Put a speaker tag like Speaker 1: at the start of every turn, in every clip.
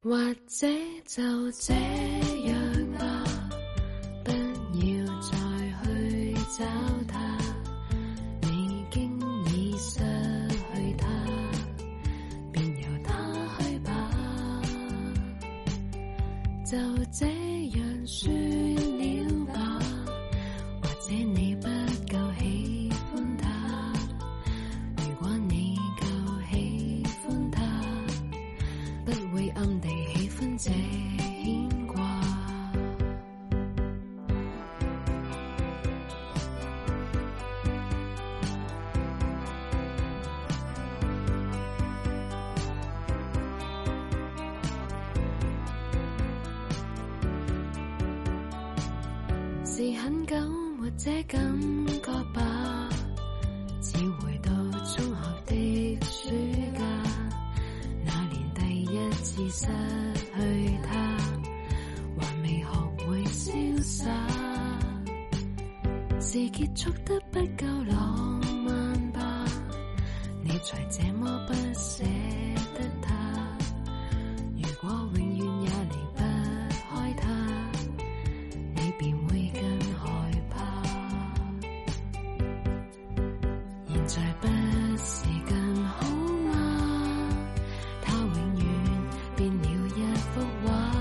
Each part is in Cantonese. Speaker 1: 或者就這樣吧，不要再去找他，你經已失去他，便由他去吧，就這樣算了吧，或者你不夠喜歡他，如果你夠喜歡他。不會暗地喜歡這牽掛。是很久沒這感覺吧，似回到中學的暑假。那年第一次失去他，還未學會瀟灑，是結束得不夠浪漫吧？你才這麼不捨得他，如果永遠也離不開他，你便會更害怕。現在不是更好嗎？他永遠變了一幅畫，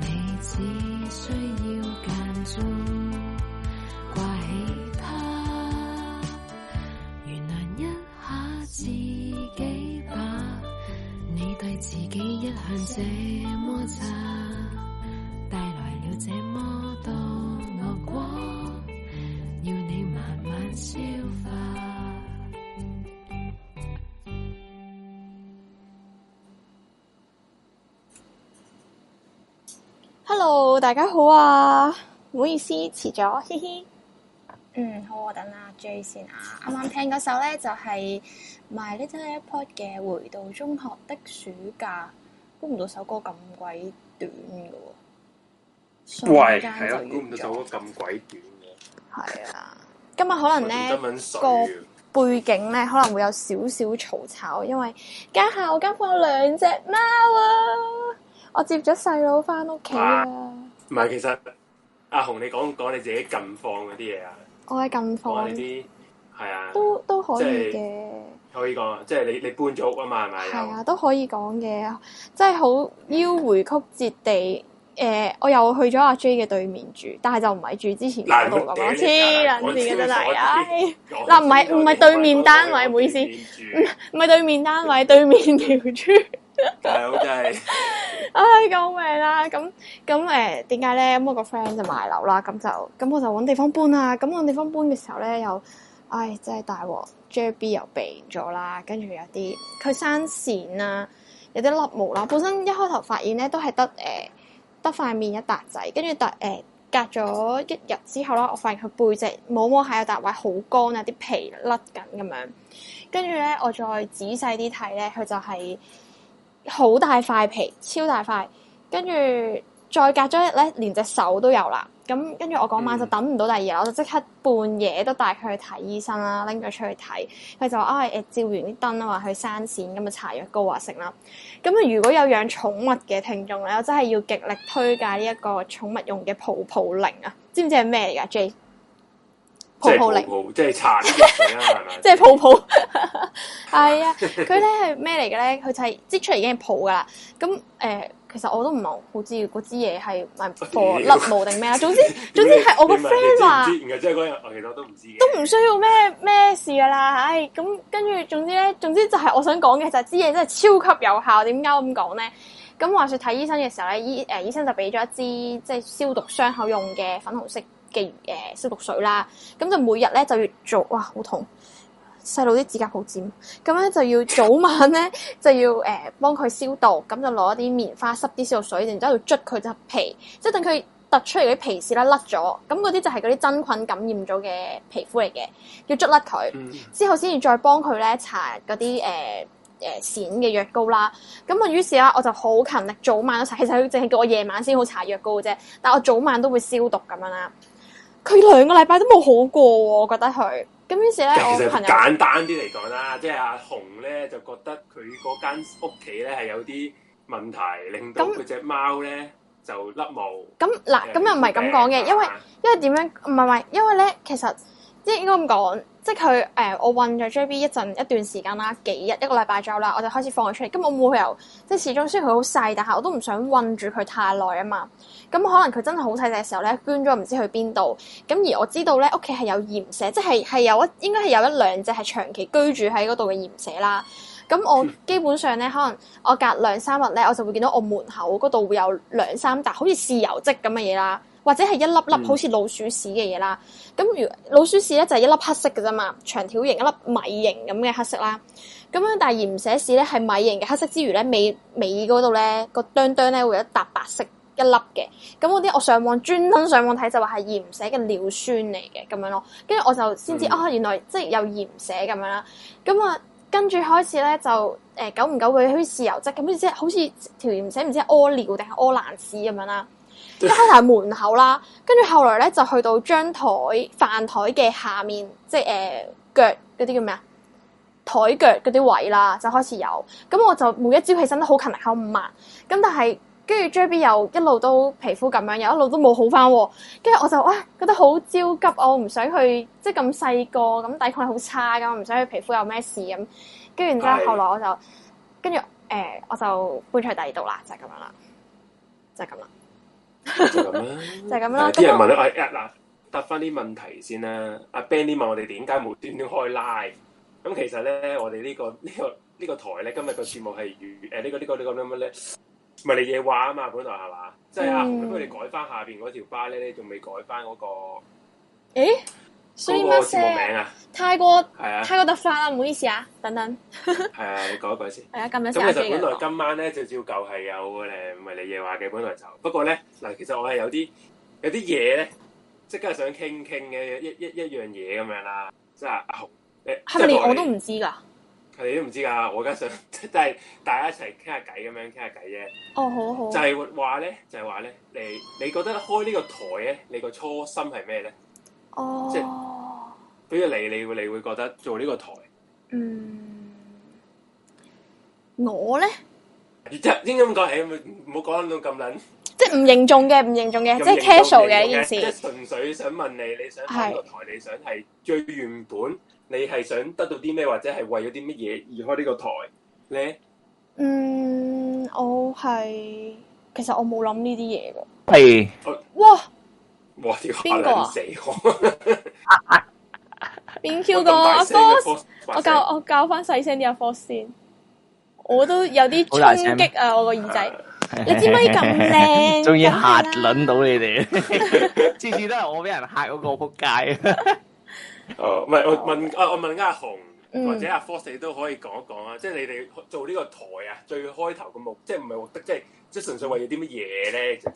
Speaker 1: 你只需要間中掛起它，原諒一下自己吧。你對自己一向這麼差，帶來了這麼多惡果，要你慢慢消化。
Speaker 2: Hello，大家好啊！唔好意思，遲咗，嘻嘻。
Speaker 3: 嗯，好，我等阿 J 先啊。啱啱聽嗰首咧就係 My Little Airport 嘅《回到中學的暑假》，估唔到首歌咁鬼短嘅喎，瞬
Speaker 4: 喂，
Speaker 3: 間
Speaker 4: 係
Speaker 3: 就
Speaker 4: 啊，
Speaker 3: 完
Speaker 4: 估唔到首
Speaker 3: 咗。
Speaker 4: 歌咁鬼短嘅，
Speaker 3: 係啊，
Speaker 2: 今日可能
Speaker 4: 我
Speaker 2: 咧
Speaker 4: 真揾水
Speaker 2: 個
Speaker 4: 啊
Speaker 2: 背景咧可能會有少少嘈吵，因為家下我間房有兩隻貓啊！我接咗細佬翻屋企啊！
Speaker 4: 唔係，其實阿紅，你講講你自己近況嗰啲嘢啊，
Speaker 2: 我喺近
Speaker 4: 講下
Speaker 2: 房
Speaker 4: 你啲係啊，
Speaker 2: 都都可以
Speaker 4: 即
Speaker 2: 嘅。
Speaker 4: 可以講，即係你你搬咗屋啊嘛，係咪？
Speaker 2: 係啊，都可以講嘅，真係好腰回曲折地。誒、我又去咗阿 J 嘅對面住，但係就唔係住之前嗰度咁咯，
Speaker 4: 嗱
Speaker 2: 黐撚
Speaker 4: 我
Speaker 2: 線嘅真係，
Speaker 4: 我
Speaker 2: 唉，
Speaker 4: 又
Speaker 2: 嗱唔係唔係對面單位唔好意思
Speaker 4: 係
Speaker 2: 唔係對面單 位，對面條村，
Speaker 4: 好真係
Speaker 2: 唉，救命啦！咁咁誒點解咧？咁我個 friend 就買樓啦，咁就咁我就揾地方搬啦。咁揾地方搬嘅時候咧，又唉真係大鑊，JB 又病咗啦，跟住有啲佢啊生癬啦，有啲甩毛啦。本身一開頭發現咧都係得誒得塊面一笪仔，跟住但誒隔咗一日之後啦，我發現佢背脊摸摸下有笪位好乾啊，啲皮甩緊咁樣。跟住咧，我再仔細啲睇咧，佢就係好大塊皮，超大塊。跟住再隔咗一日咧，連隻手都有啦。咁跟住我嗰晚就
Speaker 4: 嗯
Speaker 2: 等唔到第二日，我就即刻半夜都帶佢去睇醫生啦，拎咗出去睇。佢就話啊誒、照完啲燈啊，話佢生癬咁啊，搽藥膏啊食啦。咁啊，如果有養寵物嘅聽眾咧，我真係要極力推介呢一個寵物用嘅泡泡靈啊！知唔知係咩嚟㗎？J
Speaker 4: 即
Speaker 2: 泡
Speaker 4: 係
Speaker 2: 泡靈。
Speaker 4: 泡泡即係殘嘅水啊，係 咪？
Speaker 2: 即係泡泡，係啊，佢咧係咩嚟嘅咧？佢就係擠出嚟已經係泡噶啦。咁誒、呃其實我都唔係好知嗰支嘢係咪 破甩毛定咩啦。啊總之總之係我個
Speaker 4: 啊你問你知唔
Speaker 2: friend 話
Speaker 4: 知。然後即係嗰日，我其實我都唔知嘅。
Speaker 2: 都唔需要咩咩事噶啦。唉，咁跟住總之咧，總之就係我想講嘅就係支嘢真係超級有效。點解我咁講咧？咁話說睇醫生嘅時候咧，醫誒、醫生就俾咗一支即係消毒傷口用嘅粉紅色嘅誒、消毒水啦。咁就每日咧就要做，哇好痛！細路啲指甲好尖，咁咧就要早晚咧 就要誒、幫佢消毒，咁就攞啲棉花濕啲消毒水，然之後捽佢隻皮，即係等佢突出嚟嗰啲皮屑啦甩咗，咁嗰啲就係嗰啲真菌感染咗嘅皮膚嚟嘅，要捽甩佢。
Speaker 4: 嗯
Speaker 2: 之後先至再幫佢咧搽嗰啲誒誒閃嘅藥膏啦。咁我啊於是啦，我就好勤力，早晚都搽。其 實佢淨係叫我夜晚先好搽藥膏嘅啫，但我早晚都會消毒咁樣啦。佢兩個禮拜都冇好過喎，我覺得佢。咁於是咧，
Speaker 4: 其
Speaker 2: 我
Speaker 4: 實
Speaker 2: 朋友
Speaker 4: 簡單啲嚟講啦，即係阿紅咧就覺得佢嗰間屋企咧係有啲問題，令到
Speaker 2: 咁
Speaker 4: 佢只貓咧就甩毛。
Speaker 2: 咁嗱，咁又唔係咁講嘅，因
Speaker 4: 啊
Speaker 2: 為因為點樣？唔係唔係，因為咧，其實即係應該咁講，即係佢誒，我韞咗 JB 一陣一段時間啦，幾日一個禮拜左右啦，我就開始放佢出嚟。咁我冇理由，即係始終雖然佢好細，但係我都唔想韞住佢太耐啊嘛。咁可能佢真係好細隻嘅時候咧，捐咗唔知去邊度。咁而我知道咧，屋企係有鹽蛇，即係係有一應該係有一兩隻係長期居住喺嗰度嘅鹽蛇啦。咁我基本上咧，可能我隔兩三日咧，我就會見到我門口嗰度會有兩三笪好似豉油漬咁嘅嘢啦，或者係一粒粒
Speaker 4: 嗯
Speaker 2: 好似老鼠屎嘅嘢啦。咁如老鼠屎咧就係、一粒黑色嘅啫嘛，長條形一粒米形咁嘅黑色啦。咁樣但係鹽寫屎咧係米形嘅黑色之餘咧，尾尾嗰度咧個哚哚咧會有一笪白色一粒嘅。咁嗰啲我上網專登上網睇就話係鹽寫嘅尿酸嚟嘅咁樣咯。跟住我就先知、
Speaker 4: 嗯
Speaker 2: 啊，原來即係有鹽寫咁樣啦。咁啊〜跟住開始咧就誒、呃久唔久會好似豉油漬咁，即係好似條鹽蛇唔知係屙尿定係屙爛屎咁樣啦。一開頭係門口啦，跟住後來咧就去到張台飯台嘅下面，即係誒、呃、腳嗰啲叫咩啊？台腳嗰啲位啦，就開始有。咁我就每一朝起身都好勤力口五慢，咁但係跟住 JB 又一路都皮膚咁樣，又一路都冇好翻喎。跟住我就哇覺得好焦急，我唔想去即係咁細個咁抵抗力好差咁，我唔想佢皮膚有咩事咁。跟住然之
Speaker 4: 係
Speaker 2: 後，後來我就跟住誒我就搬出去第二度啦，就係、咁樣啦，就係咁啦。
Speaker 4: 就咁啦，
Speaker 2: 就係咁啦
Speaker 4: 係啲人
Speaker 2: 咁我
Speaker 4: 問啊，嗯誒嗱，答翻啲問題先啦。阿 Benny 問我哋點解無端端開 live？咁其實咧，我哋呢、個呢、個呢、個台咧，今日個節目係如誒呢個呢、個呢、個乜乜咧，咪你嘢話啊嘛，本來係嘛？即係阿
Speaker 2: 嗯
Speaker 4: 紅，咁佢哋改翻下邊嗰條巴咧，你仲未改翻嗰、個
Speaker 2: 誒，所以
Speaker 4: 嗰、
Speaker 2: 乜
Speaker 4: 個節目名
Speaker 2: 啫？
Speaker 4: 啊？
Speaker 2: 太過
Speaker 4: 係啊，
Speaker 2: 太過突發啦，唔好意思啊，等等，
Speaker 4: 係啊，你改一改先。
Speaker 2: 係啊，咁樣先
Speaker 4: 咁其實
Speaker 2: 啱
Speaker 4: 本來
Speaker 2: 嘅。
Speaker 4: 今晚咧就照舊係有誒唔係你嘢話嘅，本來就不過咧嗱，其實我係有啲有啲嘢咧，即刻想傾傾嘅一一一一樣嘢咁樣啦，即係啊阿紅誒，
Speaker 2: 係咪
Speaker 4: 即
Speaker 2: 連
Speaker 4: 係
Speaker 2: 我都唔知㗎？
Speaker 4: 我哋，你都唔知㗎，我而家想即係大家一齊傾下偈咁樣傾下偈啫，
Speaker 2: 哦，好好
Speaker 4: 就。係話咧就係話咧，你你覺得開呢個台咧，你個初心係咩咧？即
Speaker 2: 哦，
Speaker 4: 比如你你會你會覺得做呢個台，
Speaker 2: 嗯，我咧
Speaker 4: 即係應該咁講，誒唔好講到咁撚。
Speaker 2: 即係唔認重嘅，唔認重嘅，即係 casual 嘅呢件
Speaker 4: 即
Speaker 2: 事。
Speaker 4: 係純粹想問你，你想開個台，你想係最原本，你係想得到啲咩，或者係為咗啲乜嘢而開呢個台咧？
Speaker 2: 嗯，我係其實我冇諗呢啲嘢㗎。
Speaker 5: 係
Speaker 2: 哇，
Speaker 4: 哇！屌，嚇
Speaker 2: 邊個啊
Speaker 4: 撚死我！
Speaker 2: 邊 Q
Speaker 4: 咁
Speaker 2: 個
Speaker 4: 大
Speaker 2: 阿
Speaker 4: 聲嘅
Speaker 2: Force，
Speaker 4: Force，
Speaker 2: 我教我教翻細聲啲阿 Force 先，我都有啲
Speaker 5: 好大
Speaker 2: 衝
Speaker 5: 聲
Speaker 2: 擊啊！我個耳仔。你支咪
Speaker 5: 咪
Speaker 2: 咁靚，
Speaker 5: 終於嚇
Speaker 2: 梗係啦
Speaker 5: 撚到你 哋，次次都係我俾人嚇嗰個仆街。
Speaker 4: 哦，唔係我問啊，我問阿紅
Speaker 2: 嗯
Speaker 4: 或者阿 Force 你都可以講一講啊，即係你哋做呢個台啊，最開頭嘅目，即係唔係目的，即係即係純粹為咗啲乜嘢咧？就咁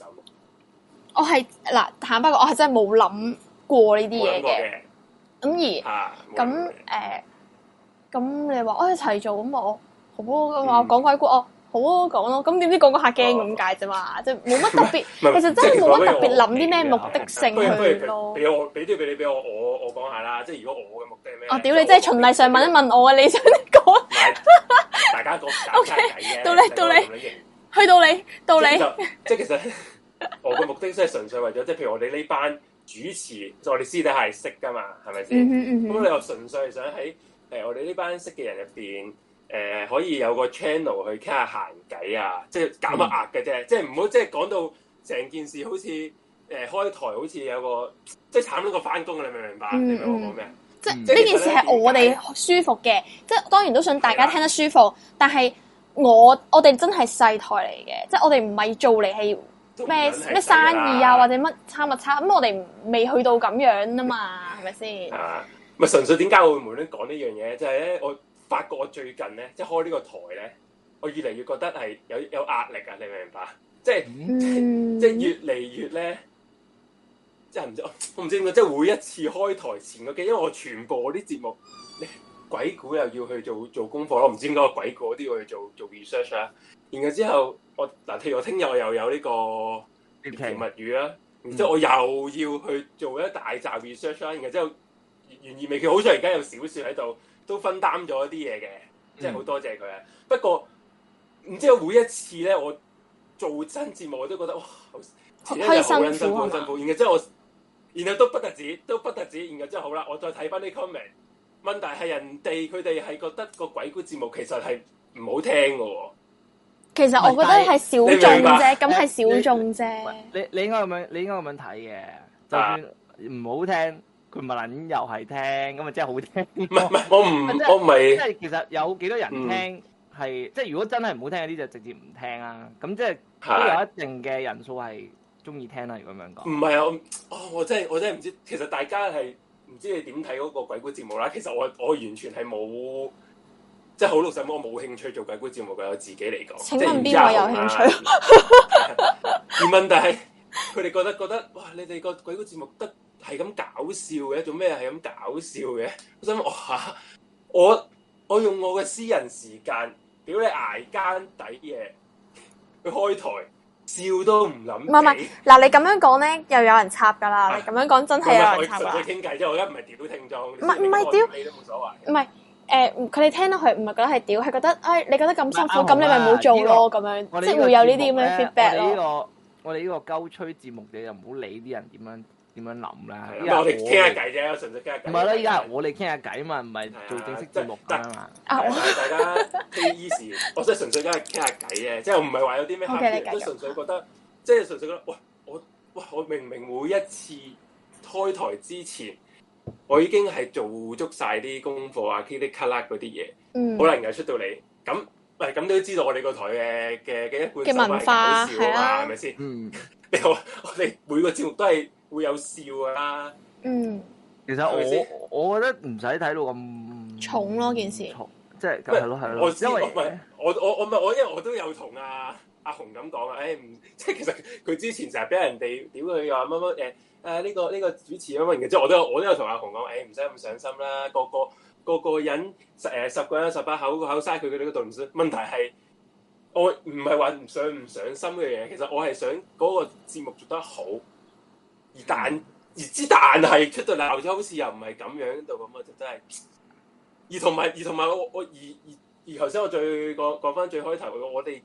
Speaker 2: 我係嗱，坦白講，我係真係冇諗過呢啲
Speaker 4: 冇諗
Speaker 2: 嘢
Speaker 4: 過
Speaker 2: 嘅。
Speaker 4: 嘅
Speaker 2: 咁
Speaker 4: 啊，
Speaker 2: 而
Speaker 4: 冇諗過
Speaker 2: 咁
Speaker 4: 嘅
Speaker 2: 誒，咁你話我一齊做，咁我好啊，咁我
Speaker 4: 嗯
Speaker 2: 講鬼故哦，好啊，講咯。咁點知講講下驚咁解啫嘛，即係冇乜特別，
Speaker 4: 唔係
Speaker 2: 其實真係冇乜特別諗啲咩目的
Speaker 4: 啊不如不如
Speaker 2: 性去咯。
Speaker 4: 俾我俾啲俾你俾我我我講下啦，即係如果我嘅目的係咩？
Speaker 2: 我哦屌你，真係循例上問一
Speaker 4: 唔
Speaker 2: 問我啊！你想講
Speaker 4: 係，大家講 簡單偈嘅。
Speaker 2: 到你到你去到你到你，
Speaker 4: 即係其實 我嘅目的真係純粹為咗，即係譬如我哋呢班主持，我哋私底下係識㗎嘛，係咪
Speaker 2: 嗯
Speaker 4: 先？
Speaker 2: 哼嗯
Speaker 4: 咁
Speaker 2: 哼
Speaker 4: 你又純粹係想喺誒我哋呢班識嘅人入邊，誒可以有個 channel 去傾下閒偈啊，即係減下壓嘅啫，即係唔好即係講到成件事好似誒開台好似有個即係慘到個翻工，你明唔明白？
Speaker 2: 嗯
Speaker 4: 你明我講咩？啊
Speaker 2: 即係
Speaker 5: 嗯
Speaker 2: 呢件事係我哋舒服嘅，即係當然都想大家聽得舒服，但係我我哋真係細台嚟嘅，即係我哋唔係做嚟係
Speaker 4: 都唔
Speaker 2: 咩
Speaker 4: 撚係
Speaker 2: 咩生意啊或
Speaker 4: 者
Speaker 2: 者乜差物差，咁我哋未去到咁樣啊嘛，係咪先？
Speaker 4: 啊，咪純粹點解我會無端講呢樣嘢？就係咧，我發覺我最近咧，即係開呢個台咧，我越嚟越覺得係有有壓力啊！你明唔明白？即係。
Speaker 2: 嗯，
Speaker 4: 即係越嚟越咧，即係唔知 我唔知點解，即係每一次開台前嗰幾，因為我全部我啲節目鬼故又要去做做功課咯，唔知點解我鬼故我都要去做做 research 啦。然後之後我嗱，譬如我聽日我又有呢個獵奇物語啦，然之後我又要去做一大扎 research 啦，然後之後懸而未決，好彩而家有小説喺度，都分擔咗一啲嘢嘅，即係好多謝佢啊。不過唔知我每一次咧，我做真節目我都覺得哇，好前一日好撚辛苦，好辛苦。然後之後我，然後都不特止，都不特止。然後之後好啦，我再睇翻啲 comment，問題係人哋佢哋係覺得個鬼故節目其實係唔好聽嘅喎。
Speaker 3: 其實我覺得係小眾
Speaker 4: 你明白
Speaker 3: 啫，咁係小眾啫。
Speaker 5: 喂你你應該咁樣，你應該咁樣睇嘅。就
Speaker 4: 啊
Speaker 5: 算唔好聽，佢咪撚又係聽，咁咪真係好聽。
Speaker 4: 唔係唔係，我唔
Speaker 5: 真係
Speaker 4: 我唔
Speaker 5: 即
Speaker 4: 係
Speaker 5: 係其實有幾多人
Speaker 4: 嗯
Speaker 5: 聽係，即係如果真係唔好聽嗰啲就直接唔聽啦。咁即係都
Speaker 4: 係
Speaker 5: 有一定嘅人數係中意聽啦。如果咁樣
Speaker 4: 唔
Speaker 5: 講，
Speaker 4: 係啊！我哦，我真係我真係唔知。其實大家係唔知你點睇嗰個鬼故節目啦。其實我我完全係冇，即係好老實講，我冇興趣做鬼故節目嘅。我自己嚟講，
Speaker 2: 請
Speaker 4: 即係
Speaker 2: 問
Speaker 4: 而
Speaker 2: 邊
Speaker 4: 家
Speaker 2: 位有
Speaker 4: 紅啊
Speaker 2: 興趣？
Speaker 4: 啊 而問題係佢哋覺得覺得哇！你哋個鬼故節目得係咁搞笑嘅，做咩係咁搞笑嘅？我心諗哇！我我用我嘅私人時間，屌你捱更抵夜，去開台笑都唔諗。
Speaker 2: 唔係唔係，嗱你咁樣講咧，又有人插噶啦。你咁樣講真
Speaker 4: 唔
Speaker 2: 係
Speaker 4: 係
Speaker 2: 有
Speaker 4: 我
Speaker 2: 人插
Speaker 4: 純
Speaker 2: 啊！
Speaker 4: 粹傾偈啫，我而家唔係屌聽眾。
Speaker 2: 唔係唔係屌
Speaker 4: 你都冇所
Speaker 2: 唔係誒，佢哋聽落去唔係覺得係屌，係覺得誒你覺得咁辛苦，
Speaker 5: 啱啊
Speaker 2: 咁你咪冇做咯咁樣，
Speaker 5: 我哋
Speaker 2: 即
Speaker 5: 呢
Speaker 2: 係
Speaker 5: 個
Speaker 2: 會有呢啲
Speaker 5: 節目
Speaker 2: 咁
Speaker 5: 咧
Speaker 2: 嘅 feedback
Speaker 5: 我哋呢
Speaker 2: 咯。
Speaker 5: 個我哋呢個鳩吹節目，你就唔好理啲人點樣點樣諗啦。
Speaker 4: 謂。
Speaker 5: 依
Speaker 4: 因
Speaker 5: 家
Speaker 4: 我哋傾下偈啫，純粹傾下偈。啊
Speaker 5: 唔係啦，依家係我哋傾下偈嘛，唔係做正式節目㗎嘛。
Speaker 2: 啊，我
Speaker 4: 大家 e a s y 我真係純粹梗係傾下偈嘅，即係我唔係話有啲咩
Speaker 2: OK，
Speaker 4: 黑
Speaker 2: 你繼
Speaker 4: 嘢，
Speaker 2: 續
Speaker 4: 都純粹覺得，即係純粹覺得，喂，我哇，我明明每一次開台之前，我已經係做足晒啲功課啊、噼里咔啦嗰啲嘢，
Speaker 2: 嗯
Speaker 4: 好能夠出到嚟。咁喂，咁你都知道我哋個台嘅嘅嘅一貫
Speaker 2: 嘅文化
Speaker 4: 手法係搞笑
Speaker 2: 係
Speaker 4: 啊
Speaker 2: 啊
Speaker 4: 嘛，係咪先？
Speaker 5: 嗯，
Speaker 4: 你話我哋每個節目都係會有笑啊噶啦，
Speaker 2: 嗯，
Speaker 5: 其
Speaker 4: 係咪
Speaker 5: 實
Speaker 4: 先
Speaker 5: 我我覺得唔使睇到咁
Speaker 2: 重咯件事
Speaker 5: 重即係
Speaker 4: 唔係
Speaker 5: 係咯係
Speaker 4: 我
Speaker 5: 咯，
Speaker 4: 知
Speaker 5: 因
Speaker 4: 我唔
Speaker 5: 為
Speaker 4: 係我我我唔係我，因為我都有同阿阿紅咁講啊，誒唔 即係其實佢之前成日俾人哋屌佢又話乜乜誒誒呢個呢、個主持乜乜，然之後我都有我都有同阿紅講，誒唔使咁上心啦，個個個個人十誒十個人有十把口個口嘥佢佢哋嗰度唔算，問題係我唔係話唔上唔上心嘅嘢，其實我係想嗰個節目做得好，而但而之但係出到嚟鬧咗，好似又唔係咁樣度咁啊，就真係。而同埋而同埋我我而而而頭先我最講講翻最開頭，我哋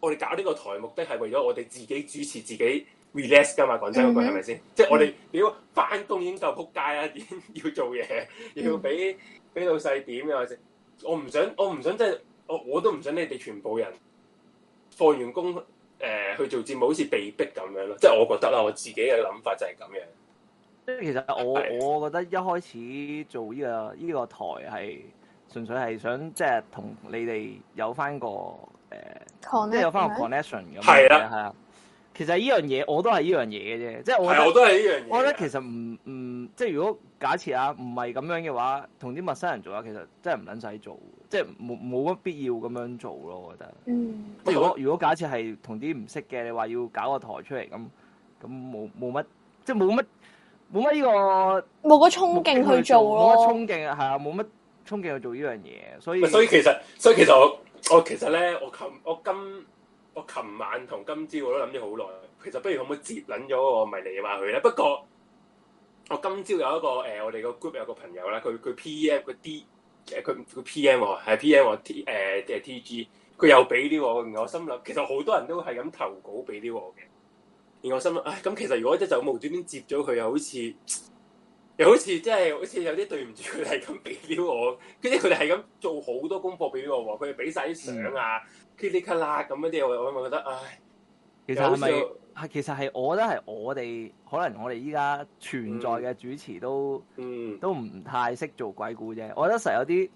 Speaker 4: 我哋搞呢個台目的係為咗我哋自己主持自己 relax 噶嘛，講真嗰句
Speaker 2: 嗯哼
Speaker 4: 係咪先？即係我哋屌翻工已經夠撲街啦，已經要做嘢， 要俾俾老細點又或者我唔想我唔想真係我我都唔想你哋全部人放完工誒、呃去做節目，好似被逼咁樣咯。即係我覺得啦，我自己嘅諗法就係咁樣。
Speaker 5: 即係其實我我覺得一開始做呢、個呢、個台係純粹係想即係同你哋有翻個誒，即係有翻個 connection 咁樣嘅。
Speaker 4: 係啦
Speaker 5: 係啊。其實呢樣嘢我都係呢樣嘢嘅啫，即係
Speaker 4: 係，
Speaker 5: 我覺
Speaker 4: 啊
Speaker 5: 得
Speaker 4: 我都係呢樣嘢。
Speaker 5: 我覺得其實唔唔即係如果假設啊，唔係咁樣嘅話，同啲陌生人做啊，其實真係唔撚使做，即係冇冇乜必要咁樣做咯。我覺得。
Speaker 2: 嗯，
Speaker 5: 即係如果如果假設係同啲唔識嘅，你話要搞個台出嚟咁，咁冇冇乜，即係冇乜冇乜呢
Speaker 2: 冇個
Speaker 5: 個
Speaker 2: 衝
Speaker 5: 目
Speaker 2: 勁
Speaker 5: 標
Speaker 2: 去做
Speaker 5: 冇乜
Speaker 2: 咯。
Speaker 5: 衝勁啊，係啊，冇乜衝勁去做呢樣嘢，所以
Speaker 4: 咪所以其實，所以其實我我其實咧，我琴我今我琴晚同今朝我都諗咗好耐。其實不如可唔可以接撚咗我迷你話佢咧？不過我今朝有一個誒、呃我哋個 group 有個朋友啦，佢佢 PM 佢 D 誒佢佢 PM 我係 PM 我 T 誒、呃、誒 TG，佢又俾啲我，然後我心諗其實好多人都係咁投稿俾啲我嘅，然後我心諗，唉咁其實如果即係就咁無端端接咗佢，又好似又好似即係好似有啲對唔住佢哋係咁俾料我，跟住佢哋係咁做好多功課俾我喎，佢哋俾晒啲相啊，噼里咔啦咁嗰啲，我我咪覺得唉，
Speaker 5: 其實
Speaker 4: 又好
Speaker 5: 係
Speaker 4: 似
Speaker 5: 咪係其實係我覺得係我哋可能我哋依家存在嘅主持都、
Speaker 4: 嗯
Speaker 5: 都唔太識做鬼故啫，我覺得實有啲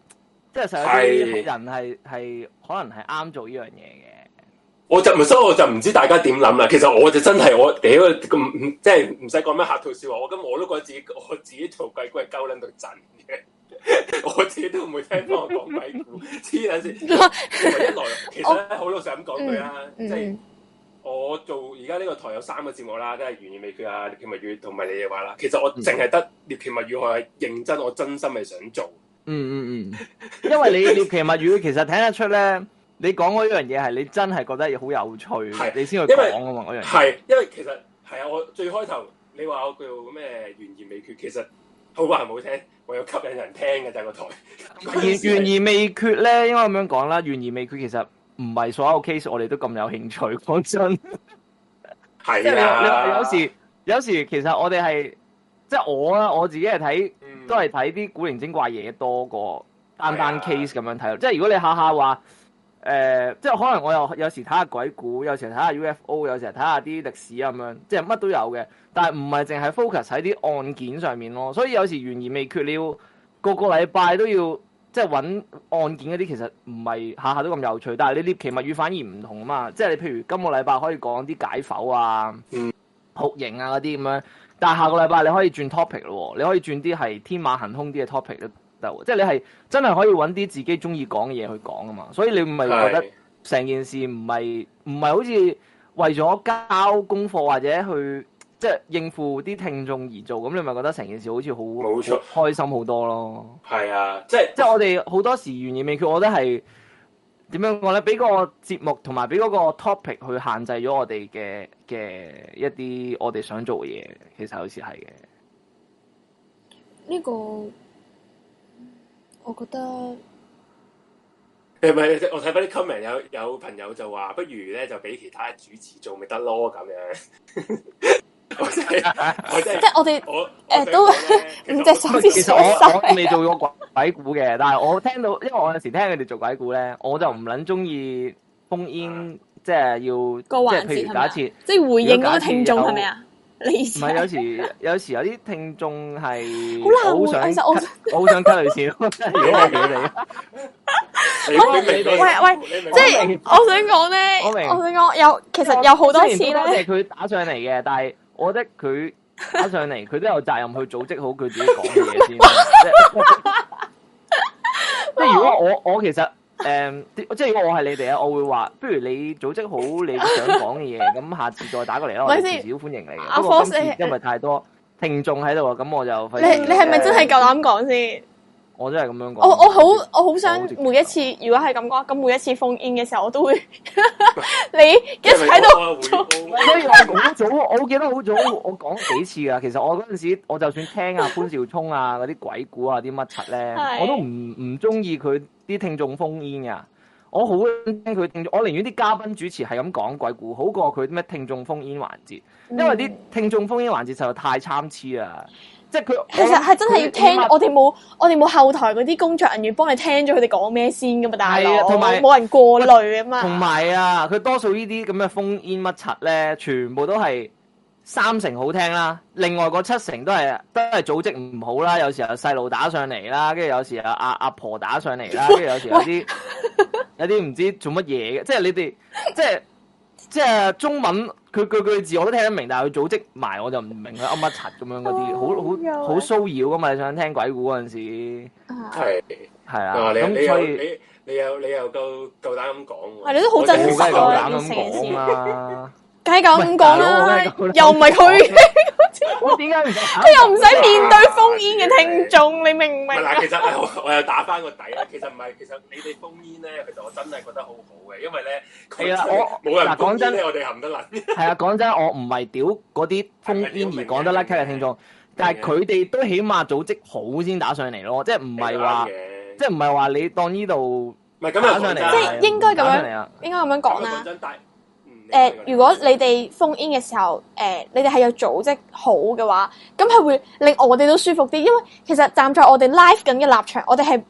Speaker 5: 即係實有啲
Speaker 4: 係
Speaker 5: 人係係可能係啱做呢樣嘢嘅。
Speaker 4: 我就唔所以我就唔知大家點諗啦。其實我就真係我屌咁唔即係唔使講咩客套笑話，我咁我都覺得自己我自己做鬼故係鳩撚到震嘅。我自己都唔會聽翻我講鬼故，黐撚線。一來其實咧，好老實咁講句啦，即係。
Speaker 2: 嗯，
Speaker 4: 我做而家呢個台有三個節目啦，都係懸而未決啊、獵奇物語同埋你嘅話啦。其實我淨係得獵奇物語，我係認真，我真心係想做。
Speaker 5: 嗯嗯嗯，因為你獵奇物語其實睇得出咧，你講嗰樣嘢係你真係覺得好有趣
Speaker 4: 係，
Speaker 5: 你先去
Speaker 4: 因為
Speaker 5: 講啊嘛嗰樣嘢。
Speaker 4: 係，因為其實係啊，我最開頭你話我叫咩懸而未決，其實好話唔好聽，我有吸引人聽嘅就係個台。
Speaker 5: 懸懸而未決咧，應該咁樣講啦。懸而未決其實唔係所有 case 我哋都咁有興趣。講真，
Speaker 4: 係
Speaker 5: 即係你話你
Speaker 4: 啊，
Speaker 5: 話有時有時其實我哋係即係我啦，我自己係睇
Speaker 4: 嗯
Speaker 5: 都係睇啲古靈精怪嘢多過單
Speaker 4: 係
Speaker 5: 單
Speaker 4: 啊
Speaker 5: case 咁樣睇。即係如果你下下話誒、即係可能我又有時睇下鬼故，有時睇下 UFO，有時睇下啲歷史啊咁樣，即係乜都有嘅。但係唔係淨係 focus 喺啲案件上面咯。所以有時懸而未決，你要個個禮拜都要即係揾案件嗰啲，其實唔係下下都咁有趣。但係你獵奇物語反而唔同啊嘛，即係你譬如今個禮拜可以講啲解剖啊、
Speaker 4: 嗯
Speaker 5: 酷刑啊嗰啲咁樣，但係下個禮拜你可以轉 topic 咯喎，你可以轉啲係天馬行空啲嘅 topic 都得喎，即係你係真係可以揾啲自己中意講嘅嘢去講啊嘛，所以你咪覺得
Speaker 4: 係。
Speaker 5: 成件事唔係唔係好似為咗交功課或者去即係應付啲聽眾而做，咁你咪覺得成件事好似好
Speaker 4: 冇錯
Speaker 5: 好開心好多咯。
Speaker 4: 係啊，即係
Speaker 5: 即係我哋好多時懸而未決，我覺得係點樣講咧？俾個節目同埋俾嗰個 topic 去限制咗我哋嘅嘅一啲我哋想做嘅嘢，其實有時係嘅。
Speaker 3: 呢個我覺得
Speaker 4: 誒咪我睇翻啲 comment 有有朋友就話，不如咧就俾其他主持做咪得咯咁樣。 我真係我真
Speaker 3: 即
Speaker 4: 係
Speaker 3: 係我哋
Speaker 4: 我
Speaker 3: 誒都五隻手指
Speaker 5: 其實我我未做過鬼鬼故嘅，但係我聽到，因為我有時聽佢哋做鬼故咧，我就唔撚中意封煙，即係要
Speaker 3: 啊個
Speaker 5: 即係
Speaker 3: 環
Speaker 5: 譬
Speaker 3: 節
Speaker 5: 如
Speaker 3: 係
Speaker 5: 假
Speaker 3: 咪啊
Speaker 5: 設，
Speaker 3: 即係回應嗰個聽眾係咪啊？你意
Speaker 5: 唔
Speaker 3: 思
Speaker 5: 係有 時有時有啲聽眾係
Speaker 3: 好難
Speaker 5: 我好
Speaker 3: 喎
Speaker 5: 想
Speaker 3: 其實我
Speaker 5: cut- 我好想 cut 佢線，如果係你哋，
Speaker 4: 你明
Speaker 5: 喂
Speaker 4: 喂
Speaker 2: 即係我想講咧，
Speaker 5: 我
Speaker 2: 我
Speaker 5: 明
Speaker 2: 想講有其實有好多次
Speaker 5: 雖然多謝
Speaker 2: 咧，
Speaker 5: 佢打上嚟 嘅，但係我覺得佢打上嚟，佢都有責任去組織好佢自己講嘅嘢先。即係即係如果 我我其實誒、即即係如果我係你哋啊，我會話，不如你組織好你想講嘅嘢，咁下次再打過嚟啦，我哋
Speaker 2: 咪先
Speaker 5: 至少歡迎你嘅。
Speaker 2: 阿
Speaker 5: 不過今
Speaker 2: Force，
Speaker 5: 次因為太多聽眾喺度啊，咁我就費
Speaker 2: 你
Speaker 5: 事
Speaker 2: 你係咪真係？
Speaker 5: 誒
Speaker 2: 夠膽講先？
Speaker 5: 我真係咁樣講。
Speaker 2: 我我好我好想
Speaker 5: 我好直接
Speaker 2: 每一次如果係咁講，咁每一次封煙嘅時候，我 都會 你一齊喺度。
Speaker 5: 唔係所以我好早，我好記得好早，我講幾次啊噶。其實我嗰陣時，我就算聽啊潘兆聰啊嗰啲鬼故啊啲乜柒咧，
Speaker 2: 係
Speaker 5: 我都唔唔中意佢啲聽眾封煙噶。我好聽佢聽眾，我寧願啲嘉賓主持係咁講鬼故，好過佢咩聽眾封煙環節，因為啲聽眾封煙環節實在太參差啊！即係佢
Speaker 2: 其實係真係要
Speaker 5: 佢起
Speaker 2: 聽，
Speaker 5: 碼
Speaker 2: 我哋冇我哋冇後台嗰啲工作人員幫你聽咗佢哋講咩先噶嘛，大
Speaker 5: 係
Speaker 2: 佬
Speaker 5: 啊，同埋
Speaker 2: 冇人過濾啊嘛。
Speaker 5: 同埋啊，佢多數呢啲咁嘅封煙乜柒咧，全部都係三成好聽啦，另外嗰七成都係都係組織唔好啦，有時候細路打上嚟啦，跟住有時候阿阿婆打上嚟啦，跟住有時候有啲有啲唔知做乜嘢嘅，即係你哋即係即係中文佢佢句字我都聽得明，但係佢組織埋我就唔明佢噏乜柒咁樣嗰啲，好好好騷擾噶嘛！你想聽鬼故嗰陣時
Speaker 4: 係
Speaker 5: 係啊，
Speaker 4: 啊，你你
Speaker 5: 咁
Speaker 4: 又
Speaker 5: 所以。
Speaker 4: 你你又你又夠夠膽咁講
Speaker 2: 啊
Speaker 4: 喎，
Speaker 2: 你都好真
Speaker 5: 我梗
Speaker 2: 實啊
Speaker 5: 係夠膽
Speaker 2: 呢
Speaker 5: 咁
Speaker 2: 成件
Speaker 5: 講
Speaker 2: 事
Speaker 5: 啦，
Speaker 2: 梗係咁講啦，
Speaker 5: 喂大佬我梗係夠膽
Speaker 2: 又唔係佢，
Speaker 5: 咁點解唔佢
Speaker 2: 佢又唔使面對封煙嘅聽眾，你明唔明
Speaker 4: 唔係
Speaker 2: 啊
Speaker 4: 嗱，？其實哎我我又打翻個底啦。其實唔係，其實你哋封煙咧，其實我真係覺得好好嘅，因為咧，
Speaker 5: 係啊我
Speaker 4: 冇人
Speaker 5: 嗱
Speaker 4: 封
Speaker 5: 講真
Speaker 4: 煙咧，我哋含得撚。
Speaker 5: 係啊，講真，我唔係屌嗰啲封煙而講得甩咳嘅聽眾，但係佢哋都起碼組織好先打上嚟咯，即係唔係話，
Speaker 4: 嘅，
Speaker 5: 即係唔係話你當呢度
Speaker 4: 唔係咁
Speaker 5: 打
Speaker 4: 又
Speaker 5: 上
Speaker 4: 講
Speaker 5: 嚟
Speaker 4: 真
Speaker 5: 啊，
Speaker 2: 即係應該咁樣
Speaker 5: 打上嚟啊
Speaker 2: 應該咁樣講啦
Speaker 4: 講。真，但嗯你
Speaker 2: 誒
Speaker 4: 講，嘅
Speaker 2: 如果你哋封煙嘅時候，誒，你哋係有組織好嘅話，咁係會令我哋都舒服啲，因為其實站在我哋 live 緊嘅立場，我哋係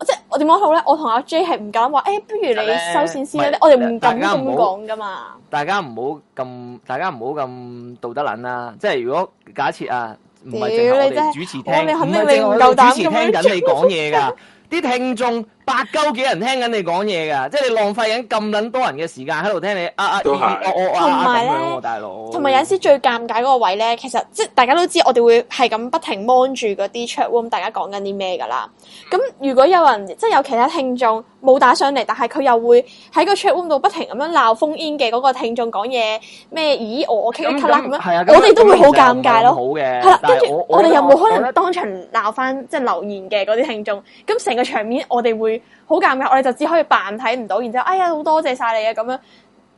Speaker 2: 即係我點講好咧？我同阿 J 係唔敢話，誒，不如你收線先
Speaker 5: 唔係
Speaker 2: 啦，我哋唔敢
Speaker 5: 大家
Speaker 2: 咁
Speaker 5: 唔好
Speaker 2: 講噶嘛。
Speaker 5: 大家唔好咁，大家唔好咁道德撚啦。即係如果假設啊，唔係淨係我哋主持聽，
Speaker 2: 屌你真係我
Speaker 5: 唔
Speaker 2: 哋肯定
Speaker 5: 係淨係我
Speaker 2: 你唔夠
Speaker 5: 哋
Speaker 2: 膽
Speaker 5: 主持聽緊你講嘢㗎。啲聽眾百鳩幾人聽緊你講嘢㗎，即係你浪費緊咁撚多人嘅時間喺度聽你啊啊，
Speaker 4: 都係
Speaker 5: 啊啊我我啊
Speaker 2: 同
Speaker 5: 啊
Speaker 2: 埋
Speaker 5: 咁
Speaker 2: 呢
Speaker 5: 樣喎，大佬。
Speaker 2: 同埋有陣時最尷尬嗰個位咧，其實即係大家都知，我哋會係咁不停 mon 住嗰啲 chat room，大家講緊啲咩㗎啦。咁如果有人即係有其他聽眾冇打上嚟，但係佢又會喺個 chat room 度不停咁樣鬧封煙嘅嗰個聽眾講嘢咩？咦，我
Speaker 5: 咁
Speaker 2: OK 啦咁
Speaker 5: 係
Speaker 2: 樣，
Speaker 5: 啊咁
Speaker 2: 我哋都會好
Speaker 5: 咁其實
Speaker 2: 尷尬
Speaker 5: 唔係咁
Speaker 2: 咯。
Speaker 5: 好嘅，
Speaker 2: 係啦，
Speaker 5: 但
Speaker 2: 跟
Speaker 5: 係
Speaker 2: 住
Speaker 5: 我
Speaker 2: 我哋又冇可
Speaker 5: 我覺
Speaker 2: 能
Speaker 5: 得
Speaker 2: 當場鬧翻即係留言嘅嗰啲聽眾，咁成個場面我哋會好尷尬，我哋就只可以扮睇唔到，然之後哎呀好多謝晒你啊咁樣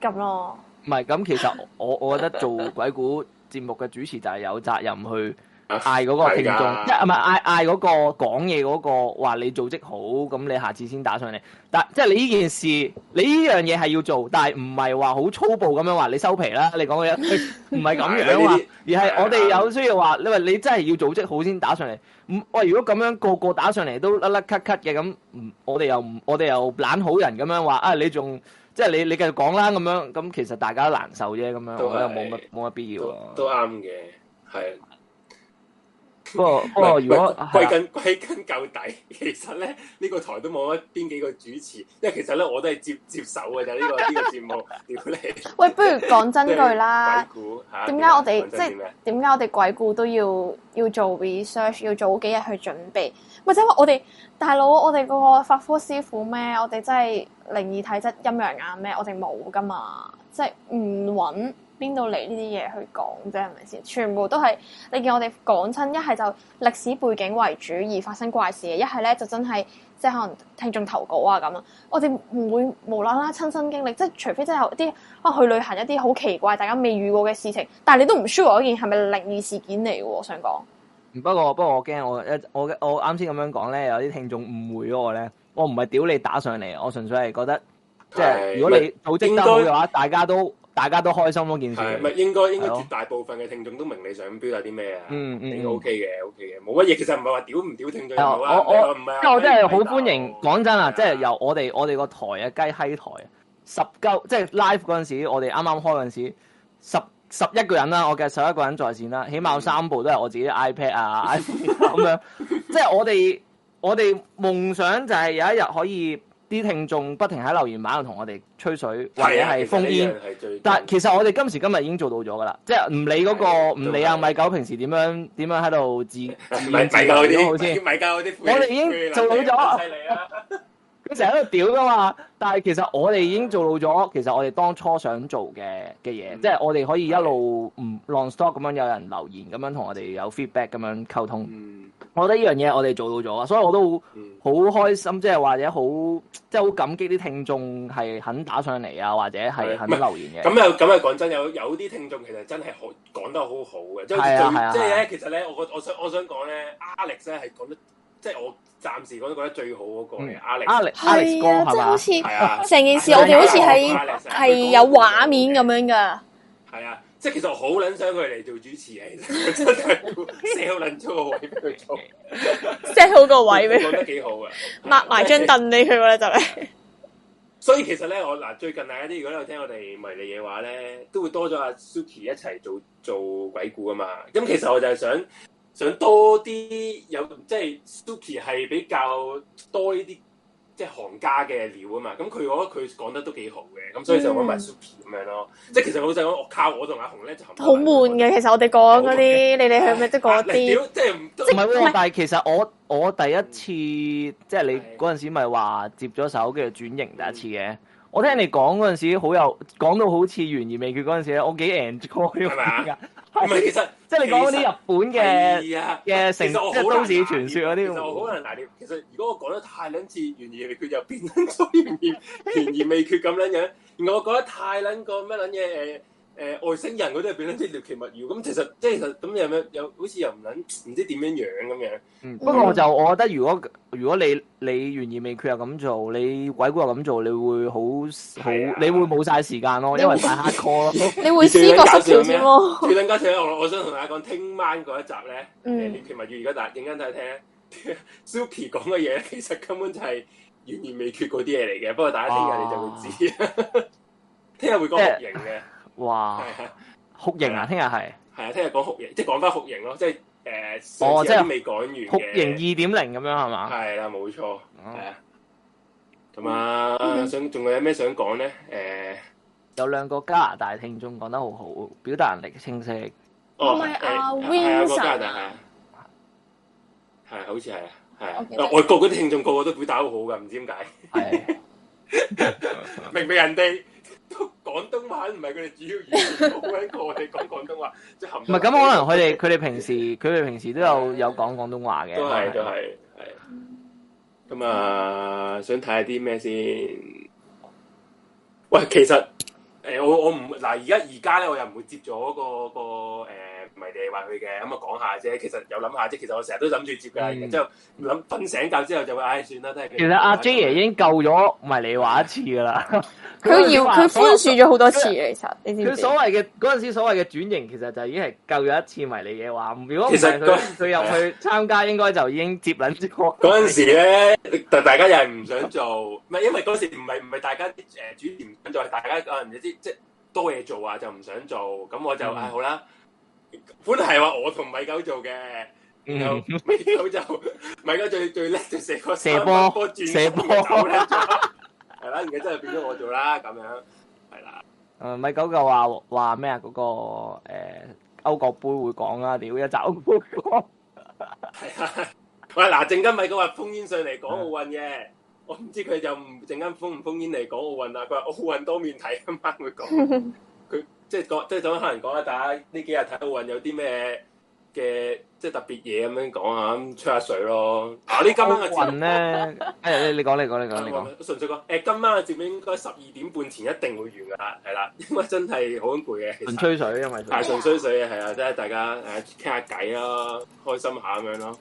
Speaker 2: 咁咯。
Speaker 5: 唔係咁，其實我我覺得做鬼故節目嘅主持就係有責任去嗌嗰個聽眾，
Speaker 4: 係㗎
Speaker 5: 即係唔係嗌嗌嗰個講嘢嗰個話你組織好，咁你下次先打上嚟。但即係你呢件事，你呢樣嘢係要做，但係唔係話好粗暴咁樣話你收皮啦。你講嘅嘢唔係咁樣話
Speaker 4: 係呢，啊
Speaker 5: 而係我哋有需要話，你話你真係要組織好先打上嚟。唔，喂，如果咁樣個個打上嚟都甩甩咳咳嘅，咁唔我哋又唔我哋又懶好人咁樣話啊，你仲即係你你繼續講啦咁樣，咁其實大家都難受啫咁樣，
Speaker 4: 都係
Speaker 5: 我覺得冇乜冇乜必要
Speaker 4: 都
Speaker 5: 啊。
Speaker 4: 都啱嘅，係。
Speaker 5: 不過不過哦如果係
Speaker 4: 歸
Speaker 5: 啊
Speaker 4: 根 歸根究底，其實咧呢、呢個台都冇乜邊幾個主持，因為其實咧我都係接接手嘅 就呢個呢個節目，屌你！
Speaker 2: 喂，不如講真句啦
Speaker 5: 啊
Speaker 4: 鬼，故嚇啊
Speaker 2: 點解我哋
Speaker 4: 講
Speaker 2: 即
Speaker 4: 真啲
Speaker 2: 係
Speaker 4: 咩
Speaker 2: 點解我哋鬼故都要要做 research，要早幾日去準備？咪即係話我哋大佬，我哋個法科師傅咩？我哋真係靈異體質、陰陽眼咩？我哋冇噶嘛，即係唔揾邊度嚟呢啲嘢去講啫，係咪先？全部都係你見我哋講親，一係就歷史背景為主而發生怪事嘅，一係咧就真係即係可能聽眾投稿啊咁啊。我哋唔會無啦啦親身經歷，即係除非真係有啲啊去旅行一啲好奇怪、大家未遇過嘅事情，但係你都唔 sure 嗰件係咪靈異事件嚟嘅喎？我想講，
Speaker 5: 不過不過我驚我一我我啱先咁樣講咧，有啲聽眾誤會咗我咧，我唔係屌你打上嚟，我純粹係覺得即係
Speaker 4: 係
Speaker 5: 如果你組織得好
Speaker 4: 應該
Speaker 5: 嘅話，大家都大家都開心咯件
Speaker 4: 係咪
Speaker 5: 事。
Speaker 4: 應該應該
Speaker 5: 係咯
Speaker 4: 絕大部分嘅聽眾都明你想表達啲咩啊？
Speaker 5: 嗯嗯
Speaker 4: 應
Speaker 5: 嗯
Speaker 4: 該 OK 嘅，OK 嘅，冇乜嘢。其實唔係話屌唔屌聽眾
Speaker 5: 係
Speaker 4: 好啊，
Speaker 5: 哎我我
Speaker 4: 唔係啊
Speaker 5: 哦因為我真係好歡迎，講真啊，
Speaker 4: 係
Speaker 5: 即係由我哋我哋個台啊雞閪台啊，十鳩即係 live 嗰陣時，我哋啱啱開嗰陣時，十十一個人啦，我計十一個人在線啦，起
Speaker 4: 嗯
Speaker 5: 碼有三部都係我自己 iPad 啊 iPhone 啊咁樣，即係我哋我哋夢想就係有一日可以啲聽眾不停喺留言板度同我哋吹水或者
Speaker 4: 係啊其
Speaker 5: 係
Speaker 4: 實呢
Speaker 5: 封煙。
Speaker 4: 樣係最
Speaker 5: 但其實我哋今時今日已經做到咗噶啦，即係唔理嗰、
Speaker 4: 係
Speaker 5: 個，唔理阿
Speaker 4: 都係
Speaker 5: 米狗平時點樣點樣喺 度自自
Speaker 4: 唔
Speaker 5: 言自
Speaker 4: 係教嗰
Speaker 5: 語都好
Speaker 4: 啲，
Speaker 5: 先
Speaker 4: 唔，係教嗰啲，
Speaker 5: 我哋已經做到咗
Speaker 4: 犀利啊 啦！
Speaker 5: 佢成日喺度屌噶嘛。但係其實我哋已經做到咗，其實我哋當初想做嘅嘅嘢，
Speaker 4: 啊嗯啊
Speaker 5: 即係我哋可以一路唔 long stop 咁樣有人留言咁樣同我哋有 feedback 咁樣溝通。
Speaker 4: 嗯
Speaker 5: 我覺得呢樣嘢我哋做到咗啊，所以我都好
Speaker 4: 嗯，
Speaker 5: 好開心，即係或者好即係好感激啲聽眾係肯打上嚟啊，或者係
Speaker 4: 係
Speaker 5: 肯
Speaker 4: 唔係
Speaker 5: 留言嘅。
Speaker 4: 咁又咁又講真，有有啲聽眾其實真係好講得好好嘅，即
Speaker 5: 係啊係
Speaker 4: 係
Speaker 5: 啊
Speaker 4: 最即
Speaker 5: 係
Speaker 4: 係咧，其實咧，我覺我想我想講咧，Alex 咧係講得即係我暫時覺得覺得最好嗰個
Speaker 5: 嗯
Speaker 4: 嘅 Alex，
Speaker 5: Alex
Speaker 2: 係啊，
Speaker 5: Alex
Speaker 2: 即
Speaker 5: 哥係
Speaker 2: 係
Speaker 5: 嘛
Speaker 2: 好？似
Speaker 4: 係啊。
Speaker 2: 成件事我哋好似係
Speaker 4: 係啊
Speaker 2: 係有畫面咁樣 㗎。
Speaker 4: 係啊，即係其實我好撚想佢嚟做主持嘅，其實我 真係 sell 撚咗個位俾佢做，
Speaker 2: set 好個位俾
Speaker 4: 講
Speaker 2: 佢，
Speaker 4: 得幾好啊嘅，
Speaker 2: 抹埋張凳俾佢咧就嚟。
Speaker 4: 所以其實咧，我嗱最近大家啲如果有聽我哋迷你嘢話咧，都會多咗阿 Suki 一齊做做鬼故啊嘛。咁其實我就係想想多啲有即係 Suki 係比較多呢啲即係行家嘅料啊嘛。咁佢我覺得佢講得都幾好嘅，咁所以就揾埋
Speaker 2: 嗯
Speaker 4: Suki 咁樣咯。即係其實老實講，我靠我同阿紅咧就
Speaker 2: 好悶嘅，其實我哋講嗰啲，你哋去咪都嗰
Speaker 4: 啊你
Speaker 2: 啲
Speaker 4: 屌，即係唔都
Speaker 5: 唔係喎，但係其實我我第一次即係你
Speaker 4: 係
Speaker 5: 嗰陣時咪話接咗手跟住轉型第一次嘅。我聽你講嗰陣時好有講到好似懸而未決嗰陣時咧，我幾 enjoy
Speaker 4: 係咪啊
Speaker 5: 㗎。
Speaker 4: 唔係，其實
Speaker 5: 即係你講嗰啲日本嘅
Speaker 4: 係啊
Speaker 5: 嘅城
Speaker 4: 哎其實我
Speaker 5: 即係
Speaker 4: 好
Speaker 5: 都
Speaker 4: 難
Speaker 5: 市傳說嗰啲
Speaker 4: 其實我好難拿捏。其實如果我講得太撚似懸而未決，又變撚咗懸而懸而未決咁撚樣。然後我講得太撚個咩撚嘢誒誒外星人嗰啲，變撚啲獵奇物語。咁其實即係其實咁有咩有好似又唔撚唔知點樣樣咁 樣。
Speaker 5: 嗯不過我就我覺得如果如果你你懸而未決又咁做，你鬼故又咁做，你會好好
Speaker 4: 係啊
Speaker 5: 你會冇晒時間咯，因為太 hard core 咯。
Speaker 2: 你會思覺失調添咯。
Speaker 4: 最撚加上我我想同大家講，聽晚嗰一集咧，誒
Speaker 2: 嗯
Speaker 4: 獵奇物語而家大認真睇聽咧，Suki 講嘅嘢其實根本就係懸而未決嗰啲嘢嚟嘅。不過大家聽日你就會知，
Speaker 5: 哦
Speaker 4: 聽日會講酷刑嘅。
Speaker 5: 哇，
Speaker 4: 係啊，
Speaker 5: 酷刑啊！聽日係
Speaker 4: 係啊，聽日講酷刑，即係講翻酷刑咯，即係誒，上次有
Speaker 5: 哦即係
Speaker 4: 啲未講完
Speaker 5: 酷
Speaker 4: 嘅
Speaker 5: 刑二點零咁樣係嘛？
Speaker 4: 係啦，冇錯，
Speaker 5: 哦
Speaker 4: 係啊。咁啊，想仲有咩想講咧？誒，
Speaker 5: 有兩個加拿大聽眾講得好好，表達能力清晰。
Speaker 4: 哦，
Speaker 3: 唔係
Speaker 4: 係
Speaker 3: 啊
Speaker 4: 係有
Speaker 3: Wilson
Speaker 4: 個加
Speaker 3: 啊
Speaker 4: 拿大係啊，係好似係啊，係
Speaker 3: 我
Speaker 4: 啊
Speaker 3: 記得
Speaker 4: 外國嗰啲聽眾個個都表達好好噶，唔知點 解，
Speaker 5: 係。
Speaker 4: 明明人哋都廣東話唔係佢哋主要語言，冇人過我哋講廣東話，即係含
Speaker 5: 唔係咁，可能佢哋佢哋平時佢哋平時都有有講廣東話嘅，
Speaker 4: 都係都係係。咁啊，想睇下啲咩先？喂，其實誒、我我唔嗱，而家而家咧，我又唔會接咗、個個誒、唔係你話佢嘅，咁啊講下啫。其實有諗下啫。其實我成日都諗住接㗎，
Speaker 5: 嗯
Speaker 4: 然之後諗瞓醒覺之後就會唉算啦，都係佢。
Speaker 5: 其實阿 J 爺已經救咗唔係你話一次㗎啦。
Speaker 2: 佢饒佢寬恕咗好多次
Speaker 5: 佢
Speaker 2: 嘅，其實你知唔知？
Speaker 5: 佢所謂嘅嗰陣時所謂嘅轉型，其實就已經係救咗一次迷你嘅話。如果
Speaker 4: 其
Speaker 5: 唔
Speaker 4: 實
Speaker 5: 係佢
Speaker 4: 佢
Speaker 5: 佢入去參加，應該就已經接撚 咗。
Speaker 4: 嗰陣時咧，但大家又係唔想做，唔係因為嗰時唔係唔係大家誒、呃、主持唔想做，係大家啊唔知即係多嘢做啊，就唔想做。咁我就
Speaker 5: 嗯
Speaker 4: 唉好啦，本來係話我同米狗做嘅，然後
Speaker 5: 嗯，
Speaker 4: 米狗就 米狗最最叻就射個
Speaker 5: 射
Speaker 4: 三
Speaker 5: 波
Speaker 4: 分波轉
Speaker 5: 射波
Speaker 4: 身就走啦，係啦，而家真係變咗我做啦，咁樣係啦。
Speaker 5: 誒米九就話話咩啊？嗰個誒歐國杯會講啦，屌一集歐國杯講。
Speaker 4: 喂，嗱，陣間咪佢話封煙上嚟講
Speaker 5: 啊
Speaker 4: 奧運嘅，我唔知佢就唔陣間封唔封煙嚟講奧運啊啦。佢話奧運多面睇，今晚會 講。佢即係講，即係講可能講下啊大家呢幾日睇奧運有啲咩嘅，即係特別嘢咁樣講下，咁吹下水咯。啊，呢今晚嘅
Speaker 5: 歐
Speaker 4: 節
Speaker 5: 運
Speaker 4: 目啊
Speaker 5: 咧，誒你你講你講你講你 講。
Speaker 4: 純粹講，誒今晚嘅節目應該十二點半前一定會完㗎啦，係啦， 因為真係好攰嘅，其
Speaker 5: 純
Speaker 4: 實
Speaker 5: 吹水，因為佢
Speaker 4: 係純吹水嘅，係啊，即係大家誒傾下偈啦，開心下咁樣咯，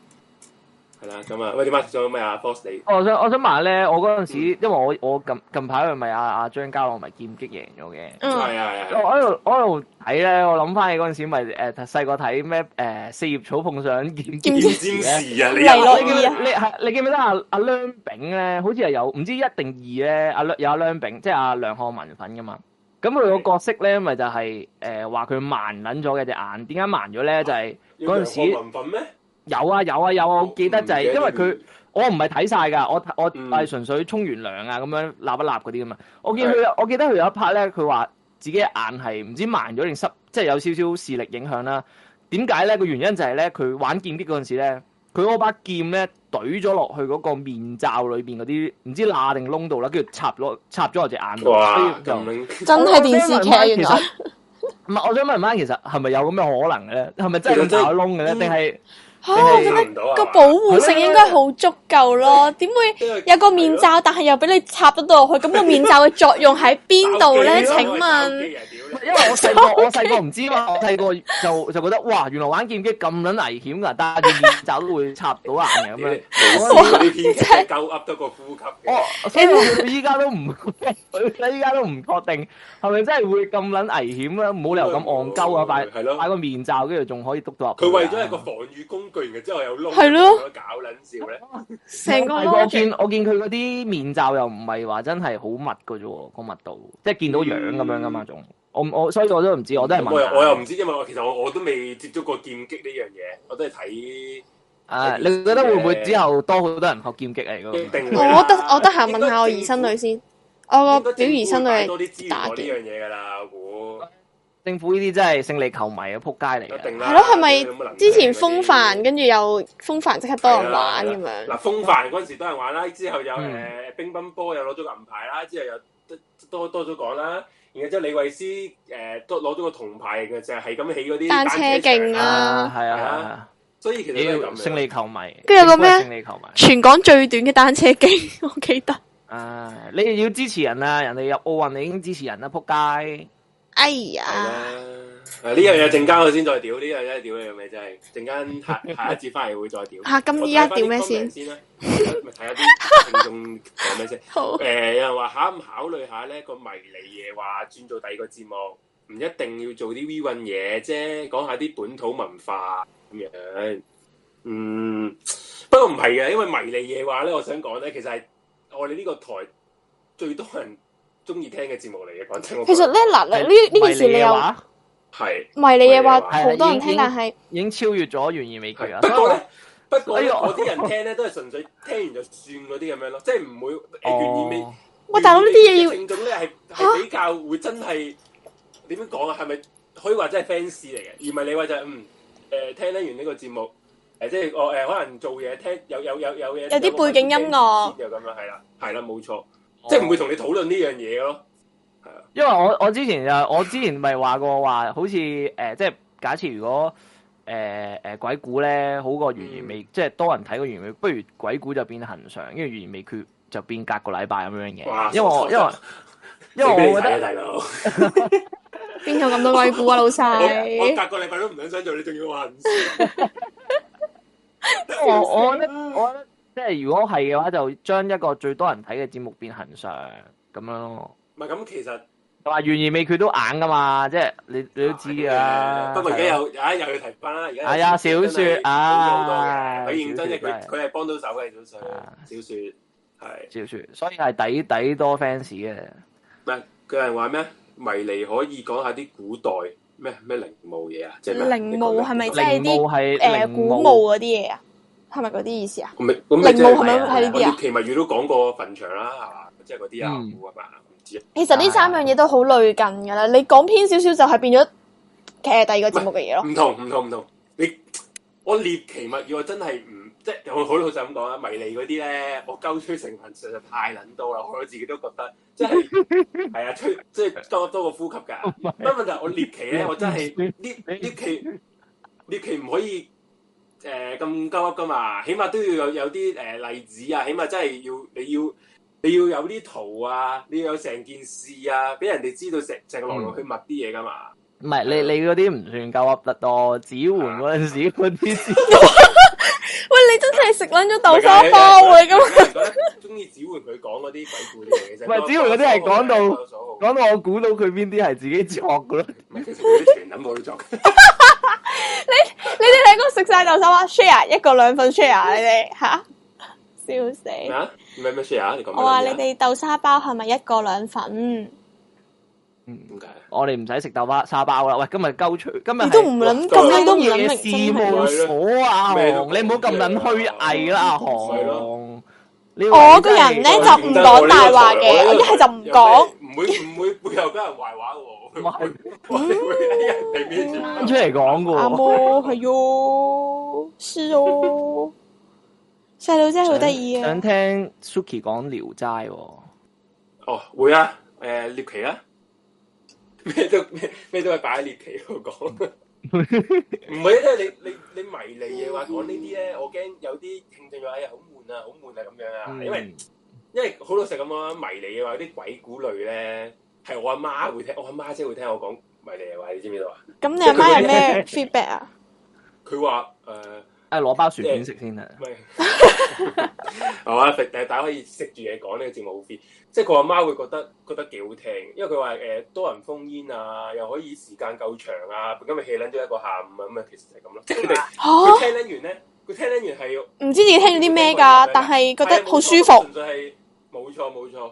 Speaker 4: 係啦，咁啊，喂點啊？仲有咩啊？Boss 你？
Speaker 5: 我想我想問咧，我嗰陣時，因為我我近近排佢咪阿阿張家朗咪劍擊贏咗嘅。
Speaker 4: 係
Speaker 2: 嗯，
Speaker 4: 啊係啊，
Speaker 5: 我喺度我喺度睇咧，我諗翻起嗰陣時咪誒細個睇咩誒四葉草碰上
Speaker 2: 劍
Speaker 5: 劍
Speaker 4: 尖
Speaker 5: 擊
Speaker 4: 尖
Speaker 5: 咧
Speaker 4: 士啊，你
Speaker 2: 嚟
Speaker 4: 又
Speaker 2: 咯
Speaker 5: 你記唔記
Speaker 2: 二
Speaker 5: 得
Speaker 2: 啊
Speaker 5: 你係你記唔記得阿阿梁炳咧？好似係有唔知一定二咧，阿梁有阿梁炳，即係阿梁漢文粉噶嘛。咁佢個角色咧，咪就係誒話佢盲撚咗嘅隻眼，點解盲咗咧？就係、嗰陣時
Speaker 4: 有楊國民粉咩？
Speaker 5: 有啊有啊有啊，我記得就係、因為佢。我唔係睇晒㗎，我我
Speaker 4: 嗯
Speaker 5: 係純粹沖完涼啊咁樣立一立嗰啲㗎嘛。我見佢，我記得佢有一 part 咧，佢話自己嘅眼係唔知盲咗定失，即係有少少視力影響啦。點解咧？個原因就係咧，佢玩劍擊嗰陣時咧，佢嗰把劍咧懟咗落去嗰個面罩裏邊嗰啲唔知罅定窿度啦，跟住插咗插咗我隻眼度，所
Speaker 4: 哇
Speaker 5: 以就
Speaker 4: 咁樣
Speaker 2: 真係電視劇原來。
Speaker 5: 唔係，我想問翻，其實係咪有咁嘅可能嘅咧？係咪真係咁打窿嘅咧？
Speaker 4: 其實真係嗯
Speaker 5: 定係
Speaker 2: 嚇，我覺
Speaker 4: 睇唔
Speaker 2: 得
Speaker 4: 到啊
Speaker 2: 個保護性應該好足夠咯，點會有個面
Speaker 4: 哎
Speaker 2: 罩，但係又俾你插得到落去，咁個面罩嘅作用喺邊度咧？請問，
Speaker 5: 因為我細 個我細個唔知嘛，我細個就就覺得哇，原來玩劍擊咁撚危險㗎，戴住面罩都會插到眼嘅咁
Speaker 4: 咁樣
Speaker 5: 樣。
Speaker 4: 嗰啲編劇真係鳩噏得個呼吸嘅。
Speaker 5: 我所以我去到依家都唔，到依家都唔確定係咪真係會咁撚危險啊！冇理由咁戇鳩啊！戴
Speaker 4: 係咯
Speaker 5: 戴個面罩，跟住仲可以篤到入去啊。
Speaker 4: 佢為咗一個防禦工具，然之後有窿，
Speaker 2: 係咯，
Speaker 4: 搞撚笑咧。
Speaker 2: 成個
Speaker 5: 係我
Speaker 2: logic
Speaker 5: 見我見佢嗰啲面罩又唔係話真係好密嘅啫喎，個密度即係見到樣咁樣噶嘛，仲我我所以我都唔知，我都係問
Speaker 4: 我又
Speaker 5: 下
Speaker 4: 我又唔知，因為我其實我我都未接觸過劍擊呢樣嘢，我都係睇
Speaker 5: 啊，你覺得會唔會之後多好多人學劍擊啊嚟
Speaker 4: 一
Speaker 5: 㗎？
Speaker 4: 定會啦。
Speaker 2: 嗯我得我得閒問下我姨甥女先，我個表姨甥女
Speaker 4: 多啲資
Speaker 2: 係打
Speaker 4: 源我呢
Speaker 2: 劍，
Speaker 4: 樣嘢㗎啦，我估
Speaker 5: 政府呢啲真係勝利球迷嘅撲街嚟
Speaker 4: 一
Speaker 5: 嘅。
Speaker 4: 定啦。
Speaker 2: 係咯，係
Speaker 4: 有乜
Speaker 2: 咪
Speaker 4: 能力
Speaker 2: 之前
Speaker 4: 嗰啲
Speaker 2: 風帆跟住又風帆即刻多人玩咁
Speaker 4: 係啦
Speaker 2: 樣？
Speaker 4: 嗱，風帆嗰陣時多人玩啦，之後有誒、
Speaker 5: 嗯
Speaker 4: 呃乒乓波又攞咗個銀牌啦，之後又多多咗講啦，然後之後李慧詩誒都攞咗個銅牌嘅，就係係咁起嗰啲
Speaker 2: 單車徑
Speaker 4: 場
Speaker 2: 啦
Speaker 5: 啊，係啊，係啊，
Speaker 4: 所以其實
Speaker 5: 屌
Speaker 4: 都係咁
Speaker 5: 勝
Speaker 4: 樣。
Speaker 5: 利球迷，
Speaker 2: 跟住個咩
Speaker 5: 政府係勝利球迷
Speaker 2: 全港最短嘅單車徑， 我記得。
Speaker 5: 啊！你要支持人啊！人哋入奧運，你已經支持人啦，撲街！
Speaker 2: 哎
Speaker 4: 係
Speaker 2: 呀，
Speaker 4: 啦啊！呢樣嘢陣間我先再屌，呢樣嘢屌你係咪真係？陣 間下下一節翻嚟會再屌。
Speaker 2: 嚇啊咁
Speaker 4: 我睇
Speaker 2: 依家
Speaker 4: 返啲
Speaker 2: 屌咩
Speaker 4: comment
Speaker 2: 先
Speaker 4: 先啦， 咪睇下啲聽眾 講咩先。
Speaker 2: 好
Speaker 4: 誒、有人話考唔考慮下咧個迷你嘢，話轉做第二個節目，唔一定要做啲 V 運嘢啫，講下啲本土文化咁樣。嗯，不過唔係嘅，因為迷你嘢話咧，我想講咧，其實係我哋呢個台最多人中意聽嘅節目嚟嘅。講真嗰句，
Speaker 2: 其實咧嗱，呢呢件事
Speaker 5: 迷
Speaker 2: 你
Speaker 5: 嘅
Speaker 2: 又
Speaker 5: 話
Speaker 4: 係
Speaker 2: 唔係你嘢話
Speaker 4: 係
Speaker 2: 好多人
Speaker 5: 已
Speaker 2: 聽，
Speaker 5: 經
Speaker 2: 但係
Speaker 5: 已經超越咗懸而未決啦。啊
Speaker 4: 係，不過咧，不過咧，
Speaker 5: 哎
Speaker 4: 嗰
Speaker 5: 呦
Speaker 4: 啲人聽咧都係純粹聽完就算嗰啲咁樣咯，即係唔會誒願意咩？
Speaker 5: 哦，
Speaker 2: 喂大佬呢啲嘢要
Speaker 4: 聽眾咧係
Speaker 2: 嚇
Speaker 4: 係比較會真係點樣講啊？係咪可以話真係 fans 嚟嘅？而唔係你話就係嗯誒、聽得完呢個節目誒、即係我誒可能做嘢聽有有有有嘢
Speaker 2: 有啲背景音樂
Speaker 4: 就咁樣係啦，係啦冇錯，即係唔會同你討論呢樣嘢咯。
Speaker 5: 因為我我之前就我之前咪話過話，好似誒、呃即係假設如果誒誒、呃鬼故咧好過懸
Speaker 4: 嗯
Speaker 5: 而未，即係多人睇過懸而未，不如鬼故就變恒常，因為懸而未決就變隔個禮拜咁樣
Speaker 4: 哇
Speaker 5: 嘅。因為我因為
Speaker 4: 傻
Speaker 5: 因為
Speaker 4: 俾你
Speaker 5: 我覺
Speaker 4: 睇啊
Speaker 5: 得
Speaker 4: 大佬
Speaker 3: 邊有咁多鬼故啊，老
Speaker 4: 我我
Speaker 3: 細？
Speaker 4: 隔個禮拜都唔撚想做，你仲要我行先？
Speaker 5: 我我覺得我覺得即係如果係嘅話，就將一個最多人睇嘅節目變恒常咁樣咯。
Speaker 4: 唔係咁，其實
Speaker 5: 同埋懸而未決都硬噶嘛，即係你你都知㗎啦。
Speaker 4: 不過而家有啊，又要提翻啦。而家
Speaker 5: 係啊小
Speaker 4: 說
Speaker 5: 說啊
Speaker 4: 好多嘅，佢認真嘅，
Speaker 5: 小說
Speaker 4: 佢佢係幫到手嘅小說
Speaker 5: 啊，
Speaker 4: 小說係。
Speaker 5: 照説，所以係抵抵多 fans 嘅。
Speaker 4: 唔係佢有人話咩？迷離可以講下啲古代咩咩陵墓嘢啊？即係咩
Speaker 3: 陵墓係咪即
Speaker 5: 陵
Speaker 3: 係
Speaker 5: 墓
Speaker 3: 啲
Speaker 5: 係
Speaker 3: 誒
Speaker 5: 陵
Speaker 3: 古墓嗰啲嘢啊？係咪嗰啲意思啊？
Speaker 4: 咁咪咁咪即
Speaker 3: 陵墓係咪
Speaker 5: 係呢
Speaker 3: 啲啊
Speaker 4: 我哋奇物語都講過墳場啦，係嘛？即係嗰啲啊
Speaker 5: 嗯
Speaker 4: 古啊嘛，唔知啊。
Speaker 3: 其實呢三樣嘢都好類近㗎啦，你講偏少少就係變咗誒第二個節目嘅嘢咯。
Speaker 4: 唔同唔同唔同，你我獵奇物語我真係唔即係我好老實咁講啦，迷離嗰啲咧，我鳩吹成分實在太撚多啦，我自己都覺得即係 係啊，吹即係多多過呼吸
Speaker 3: Oh
Speaker 4: 㗎。不過問題我獵奇咧，我真係獵獵奇獵奇唔可以誒咁鳩噏㗎嘛，起碼都要有有啲誒、呃例子啊，起碼真係要你要。你要有啲圖啊，你要有成件事啊，俾人哋知道成成個來龍去脈啲嘢㗎嘛。
Speaker 5: 唔係你你嗰啲唔算夠噏得多，指換嗰陣時嗰啲先
Speaker 3: 喂，你真係食撚咗豆
Speaker 4: 豆
Speaker 3: 沙包啊！你咁，
Speaker 4: 咁中意子桓佢講嗰啲鬼故啲嘢，其實
Speaker 5: 唔係子桓嗰啲係講到
Speaker 4: 到
Speaker 5: 講到我估到佢邊啲係自己作嘅咯。
Speaker 4: 唔係其實佢啲全諗冇作，
Speaker 3: 你哋兩個食晒豆沙包 share 一個兩份 share，你啊哋吓笑死！
Speaker 4: 咩啊？咩咩 share 啊？你講
Speaker 3: 我話你
Speaker 4: 哋
Speaker 3: 哋豆沙包係咪一個兩份？
Speaker 4: 點解啊？
Speaker 5: 我哋唔使食豆包沙包啦。喂，今日鳩吹，今日
Speaker 3: 你
Speaker 5: 係
Speaker 3: 都唔諗
Speaker 4: 咁
Speaker 3: 樣都唔諗
Speaker 5: 嘢
Speaker 3: 明
Speaker 5: 事務所啊，阿
Speaker 4: 咩都
Speaker 5: 航，你唔好咁撚虛偽啦，阿
Speaker 4: 係
Speaker 5: 航
Speaker 4: 咯。
Speaker 5: 呢
Speaker 3: 我個
Speaker 5: 真係
Speaker 3: 人咧就唔講大話嘅，我一係就唔講。
Speaker 4: 唔會唔會背後俾人壞話喎。
Speaker 5: 唔係
Speaker 4: 我哋會喺人哋面前
Speaker 5: 拎出嚟講嘅喎。
Speaker 3: 阿摩係喲，是哦，細佬真係好得意啊
Speaker 5: 想！聽 Suki 講聊齋喎。
Speaker 4: 哦，會啊， 誒獵奇啦，咩都咩咩都係擺喺獵奇度講，唔係因為你你你迷離嘅話講呢啲咧，我驚有啲聽眾話哎呀好悶啊，好悶啊咁樣啊，因為
Speaker 5: 嗯
Speaker 4: 因為好老實咁講啦，迷離嘅話有啲鬼故類咧係我阿媽會聽，我阿媽先會聽我講迷離嘅話，你知唔知道啊？
Speaker 3: 咁你阿媽有咩 feedback 啊？
Speaker 4: 佢話呃誒。
Speaker 5: 誒攞包薯片食先啊！
Speaker 4: 喂， 係嘛？誒，大家可以啊食住嘢講呢個節目好 fit，即係佢阿媽會覺得覺得幾好聽，因為佢話誒多人封煙啊，又可以時間夠長啊，今日 hea 撚咗一個下午啊，咁啊其實就係咁咯。即係佢哋佢
Speaker 3: 吓，
Speaker 4: 聽撚完咧，佢聽撚完係
Speaker 3: 唔知自己哦聽咗啲咩
Speaker 4: 啊
Speaker 3: 㗎，但係覺得好舒服。
Speaker 4: 純粹係冇錯冇錯。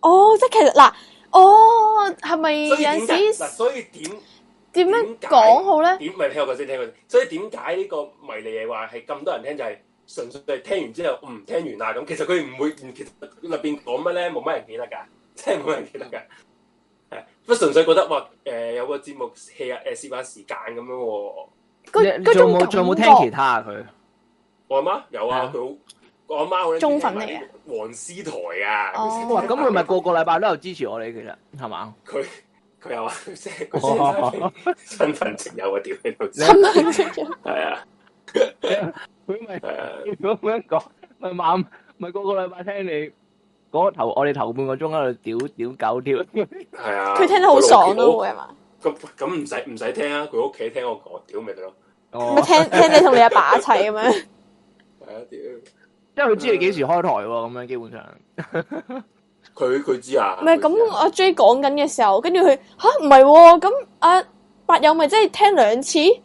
Speaker 3: 哦，即係其實嗱，哦，係咪
Speaker 4: 所
Speaker 3: 有
Speaker 4: 以點解嗱？
Speaker 3: 陣時
Speaker 4: 所以點？
Speaker 3: 點樣講好 咧？
Speaker 4: 點咪聽我講先，聽我先。所以點解呢個迷離嘢話係咁多人聽，就係、純粹係聽完之後，嗯，聽完啦咁。其實佢唔會，其實入邊講乜咧，冇乜人記得㗎， 真係冇人記得㗎。係不過純粹覺得哇，誒、有個節目 hea 下誒試下時間咁樣喎。
Speaker 3: 嗰嗰
Speaker 5: 你仲
Speaker 3: 種
Speaker 5: 有
Speaker 3: 感
Speaker 5: 冇
Speaker 3: 覺。
Speaker 5: 仲有冇聽其他啊？佢
Speaker 4: 我阿媽有
Speaker 5: 係
Speaker 4: 啊
Speaker 5: 啊，
Speaker 4: 佢好，我阿媽好
Speaker 3: 中粉嚟嘅，
Speaker 4: 黃絲台啊，
Speaker 3: 哦
Speaker 5: 哇，咁佢咪個個禮拜都有支持我哋其實係嘛？
Speaker 4: 佢佢又話 佢即係佢身份證有啊，屌你老
Speaker 3: 咁
Speaker 4: 屎，
Speaker 3: 樣即係
Speaker 4: 係啊，
Speaker 5: 佢咪
Speaker 4: 係啊。
Speaker 5: 如果咁樣講，咪晚咪個個禮拜聽你嗰頭，我哋頭半個鐘喺度屌屌狗屌，
Speaker 4: 係啊，
Speaker 3: 佢聽得好爽咯，
Speaker 4: 我
Speaker 3: 會 係嘛？
Speaker 4: 咁咁唔使唔使聽啊，佢屋企聽我講，屌咪得咯。
Speaker 3: 咪
Speaker 5: 哦，
Speaker 3: 聽聽你同你阿爸一齊咁樣。
Speaker 4: 係啊，屌！
Speaker 5: 因為佢知你幾時開台喎，咁樣基本上
Speaker 4: 佢佢知啊。
Speaker 3: 唔係
Speaker 4: 佢知
Speaker 3: 咁，
Speaker 4: 啊
Speaker 3: 阿 J 講緊嘅時候，跟住佢吓唔係喎，咁阿八友咪真係聽兩次？你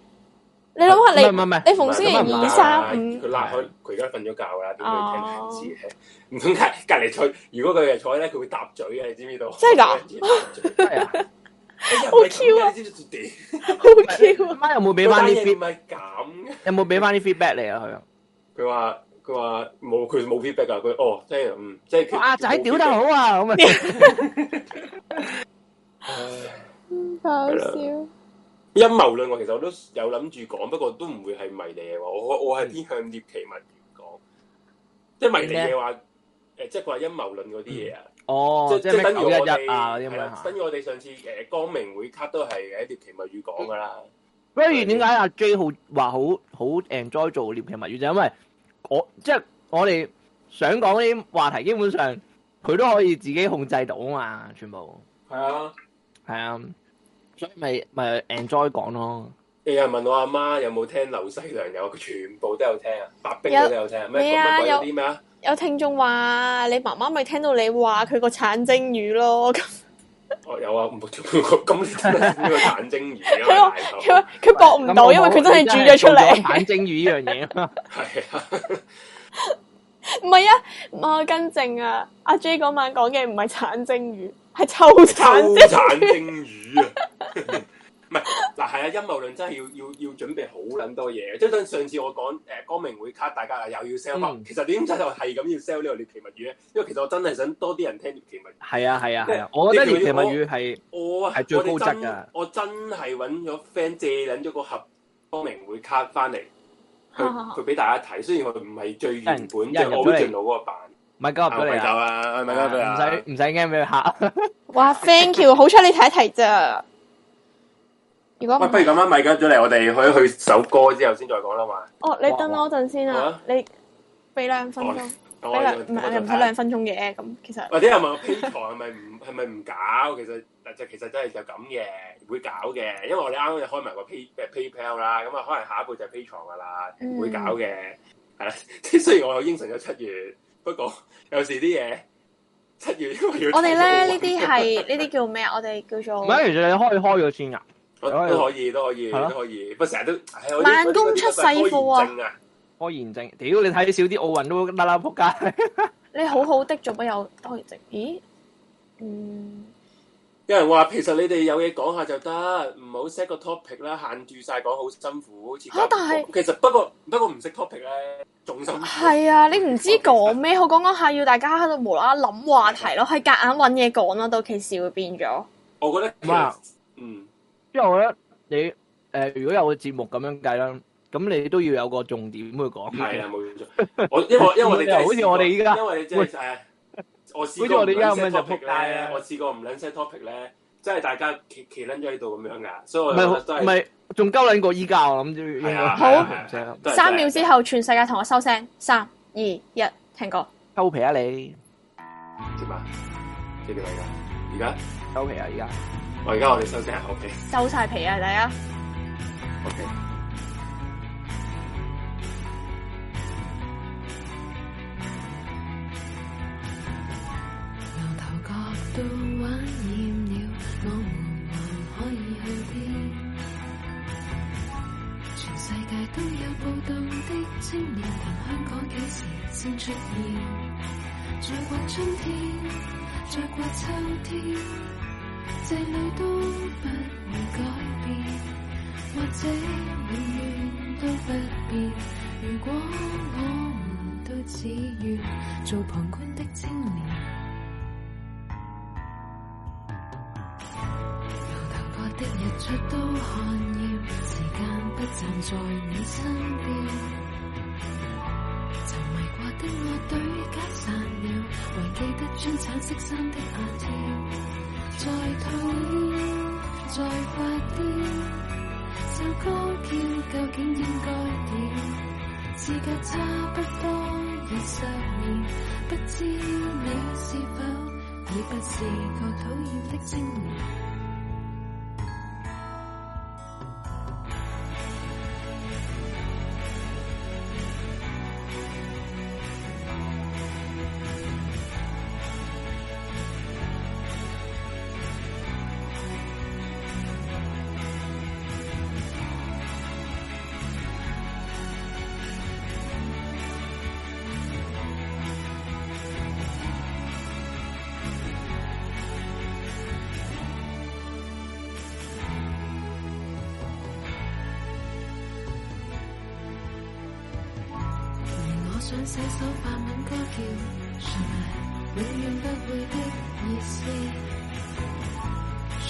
Speaker 3: 諗下
Speaker 5: 唔係唔係唔係
Speaker 3: 你你逢星
Speaker 5: 唔
Speaker 3: 期
Speaker 5: 係唔
Speaker 3: 二
Speaker 5: 係
Speaker 3: 三五
Speaker 4: 啊
Speaker 3: 哦
Speaker 4: 佢拉開，佢而家瞓咗覺啦，點會聽兩次嘅？唔通隔隔離坐？如果佢係坐咧，佢會搭嘴啊嘅，你知唔知道？
Speaker 3: 真係㗎
Speaker 4: 㗎？
Speaker 5: 係啊。
Speaker 4: 好
Speaker 3: Q 啊！
Speaker 4: 哎你知唔知屌？
Speaker 3: 好 Q 啊！
Speaker 5: 媽有冇俾
Speaker 4: 俾
Speaker 5: 翻啲
Speaker 4: 嘢唔
Speaker 5: feed？
Speaker 4: 係咁嘅。
Speaker 5: 有冇俾翻啲 feedback 你啊？
Speaker 4: 佢話佢話冇，佢冇 feedback 㗎。佢哦，即係嗯，即係
Speaker 5: 佢
Speaker 4: 佢
Speaker 5: 阿仔屌得好啊！咁啊，
Speaker 4: 係啦
Speaker 3: 搞笑，
Speaker 4: 陰謀論我其實我都有諗住講，不過都唔會係迷你嘅話，我我我係偏向獵奇物語講，即係迷你嘅話，誒即係佢話陰謀論嗰啲嘢啊，
Speaker 5: 哦，即
Speaker 4: 即
Speaker 5: 係
Speaker 4: 係
Speaker 5: 咩
Speaker 4: 等於
Speaker 5: 九一
Speaker 4: 我
Speaker 5: 一啊
Speaker 4: 哋係
Speaker 5: 啲咁樣
Speaker 4: 啦
Speaker 5: 啊。
Speaker 4: 等於我哋上次誒光明會卡都係喺獵奇物語講噶啦，
Speaker 5: 不如點解阿 J 好話好好 enjoy 做獵奇物語就因為我即係我哋想講呢啲話題，基本上佢都可以自己控制到啊嘛，全部
Speaker 4: 係啊，
Speaker 5: 係啊。所以咪咪 enjoy 講咯。
Speaker 4: 有人問我阿媽有冇聽劉細良友，佢全部都有聽啊，白冰佢都有聽，咩
Speaker 2: 咩
Speaker 4: 講
Speaker 2: 啊
Speaker 4: 乜鬼
Speaker 2: 有
Speaker 4: 嗰啲咩啊？
Speaker 2: 有聽眾話你媽媽咪聽到你話佢個產蒸魚 咯，咁
Speaker 4: 我有啊，唔咁你真係呢個彈 精魚
Speaker 2: 係咯
Speaker 4: 啊，大佬
Speaker 2: 佢佢搏唔
Speaker 5: 啊
Speaker 2: 到，因為佢真係煮咗出 嚟。
Speaker 5: 反蒸魚呢樣嘢啊！
Speaker 4: 係啊，
Speaker 2: 唔係啊，我更正啊，阿 J 嗰晚講嘅唔係產蒸魚，係臭
Speaker 4: 抽
Speaker 2: 產蒸魚。
Speaker 4: 彈精 魚啊！唔係嗱，係啊，陰謀論真係要要要準備好撚多嘢。即係上次我講誒光明會卡，大家又要 sell 翻
Speaker 5: 嗯。
Speaker 4: 其實點解我係咁要 sell 呢個獵奇物語咧？因為其實我真係想多啲人聽獵奇物語。
Speaker 5: 係啊係啊 係啊！我覺得
Speaker 4: 你
Speaker 5: 獵
Speaker 4: 佢
Speaker 5: 奇物語係
Speaker 4: 我啊
Speaker 5: 係最
Speaker 4: 我哋
Speaker 5: 高質㗎
Speaker 4: 真我真係揾咗 friend 借撚咗個盒光明會卡翻嚟，佢佢俾大家睇。雖然佢唔係最原本
Speaker 5: 有人
Speaker 4: 即
Speaker 5: 有
Speaker 4: 係
Speaker 5: 人入咗
Speaker 4: 我
Speaker 5: 嚟
Speaker 4: original 嗰個版，
Speaker 5: 咪交入咗
Speaker 4: 咪
Speaker 5: 嚟
Speaker 4: 就
Speaker 5: 啊！
Speaker 4: 啊，咪就
Speaker 5: 唔
Speaker 4: 啊，
Speaker 5: 使唔使驚俾佢嚇。
Speaker 2: 哇，thank you，好彩你睇一睇咋。如果
Speaker 4: 喂，
Speaker 2: 唔
Speaker 4: 不如咁啦，咪鳩咗嚟，我哋可以去首歌之後先再講啦嘛。
Speaker 2: 哦，你等我陣先
Speaker 4: 好
Speaker 2: 啊
Speaker 4: 啊，
Speaker 2: 你俾兩分鐘，
Speaker 4: 我
Speaker 2: 俾兩唔
Speaker 4: 我
Speaker 2: 係唔使兩分鐘嘅，咁其實
Speaker 4: 或者有問我 P 台係咪唔係咪唔搞？其實就其實真係就咁嘅，會搞嘅。因為我哋啱啱就開埋個 Pay 誒 PayPal 啦，咁啊可能下一步就係 P 床噶啦，
Speaker 3: 嗯
Speaker 4: 會搞嘅。係啦， 即係雖然我有應承咗七月，不過 有時啲嘢七月因為要
Speaker 2: 我哋咧呢
Speaker 4: 睇
Speaker 2: 啲係呢啲叫咩啊？我哋叫
Speaker 5: 唔
Speaker 2: 做
Speaker 5: 係，其實你可以開咗先㗎。
Speaker 4: 奧運都可以，都可以，
Speaker 5: 係咯
Speaker 4: 都可以。不過成日都唉我啲
Speaker 2: 慢工出細貨啊
Speaker 4: 我啲拖延症啊！
Speaker 5: 開炎症，屌你睇少啲奧運都得啦，仆街。
Speaker 2: 你好好的做乜有多餘值？咦，嗯，
Speaker 4: 有人話其實你哋有嘢講下就得，唔好 set 個 topic 啦，限住晒講好辛苦。設計
Speaker 2: 嚇但係
Speaker 4: 其實不過不過唔識 topic 咧，仲辛苦。
Speaker 2: 係啊，你唔知講咩，好講講下要大家喺度無啦啦諗話題咯，係夾硬揾嘢講咯，到其時會變咗。
Speaker 4: 我覺得其實
Speaker 5: 哇
Speaker 4: 嗯，
Speaker 5: 因為我覺得你誒、呃如果有個節目咁樣計啦，咁你都要有個重點去講。
Speaker 4: 係啦，冇錯。我因為因為我哋真係
Speaker 5: 好似我哋依家
Speaker 4: 因為你真係誒，我試過
Speaker 5: 好似我哋依家
Speaker 4: 唔撚
Speaker 5: 咁樣
Speaker 4: set
Speaker 5: 就仆
Speaker 4: topic
Speaker 5: 街啊啦
Speaker 4: 咧，我試過唔撚 set topic 咧，真係大家企企撚咗喺度咁樣噶，所以
Speaker 5: 唔
Speaker 4: 我覺得都
Speaker 5: 係唔
Speaker 4: 係
Speaker 5: 係，仲鳩撚過依家我諗住應
Speaker 4: 係
Speaker 5: 該
Speaker 4: 啊，
Speaker 2: 好
Speaker 4: 係啊係啊
Speaker 5: 唔
Speaker 4: 都係
Speaker 2: 三秒之後，全世界同我收聲，三二一，停歌。
Speaker 5: 鳩皮啊你，
Speaker 4: 點啊？你哋嚟㗎？而家
Speaker 5: 鳩皮啊而家。
Speaker 4: 我而家我哋收聲，OK
Speaker 2: 收晒皮啊，大家！
Speaker 4: OK。
Speaker 1: 由頭角到玩厭了，我們還可以去邊？全世界都有暴動的青年，但香港幾時先出現？再過春天，再過秋天，這裏都不會改變，或者永遠都不變。如果我們都只願做旁觀的青年。由頭角的日出都看厭，時間不站在你身邊。沉迷過的樂隊解散了，還記得穿橙色衫的夏天。再討厭，再發癲，首歌叫究竟應該點？時間差不多二十年，不知你是否已不是個討厭的青年？而我想寫首法文歌叫《常愛》，永遠不會的意思。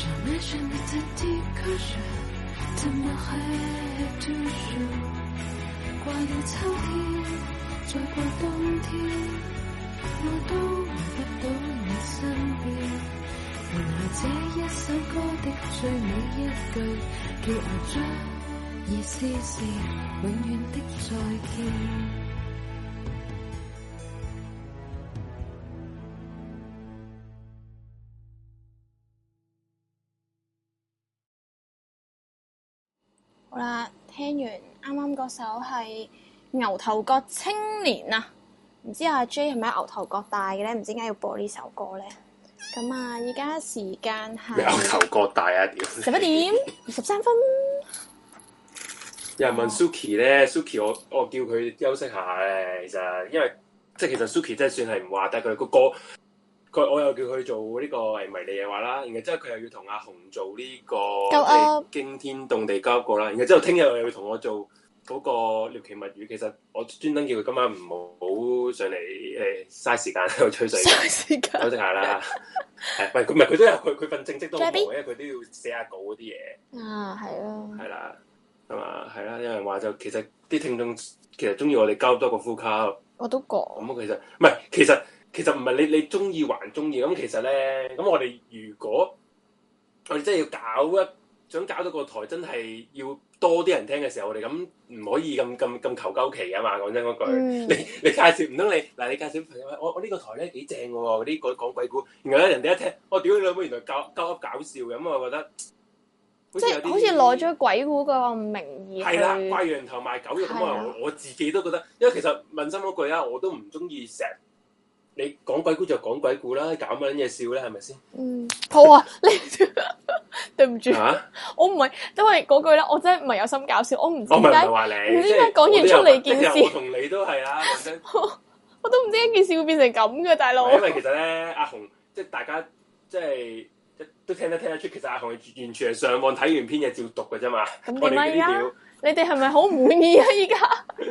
Speaker 1: Jamais je ne te dis que je t'aimerai toujours。過了秋天，再過冬天，我都回不到你身邊。原來這一首歌的最尾一句叫我將意思是永遠的再見。
Speaker 3: 好啦，聽完啱啱嗰首係牛頭角青年啊，唔知阿 J 係咪喺牛頭角大嘅咧？唔知點解要播呢首歌咧？咁啊，而家時間
Speaker 4: 牛
Speaker 3: 係
Speaker 4: 頭角大啊！屌，
Speaker 3: 十一點二十 三分。
Speaker 4: 有人問 Suki 咧，Suki 我我叫佢休息下咧，其實因為即係其實 Suki 真係算係唔話，但係佢個歌佢我又叫佢做呢個誒迷你嘅話啦，然後之後佢又要同阿紅做呢個
Speaker 2: 鳩噏
Speaker 4: 驚天動地交個啦，然後之後聽日又要同我做嗰個獵奇物語，其實我專登叫佢今晚唔好上嚟誒嘥時間喺度吹 水，
Speaker 3: 嘥時間
Speaker 4: 休息下啦。係喂，佢唔係佢都有佢佢份正職都好忙
Speaker 3: JB
Speaker 4: 因為佢都要寫下稿嗰啲嘢。
Speaker 3: 啊，係啊，
Speaker 4: 係啦，咁啊係啦，有人話就其實啲聽眾其實中意我哋交多個呼吸，咁
Speaker 2: 我都講，
Speaker 4: 其實唔係，其實其實唔係你你中意還中意，咁其實咧，咁我哋如果我哋真係要搞一想搞到個台真係要多啲人聽嘅時候，我哋咁唔可以咁咁咁求鳩期啊嘛，講真嗰句。
Speaker 2: 嗯
Speaker 4: 你你介紹唔通你嗱你介紹朋友，我我呢個台咧幾正嘅喎，嗰啲講講鬼故，然後咧人哋一聽，我屌你老母，原來搞搞搞笑嘅，咁我覺得
Speaker 2: 即
Speaker 4: 有
Speaker 2: 係
Speaker 4: 啲
Speaker 2: 好似攞咗鬼故個名義
Speaker 4: 係啦，掛
Speaker 2: 去，
Speaker 4: 羊頭賣狗肉咁
Speaker 2: 係啊
Speaker 4: 啊！我我自己都覺得，因為其實問心嗰句啊，我都唔中意成日你講鬼故就講鬼故啦，搞乜撚嘢笑咧，係咪先
Speaker 2: 嗯，好啊，你 對唔住，
Speaker 4: 嚇？
Speaker 2: 我唔係因為嗰句咧，我真係唔係有心搞笑，我唔知
Speaker 4: 哦我唔
Speaker 2: 點
Speaker 4: 係唔
Speaker 2: 解
Speaker 4: 係，話你，
Speaker 2: 唔知
Speaker 4: 即係
Speaker 2: 點解講完出嚟件事
Speaker 4: 我都有問即係我同你都係啦，講真，
Speaker 2: 我都唔知一件事會變成咁嘅，大佬。
Speaker 4: 因為其實咧，阿紅即係大家即係都聽得聽得出，其實阿紅係完全係上網睇完篇嘢照讀嘅啫嘛。
Speaker 2: 咁
Speaker 4: 我哋
Speaker 2: 點啊？
Speaker 4: 嗰啲
Speaker 2: 而家
Speaker 4: 料，
Speaker 2: 你哋係咪好唔滿意啊？而家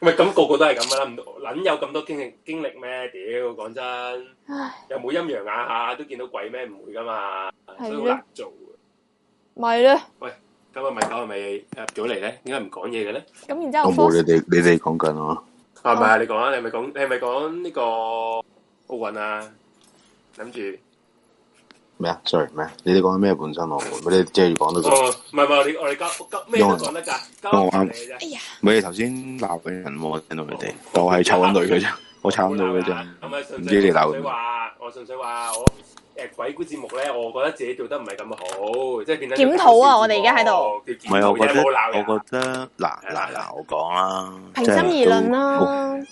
Speaker 4: 唔係咁個個都係咁噶啦，唔撚有咁多經歷經歷咩？屌，講真。
Speaker 2: 唉，
Speaker 4: 有冇陰陽眼下都見到鬼咩？唔會噶嘛，
Speaker 2: 係
Speaker 4: 所以好難做嘅。
Speaker 2: 咪咧，
Speaker 4: 咁啊，咪狗係咪入咗嚟咧？點解唔講嘢嘅咧？
Speaker 2: 咁然之後
Speaker 6: 我冇
Speaker 2: Fox
Speaker 6: 你哋，你哋講緊我。
Speaker 4: 啊，唔係啊你講啊，你係咪講？你係咪講呢個奧運啊？諗住
Speaker 6: 咩啊？sorry 咩？你哋講緊咩本身我唔會，你即係講得到。
Speaker 4: 哦，唔係唔係，你我哋交交咩都講得㗎，交嚟
Speaker 6: 我啱
Speaker 4: 嘅啫。
Speaker 6: 唔係你頭先鬧緊人喎，我聽到你哋，但我係湊緊女嘅啫， 我湊緊女嘅啫。
Speaker 4: 咁啊，純
Speaker 6: 唔知你
Speaker 4: 粹純
Speaker 6: 鬧
Speaker 4: 粹
Speaker 6: 緊。
Speaker 4: 話，我純粹話我誒鬼故節目咧，我覺得自己做得唔係咁好，即係變咗
Speaker 2: 檢討啊我哋而家喺度
Speaker 4: 叫檢討。
Speaker 6: 唔係，我覺得，
Speaker 4: 有冇鬧人
Speaker 6: 我覺得嗱嗱嗱，我講啦，
Speaker 2: 平心而論
Speaker 6: 即係都。
Speaker 2: 啦，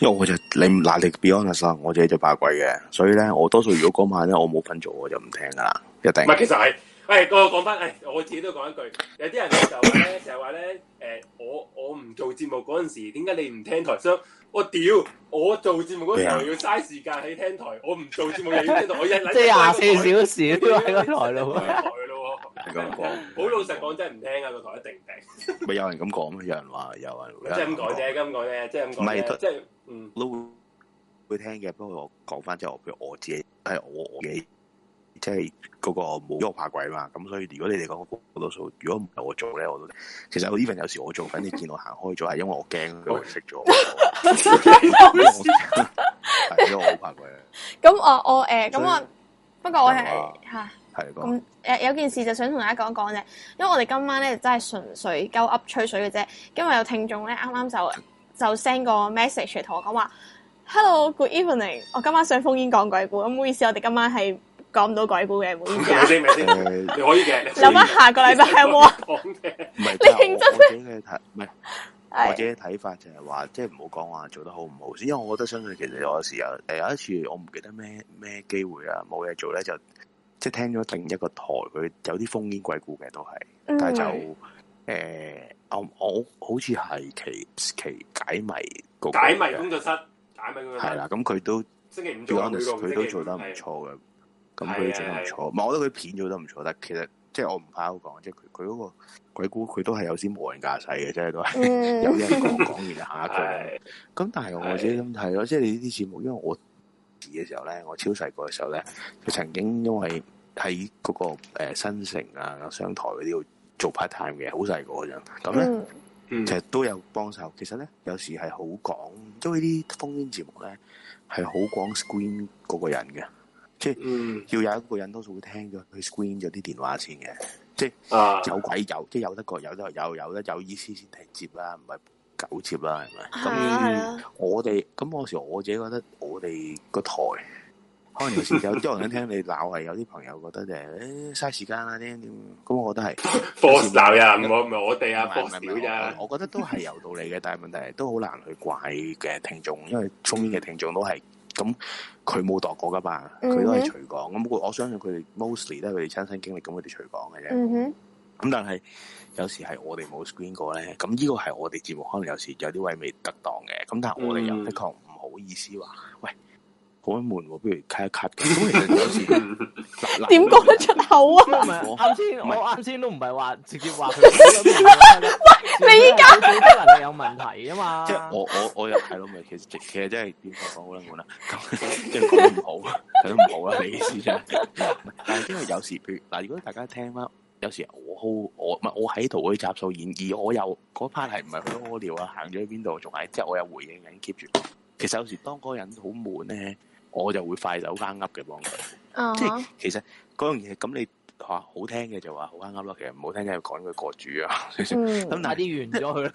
Speaker 6: 因為我就你嗱，你 be honest 啦我自己就怕鬼嘅，所以咧，我多數如果嗰晚咧我冇份做，我就唔聽噶啦，一定
Speaker 4: 唔。係，其實係，誒，我講翻，誒，我自己都講一句，有啲人就話咧，成日話咧，誒，我我唔做節目嗰陣時，點解你唔聽台商？我屌，我做節目嗰時候要嘥時間喺聽台，我唔做節目又要聽台，我一撚
Speaker 5: 即係廿四小時都喺嗰 台
Speaker 4: 我
Speaker 5: 度
Speaker 4: 一。撚台咯喎。
Speaker 6: 係咁講，
Speaker 4: 好老實講，真係唔聽啊！個台一定停，
Speaker 6: 咪有人咁講咩？有人話，有人
Speaker 4: 即係咁講啫，咁講啫，即係咁講
Speaker 6: 唔係
Speaker 4: 啫，即係嗯，
Speaker 6: 啊我都會會聽嘅。不過我講翻即係我譬如我自己係我我自己，即係嗰個冇，因為我怕鬼嘛。咁所以如果你哋講嗰多數，如果唔係我做咧，我都其實我 even 有時我做緊，你見我行開咗係因為我驚佢識咗我， 係因為我好怕鬼。啊
Speaker 2: 咁我我誒咁我，不過我係
Speaker 6: 就
Speaker 2: 嚇。
Speaker 6: 係咁。
Speaker 2: 咁誒有件事就想同大家講講啫，因為我哋今晚咧真係純粹鳩噏吹水嘅啫，因為有聽眾咧啱啱就就 send 個 message 嚟同我講話，Hello good evening，我今晚上烽煙講鬼故，咁唔好意思，我哋今晚係講唔到鬼故嘅，唔好意思 啊
Speaker 4: 咪。先咪先，你
Speaker 6: 誒
Speaker 4: 可以嘅，
Speaker 2: 諗下下個禮拜有冇啊？
Speaker 4: 講嘅，
Speaker 6: 唔係，
Speaker 2: 你認
Speaker 6: 真我我自己嘅睇，唔係我自
Speaker 2: 係
Speaker 6: 己嘅睇法就係話，即係唔好講話做得好唔好先，因為我覺得相信其實有時候誒有一次我唔記得咩咩機會啊，冇嘢做咧就即係聽咗另一個台佢有啲烽煙鬼故嘅都係，
Speaker 2: 嗯
Speaker 6: 但係就誒、我我好似係其其解謎嗰個
Speaker 4: 解謎工作室，解謎工作室
Speaker 6: 係，啦，咁佢都
Speaker 4: 星期五
Speaker 6: b
Speaker 4: 做
Speaker 6: e
Speaker 4: 啊，每個
Speaker 6: 佢都
Speaker 4: 星期五
Speaker 6: 做得唔
Speaker 4: 係
Speaker 6: 錯嘅，咁
Speaker 4: 係
Speaker 6: 佢做得唔
Speaker 4: 係
Speaker 6: 錯。唔係，我覺得佢片做得唔錯，但其實即係我唔怕口講，即係佢佢嗰個鬼故佢都係有啲無人駕駛嘅，即係都係有
Speaker 2: 嗯
Speaker 6: 人講講完就下一句。
Speaker 4: 係
Speaker 6: 咁但係我自己咁睇咯，即係你呢啲節目，因為我自己嘅時候咧，我超細個嘅時候咧，佢曾經因為喺嗰、個誒、呃新城啊商台嗰啲度做 part time 嘅，好細個嗰陣，咁咧。
Speaker 2: 嗯
Speaker 4: 嗯
Speaker 6: 其實都有幫手。其實咧，有時係好講，因為啲烽煙節目咧係好講 screen 嗰個人嘅，即係
Speaker 4: 嗯
Speaker 6: 要有一個人多數會聽咗佢 screen 咗啲電話先嘅。
Speaker 4: 啊。
Speaker 6: 有鬼有，即係有得過，有得有有得有意思先停接啦，唔係狗接啦，係咪？
Speaker 2: 係啊係啊，
Speaker 6: 我哋咁嗰時我自己覺得我哋個台可能有時有啲人聽你鬧係有啲朋友覺得誒誒嘥時間啦點點，咁我覺得係
Speaker 4: force 鬧人，唔係唔係我哋啊
Speaker 6: 唔係唔
Speaker 4: ，force
Speaker 6: 係唔
Speaker 4: 屌咋
Speaker 6: 係，，我我覺得都係有道理嘅，但係問題係都好難去怪嘅聽眾，因為中邊嘅聽眾都係咁，佢冇度過噶嘛，佢都係隨講，咁我我相信佢哋 mostly 都係佢哋親身經歷，咁佢哋隨講嘅啫。
Speaker 2: 嗯哼，
Speaker 6: 咁但係有時係我哋冇 screen 過咧，咁呢個係我哋節目可能有時有啲位未得當嘅，咁但係我哋又
Speaker 4: 嗯
Speaker 6: 的確唔好意思話，喂，好悶喎，不如 cut 一 cut 嘅。咁其實有時嗱嗱
Speaker 2: 點講得出口啊？
Speaker 5: 唔係
Speaker 6: 我
Speaker 5: 啱先，
Speaker 6: 唔係
Speaker 5: 我啱先都唔係話直接 話佢有問題，你依家好多人有問題啊嘛。
Speaker 6: 即係我我我又係咯，咪其實其實真係點講好啦，悶啦，啊咁 即係講唔好，佢都唔好啦，你意思啫。但係因為有時譬如嗱，如果大家聽翻，有時我好我唔係我喺度嗰啲集數演，而我又嗰 part 係唔係去屙尿啊，行咗去邊度，仲係即係我有回應緊 keep 住。其實有時當嗰個人好悶咧，我就會快手翻噏嘅幫佢。
Speaker 2: 啊
Speaker 6: 即
Speaker 2: 哈
Speaker 6: 係其實嗰樣嘢咁你話好聽嘅就話好啱噏咯，其實唔好聽就趕佢過主啊。咁
Speaker 2: 嗯，
Speaker 6: 但
Speaker 5: 快
Speaker 6: 係
Speaker 5: 啲完咗佢啦。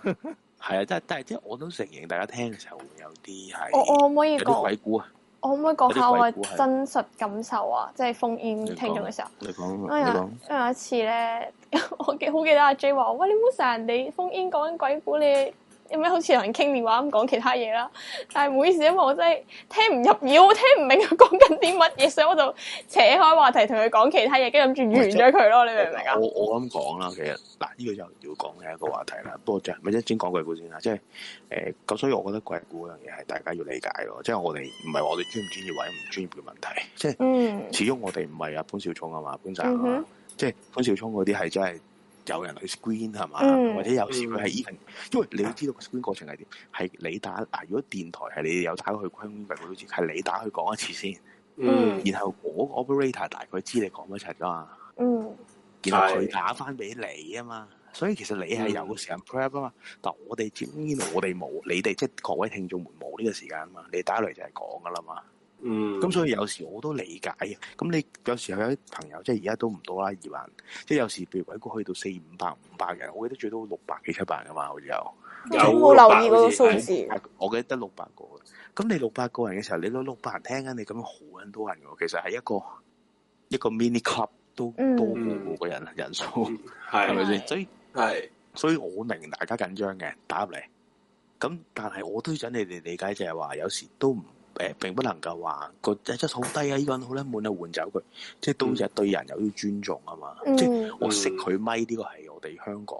Speaker 6: 係啊，但係但係即係我都承認，大家聽嘅時候會有啲係
Speaker 2: 我我可唔可以
Speaker 6: 有啲
Speaker 2: 講？
Speaker 6: 鬼故啊！
Speaker 2: 我可唔可以講下
Speaker 6: 有啲
Speaker 2: 我
Speaker 6: 鬼故係
Speaker 2: 嘅真實感受啊？即係封煙
Speaker 6: 你講
Speaker 2: 聽眾嘅時候。
Speaker 6: 你講
Speaker 2: 哎
Speaker 6: 你
Speaker 2: 呀
Speaker 6: 講，
Speaker 2: 因為有一次咧， 我記好記得阿 J 話：喂，你唔好成日人哋封煙講緊鬼故，你有咩好似同人傾電話咁講其他嘢啦？但係唔好意思，因為我真係聽唔入耳，我聽唔明佢講緊啲乜嘢，所以我就扯開話題同佢講其他嘢，跟住諗住完咗佢咯。你明唔明啊？
Speaker 6: 我我咁講啦，其實嗱呢個就要講嘅一個話題啦。不過就咪先先講鬼故先啦，即係誒咁，所以我覺得鬼故嗰樣嘢係大家要理解咯。即係我哋唔係話我哋專唔專業或者唔專業嘅問題，即係
Speaker 2: 嗯
Speaker 6: 始終我哋唔係啊潘少聰啊嘛，潘
Speaker 2: 嗯
Speaker 6: 生啊
Speaker 2: 哼
Speaker 6: 嘛，即係潘少聰嗰啲係真係有人去 screen 係嘛，
Speaker 2: 嗯
Speaker 6: 或者有時佢係
Speaker 4: 嗯
Speaker 6: even，因為你要知道個 screen 過程係點，係你打嗱，如果電台係你有打去 screen 嘅，佢都知係你打去講一次先。
Speaker 4: 嗯，
Speaker 6: 然後嗰個 operator 大概知你講乜柒噶嘛，
Speaker 2: 嗯
Speaker 6: 然後
Speaker 4: 係嗯
Speaker 6: 佢打翻俾你啊嘛，所以其實你係有個時間 prep 啊嘛，但我哋接煙我哋冇，你哋即係各位聽眾們冇呢個時間啊嘛，你打嚟就係講噶啦嘛，
Speaker 4: 嗯，
Speaker 6: 咁所以有時我都理解嘅，咁你有時候有啲朋友即係而家都唔多啦，二萬，即係有時譬如鬼故去到四五百五百人，我記得最多六百幾七百噶嘛，好似有。啊
Speaker 2: 我
Speaker 4: 有
Speaker 2: 冇留意嗰個
Speaker 4: 好似
Speaker 2: 數
Speaker 4: 係
Speaker 2: 字。
Speaker 6: 我記得得六百個嘅。咁你六百個人嘅時候，你攞六百人聽緊，你咁樣好撚多人嘅喎。其實係一個一個 mini club 都
Speaker 2: 嗯
Speaker 6: 多過個人人數，
Speaker 4: 嗯
Speaker 6: 係咪
Speaker 4: 係
Speaker 6: 先？所以
Speaker 4: 係
Speaker 6: 所以我明大家緊張嘅打入嚟。咁但係我都想你哋理解就係話，有時都唔誒、呃、並不能夠話個質素好低啊，呢、個人好撚悶啊，換走佢。即係都有對人有啲尊重啊嘛。即係
Speaker 2: 嗯
Speaker 6: 我識佢咪呢個係我哋香港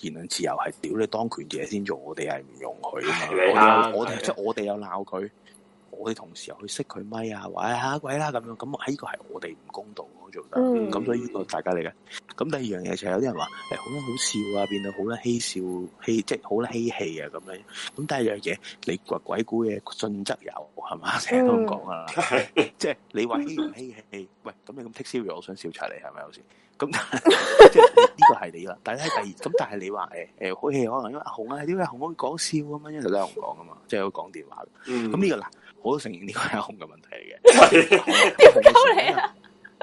Speaker 6: 言論自由係屌你當權者先做，我哋係唔容許啊
Speaker 4: 係你啱
Speaker 6: 嘛。我哋有我
Speaker 4: 係
Speaker 6: 哋即係我哋有鬧佢，我哋同時又去識佢咪啊，話唉嚇鬼啦咁樣，咁喺呢個係我哋唔公道咯做得。
Speaker 2: 嗯
Speaker 6: 咁所以呢個大家理解。咁第二樣嘢就係有啲人話誒好撚好笑啊，變到好撚嬉笑嬉，即係好撚嬉戲啊咁樣。咁第二樣嘢，你話鬼故嘅信則有係嘛？成日都咁講啊。
Speaker 4: 係
Speaker 6: 即係你話欺唔欺氣？喂，咁你咁 take serious，我想笑柒你係咪有時？咁但係即係呢個係你啦。但係喺第二，咁但係你話誒誒好氣，可能因為阿紅啊，點解阿紅可以講笑咁樣？因為頭先阿紅講噶嘛，即係佢講電話。
Speaker 4: 嗯，
Speaker 6: 咁呢個嗱，我都承認呢個係阿紅嘅問題嚟嘅。點
Speaker 2: 鳩你
Speaker 6: 啊？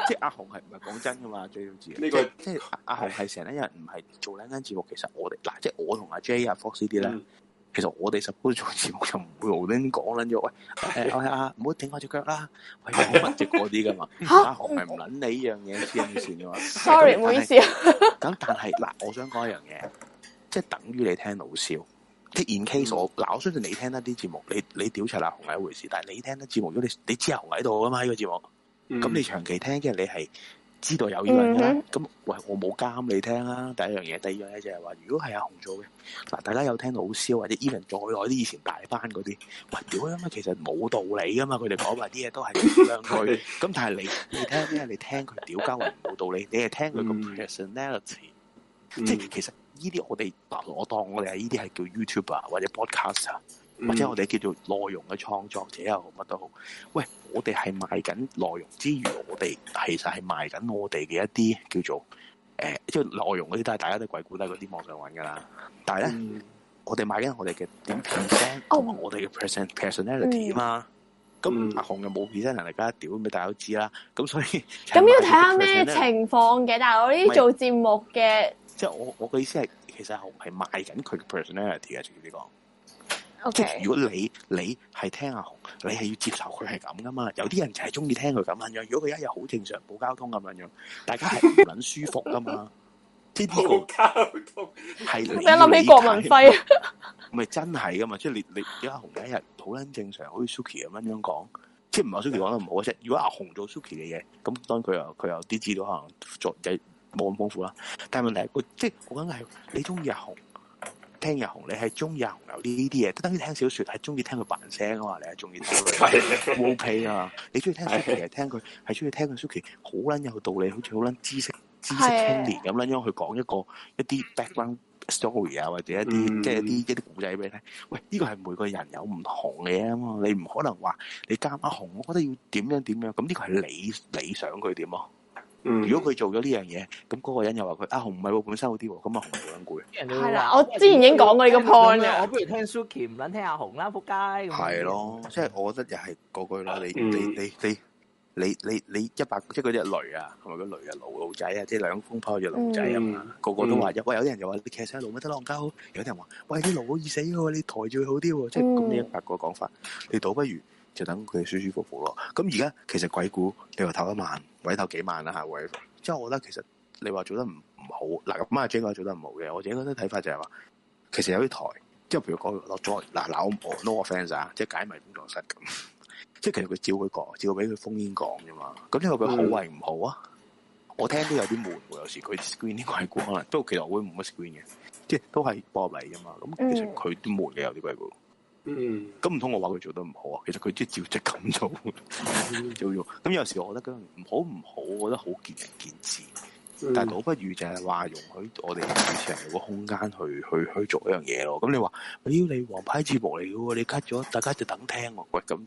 Speaker 6: 即係阿紅係唔係講真噶嘛？最要知
Speaker 4: 呢個
Speaker 6: 即係阿阿紅係成日有人唔係做兩間節目，其實我哋嗱，即係我同阿 J 啊 Fox 呢啲
Speaker 2: 嗯
Speaker 6: 咧。其實我哋 suppose 做節目就唔會無端端講撚咗，喂， 誒、我啊，唔好頂我只腳啦，喂，我乜只嗰啲噶嘛，阿學咪唔撚你呢樣嘢黐線嘅嘛。
Speaker 2: ，sorry，唔好意思啊。
Speaker 6: 咁但係嗱，我想講一樣嘢，即係等於你聽老少，即係 in case 我嗱，我相信你聽得啲節目，你你屌柒阿紅係一回事，但係你聽得節目，如果你你知阿紅喺度噶啊嘛呢個節目，
Speaker 4: 嗯
Speaker 6: 咁你長期聽嘅你係知道有呢樣嘢啦。咁、喂，我冇監你聽啦，第一樣嘢，第二樣嘢就係話，如果係阿紅做嘅，嗱，大家有聽老蕭或者 even 再耐啲以前大班嗰啲，喂，屌啦嘛，其實冇道理噶嘛，佢哋講埋啲嘢都係兩句。
Speaker 4: 係
Speaker 6: 咁但係你你聽咩？你聽佢屌交人冇道理，你係聽佢個
Speaker 4: 嗯
Speaker 6: personality，、
Speaker 4: 嗯
Speaker 6: 即係其實呢啲我哋嗱，我當我哋係呢啲係叫 YouTuber 啊或者 podcaster。或
Speaker 4: 嗯
Speaker 2: 嗯
Speaker 6: 者我哋叫做內容嘅創作者又好乜都好，喂，我哋係賣緊內容之餘，我哋其實係賣緊我哋嘅一啲叫做誒、呃即係內容嗰啲都係大家都鬼估都係嗰啲網上揾㗎啦。但係咧，
Speaker 4: 嗯
Speaker 6: 我哋賣緊我哋嘅點 present 同埋我哋嘅 person personality 啊
Speaker 2: 哦
Speaker 6: 嘛。咁
Speaker 4: 嗯
Speaker 6: 阿紅又冇 present 能力啦，屌咪大家都知啦。咁所以
Speaker 2: 咁
Speaker 6: 咁
Speaker 2: 要睇下咩情況嘅，但係我呢啲做節目嘅，
Speaker 6: 即係我我嘅意思係，其實阿紅係賣緊佢嘅 personality 嘅，直接啲講。即
Speaker 2: OK，
Speaker 6: 係如果你你係聽阿紅，你係要接受佢係咁噶嘛？有啲人就係中意聽佢咁樣樣。如果佢一日好正常報交通咁樣樣，大家係唔撚舒服噶嘛？即係呢
Speaker 4: 冇交通，
Speaker 6: 個係
Speaker 2: 我
Speaker 6: 你
Speaker 2: 想諗起郭文輝啊，
Speaker 6: 咪真係噶嘛？即係你你你阿紅有一日好撚正常，好似 Suki 咁樣樣講，即係唔係話 Suki 講得唔好啫。如果阿紅做 Suki 嘅嘢，咁當然佢又佢又啲資料可能作就冇咁豐富啦。但係問題係，佢即係我講緊係你中意阿紅，聽阿紅，你係中意阿紅有啲呢啲嘢，等於聽小説係中意聽佢扮聲啊嘛，你係中意聽佢。
Speaker 4: 係
Speaker 6: 冇屁啊！你中意聽
Speaker 4: 係
Speaker 6: Suki 係聽佢，係中意聽佢 Suki 好撚有道理，好似好撚知識知識
Speaker 2: 係
Speaker 6: 青年咁撚樣去講一個一啲 background story 啊，或者一啲、
Speaker 4: 嗯
Speaker 6: 即係一啲一啲古仔俾你聽。喂，呢個係每個人有唔同嘅嘢啊嘛，你唔可能話你加阿紅，我覺得要點樣點樣，咁呢個係你你想佢點咯？
Speaker 4: 嗯
Speaker 6: 如果佢做咗呢樣嘢，咁嗰個人又話佢阿紅唔係喎，本身好啲喎，咁阿紅好撚攰。
Speaker 2: 係啦，我之前已經講過呢個 point
Speaker 5: 我
Speaker 2: 啦，
Speaker 5: 不如聽 Suki 唔撚聽阿紅啦，仆街。
Speaker 6: 係咯，即係我覺得又係嗰句咯，你
Speaker 4: 嗯
Speaker 6: 你你你你你你一百即係嗰只雷啊，同埋嗰雷啊老老仔啊，即係兩公婆隻老仔啊嘛，個個都話喂，有啲人又話你騎晒路咪得浪鳩，有啲人話喂啲路好易死喎，你抬住佢好啲喎，即係咁
Speaker 2: 嗯
Speaker 6: 呢一百個講法，你倒不如就等佢舒舒服服咯。咁而家其實鬼故你話唞一萬，或者唞幾萬啦嚇，或者即係我覺得其實你話做得唔唔好嗱，咁阿 J 話做得唔好嘅，我自己覺得睇法就係話。其實有啲台，即係譬如講落咗嗱嗱，我我 no offence 啊，即係解謎工作室咁， 即係其實佢照佢講，照俾佢封煙講啫嘛。咁呢個佢好為唔好啊？我聽都有啲悶喎，有時佢 screen 啲鬼故可能，不過其實我會冇乜 screen 嘅，即係都係播入嚟啫嘛。咁其實佢都悶嘅有啲鬼故，
Speaker 4: 嗯
Speaker 6: 咁唔通我話佢做得唔好啊？其實佢即係照即咁做，
Speaker 4: 嗯
Speaker 6: 照做。咁有時我覺得嗰樣唔好唔好，我覺得好見仁見智。
Speaker 4: 嗯
Speaker 6: 但係倒不如就係話容許我哋主持人有個空間去去去做一樣嘢咯。咁你話，屌你王牌節目嚟嘅喎，你 cut 咗，大家就等聽喎。喂，咁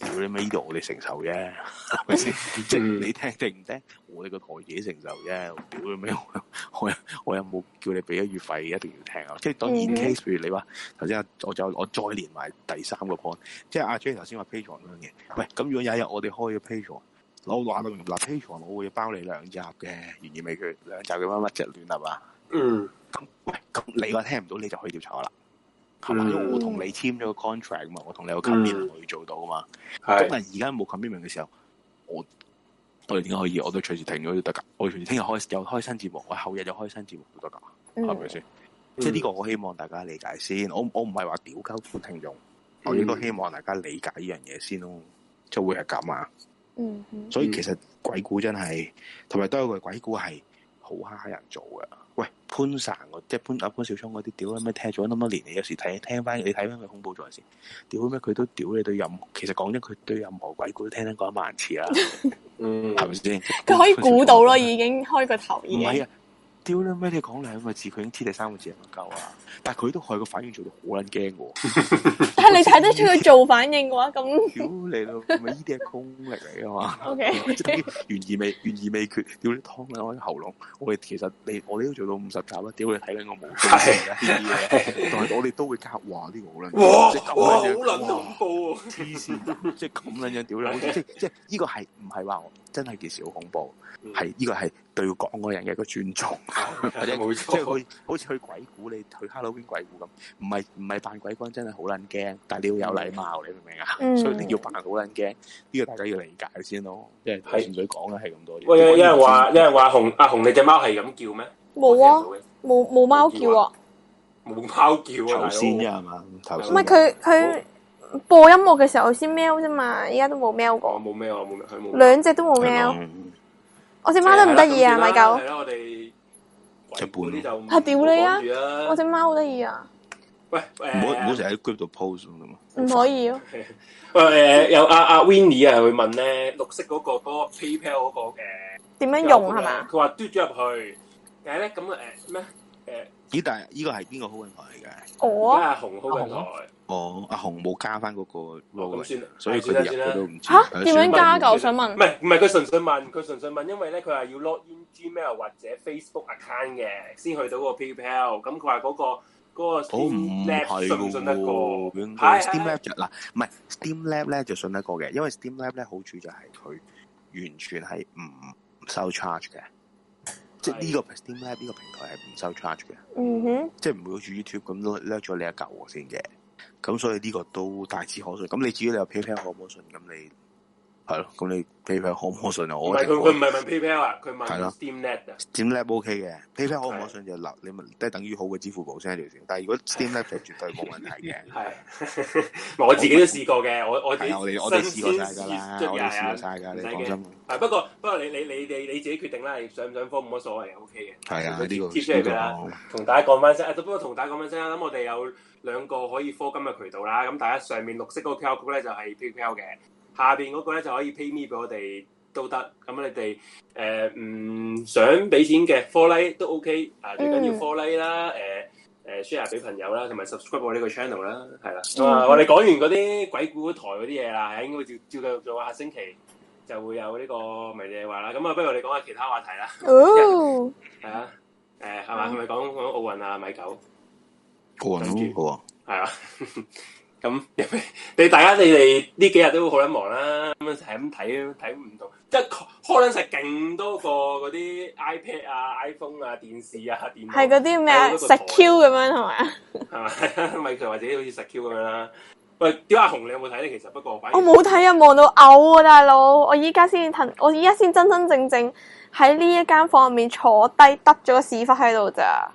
Speaker 6: 屌你咪呢度我哋承受啫，係咪先？即係
Speaker 4: 嗯
Speaker 6: 你聽定唔聽，我哋個台自己承受啫。屌你咪我 我我有冇叫你俾咗月費一定要聽啊？即係當然
Speaker 2: 嗯
Speaker 6: case，譬如你話頭先啊，我就我再連埋第三個 point，即係阿 J 頭先話 Patreon 嗰樣嘢。喂，咁如果有一日我哋開咗 Patreon。我話到明嗱 p a t r o n 我會包你兩集嘅，懸而未決兩集嘅乜乜啫亂係嘛？
Speaker 4: 嗯
Speaker 6: 咁喂，咁你話聽唔到你就可以調查我啦，係嘛？
Speaker 4: 嗯
Speaker 6: 因為我同你簽咗個 contract 嘛，我同你有 commitment
Speaker 4: 嗯
Speaker 6: 我要做到啊嘛。咁
Speaker 4: 係
Speaker 6: 但係而家冇 commitment 嘅時候，我我哋點解可以？我都隨時停咗都得㗎，我隨時聽日開又開新節目，我後日又開新節目都得㗎，
Speaker 2: 嗯
Speaker 6: 係咪先？嗯即係呢個我希望大家理解先，我我唔係話屌鳩聽眾，我亦都希望大家理解呢樣嘢先咯，就會係咁啊。
Speaker 2: 嗯哼
Speaker 6: 所以其實鬼故真係，同埋都有一句鬼故係好蝦人做嘅。喂，潘神嗰即係潘阿潘小聰嗰啲屌咩聽咗咁多年，你有時睇聽翻你睇翻佢恐怖在線，屌咩佢都屌你對任，其實講真佢對任何鬼故都聽得過一萬 次啦，
Speaker 4: 嗯
Speaker 6: 係咪先？
Speaker 2: 佢可以估到咯，
Speaker 6: 潘小聰
Speaker 2: 已經開個頭已
Speaker 6: 唔係
Speaker 2: 經
Speaker 6: 啊，屌你咩你講兩個字，佢已經知你三個字係唔夠啊！但係佢都係個反應做到好撚驚喎。
Speaker 2: 但係你睇得出佢做反應嘅話，咁
Speaker 6: 屌你老咪呢啲係功力嚟噶嘛？
Speaker 2: OK
Speaker 6: 即係等於懸而未懸而未決，屌你湯撚我啲喉嚨！我哋其實你我哋都做到五十集啦，屌你睇緊我無數次啦呢啊啲嘢，但係我哋都會夾哇呢個好
Speaker 4: 哇
Speaker 6: 撚，即係咁
Speaker 4: 哇好
Speaker 6: 撚樣
Speaker 4: 撚
Speaker 6: 哇
Speaker 4: 恐怖啊！
Speaker 6: 黐 線，即係咁撚樣屌你，即係即係呢個係唔係話我真係件事好恐怖？
Speaker 4: 嗯
Speaker 6: 係呢個係對講嗰個人嘅一個尊 重，或者
Speaker 4: 冇
Speaker 6: 即
Speaker 4: 錯，
Speaker 6: 係佢好似去鬼故，你去 Halloween 鬼故咁，唔係唔係扮鬼君真係好撚驚，但係你要有禮貌，你明唔明啊？
Speaker 2: 嗯
Speaker 6: 所以你要扮好撚驚，呢個大家要理解先咯。即係
Speaker 4: 係
Speaker 6: 純粹講啦，係咁多嘢。
Speaker 4: 喂，有有人話有人話紅阿紅你只貓係咁叫咩？
Speaker 2: 冇啊，冇冇貓叫啊，
Speaker 4: 冇貓叫啊！
Speaker 6: 頭先啫
Speaker 4: 啊，
Speaker 6: 係嘛？頭
Speaker 2: 唔
Speaker 6: 先
Speaker 2: 係佢佢播音樂嘅時候先喵啫嘛，而家都冇喵
Speaker 4: 我
Speaker 2: 過，
Speaker 4: 冇咩，我冇咩，佢冇。
Speaker 2: 兩隻都冇喵。
Speaker 6: 嗯
Speaker 2: 我只貓得唔得意啊？米狗
Speaker 4: 係，啦，我哋
Speaker 6: 一半
Speaker 4: 嗰
Speaker 6: 咯
Speaker 4: 啲就唔
Speaker 2: 啊屌你啊
Speaker 4: 講住啦
Speaker 2: 我只貓好得意啊，
Speaker 4: 喂，
Speaker 6: 唔好唔好
Speaker 4: 誒
Speaker 6: 成日喺 group 度 post 咁嘛。
Speaker 2: 唔可以啊咯。
Speaker 4: 喂誒，有阿阿 Winnie 啊，佢問咧綠色嗰個嗰個 PayPal 嗰個誒
Speaker 2: 點樣用係嘛？
Speaker 4: 佢話嘟咗入去，但係咧咁誒咩誒？
Speaker 6: 咦？但係呢個係邊個好運台嚟嘅？
Speaker 2: 我啊
Speaker 4: 而家阿紅好運台，
Speaker 6: 哦，阿紅冇加翻嗰個 role，
Speaker 4: 咁算啦
Speaker 6: 所以佢
Speaker 4: 算
Speaker 6: 哋
Speaker 4: 啦啊算啦
Speaker 6: 入咗都唔知。
Speaker 2: 吓
Speaker 6: 係
Speaker 2: 點樣
Speaker 6: 算
Speaker 2: 加
Speaker 6: 啦
Speaker 2: 㗎？我想問
Speaker 4: 唔。係唔係，佢純粹問，佢純粹問，因為咧佢話要 log in Gmail 或者 Facebook account 嘅，先去到嗰個 PayPal。咁佢話嗰個嗰個
Speaker 6: 我唔
Speaker 4: Steam
Speaker 6: 係
Speaker 4: Lab 信唔信得過
Speaker 6: 喎，？應該
Speaker 4: 係
Speaker 6: Steam Lab
Speaker 4: 係
Speaker 6: 就嗱，唔係 Steam Lab 咧就信得過嘅，因為 Steam Lab 咧好處就係佢完全係唔收 charge 嘅，即係呢個 Steam Lab 呢個平台係唔收 charge 嘅，
Speaker 2: 嗯哼，
Speaker 6: 即係唔會好似 YouTube 咁掠咗你一嚿先嘅，咁所以呢個都大致可信。咁你至於你話 PayPal 可唔可信？咁你係咯，咁你 PayPal 可唔可信啊？
Speaker 4: 唔
Speaker 6: 我
Speaker 4: 係佢佢唔係問 PayPal 啊，佢問
Speaker 6: 係咯
Speaker 4: SteamNet 啊。
Speaker 6: Steam Lab OK 嘅，PayPal 可唔可信就留你咪即係等於好嘅支付寶先一條線。但係如果 Steam Lab 就絕對冇問題嘅。
Speaker 4: 係， 我自己都試過嘅，我我自己
Speaker 6: 係啊，我哋我哋試
Speaker 4: 新
Speaker 6: 過
Speaker 4: 鮮
Speaker 6: 晒㗎啦，
Speaker 4: 試
Speaker 6: 我哋試過
Speaker 4: 係啊
Speaker 6: 晒㗎，
Speaker 4: 唔
Speaker 6: 你
Speaker 4: 使
Speaker 6: 放
Speaker 4: 驚
Speaker 6: 心。
Speaker 4: 係不過不過你你你你你自己決定啦，你上唔上科冇乜所謂，O K 嘅。
Speaker 6: 係啊，呢個
Speaker 4: 貼出嚟㗎啦。
Speaker 6: 呢
Speaker 4: 同大家講翻聲，啊不過同大家講翻聲啦，咁我哋有兩個可以科金嘅渠道啦。咁大家上面綠色嗰個 QR code 咧就係 PayPal 嘅，下邊嗰個咧就可以 PayMe 俾我哋都得。咁你哋誒唔想俾錢嘅 f o l l 都 OK，啊最緊要 f o l l 啦，誒誒 share 俾朋友啦，同埋 subscribe 我呢個 channel 啦，係啦。咁啊，我哋講完嗰啲鬼故台嗰啲嘢啦，係應該照照繼續做，下星期就會有呢個迷你話啦。咁啊，不如我哋講下其他話題啦，
Speaker 2: 哦，
Speaker 4: 係啊，誒係嘛，係咪講講奧運啊米九？
Speaker 6: 個個人都好
Speaker 4: 系啊， 咁 你大家你哋呢幾日都好撚忙啦，咁啊係咁睇睇唔到，即係開撚實勁多個嗰啲 iPad 啊、iPhone 啊、電視啊、電腦
Speaker 2: 係嗰啲咩
Speaker 4: 係嗰個
Speaker 2: 石
Speaker 4: 台
Speaker 2: Q 咁樣係咪啊？
Speaker 4: 係 咪？咪佢或者好似石 Q 咁樣啦。喂，屌阿紅，你有冇睇咧？其實不過反 而
Speaker 2: 我冇睇啊，望到嘔啊，大佬！我依家先騰，我依家先真真正正喺呢一間房入面坐低，得咗個屎忽喺度咋，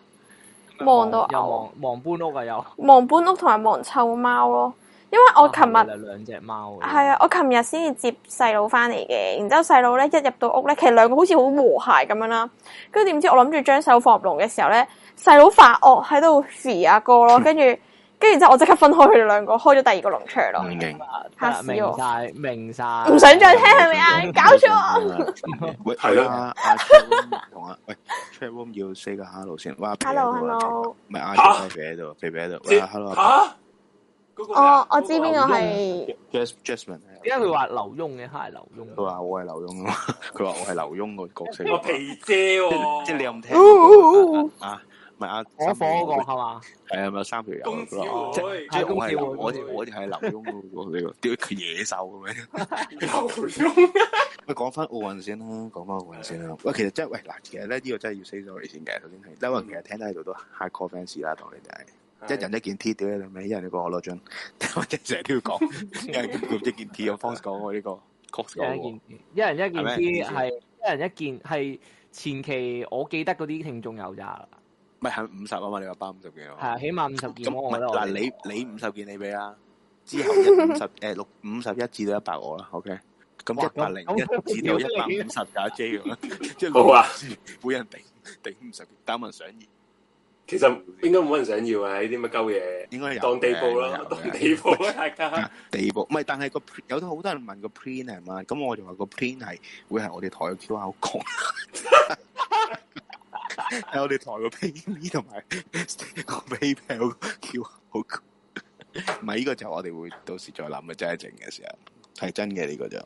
Speaker 2: 望到
Speaker 5: 又
Speaker 2: 嘔，
Speaker 5: 忙忙搬屋啊，又
Speaker 2: 望搬屋同埋望臭貓咯。因為
Speaker 5: 啊
Speaker 2: 我哦琴日
Speaker 5: 有兩隻貓嘅，
Speaker 2: 係啊，我琴日先至接細佬翻嚟嘅，然之後細佬咧一入到屋咧，其實兩個好似好和諧咁樣啦。跟住點知我諗住將手放入籠嘅時候咧，細佬發惡喺度肥阿哥咯，跟住跟住之後我即刻分開佢哋兩個，開咗第二個籠出嚟
Speaker 6: 喎，
Speaker 2: 咯。
Speaker 6: 明明。
Speaker 5: 真
Speaker 2: 嚇
Speaker 5: 係
Speaker 2: 死
Speaker 5: 明
Speaker 2: 我
Speaker 5: 晒明晒，
Speaker 2: 唔想再聽係咪啊？搞錯 啊！
Speaker 6: 錯！喂，
Speaker 4: 係咯
Speaker 6: 啊，阿 Chatroom 同阿喂 Chatroom 要 say 個 hello 先。哇
Speaker 2: Hello，hello
Speaker 6: 唔係啊阿
Speaker 4: 嚇
Speaker 6: J 肥喺度，肥肥喺度。喂
Speaker 4: 先
Speaker 6: ，hello 阿
Speaker 4: 吓嗰個咩啊
Speaker 2: 哦我我知邊個
Speaker 6: 伯
Speaker 2: 係
Speaker 6: Jas Jasmine 係啊。
Speaker 5: 點解佢話劉墉嘅？係劉
Speaker 6: 佢
Speaker 5: 墉，
Speaker 6: 話我係劉墉啊嘛，佢話我係劉墉個角色。
Speaker 4: 我皮姐
Speaker 6: 即係
Speaker 4: 喎，
Speaker 6: 即 係你有冇聽
Speaker 2: 哦
Speaker 6: 過啊？啊，唔係啊，
Speaker 5: 火火嗰個係嘛？
Speaker 6: 係啊，咪有三條友啊。
Speaker 4: 公子
Speaker 6: 佢話哦即係
Speaker 4: 會
Speaker 6: 即係我係劉
Speaker 5: 係
Speaker 6: 我
Speaker 5: 公
Speaker 4: 子
Speaker 6: 哋
Speaker 4: 會
Speaker 6: 我哋係劉墉嗰個呢個，屌佢野獸咁樣。
Speaker 4: 劉墉
Speaker 6: 喂，講翻奧運先啦，講翻奧運先啦。喂，其實真係喂嗱，其實咧呢個真係要 say sorry 先嘅。首先係，因為其實聽得喺度都 hardcore fans 啦，當你哋係。即係人一件 T 屌你老味，一人你講我攞張，我真係成日都要講，一人一件 T 有 Fox 講我呢個 Cox
Speaker 5: 一人
Speaker 6: 講
Speaker 5: 一
Speaker 6: 喎
Speaker 5: 件，一人一件
Speaker 6: 係咩
Speaker 5: T 係一人一件係前期我記得嗰啲聽眾有咋，
Speaker 6: 唔係係五十啊嘛，你話包五十幾啊嘛？
Speaker 5: 係啊，起碼五十
Speaker 6: 咁
Speaker 5: 件
Speaker 6: 唔
Speaker 5: 我
Speaker 6: 係
Speaker 5: 覺得我
Speaker 6: 嗱，你你五十件你俾啦，之後一五十 誒六五十一至到一百我啦，OK。咁
Speaker 5: 哇
Speaker 6: 一百零
Speaker 5: 咁咁
Speaker 6: 一至到一百五十就阿 J 咁啦，即係六
Speaker 4: 好啊
Speaker 6: 每人頂頂五十件，打文想要
Speaker 4: 其實應該冇人想要啊！呢啲乜鳩嘢，
Speaker 6: 應該有嘅
Speaker 4: 當地報啦，
Speaker 6: 有嘅
Speaker 4: 當地報啦，大家
Speaker 6: 地步，唔係，但係個 pre- 有好多人問個 print 係嘛，咁我就話個 print 係會係我哋台嘅 QR code，係我哋台個 PayMe 同埋個 PayPal 個 QR code，唔係呢個就我哋會到時再諗嘅，真係整嘅時候係真嘅呢個就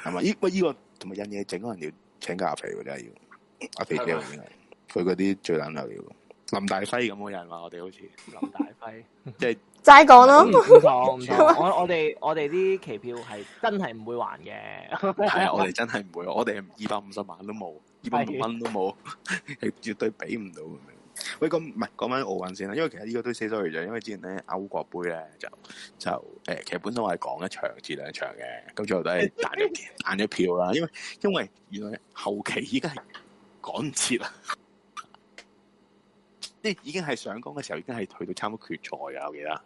Speaker 6: 係咪？依喂依個同埋印嘢整可能要請教阿肥喎，真係要阿肥姐
Speaker 4: 係
Speaker 6: 應
Speaker 4: 嘛
Speaker 6: 該啊佢嗰啲最撚流料，林大輝咁，有人話我哋好似
Speaker 5: 林大 輝。
Speaker 6: 即係
Speaker 2: 齋講
Speaker 5: 唔
Speaker 2: 咯，
Speaker 5: 唔錯唔 錯，我我哋我哋啲期票係真係唔會還嘅，
Speaker 6: 係啊，我哋真係唔會，我哋二百五十萬都冇，二百五十蚊都冇， 係絕對俾唔到咁樣。喂，咁唔係講翻奧運先啦，因為其實呢個都 say sorry 啫，因為之前咧歐國杯咧就就誒、其實本身我係講一場至兩場嘅，咁最後都係彈咗 彈咗票啦，因為因為原來後期已經係趕唔切啦， 即係已經係上港嘅時候已經係去到差唔多決賽啊㗎，我記得。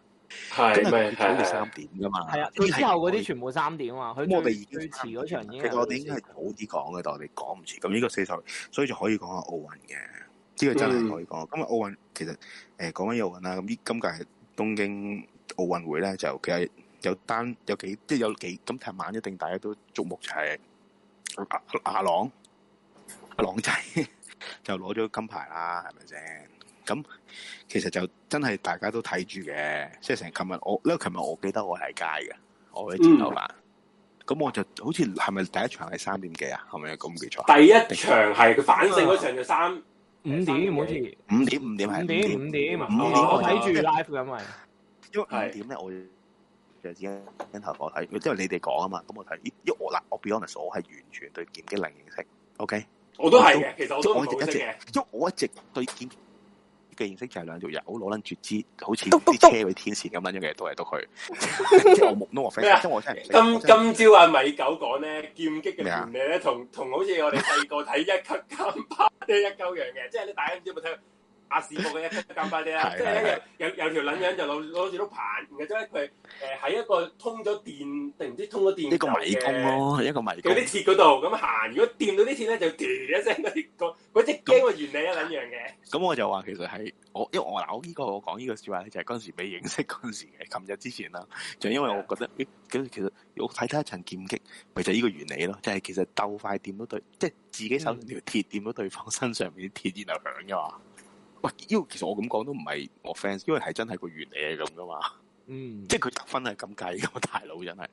Speaker 4: 係
Speaker 6: 咁
Speaker 4: 咪
Speaker 6: 係早
Speaker 4: 係
Speaker 6: 到
Speaker 4: 係
Speaker 6: 三點㗎 嘛？
Speaker 5: 係啊，
Speaker 6: 呢啲
Speaker 5: 佢
Speaker 6: 係
Speaker 5: 之後嗰
Speaker 6: 我
Speaker 5: 啲全部三點啊，佢
Speaker 6: 咁我哋
Speaker 5: 最
Speaker 6: 已經
Speaker 5: 最遲嗰場已經
Speaker 6: 其實我哋應該係
Speaker 5: 係
Speaker 6: 早啲講嘅，但我哋講唔切。咁呢個四十，所以就可以講下奧運嘅，呢個真係可以講。咁啊，奧運其實誒講緊奧運啦，咁呢今屆東京奧運會咧，就其實有單有幾即係有幾咁琴晚一定大家都矚目就係阿阿朗阿朗仔就攞咗金牌啦，係咪先？咁其實就真係大家都睇住嘅，即係成琴日我，因為琴日我記得我喺街嘅，我喺剪
Speaker 5: 嗯
Speaker 6: 頭髮。咁我就好似係咪第一場係三點幾啊？係咪咁唔記錯？
Speaker 4: 第一場係佢反勝嗰場就三
Speaker 5: 五點好似
Speaker 6: 五點五點係
Speaker 5: 五點五
Speaker 6: 五點，
Speaker 5: 點，
Speaker 4: 五
Speaker 6: 點
Speaker 5: 我睇住 live 咁咪
Speaker 6: 因為
Speaker 4: 係
Speaker 6: 五點咧我就只因頭我睇，因為你哋講啊嘛，咁我睇，咦因為我嗱，我 be honest，我係完全對劍擊零認識，OK？
Speaker 4: 我都係嘅，其實我都唔
Speaker 6: 我
Speaker 4: 係好
Speaker 6: 一
Speaker 4: 識
Speaker 6: 直
Speaker 4: 嘅。
Speaker 6: 因為我一直對劍擊嘅認識就係兩條友攞撚絕枝，好
Speaker 2: 篤
Speaker 6: 似
Speaker 2: 篤
Speaker 6: 啲車嗰啲天線咁撚樣嘅篤嚟篤去。即係我冇 no
Speaker 4: 咩啊
Speaker 6: offence，即係我真係唔識
Speaker 4: 今
Speaker 6: 我真係
Speaker 4: 今朝阿米狗講咧，劍擊嘅
Speaker 6: 咩啊
Speaker 4: 原理咧，同同好似我哋細個睇一級金巴爹一鳩樣嘅，即係你大家唔知有冇睇過亞視播嘅一級金巴爹啦，
Speaker 6: 係
Speaker 4: 即係
Speaker 6: 係
Speaker 4: 咧有有有條撚樣就攞攞住碌棒，然後將佢誒喺一個通咗電定唔知通咗電
Speaker 6: 一個迷宮
Speaker 4: 咯。
Speaker 6: 咯，一個迷
Speaker 4: 嗰啲
Speaker 6: 宮。
Speaker 4: 鐵嗰度咁行，如果掂到啲鐵咧，就嗲一聲嗰啲嗰嗰隻驚嘅原理一撚樣嘅。
Speaker 6: 咁我就話其實係我，因為我嗱，我呢個我講呢個説話咧，就係嗰陣時未認識嗰陣時嘅，琴日之前啦，就因為我覺得，咦咁其實我睇睇一層劍擊，咪就係呢個原理咯，就係、其實鬥快掂到對，即係自己手上條鐵掂到對方身上面啲鐵，然後響嘅嘛。喂，呢個其實我咁講都唔係我 fans，因為係真係個原理係咁噶嘛。
Speaker 5: 嗯，
Speaker 6: 即係佢得分係咁計㗎嘛，大佬真係。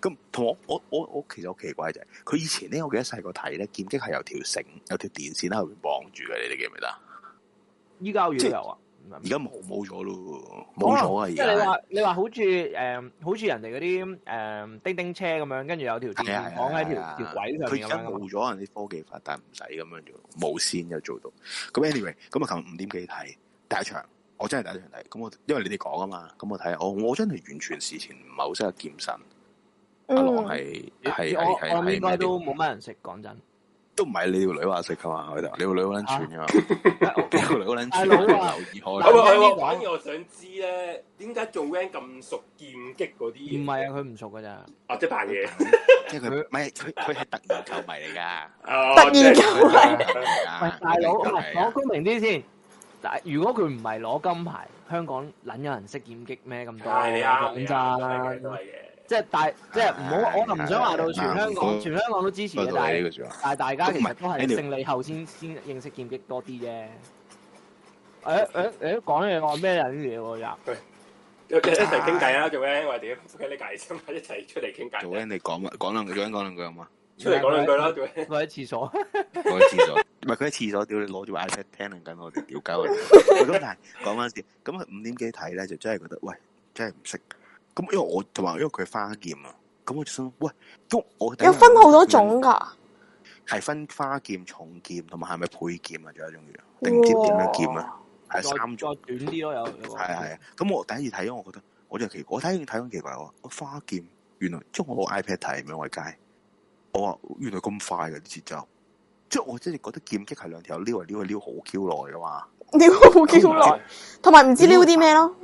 Speaker 6: 咁同我我我我其實好奇怪就係，佢以前咧，我記得細個睇咧，劍擊係有條繩有條電線喺後面綁住嘅，你哋記唔記得啊？
Speaker 5: 依家好似
Speaker 6: 即
Speaker 5: 都
Speaker 6: 係
Speaker 5: 有啊。
Speaker 6: 而家冇冇咗咯，冇咗啊！而
Speaker 5: 即係你
Speaker 6: 家
Speaker 5: 話你話好似誒，好似人哋嗰啲誒叮叮車咁樣，跟住有條電
Speaker 6: 係啊
Speaker 5: 線
Speaker 6: 係啊
Speaker 5: 綁喺
Speaker 6: 係啊
Speaker 5: 條條軌上
Speaker 6: 佢
Speaker 5: 面
Speaker 6: 而
Speaker 5: 咁
Speaker 6: 家
Speaker 5: 樣㗎嘛。
Speaker 6: 冇咗人啲科技發達，唔使咁樣做，無線就做到。咁 anyway，咁啊，琴日五點幾睇第一場，我真係第一場睇。咁我因為你哋講啊嘛，咁我睇下，我我真係完全事前唔係好識得劍神，
Speaker 2: 嗯
Speaker 6: 阿郎係係係係
Speaker 5: 我我應
Speaker 6: 係
Speaker 5: 該
Speaker 6: 咩料
Speaker 5: 都冇乜人識，講真。
Speaker 6: 都唔係你條女話食 噶嘛，佢就你條女好撚串噶嘛，你條女好撚串，
Speaker 5: 大佬
Speaker 6: 留
Speaker 5: 啊
Speaker 6: 意
Speaker 4: 喂喂
Speaker 5: 大佬啊
Speaker 6: 開啦。
Speaker 4: 喂喂
Speaker 5: 呢，個
Speaker 4: 反而我想知咧，點解做 van 咁熟劍擊嗰啲嘢？
Speaker 5: 唔係啊，佢唔熟㗎咋。
Speaker 4: 啊，即係扮嘢。
Speaker 6: 即係佢唔係佢佢係突然球迷嚟㗎，
Speaker 4: 哦
Speaker 2: 突然
Speaker 4: 即係
Speaker 2: 間
Speaker 6: 佢係
Speaker 4: 係
Speaker 6: 突然球迷
Speaker 5: 喂
Speaker 6: 㗎，，
Speaker 5: 大佬，唔
Speaker 6: 佢
Speaker 5: 係
Speaker 6: 係突然
Speaker 5: 講
Speaker 6: 球迷㗎
Speaker 5: 公平啲先。但如果佢唔係攞金牌，香港撚有人識劍擊咩咁多？
Speaker 4: 係你啱，你啱，都係
Speaker 5: 講
Speaker 4: 嘅，都
Speaker 5: 真
Speaker 4: 係，嘅。
Speaker 5: 即係大，即係唔好，我就唔想話到全香港，
Speaker 6: 啱
Speaker 5: 全香港都支持嘅，
Speaker 6: 不過
Speaker 5: 但
Speaker 6: 你呢
Speaker 5: 係
Speaker 6: 個啊説話，
Speaker 5: 但係大家其實都
Speaker 6: 唔係
Speaker 5: 係
Speaker 6: anyway
Speaker 5: 勝利後先先認識劍擊多啲啫。誒誒誒，講嘢我咩人嘢喎又？
Speaker 4: 一齊傾偈啦，做 van 我哋屌，傾啲偈啫嘛，一齊出嚟傾
Speaker 6: 做
Speaker 4: 偈。
Speaker 6: 緊你講講兩句，做緊講兩句好嘛？
Speaker 4: 出嚟講兩句啦，做 van
Speaker 5: 我喺廁所。
Speaker 6: 我喺廁所，唔係佢喺廁所，屌你攞住部 iPad 聽緊我哋屌 鳩佢。咁但係講翻先，咁佢五點幾睇咧，就真係覺得喂，真係唔識。咁因為我同埋因為佢花劍啊，咁我就想喂，咁我
Speaker 2: 有分好多種㗎。
Speaker 6: 係分花劍、重劍同埋係咪配劍啊？仲有一種叫定唔知點樣劍啊？係
Speaker 5: 再
Speaker 6: 三種，
Speaker 5: 再短啲咯，有有個
Speaker 6: 係係。咁我第一次睇，我覺得我就奇，我睇完睇完奇怪，我話我花劍原來，即係我攞 iPad 睇咁樣喺街，我話原來咁快嘅啲節奏，即係我真係覺得劍擊係兩條友撩嚟撩去撩好 Q 耐噶嘛。
Speaker 2: 撩好幾好耐，同埋唔知撩啲咩咯。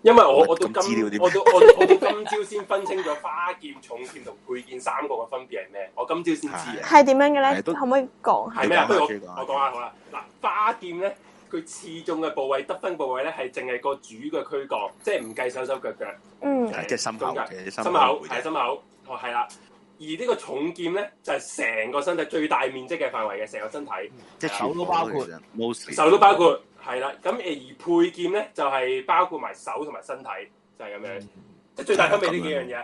Speaker 4: 因為我
Speaker 6: 喂
Speaker 4: 我到
Speaker 6: 咁資料啲咩
Speaker 4: 今我到我到我到今朝先分清咗花劍、重劍同配劍三個嘅分別係咩，我今朝先知
Speaker 6: 係
Speaker 4: 嘅。
Speaker 2: 係點樣嘅
Speaker 6: 係
Speaker 2: 咧？
Speaker 6: 都
Speaker 2: 可唔可以講下？
Speaker 4: 係咩啊？不
Speaker 6: 你講下
Speaker 4: 如我
Speaker 6: 先講下
Speaker 4: 我講下好啦。嗱，花劍咧，佢刺中嘅部位得分部位咧係淨係個主嘅軀幹，即係唔計手手腳腳。
Speaker 2: 嗯，
Speaker 6: 係即係心口
Speaker 4: 中
Speaker 6: 嘅，
Speaker 4: 心口
Speaker 6: 心口
Speaker 4: 係心口，哦係啦。而呢個重劍咧，就係、成個身體最大面積嘅範圍嘅，成個身體
Speaker 6: 即係
Speaker 5: 手都包括
Speaker 6: ，mostly
Speaker 4: 手都包括，係啦。咁誒而配劍咧，就係、包括埋手同埋身體，就係、咁
Speaker 6: 嗯
Speaker 4: 樣。即係最大分別呢幾樣
Speaker 6: 啊
Speaker 4: 嘢。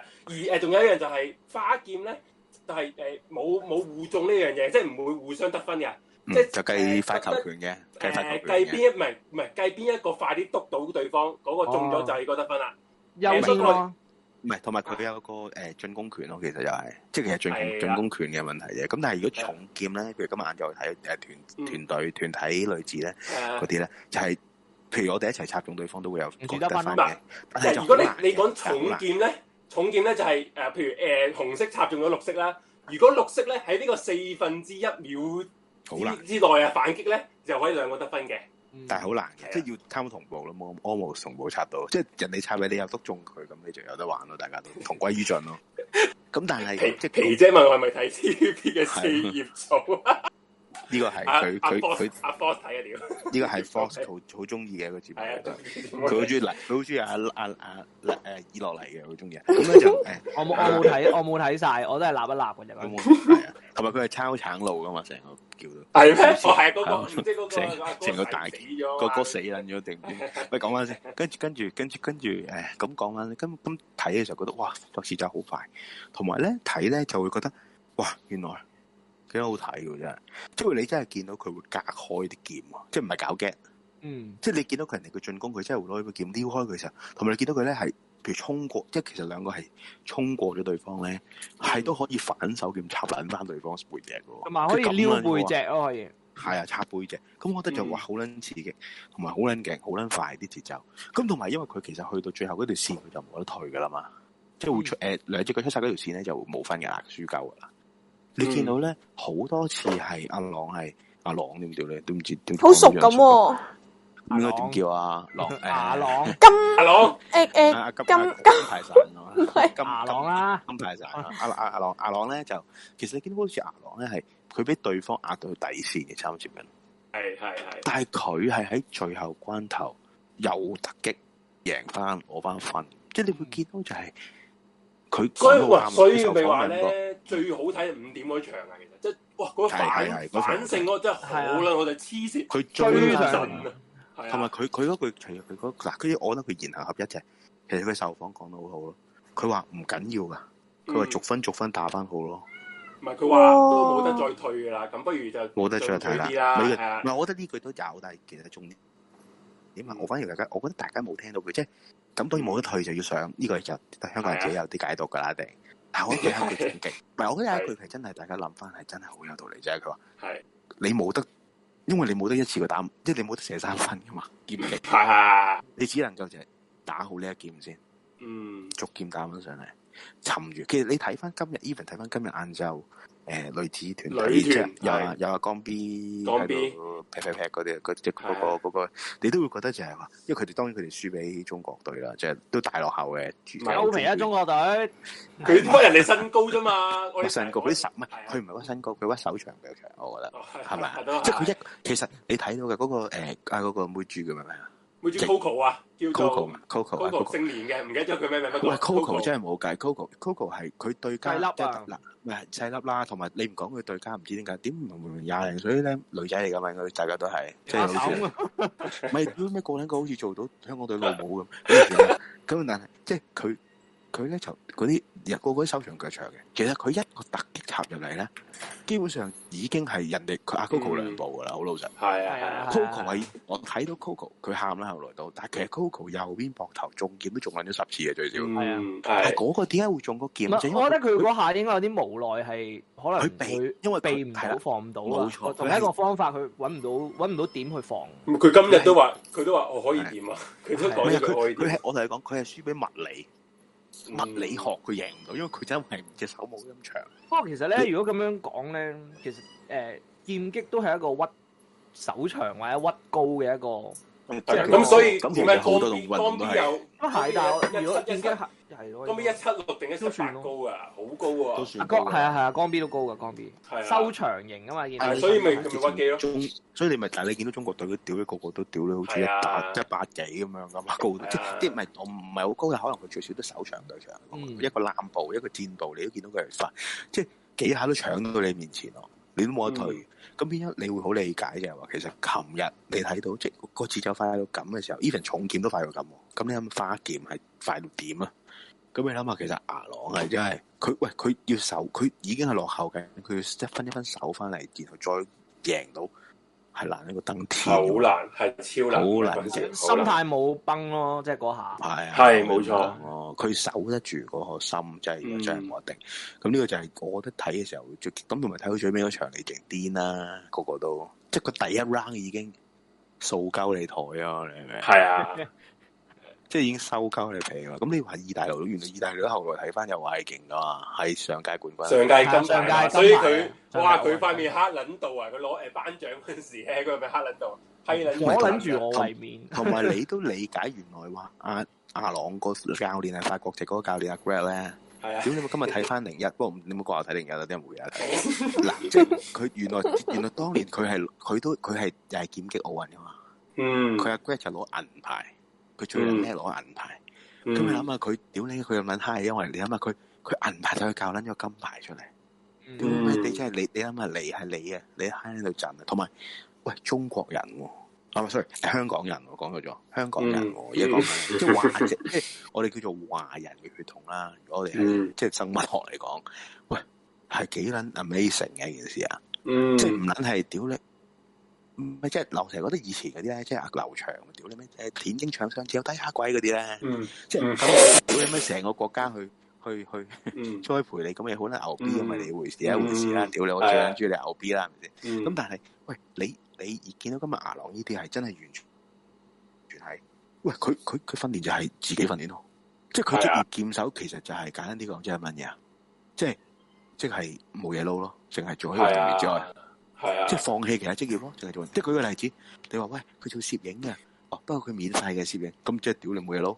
Speaker 4: 而誒仲、有一樣就係花劍咧，就係誒冇冇互中呢樣嘢，即係唔會互相得分嘅。即
Speaker 6: 嗯
Speaker 4: 係
Speaker 6: 就計發球權嘅，計發
Speaker 4: 誒計
Speaker 6: 球權嘅。
Speaker 4: 邊一唔係唔係計邊一個快啲篤到對方嗰、個
Speaker 6: 哦
Speaker 4: 中咗就係個得分啦。
Speaker 5: 右邊咯，
Speaker 6: 唔係，同埋佢有個誒進攻權咯，其實就係、即係其實進
Speaker 4: 係啦啊
Speaker 6: 攻進攻權嘅問題啫。咁但係如果重劍咧，譬如今日晏晝睇
Speaker 4: 嗯
Speaker 6: 誒團團隊團體類似咧
Speaker 4: 誒、
Speaker 6: 嗰啲咧，就係、譬如我哋一齊插中對方都會有
Speaker 5: 唔
Speaker 6: 覺
Speaker 5: 止得分
Speaker 6: 翻
Speaker 4: 啦
Speaker 6: 嘅。但
Speaker 4: 即
Speaker 6: 係
Speaker 4: 係
Speaker 6: 就
Speaker 4: 如果
Speaker 6: 好難
Speaker 4: 你你
Speaker 6: 嘅
Speaker 4: 講
Speaker 6: 就好
Speaker 4: 重
Speaker 6: 難
Speaker 4: 劍咧，重劍咧就係、呃譬如誒、呃、紅色插中咗綠色啦。如果綠色咧喺呢個四分之一秒
Speaker 6: 好難
Speaker 4: 之，之內啊反擊咧，就可以兩個得分嘅。
Speaker 6: 但係好難
Speaker 4: 係啊
Speaker 6: 嘅，即係要差唔多同步咯，冇 almost 同步插到，即係人哋插俾你有篤中佢，咁你就有得玩咯，大家都同歸於盡 咯。咁但
Speaker 4: 皮
Speaker 6: 係即
Speaker 4: 皮
Speaker 6: 係
Speaker 4: 姐問我係咪睇 TVB 嘅四葉草啊？
Speaker 6: 呢個係
Speaker 4: 阿
Speaker 6: 佢
Speaker 4: 啊阿 Fox
Speaker 6: 佢佢
Speaker 4: 阿 Fox 睇啊
Speaker 6: 呢 個係 Fox 好好中意嘅一個節目
Speaker 4: 屌，係
Speaker 6: 嚟
Speaker 4: 啊
Speaker 6: 嘅。佢好
Speaker 4: 佢
Speaker 6: 中意黎，佢好中意阿阿阿誒伊洛黎嘅，佢中意。咁咧就 誒，
Speaker 5: 我冇我冇睇，我冇睇晒，我都係立一立嘅
Speaker 6: 有
Speaker 5: 啫。
Speaker 6: 冇係啊？同埋佢係抄橙路噶嘛，成個叫到
Speaker 4: 係咩？我係啊嗰個唔知嗰
Speaker 6: 成
Speaker 4: 個阿哥
Speaker 6: 成個大
Speaker 4: 死咗
Speaker 6: 個
Speaker 4: 啊，
Speaker 6: 哥死撚咗定唔知？喂，講翻先，跟住跟住跟住跟住誒，咁講翻先，咁咁睇嘅時候覺得哇，作詞真係好快，同埋咧睇咧就會覺得哇，原來幾好睇嘅真係，即係你真係見到佢會隔開啲劍喎，即係唔係搞 g
Speaker 5: 嗯，
Speaker 6: 即係你見到佢人哋嘅進攻，佢真係會攞起個劍撩開佢嘅時候，同埋你見到佢咧係，譬如衝過，即係其實兩個係衝過咗對方咧，係都可以反手劍插撚翻對方背脊嘅喎，
Speaker 5: 同埋可以撩背脊咯，可以。
Speaker 6: 係啊，插背脊。咁我覺得就
Speaker 4: 嗯
Speaker 6: 哇，好撚刺激，同埋好撚勁，好撚快啲節奏。咁同埋因為佢其實去到最後嗰條線，佢就冇得退噶啦嘛，
Speaker 5: 嗯
Speaker 6: 即係會出誒兩隻腳出晒嗰條線咧，就冇分㗎啦，輸鳩㗎啦。
Speaker 5: 嗯
Speaker 6: 你見到咧好多次係阿朗係阿朗點叫咧，都唔知點
Speaker 2: 好熟咁喎，
Speaker 6: 應該點叫啊？朗誒
Speaker 5: 牙朗
Speaker 4: 阿朗，
Speaker 2: 誒
Speaker 6: 啊
Speaker 2: 誒，
Speaker 6: 啊金
Speaker 2: 金
Speaker 6: 啊金泰神啊嘛，
Speaker 2: 係
Speaker 6: 金
Speaker 5: 牙
Speaker 6: 金
Speaker 5: 朗啦，
Speaker 6: 金泰神啊阿阿阿朗阿朗咧就其實你見到好似阿朗咧係佢俾對方壓到去底線嘅差唔多接近。
Speaker 4: 係係係，
Speaker 6: 但係佢係喺最後關頭又突擊贏翻攞翻分，即係你會見到就係佢
Speaker 4: 所以
Speaker 6: 講得
Speaker 4: 哇，
Speaker 6: 好啱
Speaker 4: 所
Speaker 6: 佢
Speaker 4: 以
Speaker 6: 受
Speaker 4: 咪話
Speaker 6: 訪兩個
Speaker 4: 咧最好睇五點嗰場啊，其實即係哇嗰個
Speaker 6: 係係
Speaker 4: 反
Speaker 6: 係嗰場
Speaker 4: 反勝嗰個真係好
Speaker 5: 係啊
Speaker 4: 啦，我就黐線
Speaker 6: 佢
Speaker 5: 追
Speaker 6: 追
Speaker 5: 上
Speaker 6: 上，
Speaker 4: 神啊，係
Speaker 6: 同埋
Speaker 4: 啊，
Speaker 6: 佢佢嗰句其實佢嗰嗱，跟住我覺得佢言行合一啫。其實佢受訪講得好好咯，佢話唔緊要噶，佢話
Speaker 4: 嗯
Speaker 6: 逐分逐分打翻好咯，
Speaker 4: 唔係佢話都冇得再退噶啦，咁不如就
Speaker 6: 冇得再睇
Speaker 4: 退
Speaker 6: 啦。
Speaker 4: 啲啦，
Speaker 6: 你
Speaker 4: 係啊嗯
Speaker 6: 唔，係我覺得呢句都有，但係其實重點點啊？我反而大家，我覺得大家冇聽到佢，即係咁當然冇得退就要上，呢、個就
Speaker 4: 啊
Speaker 6: 香港人自己有啲解讀㗎啦，一定。但係 我覺得佢仲勁，唔係我覺得有一句係真係大家諗翻係真係好有道理啫。佢話
Speaker 4: 係
Speaker 6: 你冇得，因為你冇得一次過打，即係你冇得射三分 㗎嘛，劍擊
Speaker 4: 係啊係，
Speaker 6: 你只能夠就係打好呢一劍先，
Speaker 4: 嗯
Speaker 6: 逐劍打翻上嚟，沉住。其實你睇翻今日，even 睇翻今日晏晝。誒女子團
Speaker 4: 女
Speaker 6: 體即係
Speaker 4: 團
Speaker 6: 有啊
Speaker 4: 係
Speaker 6: 有啊江 B
Speaker 4: 江 B
Speaker 6: 喺度劈劈劈嗰啲，嗰即係嗰
Speaker 4: 係啊
Speaker 6: 個嗰個，你都會覺得就係話，因為佢哋當然佢哋輸俾中國隊啦，即係都大落後嘅。
Speaker 4: 唔係
Speaker 5: 有皮啊中國隊，
Speaker 4: 佢屈人哋身高啫 嘛，我
Speaker 6: 屈
Speaker 4: 哋
Speaker 6: 身高，佢啲手唔係
Speaker 4: 係啊
Speaker 6: 佢唔係屈身高，佢屈手長腳長，我覺得
Speaker 4: 哦
Speaker 6: 係咪啊
Speaker 4: 都？
Speaker 6: 即係佢一其實你睇到嘅嗰個誒啊嗰個妹豬叫咩名啊
Speaker 4: 每次 Coco 啊，叫做
Speaker 6: Coco 嘛 Coco 啊
Speaker 4: Coco
Speaker 6: Coco。
Speaker 4: 姓連嘅，唔記得咗佢咩名不過。
Speaker 6: 喂，Coco 真係冇計，Coco，Coco 係佢對家
Speaker 5: 細粒啊
Speaker 6: 即係嗱，唔係細粒啦，同埋你唔講佢對家，唔知點解，點唔明明廿零歲咧女仔嚟㗎嘛，應該大家都係，即係
Speaker 5: 阿
Speaker 6: 好
Speaker 5: 手
Speaker 6: 似
Speaker 5: 啊，
Speaker 6: 唔係點解咩個撚個好似做到香港隊老母咁，咁樣啦啊咁但係即係佢佢咧就嗰啲人個個都手長腳長嘅，其實佢一個突擊插入嚟咧，基本上已經係人哋佢阿 Coco 兩步噶啦，好老實。
Speaker 4: 係啊
Speaker 5: 係
Speaker 4: 係
Speaker 5: 啊
Speaker 4: 啊，
Speaker 6: Coco 係我睇到 Coco 佢喊啦，後來到，但係其實 Coco 右邊膊頭中劍都中撚咗十次嘅最少。
Speaker 4: 嗯
Speaker 6: 但係啊
Speaker 4: 係
Speaker 6: 嗰個點解會中嗰劍？
Speaker 5: 唔
Speaker 6: 就因
Speaker 5: 係
Speaker 6: 為
Speaker 5: 我覺得佢嗰下應該有啲無奈係可能
Speaker 6: 佢避因為佢
Speaker 5: 避唔
Speaker 6: 係
Speaker 5: 到
Speaker 6: 啦
Speaker 5: 防唔到啊
Speaker 6: 冇，錯
Speaker 5: 同埋一個方法佢揾唔到揾唔到點去防，
Speaker 4: 咁佢今日都話，佢都話我可以點啊，佢都
Speaker 6: 唔
Speaker 4: 講咗
Speaker 6: 係
Speaker 4: 佢
Speaker 6: 啊
Speaker 4: 可以
Speaker 6: 佢佢
Speaker 4: 點
Speaker 6: 係。我同你講，佢係輸俾物理
Speaker 4: 嗯
Speaker 6: 物理學佢贏唔到，因為佢真係隻手冇咁長。
Speaker 5: 不過其實咧，如果咁樣講咧，其實誒、呃、劍擊都係一個屈手長或者屈高嘅一個。
Speaker 4: 係啊
Speaker 5: 即係
Speaker 4: 咁所以點
Speaker 6: 咁其
Speaker 4: 解
Speaker 6: 實好
Speaker 4: 江
Speaker 6: 多種
Speaker 4: 邊
Speaker 6: 運
Speaker 4: 江
Speaker 6: 動都
Speaker 4: 邊
Speaker 6: 係
Speaker 4: 有
Speaker 5: 咁係，但係如果
Speaker 4: 一
Speaker 5: 劍
Speaker 4: 七
Speaker 5: 擊係係咯，
Speaker 4: 江邊一七六定一
Speaker 5: 都
Speaker 4: 七八
Speaker 5: 算咯
Speaker 4: 高啊，好高啊
Speaker 6: 都，
Speaker 5: 阿
Speaker 6: 算
Speaker 5: 江
Speaker 6: 高
Speaker 5: 係啊係啊，江 B 都高噶，江 B
Speaker 4: 係啊
Speaker 5: 收長型啊嘛，見
Speaker 4: 係
Speaker 5: 到
Speaker 4: 所以咪咪屈機咯
Speaker 6: 中，所以你咪但係你見到中國隊嗰屌咧，個個都屌咧，好似一
Speaker 4: 係啊
Speaker 6: 百一百幾咁樣噶嘛，高
Speaker 4: 係啊
Speaker 6: 即係即係唔係我唔係好高嘅，可能佢最少都手長腳長，
Speaker 5: 嗯
Speaker 6: 一個攬步一個箭步，你都見到佢係快，即係幾下都搶到你面前咯，你都冇得
Speaker 4: 嗯
Speaker 6: 退。咁變咗你會好理解就係話，其實琴日你睇到即係個節奏快到咁嘅時候，even 重劍都快到咁喎，咁你諗花劍係快到點啊？咁你諗下，其實牙狼係真係佢喂佢要守，佢已經係落後嘅，佢要一分一分守翻嚟，然後再贏到係難呢個登天
Speaker 4: 好
Speaker 6: 嘅喎。
Speaker 4: 難係超難，
Speaker 6: 好難嘅
Speaker 5: 心態冇崩咯，即係嗰下。
Speaker 6: 係啊
Speaker 4: 係冇錯嗯
Speaker 6: 哦，佢守得住嗰個心，真係真係冇一定。咁呢個就係我覺得睇嘅時候最咁，同埋睇到最尾嗰場你勁癲啦，個個都即係佢第一 round 已經掃鳩你台啊，你明唔明？
Speaker 4: 係 啊，
Speaker 6: 即係已經收鳩你皮啦。咁你話意大利佬，原來意大利佬後來睇翻又話係勁噶嘛，係上屆冠軍。
Speaker 4: 上屆金
Speaker 5: 上
Speaker 4: 牌
Speaker 5: 屆
Speaker 4: 啊，
Speaker 5: 金
Speaker 4: 所以
Speaker 5: 牌
Speaker 4: 佢
Speaker 5: 上
Speaker 4: 哇
Speaker 5: 屆
Speaker 4: 佢塊面黑撚到啊！佢攞誒頒獎嗰陣時咧，佢咪黑撚到，啊閪撚
Speaker 5: 我撚住我為面，
Speaker 6: 同埋你都理解原來話阿阿朗個教練係啊法國籍嗰個教練阿 Greg 咧，
Speaker 4: 係啊
Speaker 6: 屌你咪今日 睇翻零一，不過唔你冇話睇零一啦，啲人冇嘢睇。嗱，即係佢原來原來當年佢係佢都佢係又係劍擊奧運噶嘛，
Speaker 4: 嗯，
Speaker 6: 佢阿 Greg 就攞銀牌，佢最叻攞銀牌。
Speaker 4: 嗯
Speaker 6: 咁你諗下佢屌你佢咁撚閪，因為你諗下佢佢銀牌就去教撚咗金牌出嚟。屌
Speaker 5: 嗯
Speaker 4: 嗯
Speaker 6: 你真係你你諗下你係你啊，你喺度震啊，同埋喂中國人喎、啊唔係 sorry 香港人我講錯咗，香港人
Speaker 4: 嗯
Speaker 6: 喎、而家講緊即係華 即即係我哋叫做華人嘅血統啦。如果我哋係、
Speaker 4: 嗯
Speaker 6: 即係生物學嚟講，喂係幾撚 amazing 嘅一件事啊！
Speaker 4: 嗯
Speaker 6: 即係唔撚係屌你，唔係即係劉成覺得以前嗰啲咧，即係阿劉翔屌你咩誒田英搶上只有低下鬼嗰啲咧。
Speaker 4: 嗯
Speaker 6: 即係
Speaker 4: 嗯
Speaker 6: 咁，屌你咩成個國家去去去
Speaker 4: 嗯
Speaker 6: 栽培你，咁你好啦，牛 B
Speaker 4: 嗯
Speaker 6: 咁咪你回事一回事啦，
Speaker 4: 嗯
Speaker 6: 屌你，我
Speaker 4: 係啊
Speaker 6: 最撚中意你牛 B 啦，係咪先？
Speaker 4: 嗯，
Speaker 6: 咁但係，喂，你你見到今日牙狼呢啲係真係完全完全係，喂，佢佢佢訓練就係自己訓練咯，即係佢
Speaker 4: 係
Speaker 6: 職
Speaker 4: 啊
Speaker 6: 業劍手其實就係簡單啲講，即係乜嘢啊？即係即係冇嘢撈咯，淨係做呢個
Speaker 4: 係
Speaker 6: 行
Speaker 4: 啊
Speaker 6: 業之外，，
Speaker 4: 係啊，
Speaker 6: 即係放棄其他職業咯，淨係做。即係舉個例子，你話喂，佢做攝影嘅，哦，不過佢免費嘅攝影，咁即係屌你冇嘢撈，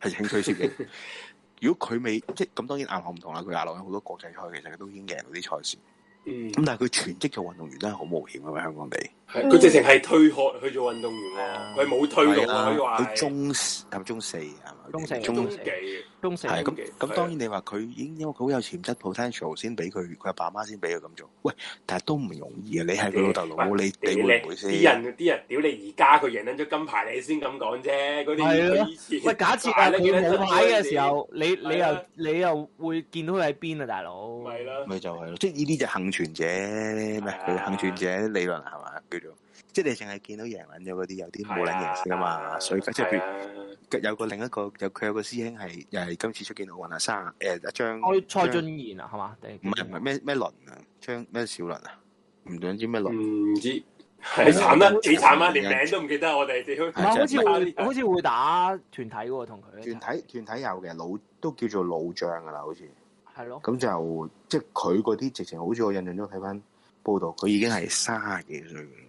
Speaker 6: 係興趣攝影。如果佢未即係咁，當然牙狼唔同啦，佢牙狼有好多國際賽，其實佢都已經贏到啲賽事。
Speaker 4: 嗯，
Speaker 6: 咁但係佢全職做運動員真係好冒險㗎嘛，香港地。
Speaker 4: 係佢直情係退學去做運動員
Speaker 5: 啊
Speaker 4: 喎，佢冇退
Speaker 6: 係
Speaker 4: 到
Speaker 6: 啊
Speaker 4: 可以話係
Speaker 6: 佢中係咪中四啊？係咪
Speaker 5: 中四
Speaker 4: 中
Speaker 6: 中
Speaker 4: 技
Speaker 5: 四中四
Speaker 6: 係
Speaker 4: 中
Speaker 6: 咁
Speaker 4: 四
Speaker 6: 咁，當然你話佢已經因為佢好有潛質 potential 先俾佢佢阿爸媽先俾佢咁做。喂，但係都唔容易啊！你係佢老豆老母，你
Speaker 4: 屌
Speaker 6: 你
Speaker 4: 你
Speaker 6: 會唔會先？
Speaker 4: 啲人啲人屌你而家佢贏緊咗金牌，你先咁講啫。嗰啲
Speaker 5: 係咯
Speaker 4: 佢以前
Speaker 5: 喂，假設啊，
Speaker 4: 買得
Speaker 5: 佢
Speaker 4: 幾多
Speaker 5: 冇牌
Speaker 4: 張
Speaker 5: 嘅時候，你你
Speaker 4: 係啊
Speaker 5: 又你又會見到佢喺邊啊，大佬？
Speaker 4: 張紙，咪 啦，
Speaker 6: 咪就係咯，即係呢啲就幸存者咩？
Speaker 4: 係啊
Speaker 6: 佢幸存者理論係嘛叫做，即係你淨係見到贏撚咗嗰啲，有啲冇撚贏先啊嘛。所以即係譬
Speaker 4: 係啊
Speaker 6: 如有個另一個有佢有個師兄係又係今次出見奧運啊，三誒阿張
Speaker 5: 蔡蔡
Speaker 6: 張
Speaker 5: 俊賢啊，係嘛？定
Speaker 6: 唔係唔係咩咩倫啊，張咩小倫啊，唔想知咩倫。
Speaker 4: 唔知
Speaker 6: 啊
Speaker 4: 係慘啦，幾慘啦，連名都唔記得我哋屌。
Speaker 5: 唔係，好
Speaker 6: 即
Speaker 5: 似
Speaker 6: 係
Speaker 5: 會好似會打團體喎，同佢一齊
Speaker 6: 團體團體有嘅老都叫做老將㗎啦，好似
Speaker 5: 係咯。
Speaker 6: 咁就即係佢嗰啲直情，好似我印象中睇翻報道，佢已經係卅幾歲㗎啦。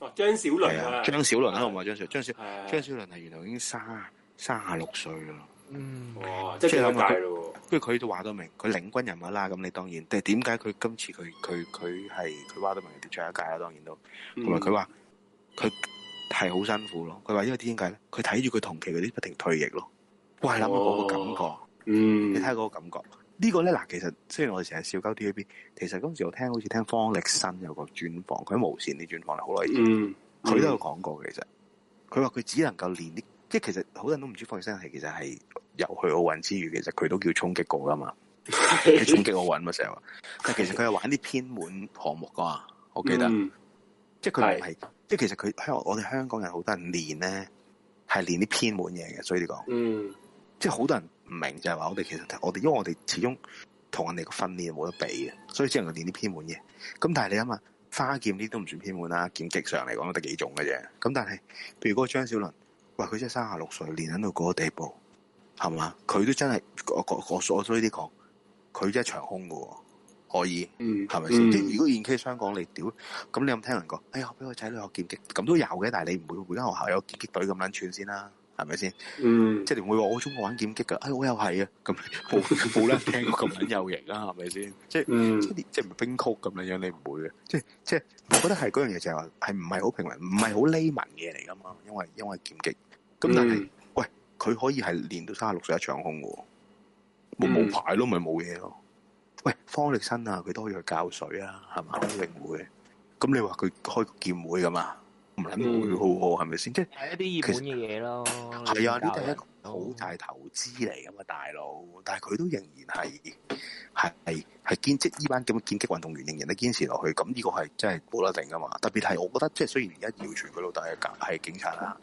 Speaker 4: 哦張小
Speaker 6: 係
Speaker 4: 倫
Speaker 6: 啊，
Speaker 4: 啊，
Speaker 6: 張小倫啦，我唔係張小張小
Speaker 4: 係啊
Speaker 6: 張小倫係原來已經卅卅啊六歲啦。
Speaker 5: 嗯，
Speaker 4: 哇，即係幾大咯
Speaker 6: 跟住佢都話到明，佢領軍人物啦。咁你當然，但係點解佢今次佢佢佢係佢話到明係最後一屆啦？當然都
Speaker 4: 喎，
Speaker 6: 同埋佢話佢係好辛苦咯。佢話因為點解咧？佢睇住佢同期嗰啲不停退役咯。哇！你諗下嗰個感覺。
Speaker 4: 嗯，
Speaker 6: 你睇下嗰個感覺。呢個咧嗱，其實雖然我哋成日笑鳩 TVB，其實嗰陣時我聽好似聽方力申有個專訪，佢喺無線啲專訪嚟好耐以前，
Speaker 4: 嗯，
Speaker 6: 佢都有講過嘅其實。佢話佢只能夠練啲，即係其實好多人都唔知方力申係其實係由去奧運之餘，其實佢都叫衝擊過噶嘛，佢衝擊奧運嘛成日話。但其實佢係玩啲偏門項目噶嘛，我記得。
Speaker 4: 嗯
Speaker 6: 即係佢唔係，即係其實佢香我哋香港人好多人練咧，係練啲偏門嘢嘅，所以你講。
Speaker 4: 嗯
Speaker 6: 即係好多人唔明就係話我哋其實我哋因為我哋始終同人哋個訓練冇得比嘅，所以只能夠練啲偏門嘢。咁但係你諗下，花劍呢都唔算偏門啦，劍擊上嚟講都得幾種嘅啫。咁但係譬如嗰個張小倫，喂佢真係三十六歲練緊到嗰個地步，係嘛？佢都真係我我我我衰啲講，佢真係長空嘅喎，可以。
Speaker 4: 嗯，
Speaker 6: 係咪先？即係
Speaker 4: 嗯
Speaker 6: 如果現 K 香港你屌，咁你有冇聽人講？哎呀，我俾個仔女學劍擊，咁都有嘅，但係你唔會每間學校有劍擊隊咁撚串先啦，係咪先？
Speaker 4: 嗯，
Speaker 6: 即係你唔會話我中意玩劍擊㗎，哎我又係啊，咁冇 冇啦，聽過咁撚有型啊，係咪先？即係
Speaker 4: 嗯
Speaker 6: 即係即係唔係冰曲咁樣樣，你唔會嘅。即係即係，我覺得係嗰樣嘢就係話係唔係好平民，唔係好 layman 嘅嘢嚟㗎嘛，因為因為劍擊。咁但係、
Speaker 4: 嗯
Speaker 6: 喂，佢可以係練到三十六歲一場空嘅喎，冇
Speaker 4: 嗯
Speaker 6: 冇牌咯，咪冇嘢咯。喂，方力申啊，佢都可以去教水啊，係嘛？開泳會，咁你話佢開個劍會㗎嘛？唔撚會
Speaker 4: 嗯
Speaker 6: 好喎，係咪先？即係
Speaker 5: 係一啲熱門嘅嘢咯。
Speaker 6: 係啊，呢
Speaker 5: 啲
Speaker 6: 啲係一個好大投資嚟噶嘛，大佬。但係佢都仍然係係係係堅即呢班咁嘅劍擊運動員仍然都堅持落去，咁呢個係真係冇得定噶嘛。特別係我覺得，即係雖然而家謠傳佢老豆係教係警察啦，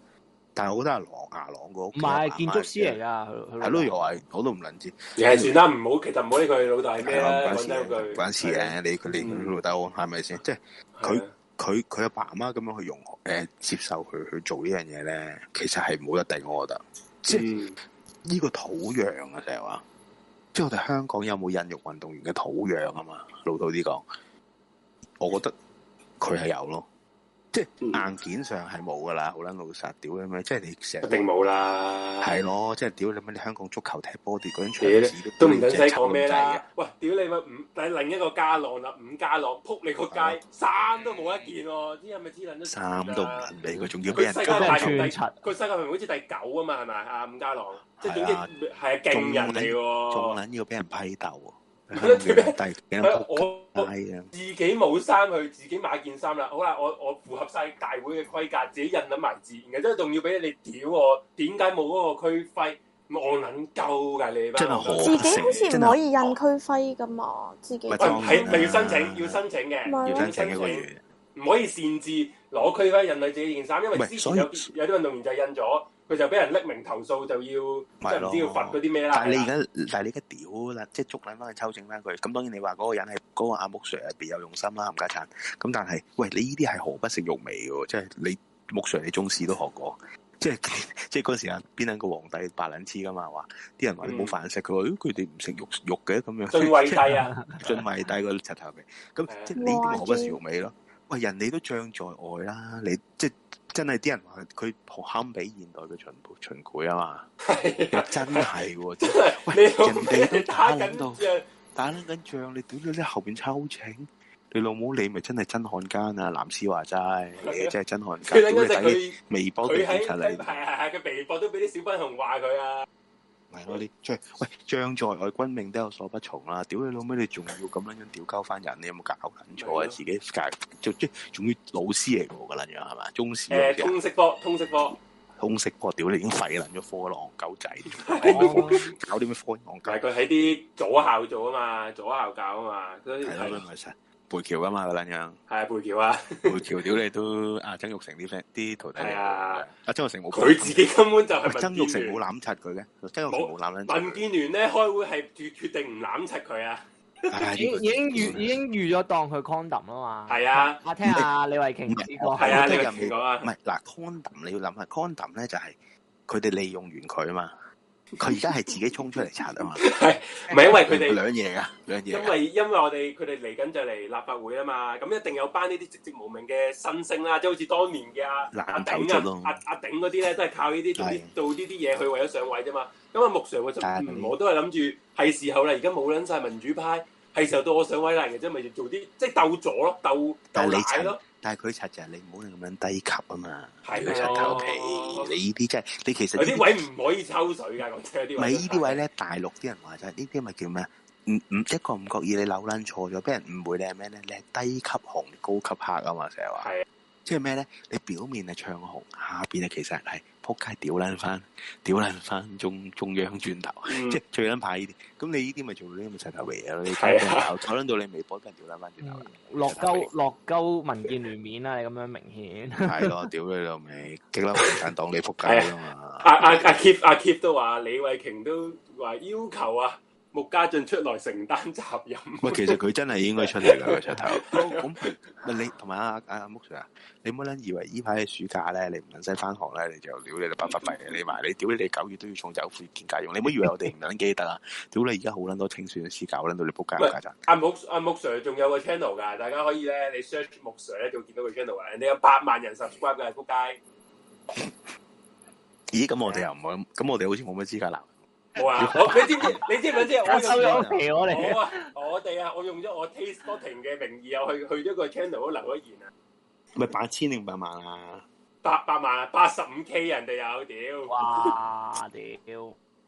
Speaker 6: 但係我覺得阿狼牙朗個屋
Speaker 5: 唔係建築師嚟
Speaker 6: 㗎，
Speaker 5: 㗎，佢佢老
Speaker 6: 啊係
Speaker 5: 豆
Speaker 6: 咯，又係我都唔撚知，
Speaker 4: 又係算啦，唔好，其實唔好理佢老豆係
Speaker 6: 係
Speaker 4: 咩
Speaker 6: 咯，唔
Speaker 4: 啦，
Speaker 6: 關
Speaker 4: 講
Speaker 6: 事
Speaker 4: 真一
Speaker 6: 嘅，
Speaker 4: 句，
Speaker 6: 唔關事嘅。你佢哋
Speaker 4: 嗯
Speaker 6: 佢老豆係咪先？即
Speaker 4: 係
Speaker 6: 係
Speaker 4: 啊，
Speaker 6: 佢佢阿爸阿媽咁樣去容誒、呃接受佢去做呢樣嘢咧，其實係冇得定，我覺得。即係
Speaker 4: 嗯
Speaker 6: 呢個土壤啊，成日話，即係我哋香港有冇孕育運動員嘅土壤啊嘛？老土啲講，我覺得佢係有咯，即
Speaker 4: 嗯
Speaker 6: 係硬件上係冇噶啦，好撚老實，屌你咩？即係你成
Speaker 4: 一
Speaker 6: 日
Speaker 4: 定冇啦，
Speaker 6: 係咯，即係屌你咩？你香港足球踢波啲嗰張場
Speaker 4: 屌你
Speaker 6: 紙
Speaker 4: 都唔
Speaker 6: 撚
Speaker 4: 使
Speaker 6: 使
Speaker 4: 講咩啦。喂，屌你咪五，但係另一個家浪啦，五家浪，撲你個
Speaker 6: 係
Speaker 4: 街，衫都冇一件喎，啲係咪黐撚咗？
Speaker 6: 衫都唔撚俾佢，仲要俾
Speaker 4: 佢
Speaker 6: 人
Speaker 4: 世界
Speaker 5: 都俾
Speaker 4: 排
Speaker 5: 人
Speaker 4: 名第，
Speaker 5: 串柒
Speaker 4: 佢世界排名好似第九啊嘛，係咪啊？伍家朗，即係
Speaker 6: 係
Speaker 4: 總
Speaker 6: 啊
Speaker 4: 之係勁人嚟
Speaker 6: 仲
Speaker 4: 喎。
Speaker 6: 撚要俾人批 鬥喎，
Speaker 4: 係咯
Speaker 6: 香港人低幾
Speaker 4: 係
Speaker 6: 撚
Speaker 4: 我我
Speaker 6: 撲街啊！
Speaker 4: 自己冇衫去，自己買件衫啦。好啦，我我符合晒大會嘅規格，自己印撚埋字，然後之後仲要俾你屌我，點解冇嗰個區徽？我撚鳩㗎你班
Speaker 6: 真係可
Speaker 2: 自己好似唔可以印區徽噶嘛，自己
Speaker 6: 咪
Speaker 4: 喂
Speaker 6: 當然
Speaker 4: 係咪要申請
Speaker 6: 啦？
Speaker 4: 要申請嘅，
Speaker 2: 咪
Speaker 6: 啊要
Speaker 2: 咯
Speaker 6: 申請一個月。
Speaker 4: 唔可以擅自攞區徽印你自己件衫，因為
Speaker 6: 唔係
Speaker 4: 之前
Speaker 6: 所以
Speaker 4: 有有啲運動員就係印咗佢就俾人匿名投訴，就要即係唔知要罰嗰啲咩啦。
Speaker 6: 但係你
Speaker 4: 啊係啦
Speaker 6: 而家，但係你而家屌啦，即係捉撚翻去抽整翻佢。咁當然你話嗰個人係嗰、個阿木 Sir 係別有用心啦，冚家產。咁但係，喂，你呢啲係何不食肉味嘅喎？即係你木 Sir 你中史都學過， 即係即係嗰陣時啊，邊撚個皇帝白撚黐噶嘛？話啲
Speaker 4: 嗯
Speaker 6: 人話你冇飯食，佢話咦佢哋唔食肉肉嘅咁樣。
Speaker 4: 晉惠帝啊，
Speaker 6: 進米低個柒頭
Speaker 4: 係啊
Speaker 6: 嘅，咁即係呢啲咪何不食肉味 咯？喂，人哋都將在外啦，你即係真係啲人話佢堪比現代嘅秦秦檜啊嘛，
Speaker 4: 係啊
Speaker 6: 真係喎，真係
Speaker 4: 你
Speaker 6: 喂人哋 都打
Speaker 4: 緊
Speaker 6: 撚到
Speaker 4: 仗
Speaker 6: 打撚緊仗，你屌你後邊抽情，你老母你咪真係真漢奸啊！藍絲話齋，你真係真漢
Speaker 4: 佢
Speaker 6: 奸，
Speaker 4: 撚
Speaker 6: 屌
Speaker 4: 嗰
Speaker 6: 你
Speaker 4: 隻佢
Speaker 6: 睇你微博都
Speaker 4: 佢
Speaker 6: 屌
Speaker 4: 喺
Speaker 6: 柒
Speaker 4: 係
Speaker 6: 你，
Speaker 4: 係佢微博都俾啲小粉紅話佢啊，
Speaker 6: 咪咯你將喂將在外軍命都有所不從啦，屌你老母你仲要咁樣樣屌鳩翻人，你有冇搞撚錯
Speaker 4: 係
Speaker 6: 啊？
Speaker 4: 咯
Speaker 6: 自己介仲即仲要老師嚟㗎啦，樣係嘛？中史
Speaker 4: 誒
Speaker 6: 嗰啲啊
Speaker 4: 通識科通識科，
Speaker 6: 通識科屌你已經廢撚咗科啦，戇鳩仔，
Speaker 5: 哦
Speaker 6: 搞啲咩科戇
Speaker 4: 但
Speaker 6: 鳩？
Speaker 4: 係佢喺啲左校做啊嘛，左校教啊嘛，所以
Speaker 6: 係
Speaker 4: 係
Speaker 6: 咯，咪實背橋㗎嘛，嗰撚樣。
Speaker 4: 係啊，培橋啊，
Speaker 6: 梅橋屌你都阿曾玉成啲 friend 啲徒弟嚟
Speaker 4: 係
Speaker 6: 嘅，
Speaker 4: 啊
Speaker 6: 阿曾玉成冇
Speaker 4: 佢自己根本就係
Speaker 6: 喂曾玉
Speaker 4: 民
Speaker 6: 成
Speaker 4: 建
Speaker 6: 冇
Speaker 4: 聯。
Speaker 6: 攬柒佢嘅，曾玉成冇攬撚
Speaker 4: 民
Speaker 6: 柒
Speaker 4: 建聯咧開會係決決定唔攬柒佢啊，
Speaker 6: 佢，唉
Speaker 5: 已經已經預已經預咗當佢 condom 啦嘛。
Speaker 4: 係啊，
Speaker 5: 啊聽下李慧瓊呢個
Speaker 4: 係啊，
Speaker 6: 我
Speaker 4: 你
Speaker 6: 覺
Speaker 4: 咪
Speaker 6: 得
Speaker 4: 聽講啊
Speaker 6: 唔，係嗯嗱 condom 你要諗下 condom 咧就係佢哋利用完佢啊嘛，佢而家係自己衝出嚟拆啊嘛，
Speaker 4: 唔係因為 佢哋，
Speaker 6: 兩嘢噶兩嘢啊
Speaker 4: 因
Speaker 6: 㗎，
Speaker 4: 為因為我哋佢哋嚟緊就嚟立法會啊嘛，咁一定有班呢啲籍籍無名嘅新星啦，即係好似當年嘅阿阿
Speaker 6: 爛頭卒
Speaker 4: 鼎
Speaker 6: 咯
Speaker 4: 啊、阿阿鼎嗰啲咧，都係靠呢啲做呢
Speaker 6: 係
Speaker 4: 做呢啲嘢去為咗上位啫嘛。咁啊，木 Sir 我就
Speaker 6: 但係
Speaker 4: 嗯我都係諗住係時候啦，而家冇撚晒民主派，係時候到我上位啦，嘅啫，咪要做啲即係鬥咗咯，鬥
Speaker 6: 但
Speaker 4: 鬥
Speaker 6: 係你
Speaker 4: 奶咯，
Speaker 6: 但係佢拆就係你唔好咁樣低級啊嘛，
Speaker 4: 係
Speaker 6: 佢拆頭皮，你呢啲真係你其實
Speaker 4: 有啲位唔可以抽水㗎，講真有啲
Speaker 6: 咪
Speaker 4: 位
Speaker 6: 呢啲位咧，大陸啲人話就係呢啲咪叫咩啊？唔唔，一個唔覺意你扭撚錯咗，俾人誤會你係咩咧？你係低級紅高級黑啊嘛，成日話。
Speaker 4: 係啊
Speaker 6: 即係咩咧？你表面係唱紅，下邊啊其實係撲街屌撚翻，屌撚翻中中央轉頭，
Speaker 4: 嗯
Speaker 6: 即係最撚怕呢啲。咁你呢啲咪做呢啲咪柒頭皮嘢咯？你搞
Speaker 4: 係啊
Speaker 6: 到搞撚到你微博俾人屌撚翻轉頭啦，
Speaker 5: 落鳩落鳩民建聯面啊啦，你咁樣明顯。
Speaker 6: 係咯，屌你老味，激嬲共產黨你撲街啊嘛！
Speaker 4: 阿阿阿 Keep 阿 Keep 都話李慧瓊都話要求啊穆家俊出來承擔責任。
Speaker 6: 喂，啊其實佢真係應該出嚟啦個出頭。 咁咪你同埋阿阿阿木 Sir 啊，你唔好撚以為依排暑假咧，你唔撚使翻學咧，你就屌你就白白費你埋你屌你哋九月都要送走悔見家用，你唔好以為我哋唔撚記得啊！ 屌你而家好撚多清算師搞撚到你仆街
Speaker 4: 喂
Speaker 6: 家陣，
Speaker 4: 阿木阿木 Sir 仲有個 channel 㗎，大家可以咧，你 search 木 Sir 咧就會見到個 channel 啊。人哋有八萬人 subscribe 㗎，撲街
Speaker 6: 咦？咁我哋又唔好咁，咁我哋好似冇乜資格鬧。
Speaker 4: 冇啊！我你知唔知？你知唔知？
Speaker 5: 收
Speaker 4: 我用
Speaker 5: 咗皮我哋
Speaker 4: 我啊，我哋啊，我用咗我 Taste Spotting 嘅名義啊，去去咗個 channel 度留咗言啊，
Speaker 6: 咪八千定八萬啊？
Speaker 4: 八百萬啊，八十五 K 人哋有屌，
Speaker 5: 哇屌！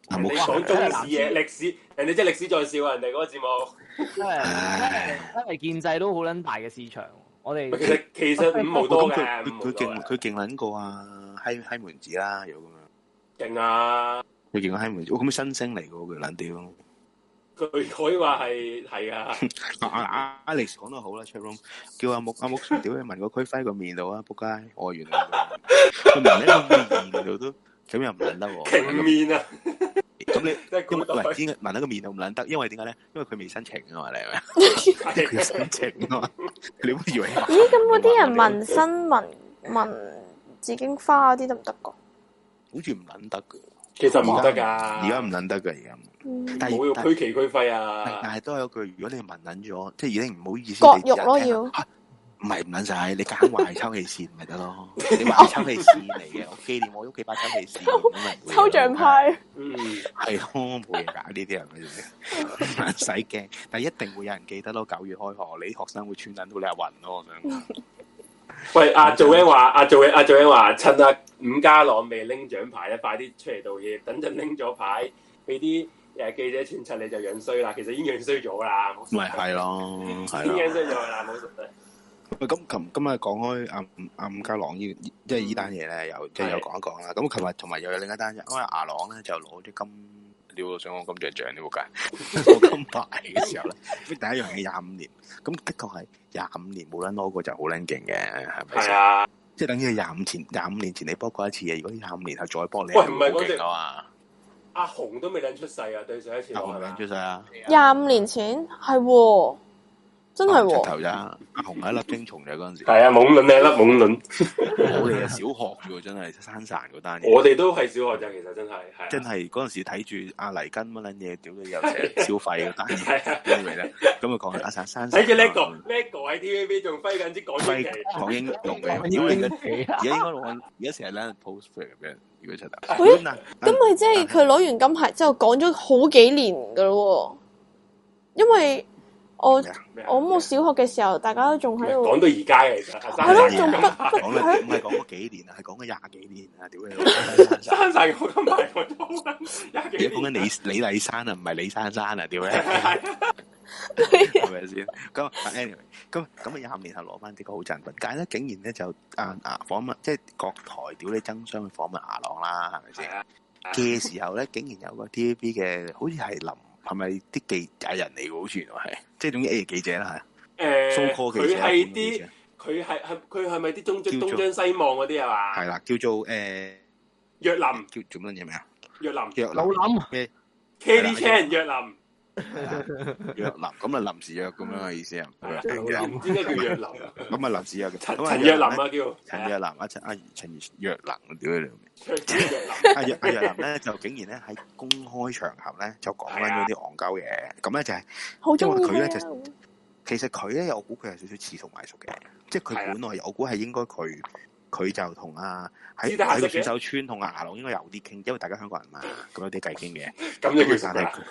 Speaker 6: 阿
Speaker 4: 人
Speaker 6: 木
Speaker 4: 哋
Speaker 6: Sir，
Speaker 4: 講中史嘢歷史，人哋即係歷史在笑啊，人哋嗰個節目。
Speaker 5: 因為
Speaker 6: 唉
Speaker 5: 因為建制都好撚大嘅市場，我哋
Speaker 4: 其實其實五毛多
Speaker 6: 咁
Speaker 4: 嘅
Speaker 6: 佢，
Speaker 4: 五
Speaker 6: 佢
Speaker 4: 毛多
Speaker 6: 佢勁
Speaker 4: 嘅，
Speaker 6: 佢勁撚過啊！閪閪門子啦，如果咁樣，
Speaker 4: 勁啊！
Speaker 6: 佢勁過閪門子，我哦咁新星嚟嘅喎，佢撚屌。
Speaker 4: 佢可以話係係啊，
Speaker 6: 阿阿啊 Alex 講得好啦 c h a t r o m 叫阿木阿木 Sir 屌你聞個區徽個面度啊，仆街！我原來佢聞喺個面度都咁又唔撚得 喎，
Speaker 4: 勁面啊，
Speaker 6: 咁你
Speaker 4: 即係
Speaker 6: 因為
Speaker 4: 高
Speaker 6: 喂
Speaker 4: 代
Speaker 6: 點解聞喺個面度唔撚得？因為點解咧？因為佢未申請啊嘛，你係咪？ 佢有
Speaker 4: 係
Speaker 6: 申請 啊嘛，你會以為
Speaker 2: 咦，咁嗰啲人紋身紋紋紫荊花嗰啲得唔得㗎？
Speaker 6: 好似唔撚得嘅，
Speaker 4: 其實唔得㗎，
Speaker 6: 而家唔撚得嘅而家。
Speaker 2: 嗯
Speaker 6: 但
Speaker 4: 冇
Speaker 6: 係
Speaker 4: 用
Speaker 6: 但
Speaker 4: 區旗區徽
Speaker 6: 係
Speaker 4: 啊，
Speaker 6: 但係都有一句，如果你聞撚咗，即係已經唔好意思，
Speaker 2: 割
Speaker 6: 你
Speaker 2: 肉咯
Speaker 6: 人聽
Speaker 2: 要
Speaker 6: 啊唔係唔撚晒，你揀壞抽氣扇咪 得咯。你話係抽氣扇嚟嘅，我紀念我屋企把抽氣扇， 咁咪
Speaker 2: 抽象派。
Speaker 4: 嗯，
Speaker 6: 係咯，冇嘢搞呢啲人咪唔使驚，但係一定會有人記得咯。九月開學，你啲學生會穿撚到你阿雲咯，我想講。
Speaker 4: 喂，阿 Joanne 話，阿 Joanne 阿 Joanne 話，趁阿伍家朗未拎獎牌咧，快啲出嚟道歉，等陣拎咗牌，俾啲誒記者穿插你就樣衰啦，其實已經樣衰咗啦，冇
Speaker 6: 咪係咯，係啊
Speaker 4: 已經樣
Speaker 6: 咯。
Speaker 4: 衰咗啦，冇實際，
Speaker 6: 喂，咁琴今日講開阿伍阿伍家朗呢，即係呢單嘢咧，又即係有
Speaker 4: 係
Speaker 6: 講一講啦。咁琴日同埋又有另一單嘢，因為牙朗咧就攞咗金，屌到想講金像獎呢仆街，攞金牌嘅時候咧，第一樣嘢廿五年，咁的確係廿五年冇撚攞過就好撚勁嘅，係咪
Speaker 4: 係
Speaker 6: 先？
Speaker 4: 啊，
Speaker 6: 即係等於廿五前廿五年前你卜過一次嘅，如果廿五年後再卜你，
Speaker 4: 喂唔係
Speaker 6: 好
Speaker 4: 嗰隻
Speaker 6: 勁啊
Speaker 4: 阿紅都未撚出世啊，對上一次
Speaker 6: 嘛，阿
Speaker 4: 我係
Speaker 6: 紅
Speaker 4: 咪
Speaker 6: 領？出世啊，
Speaker 2: 廿五年前係喎，真係
Speaker 6: 阿紅出
Speaker 2: 喎，
Speaker 6: 頭咋，阿紅係一粒精蟲咋嗰陣時，
Speaker 4: 係啊，懵撚你粒懵撚，
Speaker 6: 我哋係小學啫喎，真係山神嗰單嘢。
Speaker 4: 我哋都係小學咋，其實真係係啊
Speaker 6: 真係嗰陣時睇住阿黎根乜撚嘢，屌你 又成消費嗰單嘢，
Speaker 4: 係啊，
Speaker 6: 你明唔明咧？咁啊講阿山山
Speaker 4: 睇住哎呢
Speaker 6: 嗯
Speaker 4: 個呢個喺 TVB 仲揮緊支港英旗，
Speaker 6: 講英用 嘅，屌你嘅！而
Speaker 5: 咁
Speaker 6: 家應該我而家成日咧 post 出嚟俾人，如果出頭。
Speaker 2: 喂
Speaker 6: 嗱
Speaker 2: 咁咪即係佢攞完金牌之後講咗好幾年噶咯喎，因為我我
Speaker 6: 咩啊
Speaker 4: 咩啊
Speaker 2: 咁我小學嘅時候，大家都仲喺度
Speaker 4: 講，到而家嘅其實
Speaker 2: 係咯，仲
Speaker 4: 生
Speaker 2: 不
Speaker 6: 講
Speaker 2: 不
Speaker 6: 咗唔係講咗幾年啊，係講咗廿幾年啊， 屌你老母！山山
Speaker 4: 生晒我金牌我都廿
Speaker 6: 而
Speaker 4: 幾
Speaker 6: 家
Speaker 4: 年
Speaker 6: 講緊李李麗珊啊，唔係李珊珊啊，屌你！
Speaker 2: 佢
Speaker 6: 係咪先？咁啊 à, anyway，咁咁啊廿五年後攞翻啲個好贈品，但係咧竟然咧就啊啊訪問，即係各台屌你爭相去訪問牙郎啦，係咪
Speaker 4: 係
Speaker 6: 先？
Speaker 4: 啊
Speaker 6: 嘅時候咧，竟然有個 TVB 嘅，好似係林係咪啲記者人嚟嘅？好似原來係，即係總之 A 記者啦，
Speaker 4: 誒，
Speaker 6: 係蘇科記
Speaker 4: 佢
Speaker 6: 者，
Speaker 4: 係
Speaker 6: 本土記
Speaker 4: 啲
Speaker 6: 者
Speaker 4: 佢係係佢係咪啲東
Speaker 6: 叫
Speaker 4: 張
Speaker 6: 做
Speaker 4: 東張西望嗰啲係嘛？
Speaker 6: 係啦，叫做誒
Speaker 4: 若林
Speaker 6: 叫做乜嘢名啊？
Speaker 4: 若林
Speaker 6: 約林
Speaker 5: 老諗
Speaker 4: ，Kelly Chan 若林。
Speaker 6: 約林，咁啊臨時約咁樣嘅意思啊，咁
Speaker 5: 真係好
Speaker 6: 啊
Speaker 5: 諗
Speaker 4: 唔知點解叫若林啊，
Speaker 6: 臨時約嘅，
Speaker 4: 陳
Speaker 6: 咁
Speaker 4: 陳若林
Speaker 6: 咧
Speaker 4: 啊叫，
Speaker 6: 陳 約林啊陳啊陳約林，屌你老味！
Speaker 4: 陳若林，
Speaker 6: 阿若阿若林咧就竟然咧喺公開場合咧就講緊
Speaker 4: 啊
Speaker 6: 咗啲戇鳩嘢，咁咧就係、
Speaker 2: 好
Speaker 6: 因
Speaker 2: 中
Speaker 6: 為
Speaker 2: 意
Speaker 6: 佢咧
Speaker 2: 佢
Speaker 6: 就
Speaker 2: 啊，
Speaker 6: 其實佢咧我估佢係少少恃同埋熟嘅，即係
Speaker 4: 係啊
Speaker 6: 佢本來我估係應該佢佢就同阿喺
Speaker 4: 知得下
Speaker 6: 喺
Speaker 4: 識
Speaker 6: 個
Speaker 4: 嘅
Speaker 6: 選手村同牙郎應該有啲傾，因為大家香港人嘛，咁有啲偈傾嘅，
Speaker 4: 咁
Speaker 6: 咁
Speaker 4: 就
Speaker 6: 佢
Speaker 4: 叫
Speaker 6: 但
Speaker 4: 陳
Speaker 6: 係佢。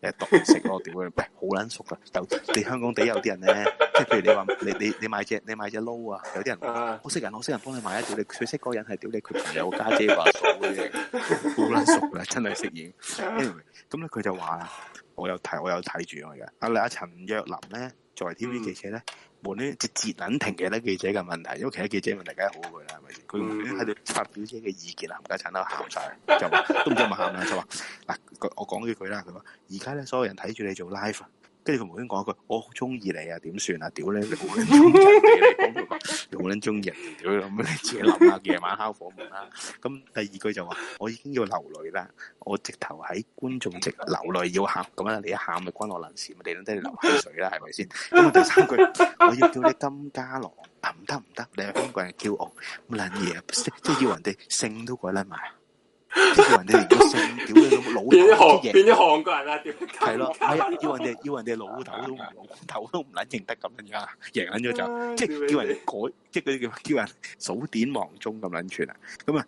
Speaker 6: 誒獨食咯，屌你！ 喂，好撚熟噶，有你香港地有啲人咧，即係譬如你話你你你買隻你買隻撈啊，有啲人
Speaker 4: 啊，
Speaker 6: 我識人，我識人幫你買一屌你，佢識嗰個人係屌你佢朋友家姐話嫂嗰啲， 好撚熟啦，啊真係識嘢。anyway，咁咧佢就話啦，我有睇，我有睇住我嘅。阿阿陳若琳咧，作為 TV
Speaker 4: 嗯
Speaker 6: 記者咧，無端即截撚停嘅咧記者嘅問題，因為其他記者問題梗係好過佢啦，係咪先？佢無端喺度發表自己嘅意見啊，冚家產都喊晒，就話都唔知有冇喊啦，就話嗱，佢我講咗句啦，佢話而家咧所有人睇住你做 live 啊。跟住佢無端講一句，我好中意你啊，點算啊？屌你，你好撚中意人哋，你講你好撚中意人哋，屌你咁你自己諗下，夜晚敲火門啦。咁第二句就話，我已經要流淚啦，我直頭喺觀眾席流淚要喊咁啊啦，你一喊咪關我撚事，咪你都得你流口水啦，係咪先？咁第三句，我要叫你金家郎，啊唔得唔得，你係香港人驕傲，咁撚嘢，即即係要人哋姓都改撚埋，啊即係要人哋連個姓屌你老母
Speaker 4: 變咗
Speaker 6: 老豆
Speaker 4: 韓
Speaker 6: 都贏
Speaker 4: 變咗韓國人啦，屌，
Speaker 6: 係咯，係啊，要人哋要人哋老豆都唔老豆都唔撚認得咁樣樣，贏撚咗就。即係叫人改，即係嗰啲叫叫人數典忘宗咁撚串啊！咁啊，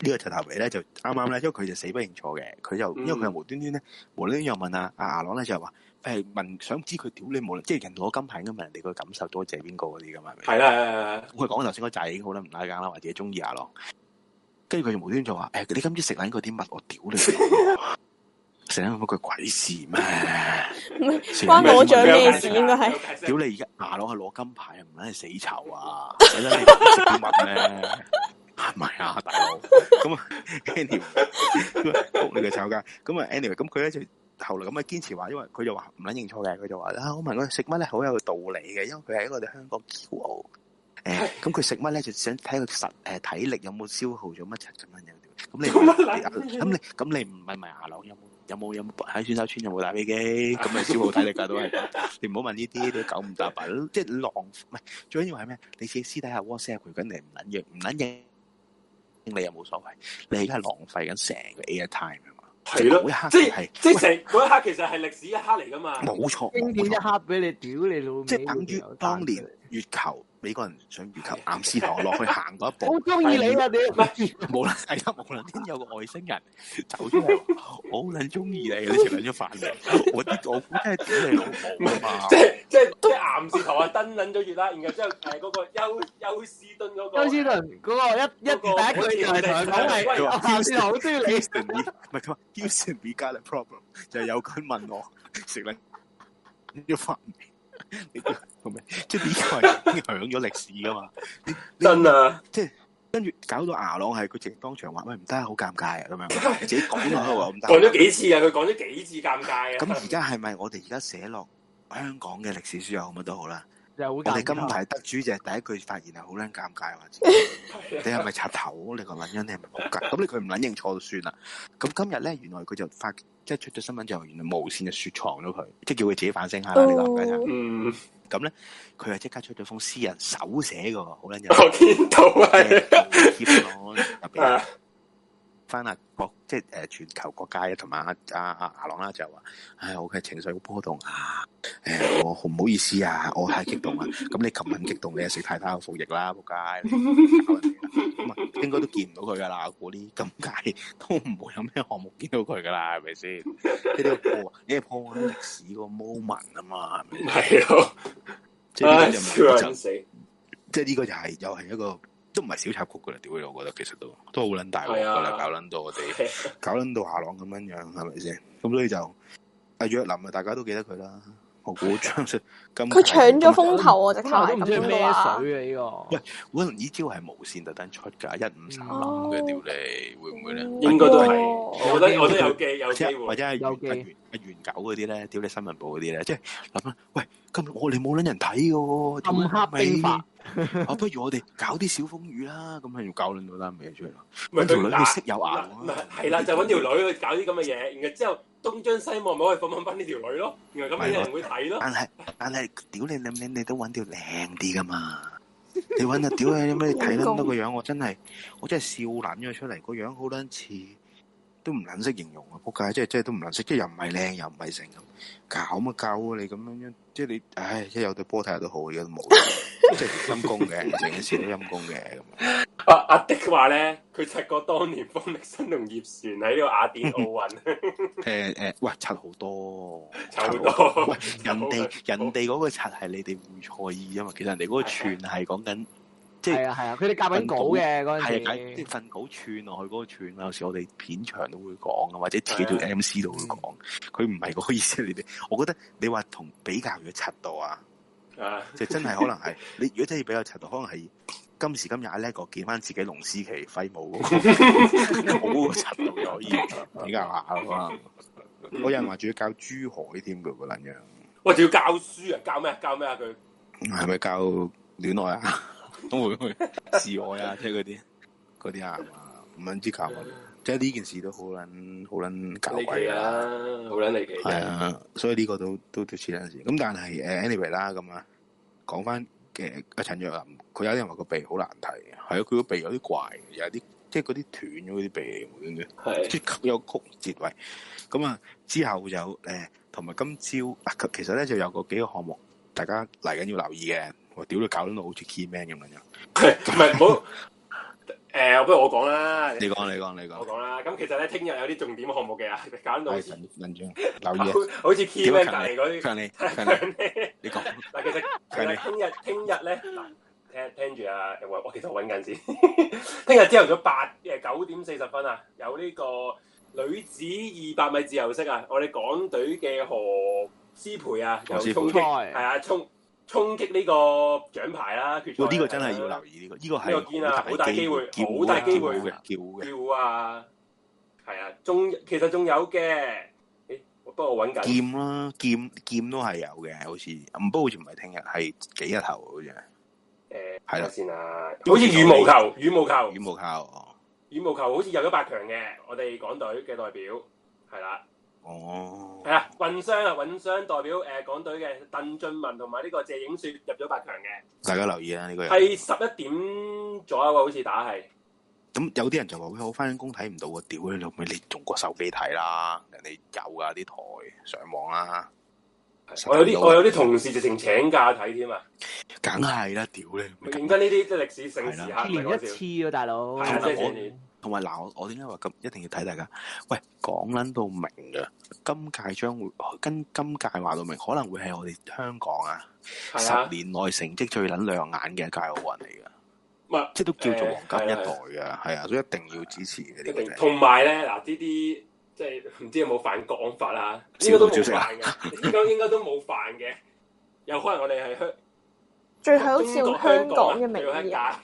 Speaker 6: 呢個柒頭尾咧就啱啱咧，因為佢就死不認錯嘅，佢就因為佢又無端端咧，無端端又問啊阿牙郎咧就係話誒問想知佢屌你無論即係人攞金牌應該問人哋個感受多謝邊個嗰啲噶啊嘛，係咪？
Speaker 4: 係啊啦係啦，
Speaker 6: 佢講頭先嗰仔已經好啦，唔拉啊更啦，或者中意牙郎，跟住佢就無端端就話：誒、你今次食撚嗰啲乜？我屌你老母！食撚嗰句鬼事咩？
Speaker 2: 關攞獎咩事啊
Speaker 4: 係
Speaker 2: 應該係
Speaker 6: 屌你而家牙佬係攞金牌，唔係死囚啊！ 使得你唔識啲乜咩？ 係咪啊，大佬？咁啊，anyway，咁啊仆你個臭街。咁啊，anyway，咁佢咧就後來咁啊堅持話，因為佢就話唔撚認錯嘅，佢就話啊，我問佢食乜咧，好有道理嘅，因為佢係我哋香港驕傲。誒，咁佢食乜咧，就想睇佢實誒體力有冇消耗咗乜柒咁樣樣。咁你
Speaker 4: 做乜撚嘢
Speaker 6: 咁你咁你唔問埋牙佬有冇有冇有冇喺選手村有冇打飛機？咁咪消耗體力㗎都係。你唔好問呢啲，你九唔搭八，即係浪唔係最緊要係咩？你自己私底下 WhatsApp 佢緊你唔撚嘢，唔撚嘢，你又冇所謂。你而家係浪費緊成個 air time 啊嘛。
Speaker 4: 係咯
Speaker 6: 嗰一刻，
Speaker 4: 即係
Speaker 6: 係
Speaker 4: 即係成嗰一刻其實係歷史一刻嚟噶嘛，
Speaker 6: 冇錯，
Speaker 5: 經
Speaker 6: 冇
Speaker 5: 典一
Speaker 6: 錯，
Speaker 5: 刻俾你，屌你老味！
Speaker 6: 即係等於當年月球美國人上月球岩士堂落去行嗰一步。
Speaker 5: 好中意你啊！屌，
Speaker 6: 無論係啦，無論天有個外星人走出嚟話，我好撚中意你，你食撚咗飯未？我啲我估真係屌你老母啊嘛
Speaker 4: 即！係即係即係岩士堂啊登撚咗月啦，然後之後誒嗰個休休斯敦嗰個
Speaker 5: 周思頓嗰個一一第一句就係同佢講係，
Speaker 4: 喂
Speaker 5: 我下先好中意你。
Speaker 6: Houston，we- 唔係佢話 Houston we got a problem，就係有佢問我食撚咗飯未？你同埋即係呢個係影響咗歷史噶嘛？
Speaker 4: 真啊，
Speaker 6: 跟住搞到牙朗係佢直當場話：喂唔得，好尷尬啊咁 樣，自己講落去話唔得。
Speaker 4: 講咗幾次啊，佢講咗幾次尷尬啊，
Speaker 6: 咁而家係咪我哋而家寫落香港嘅歷史書又好乜都好啦？
Speaker 5: 又好
Speaker 6: 我哋
Speaker 5: 尷
Speaker 6: 金
Speaker 5: 尬。啊
Speaker 6: 牌得主就係第一句發言係好撚尷 尬，話知
Speaker 4: 係啊
Speaker 6: 你係咪插頭？你個撚樣你係咪仆街？咁你佢唔撚認錯就算啦。咁今日咧，原來佢就發即係出咗新聞之後，原來無線就雪藏咗佢，即係叫佢自己反省下
Speaker 5: 哦
Speaker 6: 啦。呢個冚家鏟，
Speaker 4: 嗯，
Speaker 6: 佢係即刻出咗封私人手寫嘅喎，好撚
Speaker 4: 我
Speaker 5: 哦
Speaker 6: 有
Speaker 4: 見到係
Speaker 6: 誒道 歉咯，入邊。
Speaker 4: 啊，
Speaker 6: 翻啊國即係誒、呃全球各界同埋阿阿阿阿朗啦，就係話：，唉，我嘅情緒好波動啊！誒、我好唔好意思啊，我太激動啊！咁你琴晚激動，你就食太太嘅服液啦，仆街！你搞人哋啦咁啊，應該都見唔到佢噶啦，嗰啲咁解都唔會有咩項目見到佢噶啦，係咪先？呢啲係破，呢啲係破壞歷史個 moment 啊嘛，係咪？
Speaker 4: 係咯，
Speaker 6: 即係呢個就
Speaker 4: 笑
Speaker 6: 唔係
Speaker 4: 人
Speaker 6: 就
Speaker 4: 死，
Speaker 6: 即係呢個就係又係一個都唔係小插曲噶啦，屌你，我覺得其實都都好撚大鑊
Speaker 4: 係啊
Speaker 6: 噶啦，搞撚到我哋。
Speaker 4: 係啊
Speaker 6: 搞撚到下朗咁樣樣，係咪先？咁所以就阿若林啊，大家都記得佢啦。我估
Speaker 4: 啊
Speaker 6: 張信咁
Speaker 2: 佢搶咗風頭我直頭
Speaker 5: 我
Speaker 2: 係
Speaker 5: 都唔知
Speaker 2: 咁
Speaker 5: 係
Speaker 2: 樣
Speaker 5: 咩
Speaker 2: 嘅話，
Speaker 5: 水啊！呢個
Speaker 6: 喂可能呢招係無線特登出㗎，一五三冧
Speaker 2: 哦
Speaker 6: 嘅屌你，會唔會咧？
Speaker 4: 應該都係
Speaker 2: 哦
Speaker 4: 我覺得我都有機有
Speaker 6: 或
Speaker 4: 機
Speaker 6: 者或
Speaker 4: 會，
Speaker 6: 者係
Speaker 5: 有
Speaker 6: 元
Speaker 5: 機
Speaker 6: 阿元阿元九嗰啲咧，屌你新聞部嗰啲咧，即係諗啦，喂，今日我哋冇撚人睇嘅喎，屌你
Speaker 5: 暗黑兵法
Speaker 6: 啊，不如我哋搞啲小風雨啦，咁係要搞撚到單嘢出嚟咯。
Speaker 4: 唔
Speaker 6: 揾
Speaker 4: 係
Speaker 6: 條
Speaker 4: 佢
Speaker 6: 女
Speaker 4: 打
Speaker 6: 佢識有牙
Speaker 4: 嗱
Speaker 6: 喎
Speaker 4: 唔係係啦，就揾條女去搞啲咁嘅嘢，然後之後東張西望，咪可以訪問翻呢條女咯，然後咁樣有人會睇咯，
Speaker 6: 但係但係，屌你靚靚，你都揾條靚啲噶嘛？你揾啊，屌你咩？你睇撚到個樣，我真係我真係笑撚咗出嚟，個樣好撚似，都唔撚識形容啊！仆街，即係即係都唔撚識，即係又唔係靚又唔係成咁，搞乜鳩啊你咁樣樣，即係你唉，一有對波睇下都好，而家都冇，即係陰公嘅，成件事都陰公嘅咁。
Speaker 4: 阿阿迪話咧，佢察覺當年方力申同葉璇喺呢個雅典奧運，
Speaker 6: 誒誒，喂，柒好多，
Speaker 4: 柒好多
Speaker 6: 喂，人哋
Speaker 4: 柒好多
Speaker 6: 人哋嗰個柒係你哋唔在意啊嘛，其實人哋嗰個串係講緊。即係
Speaker 5: 係啊係啊，佢哋夾緊稿嘅嗰
Speaker 6: 係啊，
Speaker 5: 陣
Speaker 6: 解即
Speaker 5: 時
Speaker 6: 係，份稿串落去嗰個串有時我哋片場都會講啊，或者自己做 M C 都會講。佢唔係嗰個意思，你哋，我覺得你話同比較嘅尺度啊，
Speaker 4: 啊，
Speaker 6: 就真係可能 係你如果真係要比較尺度，可能係今時今日阿叻哥見翻自己龍思琪揮舞嗰、 個嗰個尺度就可以比較下咯。可能啊我有人話仲要教珠海添㗎個撚樣，
Speaker 4: 喂，仲要教書啊？教咩？教咩啊？佢
Speaker 6: 係咪教戀愛 啊？會唔會示愛啊？即係嗰啲 嗰啲啊嘛，唔撚知教乜。即係呢件事都好撚好撚搞
Speaker 4: 離
Speaker 6: 鬼
Speaker 4: 奇
Speaker 6: 㗎
Speaker 4: 啦
Speaker 6: 啦，，
Speaker 4: 好撚離奇。
Speaker 6: 係啊，所以呢個都都都似陣時。咁但係誒，anyway 啦，咁啊，講翻嘅阿陳若琳，佢有啲人話個鼻好難睇，係啊，佢個鼻有啲怪，有啲即係嗰啲斷咗嗰啲鼻嚟無端端
Speaker 4: 係
Speaker 6: 即係有曲折位。咁啊，之後就誒，同埋今朝啊，其其實咧就有個幾個項目，大家嚟緊要留意嘅。我屌你搞到好似 key man 咁樣樣，
Speaker 4: 唔係唔好誒，不如我講啦，
Speaker 6: 你講你講你
Speaker 4: 我
Speaker 6: 講，
Speaker 4: 講啦。咁其實咧，聽日有啲重點項目嘅啊，搞到好
Speaker 6: 係
Speaker 4: 似
Speaker 6: 陳陳張留意啊，
Speaker 4: 好似 Keyman 隔離嗰啲。
Speaker 6: 強你強你，
Speaker 4: 嗱，
Speaker 6: 你講。
Speaker 4: 其實其
Speaker 6: 係
Speaker 4: 實聽日聽日咧，嗱，聽聽住啊，我我其實我揾緊先。 聽日朝頭早八誒九點四十分啊，有呢個女子二百米自由式啊，我哋港隊嘅何詩蓓啊，
Speaker 6: 何
Speaker 4: 有
Speaker 6: 詩蓓
Speaker 4: 衝擊係
Speaker 5: 賽
Speaker 4: 啊，衝衝擊呢個獎牌啦，決賽
Speaker 6: 喂，
Speaker 4: 啦
Speaker 6: 呢個真係要留意，呢個呢個
Speaker 4: 呢個堅啊
Speaker 6: 係
Speaker 4: 好大機會
Speaker 6: 叫
Speaker 4: 好大機會
Speaker 6: 嘅，叫嘅，
Speaker 4: 叫啊，係啊，仲其實仲有嘅，誒，不過我揾緊，
Speaker 6: 劍啦，劍劍都係有嘅，好似唔不過好似唔係聽日，係幾日頭好似
Speaker 4: 誒，
Speaker 6: 係啦
Speaker 4: 睇下先啊，好似羽毛球，羽毛球
Speaker 6: 係羽。毛球哦
Speaker 4: 羽毛球好似有咗八強嘅，我哋港隊嘅代表係啦，
Speaker 6: 哦
Speaker 4: 係，啦，混雙啊，混雙代表誒、呃港隊嘅鄧俊文同埋呢個謝影雪入咗八強嘅，
Speaker 6: 大家留意啊啦呢個人。
Speaker 4: 係十一點左右啊，好似打係，
Speaker 6: 咁有啲人就話：喂，我翻緊工睇唔到啊！屌你老味，你用個手機睇啦，人哋有噶啲台上網啦，
Speaker 4: 我有啲我有啲同事直情請假睇添啊，
Speaker 6: 梗係啦，屌你！
Speaker 4: 認真呢啲即係歷史性事嚇，
Speaker 5: 一
Speaker 4: 唔係
Speaker 5: 年一
Speaker 4: 講笑，
Speaker 5: 次啊，大佬。
Speaker 4: 係啊，即
Speaker 6: 同埋
Speaker 4: 係
Speaker 6: 我
Speaker 4: 你
Speaker 6: 同埋嗱，我我點解話咁一定要睇大家？喂，講撚到明嘅，今屆將會跟今屆話到明，可能會係我哋香港啊十
Speaker 4: 係啊，
Speaker 6: 年內成績最撚亮眼嘅一屆奧運嚟嘅，
Speaker 4: 唔係
Speaker 6: 即係都叫做黃金一代
Speaker 4: 誒
Speaker 6: 嘅，係啊，所以一定要支持嘅呢
Speaker 4: 一
Speaker 6: 個
Speaker 4: 定
Speaker 6: 就係。
Speaker 4: 同埋咧嗱呢啲。即係唔知有冇犯國安法啦，應該都冇犯嘅，應該應該都冇犯嘅，有可能我哋係香
Speaker 2: 最後好似用香港嘅名
Speaker 4: 仲要一
Speaker 2: 義
Speaker 4: 屆
Speaker 2: 啊，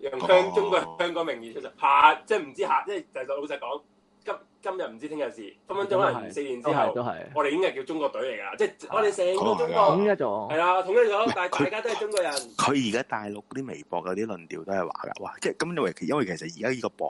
Speaker 4: 用香
Speaker 6: 哦
Speaker 4: 中國香港名義出就下，即係唔知下，即係就老實講，今今日唔知聽日事，分分鐘可能四年之後
Speaker 5: 都，系
Speaker 4: 我哋已經係叫中國隊嚟㗎啦，即係我哋成個中
Speaker 6: 講
Speaker 5: 統
Speaker 4: 國
Speaker 5: 一
Speaker 4: 係
Speaker 5: 咗，
Speaker 4: 啦，統一咗，但
Speaker 6: 佢
Speaker 4: 係大家都係中國人，
Speaker 6: 佢而家大陸啲微博有啲論調都係話㗎，哇！即係咁，因為因為其實而家呢個榜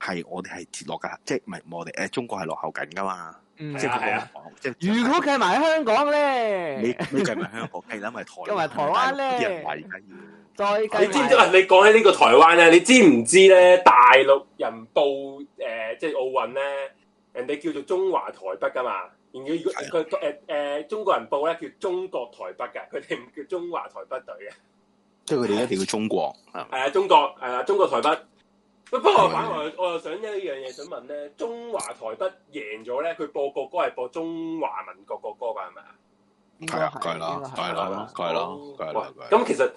Speaker 6: 係我哋係跌落㗎，即係唔係我哋誒中國係落後緊㗎嘛？
Speaker 5: 嗯
Speaker 6: 即係
Speaker 4: 係
Speaker 6: 佢
Speaker 4: 啊
Speaker 6: 個榜，即係
Speaker 5: 如果計埋香港
Speaker 6: 你
Speaker 5: 咧，
Speaker 6: 你計埋香港，計啦埋台灣，
Speaker 5: 計埋台灣咧
Speaker 6: 大陸啲人話而家要。
Speaker 5: 再計
Speaker 4: 你知唔知
Speaker 5: 埋
Speaker 4: 啊？你講起呢個台灣咧，你知唔知咧？大陸人報誒、呃即係奧運咧，人哋叫做中華台北噶嘛。然後如果
Speaker 5: 啊
Speaker 6: 係
Speaker 4: 佢誒誒中國人報咧叫中國台北㗎，佢哋唔叫中華台北隊嘅。
Speaker 6: 即係佢哋一定要中國，係咪
Speaker 4: 係啊，中國係啊，中國台北。不不過反而
Speaker 5: 嗯
Speaker 4: 我我又想一樣嘢想問咧，中華台北贏咗咧，佢播國歌係播中華民國國歌㗎，係咪啊？
Speaker 5: 應該
Speaker 6: 係啊，梗係啦
Speaker 5: 應，
Speaker 6: 梗
Speaker 5: 該
Speaker 6: 係啦，梗係
Speaker 5: 哦
Speaker 6: 啦，梗係啦，梗係啦
Speaker 4: 咁其實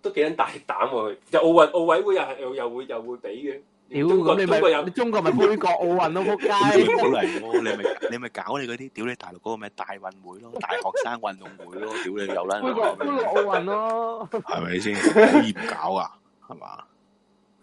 Speaker 4: 都幾人大膽喎，就奧運奧委會又係又又會又會俾嘅。
Speaker 5: 屌
Speaker 4: 中國
Speaker 5: 咁你
Speaker 4: 中國有
Speaker 5: 咪你中國咪杯葛奧運都仆
Speaker 6: 咁你咪
Speaker 5: 街，
Speaker 6: 冇嚟咯，你咪你咪搞你嗰啲，屌你大陸嗰個咩大運會咯，大學生運動會咯，屌你 有啦，
Speaker 5: 杯葛杯葛奧運咯，
Speaker 6: 係咪先？ 可以唔搞啊？係嘛？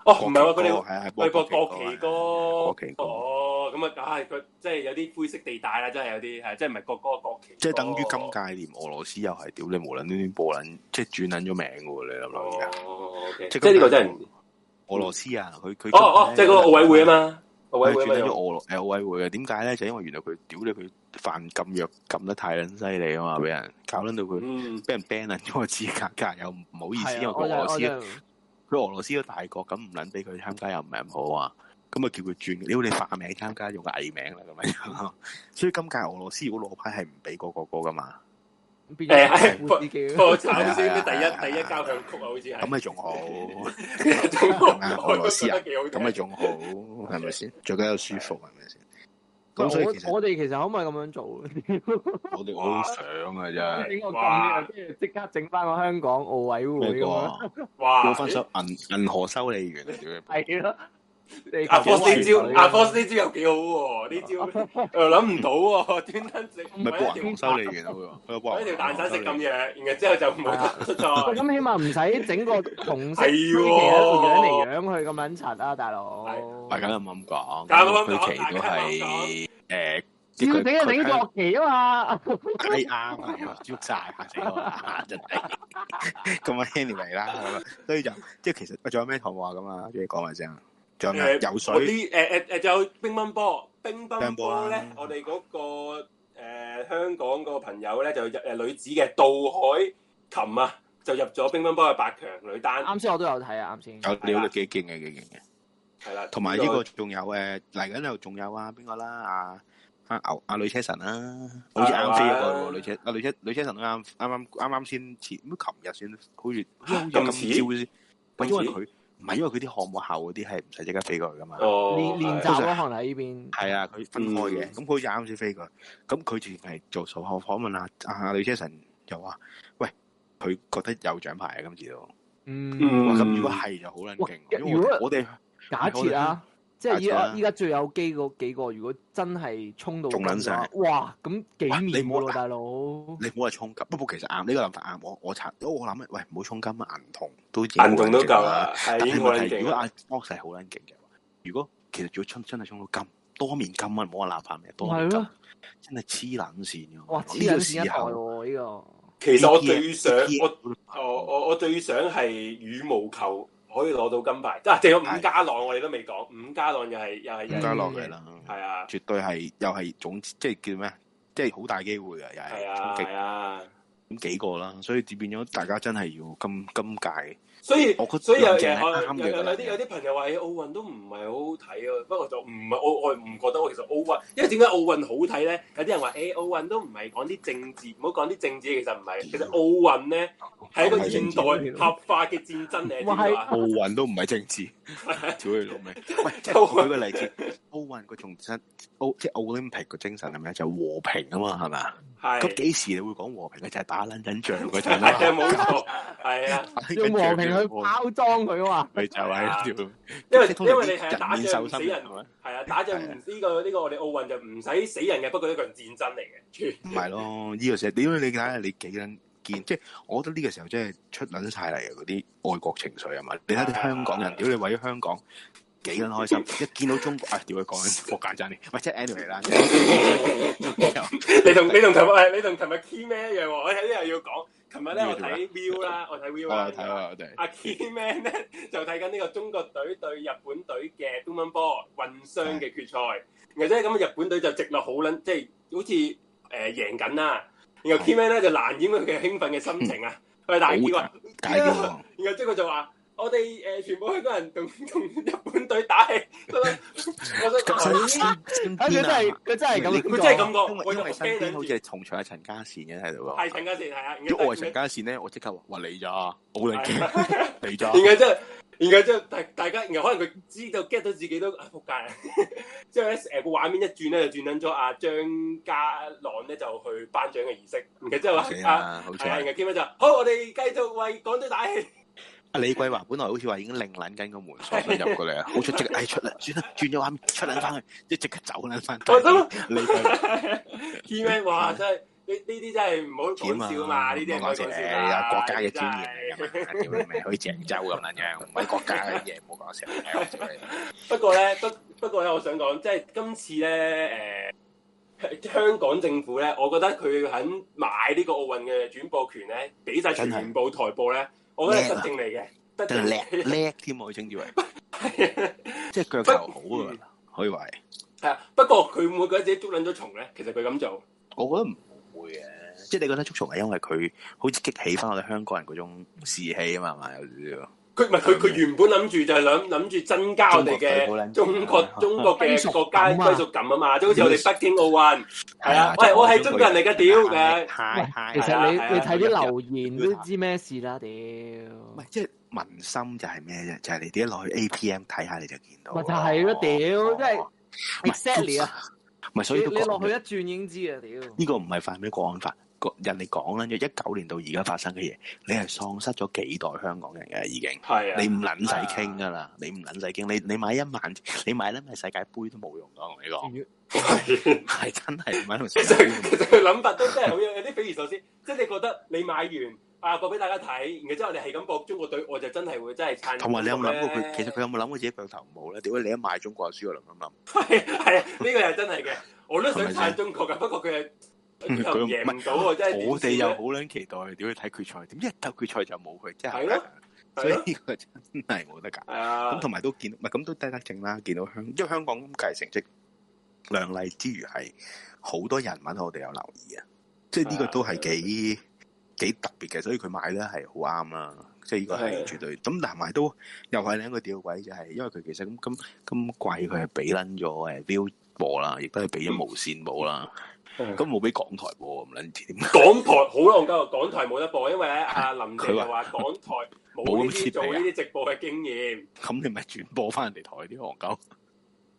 Speaker 4: 哦，唔係喎，佢哋
Speaker 6: 係係
Speaker 4: 喂，個國
Speaker 6: 國
Speaker 4: 旗
Speaker 6: 旗
Speaker 4: 歌，
Speaker 6: 歌國旗歌
Speaker 4: 哦，咁啊，唉，佢即係有啲灰色地帶啦，真係有啲係，即係唔係國歌國旗歌，
Speaker 6: 即係等於今屆連俄羅斯又係屌你無撚端端播撚，即係轉撚咗名嘅喎，你諗唔諗而家？
Speaker 4: 哦，OK，
Speaker 6: 即
Speaker 4: 即
Speaker 6: 係
Speaker 4: 係呢個真係唔，
Speaker 6: 俄羅斯啊，佢佢
Speaker 4: 哦哦，即係嗰個奧委會啊
Speaker 6: 嘛。
Speaker 4: 嘛，奧委會
Speaker 6: 佢
Speaker 4: 啊嘛
Speaker 6: 轉咗
Speaker 4: 又，
Speaker 6: 俄羅誒奧委會嘅，啊點解咧？就因為原來佢屌你佢犯禁藥禁得太撚犀利啊嘛，俾人搞撚到佢
Speaker 4: 嗯，
Speaker 6: 俾人 ban 撚咗個資格㗎，又唔好意思，因
Speaker 5: 係
Speaker 6: 為
Speaker 5: 啊，
Speaker 6: 佢
Speaker 5: 我就我就
Speaker 6: 俄羅斯佢俄羅斯都大國，咁唔撚俾佢參加又唔係咁好啊。咁啊叫佢轉，屌你化名參加用偽名啦咁樣。 所以今屆俄羅斯如果攞牌係唔俾嗰個歌㗎嘛，
Speaker 5: 變
Speaker 4: 誒
Speaker 5: 咗
Speaker 4: 係
Speaker 5: 副司機
Speaker 4: 我炒少
Speaker 6: 係啊係啊係啊
Speaker 4: 啲第一第一
Speaker 6: 係啊
Speaker 4: 交響曲啊，好似係，
Speaker 6: 咁咪仲好，
Speaker 4: 咁
Speaker 6: 俄羅啊斯啊咁咪
Speaker 4: 咁
Speaker 6: 仲好，係咪先？最緊要舒服係咪先？咁所以其
Speaker 5: 我
Speaker 6: 實
Speaker 5: 我哋其實可唔可以咁樣做？
Speaker 6: 我哋我好想啊真係。
Speaker 5: 整個
Speaker 4: 哇
Speaker 5: 咁跟住即刻整翻個香港奧委
Speaker 6: 咩
Speaker 5: 會咁
Speaker 6: 歌
Speaker 5: 樣
Speaker 6: 啊，？
Speaker 4: 哇，
Speaker 6: 攞翻首銀銀河修理員啊！屌你，
Speaker 5: 係咯，你
Speaker 4: 阿 f o 呢招
Speaker 6: 啊，
Speaker 4: 阿 f o 呢招又幾好喎，呢 招又諗唔到喎，專登整
Speaker 6: 唔係播
Speaker 4: 搵一
Speaker 6: 銀
Speaker 4: 條
Speaker 6: 河修理員啊！佢啊話佢話
Speaker 4: 搵一條蛋散食咁樣，
Speaker 6: 嘢，
Speaker 4: 然後之後就唔好得出
Speaker 5: 喂
Speaker 4: 錯。
Speaker 5: 咁起碼唔使整個紅色
Speaker 4: 係
Speaker 5: 旗
Speaker 4: 喎
Speaker 5: 喺度養嚟養去咁撚柒啊，大佬！
Speaker 6: 大家有冇咁講？
Speaker 4: 大家有冇咁講
Speaker 6: 佢期都係誒，即係
Speaker 5: 要
Speaker 6: 佢
Speaker 5: 整就整
Speaker 6: 佢
Speaker 5: 國旗啊嘛，
Speaker 6: 係啱啊！喐曬嚇死我啦！真係 咁啊，anyway 啦，咁啊所以就即係其實喂仲有咩項目啊？咁啊，你講埋先啊！仲有咩？
Speaker 4: 誒
Speaker 6: 游
Speaker 4: 我
Speaker 6: 水
Speaker 4: 啲誒誒誒，呃仲有乒乓波，乒乓波咧
Speaker 6: 乒乓波啊啦，
Speaker 4: 我哋嗰個誒香港個朋友咧就入誒女子嘅杜海琴啊，就入咗乒乓波嘅八強女單，
Speaker 5: 啱先我都有睇啊，啱先。
Speaker 6: 有你好幾勁嘅幾勁嘅，
Speaker 4: 係啦。
Speaker 6: 同埋呢個仲有誒嚟緊又仲有啊邊個啦啊？阿牛阿女車神啦，好似啱飛咗過喎，女車啊女車女車神都啱啱啱啱啱先前，咁琴日先好似
Speaker 4: 咁
Speaker 6: 今
Speaker 4: 似
Speaker 6: 朝先，喂，因為佢唔係因為佢啲項目後嗰啲係唔使即刻飛過去噶嘛，
Speaker 4: 哦，
Speaker 5: 練練習咯，可能喺呢邊。
Speaker 6: 係啊，佢分開嘅，
Speaker 4: 嗯
Speaker 6: 咁佢好似啱先飛過去，咁佢淨係做數學訪問啊，阿女車神又話，喂，佢覺得有獎牌啊，今次都，
Speaker 5: 嗯，
Speaker 4: 嗯
Speaker 6: 哇，咁如果係就好撚勁，
Speaker 5: 喂
Speaker 6: 因為我
Speaker 5: 如
Speaker 6: 哋
Speaker 5: 果
Speaker 6: 我哋
Speaker 5: 假設啊，即係依
Speaker 6: 假
Speaker 5: 家
Speaker 6: 設啊
Speaker 5: 依家最有機嗰幾個，如果真係衝到
Speaker 6: 仲撚晒
Speaker 5: 咁嘅話哇！咁幾面
Speaker 6: 哇
Speaker 5: 喎
Speaker 6: 你冇
Speaker 5: 喎，大佬。
Speaker 6: 你唔好話衝金，不過其實啱呢個諗法啱，我我查，我我諗喂唔好衝金啊，銀銅都已經
Speaker 4: 銀銅都
Speaker 6: 好撚勁啊
Speaker 4: 夠啦，係
Speaker 6: 但
Speaker 4: 已
Speaker 6: 係
Speaker 4: 經好
Speaker 6: 問
Speaker 4: 撚
Speaker 6: 題，
Speaker 4: 勁啊
Speaker 6: 如果
Speaker 4: 啦。
Speaker 6: 阿 Fox 係好撚勁嘅話，如果其實如果衝真係衝到金，多面金啊，唔好話立飯咩，多面
Speaker 5: 係
Speaker 6: 金
Speaker 5: 咯
Speaker 6: 真係黐撚線嘅。
Speaker 5: 哇！
Speaker 6: 呢
Speaker 5: 黐撚
Speaker 6: 個
Speaker 5: 線一
Speaker 6: 時
Speaker 5: 代
Speaker 6: 候，
Speaker 5: 喎，呢個。
Speaker 4: 其實我最想
Speaker 6: 呢啲
Speaker 4: 我
Speaker 6: 嘢
Speaker 4: 我我我最想係羽毛球可以攞到金牌，啊，仲有
Speaker 6: 係
Speaker 4: 伍家朗我哋都未講，伍家朗又係又係
Speaker 6: 伍
Speaker 4: 又
Speaker 6: 家
Speaker 4: 係
Speaker 6: 朗嘅啦，
Speaker 4: 係啊
Speaker 6: 絕對係又係總之即係叫咩？即係好大機會嘅，又
Speaker 4: 係
Speaker 6: 係
Speaker 4: 啊
Speaker 6: 衝
Speaker 4: 係
Speaker 6: 擊
Speaker 4: 啊，
Speaker 6: 咁幾個啦，所以變咗大家真係要今今屆
Speaker 4: 所以
Speaker 6: 我覺得
Speaker 4: 所以有
Speaker 6: 林鄭係
Speaker 4: 有
Speaker 6: 啱嘅
Speaker 4: 有有有啲
Speaker 6: 林鄭
Speaker 4: 有啲朋友話誒哎奧運都唔係好好睇啊，不過就唔係我我唔覺得我其實奧運，因為點解奧運好睇咧？有啲人話誒奧運都唔係講啲政治，唔好講啲政治，其實唔係，其實
Speaker 6: 嗯
Speaker 4: 奧運咧係一個現代合法嘅戰爭嚟，知唔知啊？
Speaker 6: 奧運都唔係政 治，屌你老味！喂，即係
Speaker 4: 奧運
Speaker 6: 舉個例子，奧運個重質，奧即係 Olympic 個精神係咩？就係和平啊嘛，係咪啊？咁
Speaker 4: 係
Speaker 6: 幾時你會講和平咧？就係打撚緊仗嗰陣
Speaker 4: 係啊
Speaker 6: 啦，
Speaker 4: 冇錯，係啊。
Speaker 6: 打撚
Speaker 5: 用
Speaker 6: 緊
Speaker 5: 和
Speaker 6: 仗
Speaker 5: 平去包裝佢啊嘛。
Speaker 6: 咪就係屌，
Speaker 4: 因為
Speaker 6: 即係通
Speaker 4: 因
Speaker 6: 常
Speaker 4: 為你
Speaker 6: 啲
Speaker 4: 係啊打
Speaker 6: 人面
Speaker 4: 仗唔
Speaker 6: 獸
Speaker 4: 死
Speaker 6: 心
Speaker 4: 人，
Speaker 6: 係咪
Speaker 4: 係啊，打仗唔呢個呢個我哋奧運就唔使死人嘅，不過呢個係戰爭嚟嘅，全
Speaker 6: 唔係咯，呢、個時候點解你睇下你幾撚見？即係我覺得呢個時候
Speaker 5: 啊
Speaker 6: 真係出撚晒嚟嘅嗰啲愛國情緒啊嘛！你睇下啲香港人，屌你為咗香港幾撚開心！一見到中國，啊，屌佢講緊霍間爭啲，唔係即係 anyway 啦。咁
Speaker 4: 你 同你同琴日你同琴日 Key 咩一樣喎？我喺呢度要講，琴日咧我睇 View 啦，我睇
Speaker 6: 又
Speaker 4: View
Speaker 6: 我
Speaker 4: 啦
Speaker 6: 啊有睇，啊，我哋
Speaker 4: 阿 Keyman 咧就睇緊呢 個中國隊對日本隊嘅東盟波混雙嘅決賽，然後咧咁日本隊就直落好撚，即係好似誒、呃、贏緊啦。然後
Speaker 6: 係
Speaker 4: Keyman 咧就難掩佢嘅興奮嘅心情 啊，佢大叫啊！
Speaker 6: 解決喎。
Speaker 4: 然後即係佢就話：我哋誒、呃全部香港人同同日本隊打氣，我想
Speaker 6: 咁
Speaker 4: 佢
Speaker 6: 身身
Speaker 5: 啊！佢
Speaker 6: 邊
Speaker 5: 真
Speaker 6: 啊
Speaker 5: 係佢真係咁，
Speaker 4: 真係咁
Speaker 6: 因
Speaker 4: 講，
Speaker 6: 為
Speaker 4: 我就
Speaker 6: 因為身邊好
Speaker 4: 驚
Speaker 6: 似係重唱係陳嘉善嘅喺度
Speaker 4: 係
Speaker 6: 喎。
Speaker 4: 陳家善係啊，然
Speaker 6: 如
Speaker 4: 後
Speaker 6: 果我係陳嘉善咧，我即刻話：哇你咋，好撚
Speaker 4: 係
Speaker 6: 勁，
Speaker 4: 啊
Speaker 6: 你 咋？
Speaker 4: 然後之後，然後之後大大家，然後可能佢知道 get 到自己都啊仆街 啦。之後咧，誒個畫面一轉咧，就轉撚咗阿張家朗咧就去頒獎嘅儀式。然後之後
Speaker 6: 死
Speaker 4: 啊，
Speaker 6: 啦，好
Speaker 4: 係啊，然
Speaker 6: 彩！
Speaker 4: 後 Kim 就話好，我哋繼續為港隊 打氣。
Speaker 6: 阿啊李桂華本來好似話已經另撚緊個 門鎖想入過嚟啊，好彩即刻唉出啦，算啦，轉咗畫面出撚翻去，即即刻走撚翻。
Speaker 4: 我得啦
Speaker 6: 李桂華
Speaker 4: Kim 哇，真係呢呢啲真係唔好
Speaker 6: 啊
Speaker 4: 講笑嘛，呢啲係唔好
Speaker 6: 我
Speaker 4: 講
Speaker 6: 哋
Speaker 4: 笑嘛，
Speaker 6: 哎國家嘅尊
Speaker 4: 真係
Speaker 6: 嚴 嚟噶嘛，屌你咪好似鄭州咁撚樣，唔係國家嘅嘢，唔好講笑。唉屌你
Speaker 4: 不過咧，不不過咧，我想講，即係今次咧，誒、香港政府咧，我覺得佢肯買呢個奧運嘅轉播權咧，俾晒
Speaker 6: 真係
Speaker 4: 全部台播咧，我覺得係
Speaker 6: 叻啊
Speaker 4: 德政嚟嘅，德
Speaker 6: 真
Speaker 4: 政
Speaker 6: 係叻叻添，我稱之為，
Speaker 4: 叻。
Speaker 6: 即係腳頭好啊，可以話係。
Speaker 4: 係啊，不過佢會唔會覺得自己捉撚咗蟲咧？其實佢咁做，
Speaker 6: 我覺得唔會嘅，即係你覺得捉蟲係因為佢好似激起翻我哋香港人嗰種士氣啊嘛，係嘛有少少。
Speaker 4: 佢唔係佢佢原本諗住就係諗諗住增加我哋嘅嗯中
Speaker 6: 中
Speaker 4: 國
Speaker 6: 國
Speaker 4: 中 國
Speaker 5: 歸
Speaker 4: 嘅
Speaker 5: 屬
Speaker 4: 國家
Speaker 5: 感啊
Speaker 4: 歸屬感啊嘛，即係好似我哋北京奧運係啊，喂，我係中國人嚟嘅，屌嘅，
Speaker 6: 係係。
Speaker 5: 其
Speaker 4: 係啊
Speaker 5: 實你
Speaker 4: 係啊
Speaker 5: 你睇啲留言都知咩事啦，屌！
Speaker 6: 唔係
Speaker 5: 咪
Speaker 6: 即係民心就係咩啫？就係你點落去 APM 睇下你就見到。
Speaker 5: 就係咯，屌！
Speaker 6: Ờ.
Speaker 5: 真係
Speaker 6: 唔係
Speaker 5: exactly 啊！
Speaker 6: 唔係所
Speaker 5: 你
Speaker 6: 以
Speaker 5: 你
Speaker 6: 都
Speaker 5: 落
Speaker 6: 講
Speaker 5: 去一轉已經知啊，屌！
Speaker 6: 呢個唔係犯咩國安法，個人哋講緊嘅一九年到而家發生嘅嘢，你係喪失咗幾代香港人嘅已經。
Speaker 4: 係啊，
Speaker 6: 你唔撚使傾噶啦，你唔撚使傾，你你買一萬，你買得咩世界盃都冇用噶，我同你講，係真係買到世
Speaker 4: 其
Speaker 6: 界
Speaker 4: 實
Speaker 6: 盃
Speaker 4: 其
Speaker 6: 都
Speaker 4: 實佢諗法都真係好有有啲匪夷所思，即係你覺得你買完啊播俾大家睇，然之後你係咁播中國隊，我就真係會真係撐。
Speaker 6: 冇同埋你有冇諗過佢？其實佢有冇諗過自己腳頭唔好咧？屌你一賣中國就輸我諗
Speaker 4: 係 係啊，呢個係真係嘅，我都想
Speaker 6: 係咪
Speaker 4: 撐
Speaker 6: 先
Speaker 4: 中國㗎，不過佢係
Speaker 6: 嗯
Speaker 4: 又
Speaker 6: 佢唔
Speaker 4: 贏唔到喎，真
Speaker 6: 諗
Speaker 4: 係
Speaker 6: 諗，我哋又好撚期待，屌你睇決賽，點一到決賽就冇佢，真
Speaker 4: 係咯
Speaker 6: 係，
Speaker 4: 係
Speaker 6: 所以
Speaker 4: 咯
Speaker 6: 呢個真係冇得搞。
Speaker 4: 係啊
Speaker 6: 咁，同埋都見，唔係咁都得得正啦。見到香，因為香港咁計成績亮麗之餘，係好多人文我哋有留意啊。即係呢個都係幾幾特別嘅，所以佢買咧係好啱啦。即係呢個
Speaker 4: 係
Speaker 6: 係絕對咁，但埋都又係另一個吊鬼，就係、因為佢其實咁咁咁貴，佢係俾撚咗誒 Viu 播啦，亦都係俾咗無線播啦，
Speaker 4: 嗯
Speaker 6: 咁冇俾港台播咁 撚知點解
Speaker 4: 港台好戇鳩啊，港台冇得播，因為咧阿林鄭
Speaker 6: 佢
Speaker 4: 就
Speaker 6: 話
Speaker 4: 話港台冇
Speaker 6: 冇
Speaker 4: 呢
Speaker 6: 咁
Speaker 4: 啲
Speaker 6: 設備
Speaker 4: 做
Speaker 6: 啊
Speaker 4: 呢啲直播嘅經驗，
Speaker 6: 咁你咪轉播翻人哋台啲戇鳩。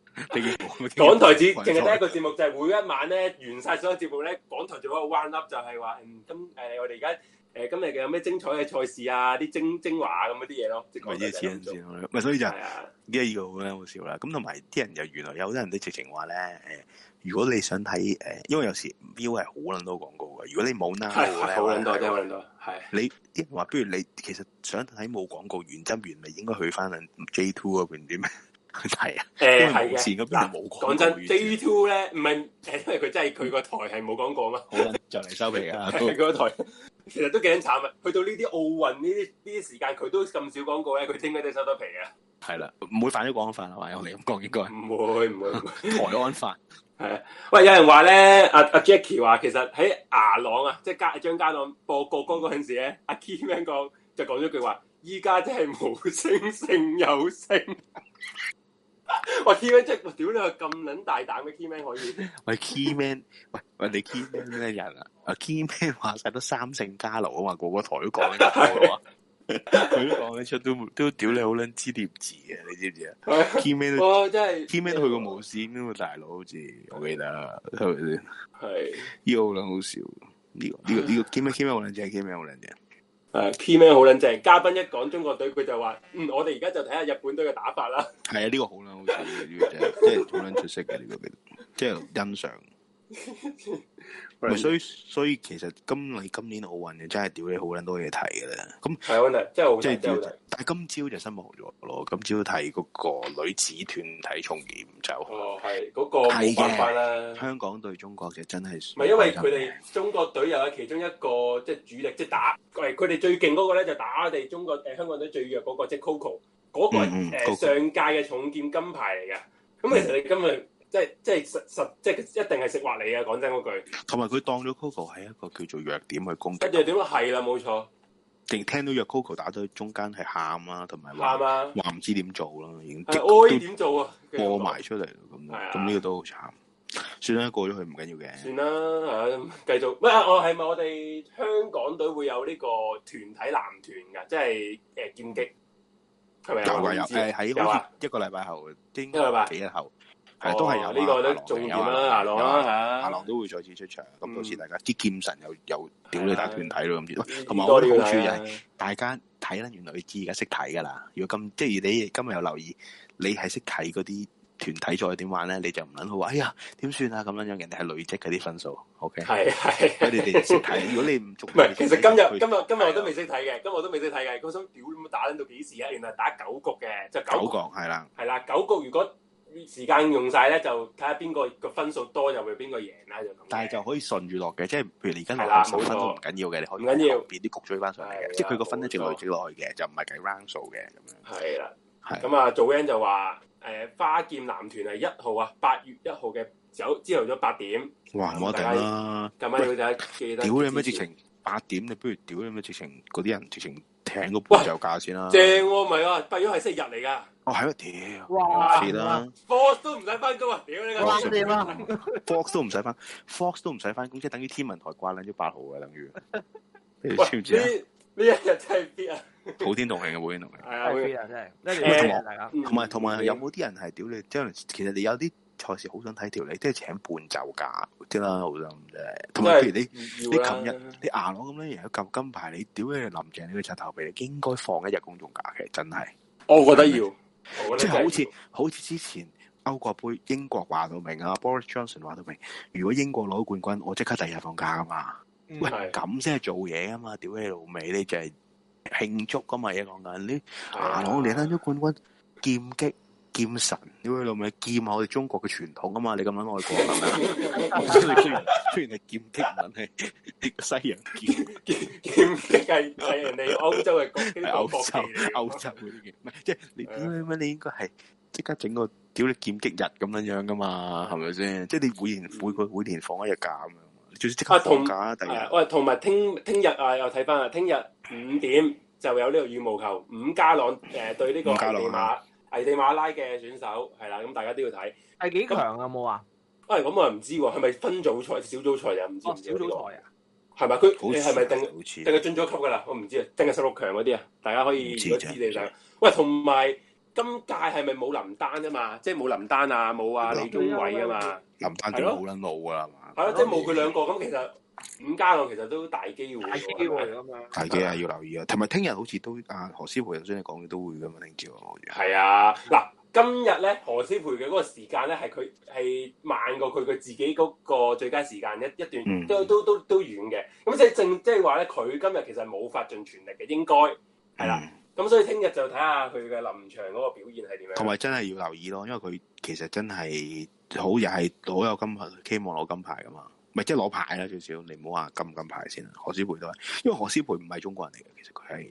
Speaker 4: 港
Speaker 6: 港
Speaker 4: 台只淨係得一個節目，就係每一晚咧完晒所有節目咧，港台做一個 round up 就係話，嗯，今誒、呃我哋而家誒今日嘅有咩精彩嘅賽事啊，啲精精華咁嗰啲嘢咯，即係
Speaker 6: 咪
Speaker 4: 港台
Speaker 6: 啲
Speaker 4: 就係
Speaker 6: 錢
Speaker 4: 咁做
Speaker 6: 先咯，咪所以就
Speaker 4: 係啊，
Speaker 6: 呢一個好咧好笑啦，咁同埋啲人又原來有好多人都直情話咧，誒、呃如果你想睇誒、呃因為有時 view 係好撚多廣告嘅，如果你冇 now
Speaker 4: 係係
Speaker 6: 咧，
Speaker 4: 啊好撚多，
Speaker 6: 或者
Speaker 4: 真係好撚多，係
Speaker 6: 你啲人話，不如你其實想睇冇廣告原汁原味，應該去翻 J Two 嗰邊點 去睇啊？因為
Speaker 4: 誒係
Speaker 6: 無線
Speaker 4: 嘅。嗱
Speaker 6: 嗰邊冇廣告
Speaker 4: 講真
Speaker 6: 原汁
Speaker 4: ，J Two 咧唔係 誒，因為佢真係佢個台係冇講過嘛。
Speaker 6: 好撚就嚟收皮啊！ 都
Speaker 4: 佢嗰台其實都幾慘啊！去到呢啲奧運呢啲呢啲時間，佢都咁少廣告咧，佢應該都收得皮啊！
Speaker 6: 係啦，唔會犯咗廣安法係咪？我哋咁講應該
Speaker 4: 唔會唔會，唔會
Speaker 6: 台安法
Speaker 4: 係啊！喂，有人話咧，阿阿 Jackie 話其實喺牙朗啊，即係家張家朗播國歌嗰陣時咧，阿 Keyman 講就講咗句話：依家真係無聲勝有聲。 哇！Keyman 即係，哇屌你個咁撚大膽嘅 Keyman 可以，
Speaker 6: 喂 key man，喂喂你 key man 咩人啊？啊 key man 話晒都三姓家奴啊嘛，個個台都講得出啊嘛，佢都講得出都都屌你好撚知點字啊！你知唔知啊？key man 都
Speaker 4: 哇！真係
Speaker 6: key man 都去過無線啊噶嘛，大佬好似我記得係咪先？
Speaker 4: 係。
Speaker 6: 呢個好撚好笑，呢個呢個呢個 key man key man 好撚正，key man 好撚正，
Speaker 4: 誒啊 Key Man 好撚正，嘉賓一講中國隊，佢就話：嗯，我哋而家就睇下日本隊嘅打法啦。
Speaker 6: 係啊呢個好撚好笑，呢個真係即係好撚出色嘅呢個，即係欣賞。咪所以所以其實今你今年奧運就真係屌你好撚多嘢睇嘅啦。咁
Speaker 4: 係好難，真係好
Speaker 6: 即係
Speaker 4: 難，真係好難。
Speaker 6: 但係今朝就失望咗咯。今朝睇嗰個女子團體重劍就
Speaker 4: 哦，係嗰個冇辦法啦。
Speaker 6: 香港對中國就真係
Speaker 4: 唔係因為佢哋中國隊有其中一個即係主力，即係打喂佢哋最勁嗰個咧就打我哋中國誒、香港隊最弱嗰、個，即係 Coco 嗰個係、
Speaker 6: 嗯嗯
Speaker 4: 誒
Speaker 6: Coco 嗯
Speaker 4: 上屆嘅重劍金牌嚟嘅。咁其實你今日即係即係實實即係一定係食滑你啊！講真嗰句，
Speaker 6: 同埋佢當咗 Coco 係一個叫做弱點去攻
Speaker 4: 跟住
Speaker 6: 擊，
Speaker 4: 點啊？係啦，冇錯，
Speaker 6: 定聽到弱 Coco 打到中間係喊啦，同埋話
Speaker 4: 啱啊！
Speaker 6: 話唔知點做啦，已經
Speaker 4: 係哀點做啊？
Speaker 6: 都播埋出嚟啦咁
Speaker 4: 係啊
Speaker 6: 樣，咁呢個都好慘。算啦，過咗去唔緊要嘅。
Speaker 4: 算啦，係啊，繼續。喂，我係咪我哋香港隊會有呢個團體男團㗎？即係誒劍擊係咪啊
Speaker 6: 有
Speaker 4: 我
Speaker 6: 㗎
Speaker 4: 唔
Speaker 6: 有，
Speaker 4: 知啊
Speaker 6: 誒喺
Speaker 4: 有
Speaker 6: 好
Speaker 4: 啊
Speaker 6: 似。一個禮拜後，應
Speaker 4: 一個禮拜
Speaker 6: 幾日後，係都係有
Speaker 4: 哦
Speaker 6: 啊
Speaker 4: 呢個都重點啦，牙
Speaker 6: 有
Speaker 4: 郎
Speaker 6: 啊
Speaker 4: 啦
Speaker 6: 阿
Speaker 4: 嚇，
Speaker 6: 郎都會再次出場，咁
Speaker 4: 嗯
Speaker 6: 到時大家啲劍神又又屌你大團體咯咁
Speaker 4: 呢
Speaker 6: 樣，同埋
Speaker 4: 嗯多啊
Speaker 6: 我
Speaker 4: 呢
Speaker 6: 覺
Speaker 4: 個
Speaker 6: 得好啊處就係
Speaker 4: 係
Speaker 6: 大家睇啦，原來你知而家識睇噶啦。如果咁即係你今日有留意，你係識睇嗰啲團體賽點玩咧，你就唔撚好話，哎呀點算啊咁樣樣，人哋係累積嗰啲分數，OK。
Speaker 4: 係
Speaker 6: 所
Speaker 4: 係
Speaker 6: 以你哋識 睇，如果你唔足，
Speaker 4: 唔係，其實今日今
Speaker 6: 日
Speaker 4: 日今日我都未識睇嘅，今日我都未識睇嘅。嗰心屌咁打緊到幾時啊？原來打九局嘅，就
Speaker 6: 九
Speaker 4: 九局
Speaker 6: 個係啦，
Speaker 4: 係啦，九局如果時間用晒咧，就睇下邊個個分數多就會邊個贏啦，就咁嘅。
Speaker 6: 但係就可以順住落嘅，即係譬如你而家
Speaker 4: 係啦
Speaker 6: 落十
Speaker 4: 冇錯
Speaker 6: 分都唔緊要嘅，你可以
Speaker 4: 唔緊要
Speaker 6: 後邊啲局追翻上嚟
Speaker 4: 係啦
Speaker 6: 嘅，即係佢個分一直累
Speaker 4: 冇錯
Speaker 6: 積落去嘅，就唔係計 round 數嘅咁樣。
Speaker 4: 係啦，
Speaker 6: 係
Speaker 4: 咁啊，早 N 就話誒花劍男團係一號啊，八月一號嘅早朝頭早八點，
Speaker 6: 哇，我一定啦！
Speaker 4: 咁啊要大家記得。
Speaker 6: 屌你咩直？情八點，你不如屌你咩直情嗰啲人直情艇個半就價先啦。
Speaker 4: 正喎，唔係啊，八月係星期日嚟㗎。
Speaker 6: 哦係啊，屌
Speaker 5: 哇
Speaker 6: 係啦
Speaker 4: 我都唔使翻工啊！屌你個
Speaker 5: 我啱掂啦，
Speaker 6: ，Fox 都唔使翻，Fox 都唔使翻工，即係等於天文台掛撚咗八號嘅，等於你
Speaker 4: 喂
Speaker 6: 知唔知啊？
Speaker 4: 呢呢一日真係必啊！
Speaker 6: 普天同慶嘅，普天同慶。
Speaker 4: 係啊
Speaker 5: 真係
Speaker 4: 會
Speaker 5: free 啊，真係一
Speaker 4: 誒
Speaker 5: 年大家。
Speaker 4: 嗯
Speaker 6: 同埋同埋有冇啲人係屌你？即係其實你有啲賽事好想睇條你，即係請半就價啲啦，好心啫。同埋譬如你。你
Speaker 4: 你
Speaker 6: 琴日你牙攞咁咧，又有撳金牌，你屌你林鄭你個柒頭皮，你應該放一日公眾假嘅，真係。
Speaker 4: 我覺得要，我
Speaker 6: 即
Speaker 4: 覺得
Speaker 6: 係好
Speaker 4: 真
Speaker 6: 似
Speaker 4: 係
Speaker 6: 好似之前歐國杯英國話到明啊，Boris Johnson 話到明，如果英國攞到冠軍，我即刻第二日放假噶嘛。
Speaker 5: 嗯
Speaker 6: 喂，
Speaker 4: 係
Speaker 6: 咁先係做嘢啊嘛！屌你老味，你就係慶祝噶嘛！嘢講緊你
Speaker 4: 係啊
Speaker 6: 牙攞你拎咗冠軍，劍擊劍神，屌你老味，劍係我哋中國嘅傳統啊嘛！你咁撚愛國 係咪？雖然雖然係劍擊文係 西洋劍，
Speaker 4: 劍劍擊係係人哋歐洲嘅國
Speaker 6: 係
Speaker 4: 呢個
Speaker 6: 歐
Speaker 4: 國
Speaker 6: 洲
Speaker 4: 旗嚟嘅
Speaker 6: 歐洲嗰啲嘅，唔係即係你
Speaker 4: 啊
Speaker 6: 屌你乜？你應該係即刻整個屌你劍擊日咁樣樣噶嘛？係咪先？即係你每年每個每年放一日假咁樣，你最少即
Speaker 4: 嗯
Speaker 6: 刻
Speaker 4: 啊同
Speaker 6: 放假啊！第
Speaker 4: 係
Speaker 6: 二
Speaker 4: 啊
Speaker 6: 日。
Speaker 4: 喂，同埋聽聽日啊，又睇翻啊，聽日五點就有呢個羽毛球伍家朗誒對呢個
Speaker 6: 伍家
Speaker 4: 危
Speaker 6: 朗
Speaker 4: 地馬
Speaker 6: 啊
Speaker 4: 危地馬拉嘅選手係啦，咁大家都要睇。
Speaker 5: 係幾強啊？冇啊？
Speaker 4: 喂，咁我又唔知喎，係咪分組賽、小組賽又唔知
Speaker 5: 哦，
Speaker 4: 唔知
Speaker 5: 小
Speaker 4: 喎呢個
Speaker 5: 組賽啊？
Speaker 4: 係咪佢
Speaker 6: 好
Speaker 4: 你
Speaker 6: 似
Speaker 4: 係咪定？
Speaker 6: 好似
Speaker 4: 定係進咗級噶啦，我唔知啊，定係十六強嗰啲啊，大家可以
Speaker 6: 唔知
Speaker 4: 如果知
Speaker 6: 啫
Speaker 4: 你就喂，同埋今屆係咪冇林丹啊嘛？即係冇林丹啊，冇啊李宗偉啊嘛，
Speaker 6: 林丹
Speaker 4: 係
Speaker 6: 仲
Speaker 4: 咯
Speaker 6: 好撚老㗎啦嘛，
Speaker 4: 係咯，即係冇佢兩個咁，其實伍家朗其實都大機會喎，
Speaker 5: 大機會
Speaker 4: 係咪
Speaker 5: 咁樣。
Speaker 6: 大家啊要留意啊，同埋聽日好似都阿何師傅頭先你講嘅都會㗎嘛，聽朝好似
Speaker 4: 係啊，嗱，今日咧何詩蓓嘅嗰個時間咧係佢係慢過佢佢自己嗰個最佳時間一一段、
Speaker 6: 嗯
Speaker 4: 都都都都遠嘅，咁即係正即係話咧，佢今日其實冇發盡全力嘅，應該係啦，，
Speaker 6: 嗯
Speaker 4: 咁所以聽日就睇下佢嘅臨場嗰個表現係點樣。
Speaker 6: 同埋真係要留意咯，因為佢其實真係好又係好有金牌，希望攞金牌㗎嘛，咪即係攞牌啦最少，你唔好話金唔金牌先啦，何師傅都係，因為何師傅唔係中國人嚟嘅，其實佢係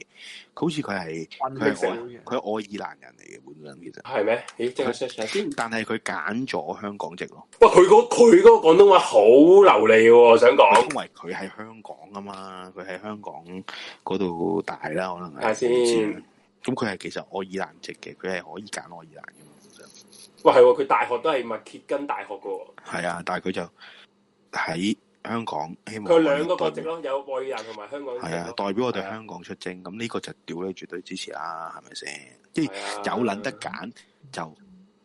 Speaker 6: 佢好似佢係
Speaker 5: 運
Speaker 6: 佢
Speaker 5: 動
Speaker 6: 係
Speaker 5: 社
Speaker 6: 愛
Speaker 5: 會嘅
Speaker 6: 佢係愛爾蘭人嚟嘅本身其實，
Speaker 4: 係咩？咦，即刻 search 下先。
Speaker 6: 但係佢揀咗香港籍咯。
Speaker 4: 哇！佢嗰佢嗰個廣東話好流利喎，我想講
Speaker 6: 因為佢喺香港啊嘛，佢喺香港嗰度大啦，可能係
Speaker 4: 睇下先
Speaker 6: 唔知啊咁佢係其實愛爾蘭籍嘅，佢係可以揀愛爾蘭嘅嘛。其實
Speaker 4: 哇，係喎，佢大學都係密歇根大學嘅喎，
Speaker 6: 係啊，但係佢就喺香港，希望
Speaker 4: 佢有兩個
Speaker 6: 可
Speaker 4: 國
Speaker 6: 以
Speaker 4: 籍
Speaker 6: 代表。
Speaker 4: 咯，有愛爾蘭同埋香港
Speaker 6: 係啊
Speaker 4: 籍，咯。
Speaker 6: 代表我哋
Speaker 4: 係啊
Speaker 6: 香港出征，咁呢個就屌你絕對支持啦，係咪先？即係
Speaker 4: 係啊
Speaker 6: 有撚得揀就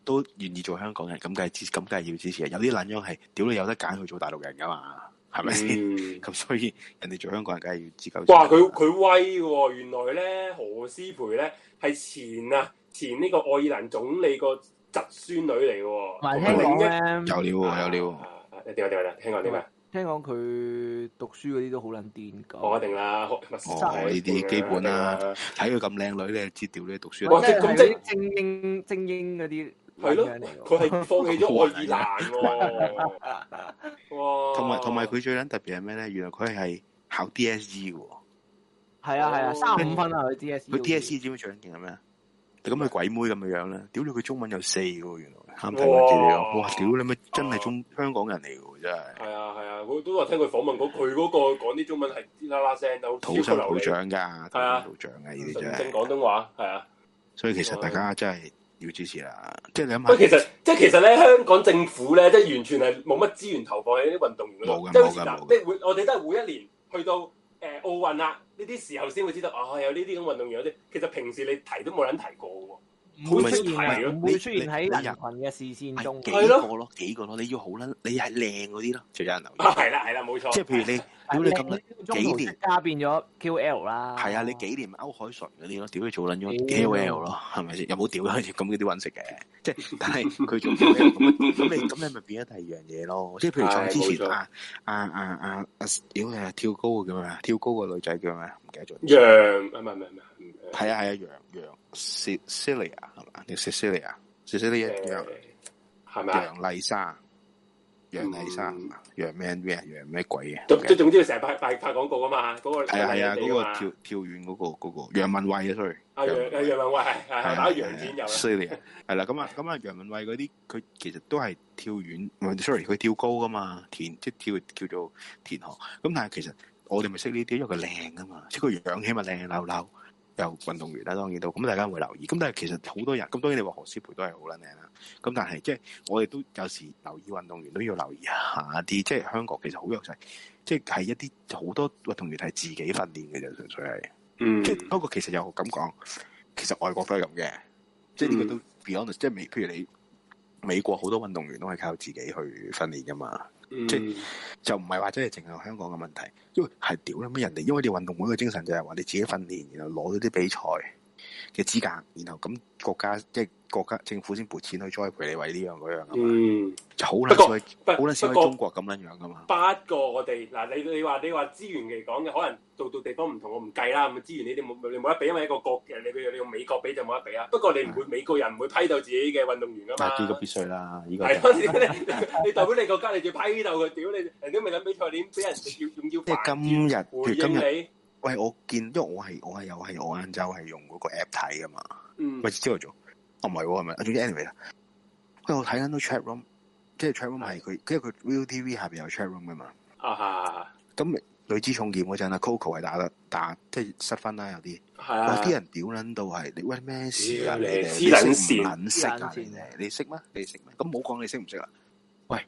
Speaker 6: 都願意做香港人，咁梗係支，咁梗係要支持啊。有啲撚樣係屌你有得揀去做大陸人噶嘛，係咪先？
Speaker 4: 嗯
Speaker 6: 咁所以人哋做香港人，梗係要自救。
Speaker 4: 哇！佢佢威喎，原來咧何詩蓓咧係前啊前呢個愛爾蘭總理個侄孫女嚟嘅喎。
Speaker 5: 同埋聽
Speaker 4: 佢另一
Speaker 5: 講咧，
Speaker 6: 有料喎，有料喎。
Speaker 4: 啊啊點啊點啊點啊？聽講點啊？
Speaker 5: 聽講佢讀書嗰啲都好撚癲㗎。
Speaker 4: 我一定啦，學密室
Speaker 6: 哦
Speaker 4: 係
Speaker 6: 呢啲基本啦
Speaker 4: 一定
Speaker 6: 睇佢咁靚女咧，知屌呢讀書
Speaker 4: 哇即係
Speaker 5: 咁
Speaker 4: 咁
Speaker 5: 即
Speaker 4: 即
Speaker 5: 係
Speaker 4: 係
Speaker 5: 精英精英嗰啲
Speaker 4: 係咯
Speaker 5: 撚樣嚟，
Speaker 4: 佢
Speaker 5: 喎
Speaker 4: 係 放棄咗愛爾蘭喎， 哇！
Speaker 6: 啊同埋同埋佢最撚特別係咩咧？原來佢係考 DSE 嘅喎，
Speaker 5: 係啊係 E 啊，
Speaker 4: 哦
Speaker 5: 三五分啊佢 DSE
Speaker 6: 佢 E DSE 知唔知最撚勁係咩？咁佢鬼妹咁嘅樣咧，屌你佢中文有四嘅喎，原來啱睇埋資料，
Speaker 4: 哇
Speaker 6: 哇！屌你咪真係中香港人嚟嘅喎，真係
Speaker 4: 係啊係啊，我都話聽佢訪問嗰佢嗰個講啲中文係啲啦啦聲，好
Speaker 6: 土生土長㗎，土
Speaker 4: 啊
Speaker 6: 生土長㗎
Speaker 4: 純
Speaker 6: 呢啲真
Speaker 4: 正
Speaker 6: 係，
Speaker 4: 廣東話係啊。
Speaker 6: 所以其實大家真係要支持啦，即係你
Speaker 4: 不過
Speaker 6: 諗
Speaker 4: 其
Speaker 6: 下，
Speaker 4: 實即係其實咧，香港政府咧，即係完全係冇乜資源投放喺啲運動員嗰
Speaker 6: 冇
Speaker 4: 度。
Speaker 6: 㗎
Speaker 4: 即係好似
Speaker 6: 冇㗎
Speaker 4: 嗱
Speaker 6: 冇㗎
Speaker 4: 即係每我哋都係每一年去到誒、呃、奧運啦，呢啲時候先會知道啊，有呢啲咁運動員嗰啲。其實平時你提都冇人提過嘅喎。
Speaker 5: 唔會
Speaker 6: 咪
Speaker 5: 出現
Speaker 4: 係咯
Speaker 5: 唔會
Speaker 6: 你
Speaker 5: 出現
Speaker 6: 你
Speaker 5: 喺人
Speaker 6: 你
Speaker 5: 群嘅
Speaker 6: 人
Speaker 5: 視線中
Speaker 6: 係幾
Speaker 5: 㗎。
Speaker 4: 係咯
Speaker 6: 個咯，幾個咯，你要好撚，你係靚嗰啲咯，就有人留
Speaker 4: 啊，
Speaker 6: 意。
Speaker 4: 係啦係啦，冇錯。
Speaker 6: 即係譬如你，屌你咁撚
Speaker 5: 你中途即加變咗 QL 啦。
Speaker 6: 係啊，你幾年歐海純嗰啲咯，屌佢做撚
Speaker 5: 屌
Speaker 6: 咗 K O L 咯，係咪先？又冇屌佢 咁嗰啲揾食嘅，即係但係佢做 K O L 咁你咁你咪變咗第二樣嘢咯。即係譬如
Speaker 4: 係
Speaker 6: 再之
Speaker 4: 冇錯
Speaker 6: 前啊啊啊啊啊，屌你啊跳高嘅叫咩啊？跳高個女仔叫咩啊？唔記得咗。
Speaker 4: 楊啊，唔係唔係唔係，
Speaker 6: 係啊係啊，楊楊 Cecilia 係嘛？定 Cecilia？Cecilia
Speaker 4: 誒
Speaker 6: 楊
Speaker 4: 係咪啊？
Speaker 6: 楊麗莎，楊麗莎
Speaker 4: 嗯
Speaker 6: 係嘛楊咩咩啊楊咩鬼嘅？
Speaker 4: 總即係總之，佢成日拍拍拍廣告啊嘛，嗰個
Speaker 6: 係啊係啊，嗰個跳
Speaker 4: 條
Speaker 6: 跳遠嗰個嗰個楊文慧啊，sorry。
Speaker 4: 阿楊阿楊文偉係係係打楊展有啦，
Speaker 6: 犀啊利啊！係啦，咁啊，咁啊，楊文蔚嗰啲，佢其實都係跳遠，唔係 sorry，佢跳高噶嘛，田即係跳叫做田航。咁但係其實我哋咪識呢啲，因為佢靚噶嘛，即係佢樣起咪靚溜溜，又運動員啦，當然都，咁大家會留意。咁但係其實好多人，咁當然你話何詩蓓都係好撚靚啦。咁但係即係我哋都有時留意運動員都要留意下啲，即係香港其實好弱勢，即係係一啲好多運動員係自己訓練嘅啫，純粹係。
Speaker 4: 嗯
Speaker 6: 即係不過其實又咁講，其實外國都係咁嘅，即係呢
Speaker 4: 嗯
Speaker 6: 個都 be honest，即係美，譬如你美國好多運動員都係靠自己去訓練噶嘛，
Speaker 4: 嗯
Speaker 6: 即係就唔係話真係淨係香港嘅問題，因為係屌啦咩人哋，因為你運動會嘅精神就係話你自己訓練，然後攞咗啲比賽嘅資格，然後咁國家即係國家政府先撥錢去栽培你為呢樣嗰樣啊嘛，
Speaker 4: 嗯。
Speaker 6: 就好撚少喺
Speaker 4: 不
Speaker 6: 好撚少
Speaker 4: 不
Speaker 6: 喺
Speaker 4: 過
Speaker 6: 中國咁樣樣噶嘛，
Speaker 4: 不過我哋嗱，你你話你話資源嚟講嘅，可能到到地方唔同，我唔計啦。咁資源你哋冇你冇得比，因為一個國嘅，你譬如你用美國比就冇得比啦。不過你唔會美國人唔會批鬥自己嘅運動員噶
Speaker 6: 但
Speaker 4: 嘛。
Speaker 6: 啊係呢個必須啦，呢個
Speaker 4: 係
Speaker 6: 就
Speaker 4: 咯，你你你代表你國家，你仲要批鬥佢，屌你！人都未諗比賽，你已經俾人要仲要
Speaker 6: 即係今日譬
Speaker 4: 回
Speaker 6: 如今日。
Speaker 4: 應
Speaker 6: 喂，我見，因為我係我係又係我晏晝係用嗰個 app 睇噶嘛，
Speaker 4: 你。嗯
Speaker 6: 喂，朝頭早，哦唔係喎，係咪？總之 anyway 啦，喂，我睇緊到 chat room，即係 chat room 係佢，跟住佢 Viu TV 下邊有 chat room 噶嘛，
Speaker 4: 啊，
Speaker 6: 咁女子重劍嗰陣啊，Coco 係打得打，即係失分啦有啲，
Speaker 4: 係
Speaker 6: 哇
Speaker 4: 啊，
Speaker 6: 啲人屌撚到係，你喂咩事啊？
Speaker 4: 屌
Speaker 6: 你
Speaker 4: 你
Speaker 6: 哋
Speaker 4: 黐撚
Speaker 6: 你識唔
Speaker 4: 線
Speaker 6: 撚識啊
Speaker 5: 黐撚？
Speaker 6: 你
Speaker 5: 線
Speaker 6: 哋你識咩？你識咩？咁冇講你識唔識啦，喂，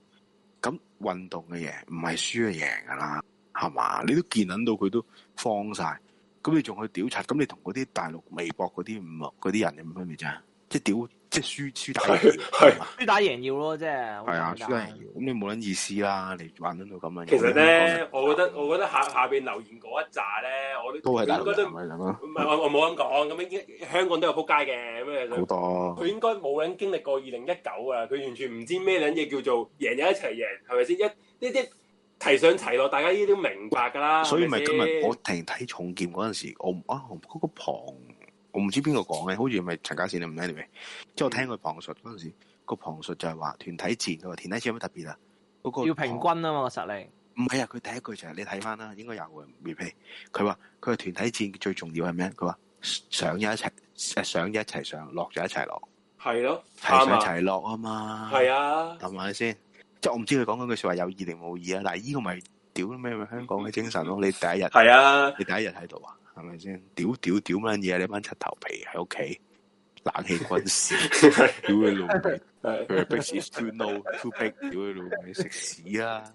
Speaker 6: 咁運動嘅嘢唔係輸就贏噶啦，係嘛？你都見撚到佢都放晒。咁你仲去屌柒？咁你同嗰啲大陸微博嗰啲唔嗰啲人有冇分別啫？即係屌，即係輸輸 打贏
Speaker 4: 係
Speaker 6: 係嘛
Speaker 5: 輸打贏要咯，即係。
Speaker 6: 係啊，
Speaker 5: 好
Speaker 6: 輸
Speaker 5: 簡
Speaker 6: 打
Speaker 5: 單
Speaker 6: 贏要。咁你冇撚意思啦，你玩撚到咁樣。
Speaker 4: 其實咧，
Speaker 6: 啊
Speaker 4: 我覺得
Speaker 6: 覺
Speaker 4: 我覺得下下邊留言嗰一紮咧，我
Speaker 6: 都係大
Speaker 4: 應該
Speaker 6: 陸
Speaker 4: 都
Speaker 6: 人咪咁咯，
Speaker 4: 唔係我我冇咁講，咁樣香港都有撲街嘅咁樣
Speaker 6: 好。
Speaker 4: 佢
Speaker 6: 多
Speaker 4: 應該冇撚經歷過二零一九啊！佢完全唔知咩撚嘢叫做贏就一齊贏，係咪先？一呢啲提上提落，大家呢啲都明白㗎啦。
Speaker 6: 所以咪
Speaker 4: 啊係
Speaker 6: 今
Speaker 4: 先
Speaker 6: 日我停睇重劍嗰陣時，我唔啊我嗰個旁，我唔知邊個講嘅，好似咪陳家善定唔知 anyway。即係我聽佢旁述嗰陣時，個旁述就係話團體戰，佢話團體戰有咩特別啊？嗰個
Speaker 5: 要平均
Speaker 6: 旁
Speaker 5: 啊嘛個實力。
Speaker 6: 唔係啊，佢第一句就係、你睇翻啦，應該有嘅 repeat。佢話佢話團體戰最重要係咩？佢話上咗一齊，誒上咗一齊上，落咗一齊落，
Speaker 4: 係咯，
Speaker 6: 係
Speaker 4: 啱
Speaker 6: 上一
Speaker 4: 啊，
Speaker 6: 齊落啊嘛。
Speaker 4: 係，啊，
Speaker 6: 係咪先？即係我唔知佢講嗰句説話有意定冇意啊。但係呢個咪屌咩咪香港嘅精神咯。你第一日，
Speaker 4: 係啊，
Speaker 6: 你第一日喺度啊，係咪先？屌屌屌乜嘢啊？你班柒頭皮喺屋企冷氣軍事， 屌你老味！
Speaker 4: 係
Speaker 6: 佢 big is too low too big，屌你老味食屎啊啦！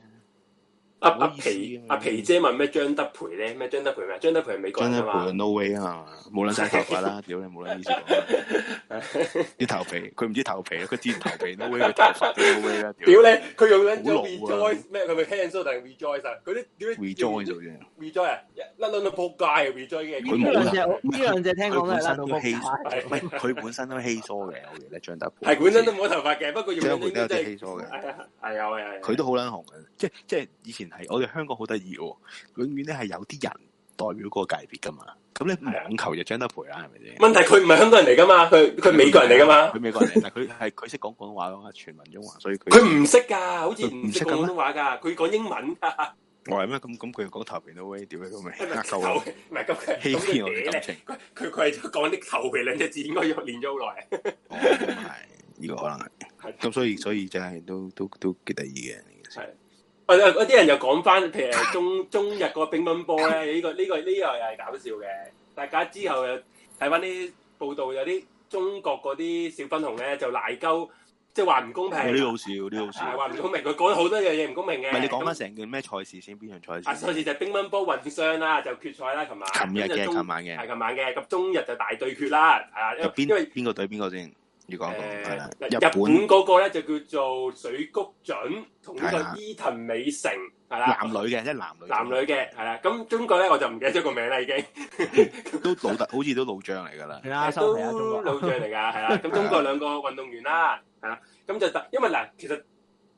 Speaker 4: 阿
Speaker 6: 唔好
Speaker 4: 阿
Speaker 6: 意思
Speaker 4: 皮
Speaker 6: 啊
Speaker 4: 阿皮姐問咩張德培咧？咩張德培係咩？張德培係美國
Speaker 6: 真
Speaker 4: 人
Speaker 6: 一
Speaker 4: 啊
Speaker 6: 倍
Speaker 4: 嘛。
Speaker 6: no way 啊嘛，冇撚晒頭髮 啦，屌你冇撚意思講，啲頭皮佢唔知頭皮，佢知頭皮 no way 佢頭髮都 no way 啦，
Speaker 4: 屌
Speaker 6: 屌
Speaker 4: 你！佢用緊
Speaker 6: 好老啊
Speaker 4: 咗 rejoice 咩？佢咪 hands o 定 rejoice 啊？佢啲屌你
Speaker 6: rejoin 做啫，
Speaker 4: rejoice 啊！一甩撚到仆街啊！rejoice 嘅
Speaker 6: 佢
Speaker 5: 呢
Speaker 6: 冇
Speaker 5: 兩
Speaker 6: 啦
Speaker 5: 隻，
Speaker 6: 唔
Speaker 5: 呢
Speaker 6: 係
Speaker 5: 兩隻聽講都係拉到
Speaker 6: 佢本
Speaker 5: 撲
Speaker 6: 身都
Speaker 5: 街。
Speaker 6: 唔係佢本身都稀疏嘅，我記得張德培
Speaker 4: 係本身都冇頭髮嘅，不過
Speaker 6: 即
Speaker 4: 用緊
Speaker 6: 係佢都有
Speaker 4: 啲真
Speaker 6: 啲
Speaker 4: 係
Speaker 6: 稀疏
Speaker 4: 係
Speaker 6: 嘅，
Speaker 4: 啊係啊係啊，
Speaker 6: 佢都好撚紅嘅，即係即係以前係我哋香港好得意喎，永遠咧係有啲人代表嗰個界別噶嘛。咁你網球就張德培啦，係咪先？
Speaker 4: 問題佢唔係香港人嚟噶嘛，佢佢美國人嚟噶嘛，
Speaker 6: 佢美國人嚟，但佢 係佢識講廣東話噶嘛，全民中華，所以佢
Speaker 4: 佢唔識㗎，好似
Speaker 6: 佢
Speaker 4: 唔
Speaker 6: 唔識
Speaker 4: 識
Speaker 6: 㗎咩
Speaker 4: 廣東話㗎，佢講英 文㗎，
Speaker 6: 我係咩？咁咁佢講頭皮都威，屌你 都味，
Speaker 4: 係咪
Speaker 6: 呃
Speaker 4: 頭
Speaker 6: 夠啦，
Speaker 4: 唔係咁佢
Speaker 6: 欺
Speaker 4: 咁
Speaker 6: 騙我
Speaker 4: 佢
Speaker 6: 嘅
Speaker 4: 咧
Speaker 6: 感？情。
Speaker 4: 佢佢佢係講啲頭皮兩隻字，應該要練咗好耐。
Speaker 6: 哦，係呢個可能係
Speaker 4: 係。
Speaker 6: 咁所以所以真係都都都幾得意嘅呢件事。
Speaker 4: 我有有啲人又講翻，譬如係中 中日個乒乓波咧，呢、個呢、個呢、個又係搞笑嘅。大家之後又睇翻啲報道，有啲中國嗰啲小粉紅咧就賴鳩，即係話唔公平，
Speaker 6: 哦呢個好笑，呢個好
Speaker 4: 係
Speaker 6: 笑。
Speaker 4: 話唔公平，佢講咗好多樣嘢唔公平嘅。
Speaker 6: 唔係你講翻成件咩賽事先？邊場
Speaker 4: 啊，
Speaker 6: 賽
Speaker 4: 上
Speaker 6: 事？
Speaker 4: 次就乒乓波混雙啦，就決賽啦，琴晚。
Speaker 6: 琴日嘅，
Speaker 4: 咁就中
Speaker 6: 琴晚
Speaker 4: 係
Speaker 6: 嘅，
Speaker 4: 琴晚嘅，咁中日就大對決啦，係啊，因為
Speaker 6: 邊
Speaker 4: 因為
Speaker 6: 邊個對邊個先？要講講係啦
Speaker 4: 誒，
Speaker 6: 日
Speaker 4: 日
Speaker 6: 本
Speaker 4: 本嗰個咧就叫做水谷準同呢
Speaker 6: 係啦
Speaker 4: 個伊藤美誠係啦。
Speaker 6: 男女嘅，即係男女。
Speaker 4: 男女嘅係啦，咁中國咧我就唔記得咗個名啦，已經
Speaker 6: 都老 特，好似都老將嚟㗎啦。
Speaker 5: 係啦，收皮啊，中
Speaker 4: 都老
Speaker 5: 國。
Speaker 4: 將嚟㗎，係啦。咁中國兩個運動員啦，係啦，咁就特因為嗱，其實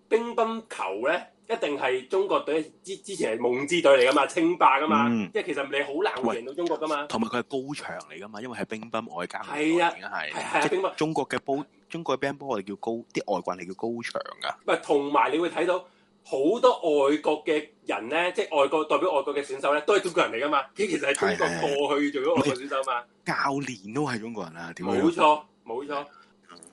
Speaker 4: 乒乓球咧一定係中國隊之之前係夢之隊嚟㗎嘛，稱霸㗎嘛，
Speaker 6: 嗯
Speaker 4: 即係其實你好難會贏到中國㗎嘛，
Speaker 6: 同埋佢係高牆嚟㗎嘛，因為係乒乓外交嚟㗎，
Speaker 4: 係啊
Speaker 6: 已經
Speaker 4: 係
Speaker 6: 係
Speaker 4: 係啊乒乓，
Speaker 6: 中國嘅波，中國嘅乒乓波我哋叫高，啲外國人係叫高牆㗎。
Speaker 4: 唔係同埋你會睇到好多外國嘅人咧，即係外國代表外國嘅選手咧，都係中國人嚟㗎嘛，佢其實係
Speaker 6: 係係
Speaker 4: 中國過去做咗外國選手嘛。
Speaker 6: 教練都係中國人啊，點
Speaker 4: 冇
Speaker 6: 樣？
Speaker 4: 錯，冇錯。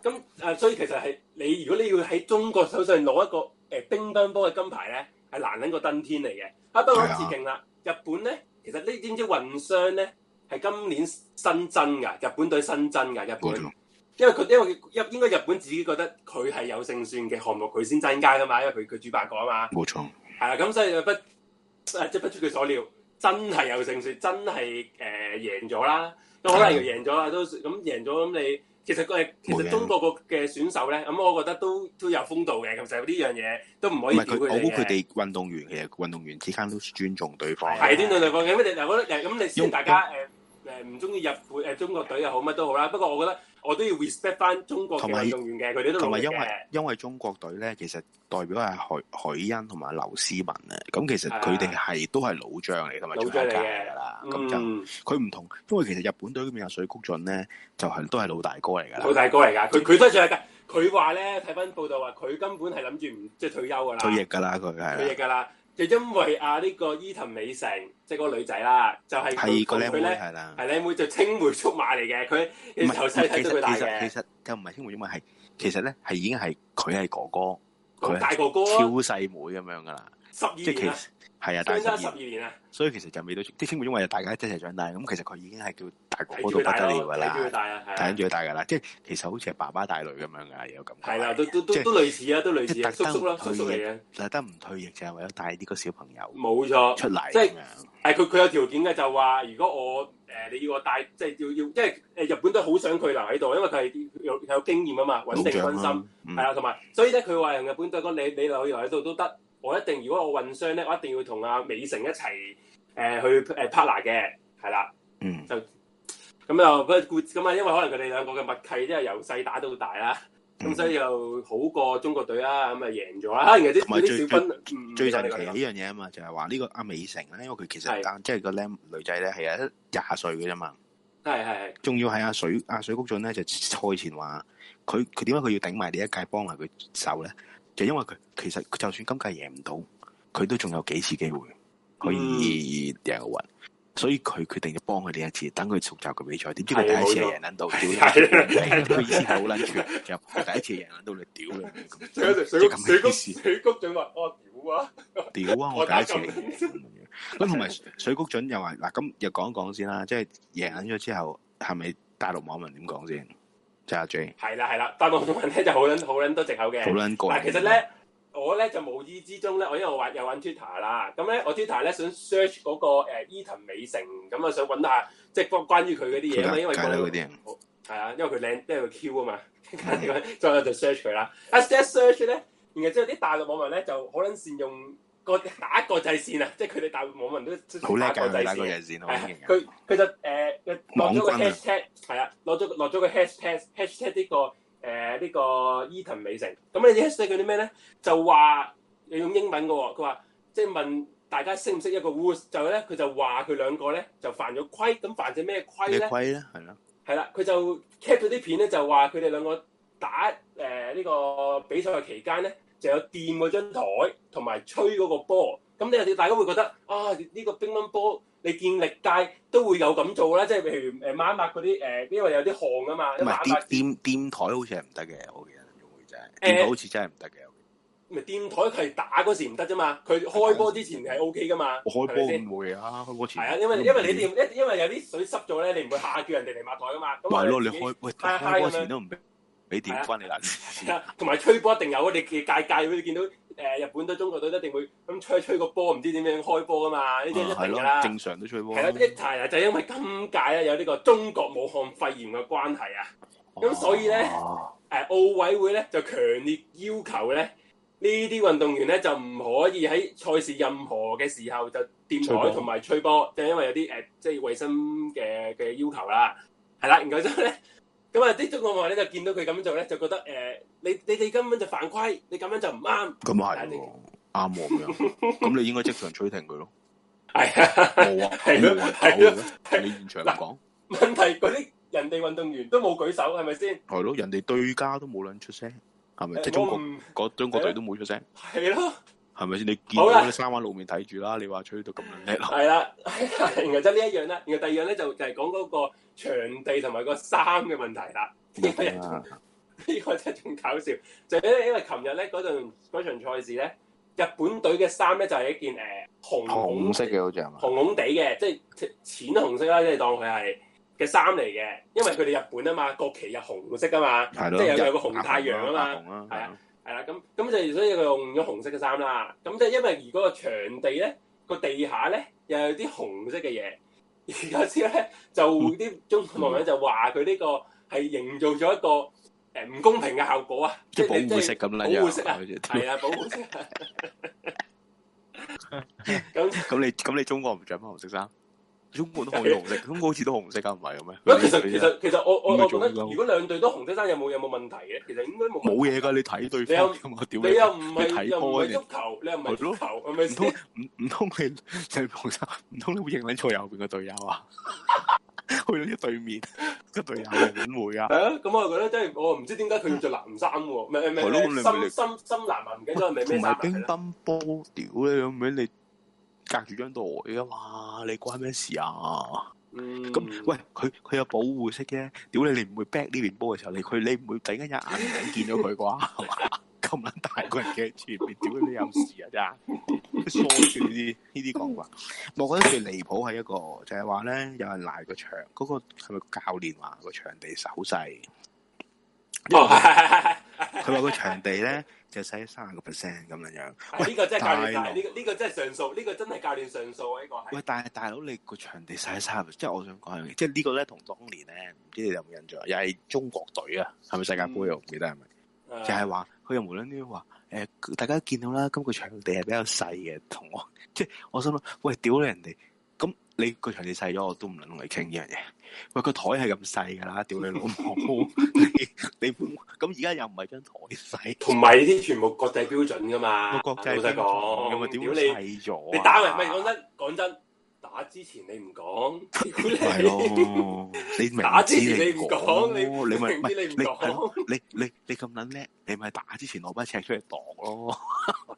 Speaker 4: 咁誒、呃所以其實係你，如果你要喺中國手上攞一個誒、呃乒乓波嘅金牌咧，係難撚過登天嚟嘅。啊，不過
Speaker 6: 係啊
Speaker 4: 致敬啦，日本咧，其實呢知唔知混雙咧係今年新增㗎，日本隊新增㗎，日
Speaker 6: 冇
Speaker 4: 本。
Speaker 6: 錯，
Speaker 4: 因為佢因為日應該日本自己覺得佢係有勝算嘅項目，佢先增加㗎嘛，因為佢佢主辦過啊嘛。
Speaker 6: 冇錯，
Speaker 4: 係啦，咁所以就不誒即係不出佢所料，真係有勝算，真係誒、呃、贏咗啦。咁可能又贏咗啦，都咁贏咗咁你其實佢其
Speaker 6: 冇
Speaker 4: 實
Speaker 6: 贏
Speaker 4: 中國個嘅選手咧，咁我覺得都都有風度嘅，其實呢樣嘢都唔可
Speaker 6: 唔
Speaker 4: 以
Speaker 6: 係
Speaker 4: 屌
Speaker 6: 佢，我
Speaker 4: 哋
Speaker 6: 估佢
Speaker 4: 嘅。
Speaker 6: 哋運動員其實運動員之間都尊重對方。
Speaker 4: 係端對對方嘅，咁你嗱，我覺得嗱咁你雖然
Speaker 6: 用
Speaker 4: 大家誒誒唔中意日本誒中國隊又好乜都好啦，不過我覺得我都要 respect 翻中國嘅
Speaker 6: 同埋
Speaker 4: 運動員嘅，佢哋都
Speaker 6: 同
Speaker 4: 努
Speaker 6: 埋
Speaker 4: 力
Speaker 6: 因為
Speaker 4: 嘅。
Speaker 6: 因為中國隊咧，其實代表係許許昕同埋劉詩雯啊，咁其實
Speaker 4: 係啊
Speaker 6: 佢哋係都係老將嚟，同埋
Speaker 4: 老
Speaker 6: 最
Speaker 4: 將
Speaker 6: 佳
Speaker 4: 嚟嘅
Speaker 6: 㗎啦。咁就
Speaker 4: 嗯，
Speaker 6: 佢唔同，因為其實日本隊嗰邊有水谷俊咧，就係都係老大哥嚟㗎啦。
Speaker 4: 老大哥嚟㗎，佢佢都係最㗎。佢話咧睇翻報道話，佢根本係諗住唔即係退休㗎啦。
Speaker 6: 退役㗎啦，佢
Speaker 4: 佢嘢
Speaker 6: 係
Speaker 4: 㗎啦，就因為啊呢、個伊藤美誠，即係嗰個女仔啦，就係
Speaker 6: 係
Speaker 4: 佢同
Speaker 6: 個靚
Speaker 4: 佢
Speaker 6: 妹
Speaker 4: 咧
Speaker 6: 係啦，
Speaker 4: 係靚妹，就青梅竹馬嚟嘅。佢
Speaker 6: 唔
Speaker 4: 你
Speaker 6: 係
Speaker 4: 頭細睇
Speaker 6: 其
Speaker 4: 到
Speaker 6: 實
Speaker 4: 佢大
Speaker 6: 其實
Speaker 4: 嘅，
Speaker 6: 其實就唔係青梅竹馬，係其實咧係已經係佢係哥哥，佢
Speaker 4: 咁
Speaker 6: 係
Speaker 4: 大哥哥
Speaker 6: 超細妹咁樣㗎啦，
Speaker 4: 十二
Speaker 6: 即係其
Speaker 4: 年啊，
Speaker 6: 係啊，大
Speaker 4: 相差十
Speaker 6: 十
Speaker 4: 二
Speaker 6: 二，
Speaker 4: 年啊，
Speaker 6: 所以其實就未到即係青梅竹馬，大家一齊長大，咁其實佢已經係叫大哥
Speaker 4: 睇住
Speaker 6: 哥到不
Speaker 4: 佢大
Speaker 6: 得了
Speaker 4: 咯，睇
Speaker 6: 㗎
Speaker 4: 住佢
Speaker 6: 啦，
Speaker 4: 大啊，係
Speaker 6: 睇
Speaker 4: 啊
Speaker 6: 緊住佢大㗎啦，即係其實好似係爸爸帶女咁樣㗎，有感覺
Speaker 4: 係啦，都都都
Speaker 6: 即係
Speaker 4: 都類似啊，都類似啊，叔
Speaker 6: 即係特登
Speaker 4: 叔啦，
Speaker 6: 佢
Speaker 4: 叔叔嚟嘅，
Speaker 6: 但係得唔退役就係為咗帶呢個小朋友
Speaker 4: 冇錯。
Speaker 6: 出嚟
Speaker 4: 嗯即係
Speaker 6: 咁樣，
Speaker 4: 係佢佢有條件嘅，就話如果我誒、呃你要我帶，即係要要，因為誒日本都好想佢留喺度，因為佢係有有經驗啊嘛，穩定軍心。
Speaker 6: 心
Speaker 4: 係啊啦，同埋所以咧，佢話日本隊講你你留喺度都得，我一定如果我混雙咧，我一定要同阿美誠一齊誒、呃去誒 partner 嘅，係啦，
Speaker 6: 嗯，
Speaker 4: 咁又不過咁啊，因為可能佢哋兩個嘅默契即係由細打到大啦，咁、
Speaker 6: 嗯
Speaker 4: 所以又好過中國隊啦，咁啊贏咗啦，可能有啲
Speaker 6: 同埋
Speaker 4: 有
Speaker 6: 最
Speaker 4: 啲小分嗯
Speaker 6: 最神
Speaker 4: 你
Speaker 6: 奇
Speaker 4: 講
Speaker 6: 係
Speaker 4: 你
Speaker 6: 呢
Speaker 4: 講
Speaker 6: 樣嘢啊嘛，就係話呢個阿美誠咧，因為佢其實
Speaker 4: 係
Speaker 6: 單即係個僆女仔咧係啊廿歲嘅啫嘛，
Speaker 4: 係係係
Speaker 6: 仲要係阿水阿水谷俊咧就賽前話佢佢點解佢要頂埋呢一屆幫埋佢手咧？就因為佢其實就算今屆贏唔到，佢都仲有幾次機會可
Speaker 4: 嗯
Speaker 6: 以贏奧運，所以佢決定就幫佢呢一次，等佢熟習個比賽。點知佢
Speaker 4: 係啊
Speaker 6: 第一次
Speaker 4: 冇
Speaker 6: 係
Speaker 4: 錯
Speaker 6: 贏撚到，屌
Speaker 4: 係啊
Speaker 6: 你！佢意思係好撚全，就第一次贏撚到你，屌你！咁即
Speaker 4: 水
Speaker 6: 係
Speaker 4: 谷
Speaker 6: 咁
Speaker 4: 水
Speaker 6: 嘅
Speaker 4: 谷
Speaker 6: 意思。
Speaker 4: 水谷準話：我屌啊！
Speaker 6: 屌啊！我
Speaker 4: 我
Speaker 6: 第一
Speaker 4: 打
Speaker 6: 次
Speaker 4: 咁
Speaker 6: 贏咁樣咁同埋水谷準又話嗱，咁又講一講先啦，即係贏緊咗之後，係咪大陸網民點講先？就阿 J
Speaker 4: 係啦係啦，但係我問咧就好撚好撚多藉口嘅
Speaker 6: 好。撚過癮。
Speaker 4: 嗱，其實咧，我咧就無意之中咧，我因為我玩又玩 Twitter 啦，咁咧我 Twitter 咧想 search 嗰、個、呃、伊藤美誠，咁啊想揾下即係關關於佢嗰啲嘢啊嘛，因為
Speaker 6: 佢梗係啦
Speaker 4: 佢
Speaker 6: 嗰啲嗯人
Speaker 4: 係啊，因為佢靚，因為佢 Q 啊嘛， 所以我就 search 佢啦。一 search 咧，然後之後啲大陸網民咧就好撚善用個 打國際線啊，即係佢哋大陸網民都
Speaker 6: 好叻
Speaker 4: 打國
Speaker 6: 㗎，佢
Speaker 4: 際
Speaker 6: 打
Speaker 4: 線
Speaker 6: 個
Speaker 4: 嘅。
Speaker 6: 日線好
Speaker 4: 係
Speaker 6: 勁㗎。
Speaker 4: 佢佢就誒呃佢落咗個
Speaker 6: 啊網軍啊
Speaker 4: hashtag 係啊，落咗落咗個 hashtag hashtag 呢個誒呢個伊藤美誠。咁你知 hashtag 嗰啲咩咧？就話你用英文嘅喎，佢話即係問大家識唔識一個 rules，就咧佢就話佢兩個咧就犯咗規，咁犯咗咩規
Speaker 6: 咩
Speaker 4: 咧？
Speaker 6: 規咧？係啦，
Speaker 4: 係啦，佢就 cap 咗啲片咧，就話佢哋兩個打誒呢、個比賽期間咧，就有掂嗰張台同埋吹嗰個波。咁你哋大家會覺得啊，呢、個乒乓波你見歷屆都會有咁做啦，即係譬如誒抹一抹嗰啲誒，因為有啲汗啊嘛，
Speaker 6: 唔
Speaker 4: 抹
Speaker 6: 係
Speaker 4: 一抹
Speaker 6: 掂掂掂台好似係唔得嘅，我記得仲會真
Speaker 4: 誒
Speaker 6: 係掂台好似真係唔得嘅。
Speaker 4: 咪掂台佢係打嗰時唔得啫嘛，佢開波之前係 O K 噶嘛，
Speaker 6: 我開波
Speaker 4: 係咪先
Speaker 6: 咁會啊，開波
Speaker 4: 係
Speaker 6: 前
Speaker 4: 啊，因為因為你掂，因為有啲水濕咗咧，你唔會下叫人哋嚟抹台噶嘛。咁啊
Speaker 6: 咪
Speaker 4: 我
Speaker 6: 啊係咯，你
Speaker 4: 哋自己
Speaker 6: 開喂
Speaker 4: 嗨嗨
Speaker 6: 開波
Speaker 4: 咁樣
Speaker 6: 前都唔俾
Speaker 4: 係
Speaker 6: 俾
Speaker 4: 啊
Speaker 6: 點關你難事
Speaker 4: 係啊，同埋吹波一定有，你界界會見到誒、日本隊、中國隊一定會咁吹吹個波，唔知點樣開波噶嘛，呢啲
Speaker 6: 啊係
Speaker 4: 啊一定
Speaker 6: 咯
Speaker 4: 噶啦，。
Speaker 6: 正常都吹波
Speaker 4: 係
Speaker 6: 啦
Speaker 4: 啦，一係啊，就因為今屆咧有呢個中國武漢肺炎嘅關係啊，咁所以咧
Speaker 6: 哦
Speaker 4: 誒、奧委會咧就強烈要求咧呢啲運動員咧就唔可以喺賽事任何嘅時候就掂
Speaker 6: 吹波
Speaker 4: 台同埋吹波，就因為有啲誒、即係衞生嘅嘅要求啦。係啦，然後之後咧，咁啊啲中國網民咧就見到佢咁樣做咧，就覺得誒、你 你哋根本就犯規，你咁樣就唔 啱。
Speaker 6: 咁啊係喎，啱喎咁樣， 咁你應該即場吹停佢咯。
Speaker 4: 係啊，
Speaker 6: 冇啊，
Speaker 4: 係咯
Speaker 6: 冇人
Speaker 4: 係咯
Speaker 6: 搞嘅，你現場唔講，
Speaker 4: 問題嗰啲人哋運動員都冇舉手，係咪先？
Speaker 6: 係咯，人哋對家都冇撚出聲，係咪？即係中
Speaker 4: 我
Speaker 6: 國
Speaker 4: 唔
Speaker 6: 嗰中國隊都冇出聲，
Speaker 4: 係咯。
Speaker 6: 係咪先？你見
Speaker 4: 好啦啊
Speaker 6: 到你三灣路面睇住啦，你話吹到咁撚叻 啦，
Speaker 4: 係啦， 係啦然後即係呢一樣啦，然後第二樣咧就就係講嗰個場地同埋個衫嘅問題啦。呢個
Speaker 6: 嗯
Speaker 4: 人
Speaker 6: 啊
Speaker 4: 仲 呢個真係仲搞笑，就因為因為琴日咧嗰陣嗰場賽事咧，日本隊嘅衫咧就係一件誒、呃、紅
Speaker 6: 紅色嘅好似係嘛？
Speaker 4: 紅紅地嘅，即係淺紅色啦，即係當佢係嘅衫嚟嘅，因為佢哋日本啊嘛，國旗係紅色啊嘛，
Speaker 6: 係
Speaker 4: 即
Speaker 6: 咯，
Speaker 4: 係有
Speaker 6: 一
Speaker 4: 有個紅太陽啊嘛。
Speaker 6: 紅啦，
Speaker 4: 係
Speaker 6: 係
Speaker 4: 啊
Speaker 6: 啊，
Speaker 4: 係啦，咁咁就所以佢用咗紅色嘅衫啦。咁即係因為而嗰個場地咧，個地下咧又有啲紅色嘅嘢，而家之後咧就啲中國網友就話佢呢個係營造咗一個誒唔公平嘅效 果啊！
Speaker 6: 即係
Speaker 4: 你
Speaker 6: 保護色咁啦，
Speaker 4: 保護色啊
Speaker 6: 又係
Speaker 4: 係啊，保護色啊。 咁
Speaker 6: 咁你咁你中國唔着翻紅色衫？中國都可以 紅色，中國好似都紅色啊噶，唔係嘅咩？
Speaker 4: 喂，其實其實其實我我
Speaker 6: 咁咪
Speaker 4: 我覺
Speaker 6: 仲
Speaker 4: 得，
Speaker 6: 嬲
Speaker 4: 如果兩隊都紅色衫，有冇有冇問題嘅？其實應該冇問題。
Speaker 6: 冇嘢噶，你睇對方㗎嘛？屌
Speaker 4: 你又唔係
Speaker 6: 你
Speaker 4: 又
Speaker 6: 睇
Speaker 4: 唔
Speaker 6: 波
Speaker 4: 係
Speaker 6: 你
Speaker 4: 足球，你又唔係
Speaker 6: 係
Speaker 4: 足
Speaker 6: 咯
Speaker 4: 球，係咪
Speaker 6: 唔通
Speaker 4: 先？
Speaker 6: 唔唔通你你紅衫？唔通你會認撚錯右邊個隊友啊？ 去到一對面個隊友點會啊？
Speaker 4: 係啊，咁我覺得真係我唔知點解佢要着藍衫喎，唔係唔
Speaker 6: 係咯咁你咪
Speaker 4: 係深深深藍啊，唔記得咗係咪咩
Speaker 6: 同
Speaker 4: 衫
Speaker 6: 埋
Speaker 4: 嚟
Speaker 6: 乒
Speaker 4: 嘅啦？
Speaker 6: 乓波，屌你咁樣，你隔住張袋啊嘛，你關咩事啊？
Speaker 4: 嗯，
Speaker 6: 咁、喂，佢佢有保護色嘅，屌你，你唔會 back 呢邊波嘅時候，你佢你唔會突然間一眼見咗佢啩？係嘛 咁撚大個人企喺前面，屌你有事 啊！真係疏住呢啲呢啲講法。我覺得最離譜係一個就係話咧，有人賴個場嗰、個係咪教練話個場地手勢？
Speaker 4: 哦，係係 係
Speaker 6: 佢話個場地咧就細三十個 percent 咁樣樣。
Speaker 4: 係，呢個真係教練大，
Speaker 6: 大佬
Speaker 4: 呢個呢個真係上訴，呢個真係教練上訴啊！呢個係
Speaker 6: 喂，但係大佬，你個場地晒衫，即係我想講係，即係呢個咧同當年咧，唔知你哋有冇印象？又係中國隊啊，係咪世界盃啊？我唔記得係咪？
Speaker 4: 嗯啊
Speaker 6: 就係話佢又無端端話誒，大家見到啦，今個場地係比較細嘅，同我 即係我心諗，喂，屌你人哋，咁你個場地細咗，我都唔撚同你傾呢樣嘢。喂，個台係咁細㗎啦，屌你老 母！你你搬咁而家又唔係張台細，
Speaker 4: 同埋呢啲全部國際標準噶嘛，
Speaker 6: 個國際
Speaker 4: 啊老實
Speaker 6: 咁
Speaker 4: 講
Speaker 6: 啊，，屌
Speaker 4: 屌你
Speaker 6: 細咗啊！
Speaker 4: 你打咪咪講真講真，打之前你唔 講，
Speaker 6: 係
Speaker 4: 屌你
Speaker 6: 咯，你明
Speaker 4: 打之
Speaker 6: 知
Speaker 4: 前你唔講
Speaker 6: 講，
Speaker 4: 你
Speaker 6: 你咪
Speaker 4: 明知你唔
Speaker 6: 你
Speaker 4: 講
Speaker 6: 係咯你你你咁撚叻，你咪打之前攞把尺出嚟度咯。
Speaker 4: 屌
Speaker 6: 屌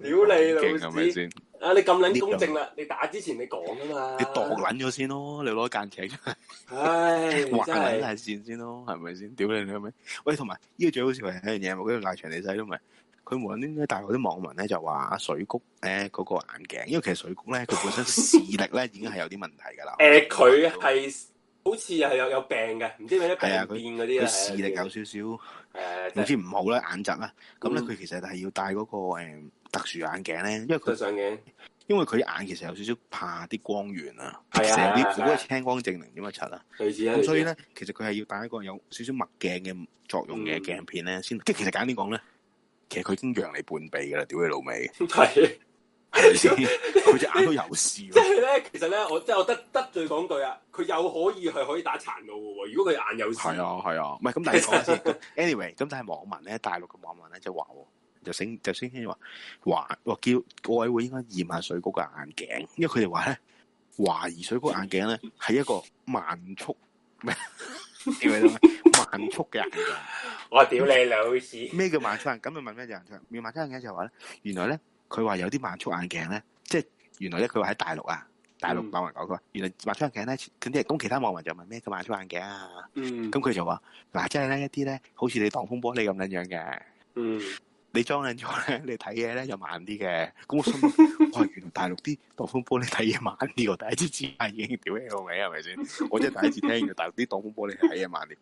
Speaker 4: 你老屎
Speaker 6: 係咪先？
Speaker 4: 啊！你咁撚公正啦，你打之前你講噶嘛，
Speaker 6: 你度撚咗先咯，你攞間尺出嚟
Speaker 4: 唉，真
Speaker 6: 畫撚
Speaker 4: 係
Speaker 6: 晒線先咯，係咪先？屌你你咩？喂，同埋呢個最好笑係一樣嘢，我嗰度賴長地仔都咪。佢無論點解大陸啲網民咧就話水谷咧嗰個眼鏡，因為其實水谷咧佢本身視力咧已經係有啲問題㗎啦。
Speaker 4: 誒，佢係啊好似係有有病嘅，唔知咩病
Speaker 6: 係啊佢
Speaker 4: 變嗰啲
Speaker 6: 佢
Speaker 4: 啦，
Speaker 6: 視力有少少。
Speaker 4: 誒，真係
Speaker 6: 總之唔好啦，眼疾啦。咁咧，
Speaker 4: 嗯
Speaker 6: 佢其實係要戴嗰、個、誒特殊眼鏡咧，因為
Speaker 4: 對
Speaker 6: 佢
Speaker 4: 上鏡，
Speaker 6: 因為佢眼其實有少少怕啲光源啊，成
Speaker 4: 係啊
Speaker 6: 日啲
Speaker 4: 係啊
Speaker 6: 嗰個青光症定點乜柒啊。
Speaker 4: 類似啊，
Speaker 6: 咁所以
Speaker 4: 類似啊，
Speaker 6: 咧，其實佢係要戴一個有少少墨鏡嘅作用嘅
Speaker 4: 嗯
Speaker 6: 鏡片咧，先即係其實簡單啲講咧，其實佢已經讓你半臂噶啦，屌你老 味，
Speaker 4: 啊係
Speaker 6: 係咪先？佢隻眼都有事
Speaker 4: 即
Speaker 6: 喎。
Speaker 4: 係咧，其實咧，我即係我得得罪講句啊，佢又可以係可以打殘路嘅喎，如果佢眼有事，
Speaker 6: 啊係啊係啊，唔係咁，但係講下先。anyway，咁但係網民咧，大陸嘅網民咧就話喎，就升就升天話華，話叫個委會應該驗下水嗰個眼鏡，因為佢哋話咧華疑水嗰個眼鏡咧係一個慢速 咩？屌你老味啊慢速嘅眼鏡。
Speaker 4: 我屌你老屎！
Speaker 6: 咩叫慢速眼？咁啊你問咩叫慢速眼？要慢速眼鏡就係話咧，原來咧佢話有啲慢速眼鏡咧，即係原來咧佢話喺大陸啊，大陸
Speaker 4: 嗯
Speaker 6: 網民講佢話，原來慢速眼鏡咧，咁啲咁其他網民就問咩叫慢速眼鏡啊？
Speaker 4: 嗯
Speaker 6: 咁佢就話嗱，即係咧一啲咧，好似你擋風玻璃咁樣樣嘅，
Speaker 4: 嗯，
Speaker 6: 你裝緊咗咧，你睇嘢咧就慢啲嘅。咁我心諗，哇，原來大陸啲擋風玻璃睇嘢慢啲喎，第一次知啊已經屌你老味係咪先？ 我真係第一次聽，原來大陸啲擋風玻璃睇嘢慢啲。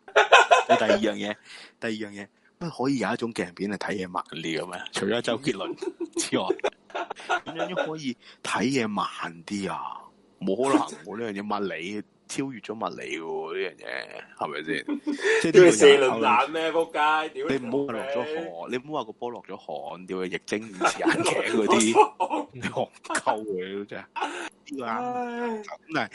Speaker 6: 第二樣嘢，第二樣嘢，乜可以有一種鏡片係睇嘢慢啲嘅咩？除咗周杰倫之外，咁樣可以睇嘢慢啲啊？冇可能喎，呢樣嘢物理超越咗物理嘅喎，呢樣嘢係咪先？即係
Speaker 4: 屌
Speaker 6: 呢
Speaker 4: 你
Speaker 6: 個
Speaker 4: 四
Speaker 6: 又
Speaker 4: 輪
Speaker 6: 係
Speaker 4: 攬咩？仆街！屌
Speaker 6: 你唔好話落咗河，你唔好話個波落咗汗，屌佢液晶顯示眼鏡 嗰 啲，
Speaker 4: 啲。
Speaker 6: 你戇鳩嘅真係。呢
Speaker 4: 哎
Speaker 6: 個啱咁但係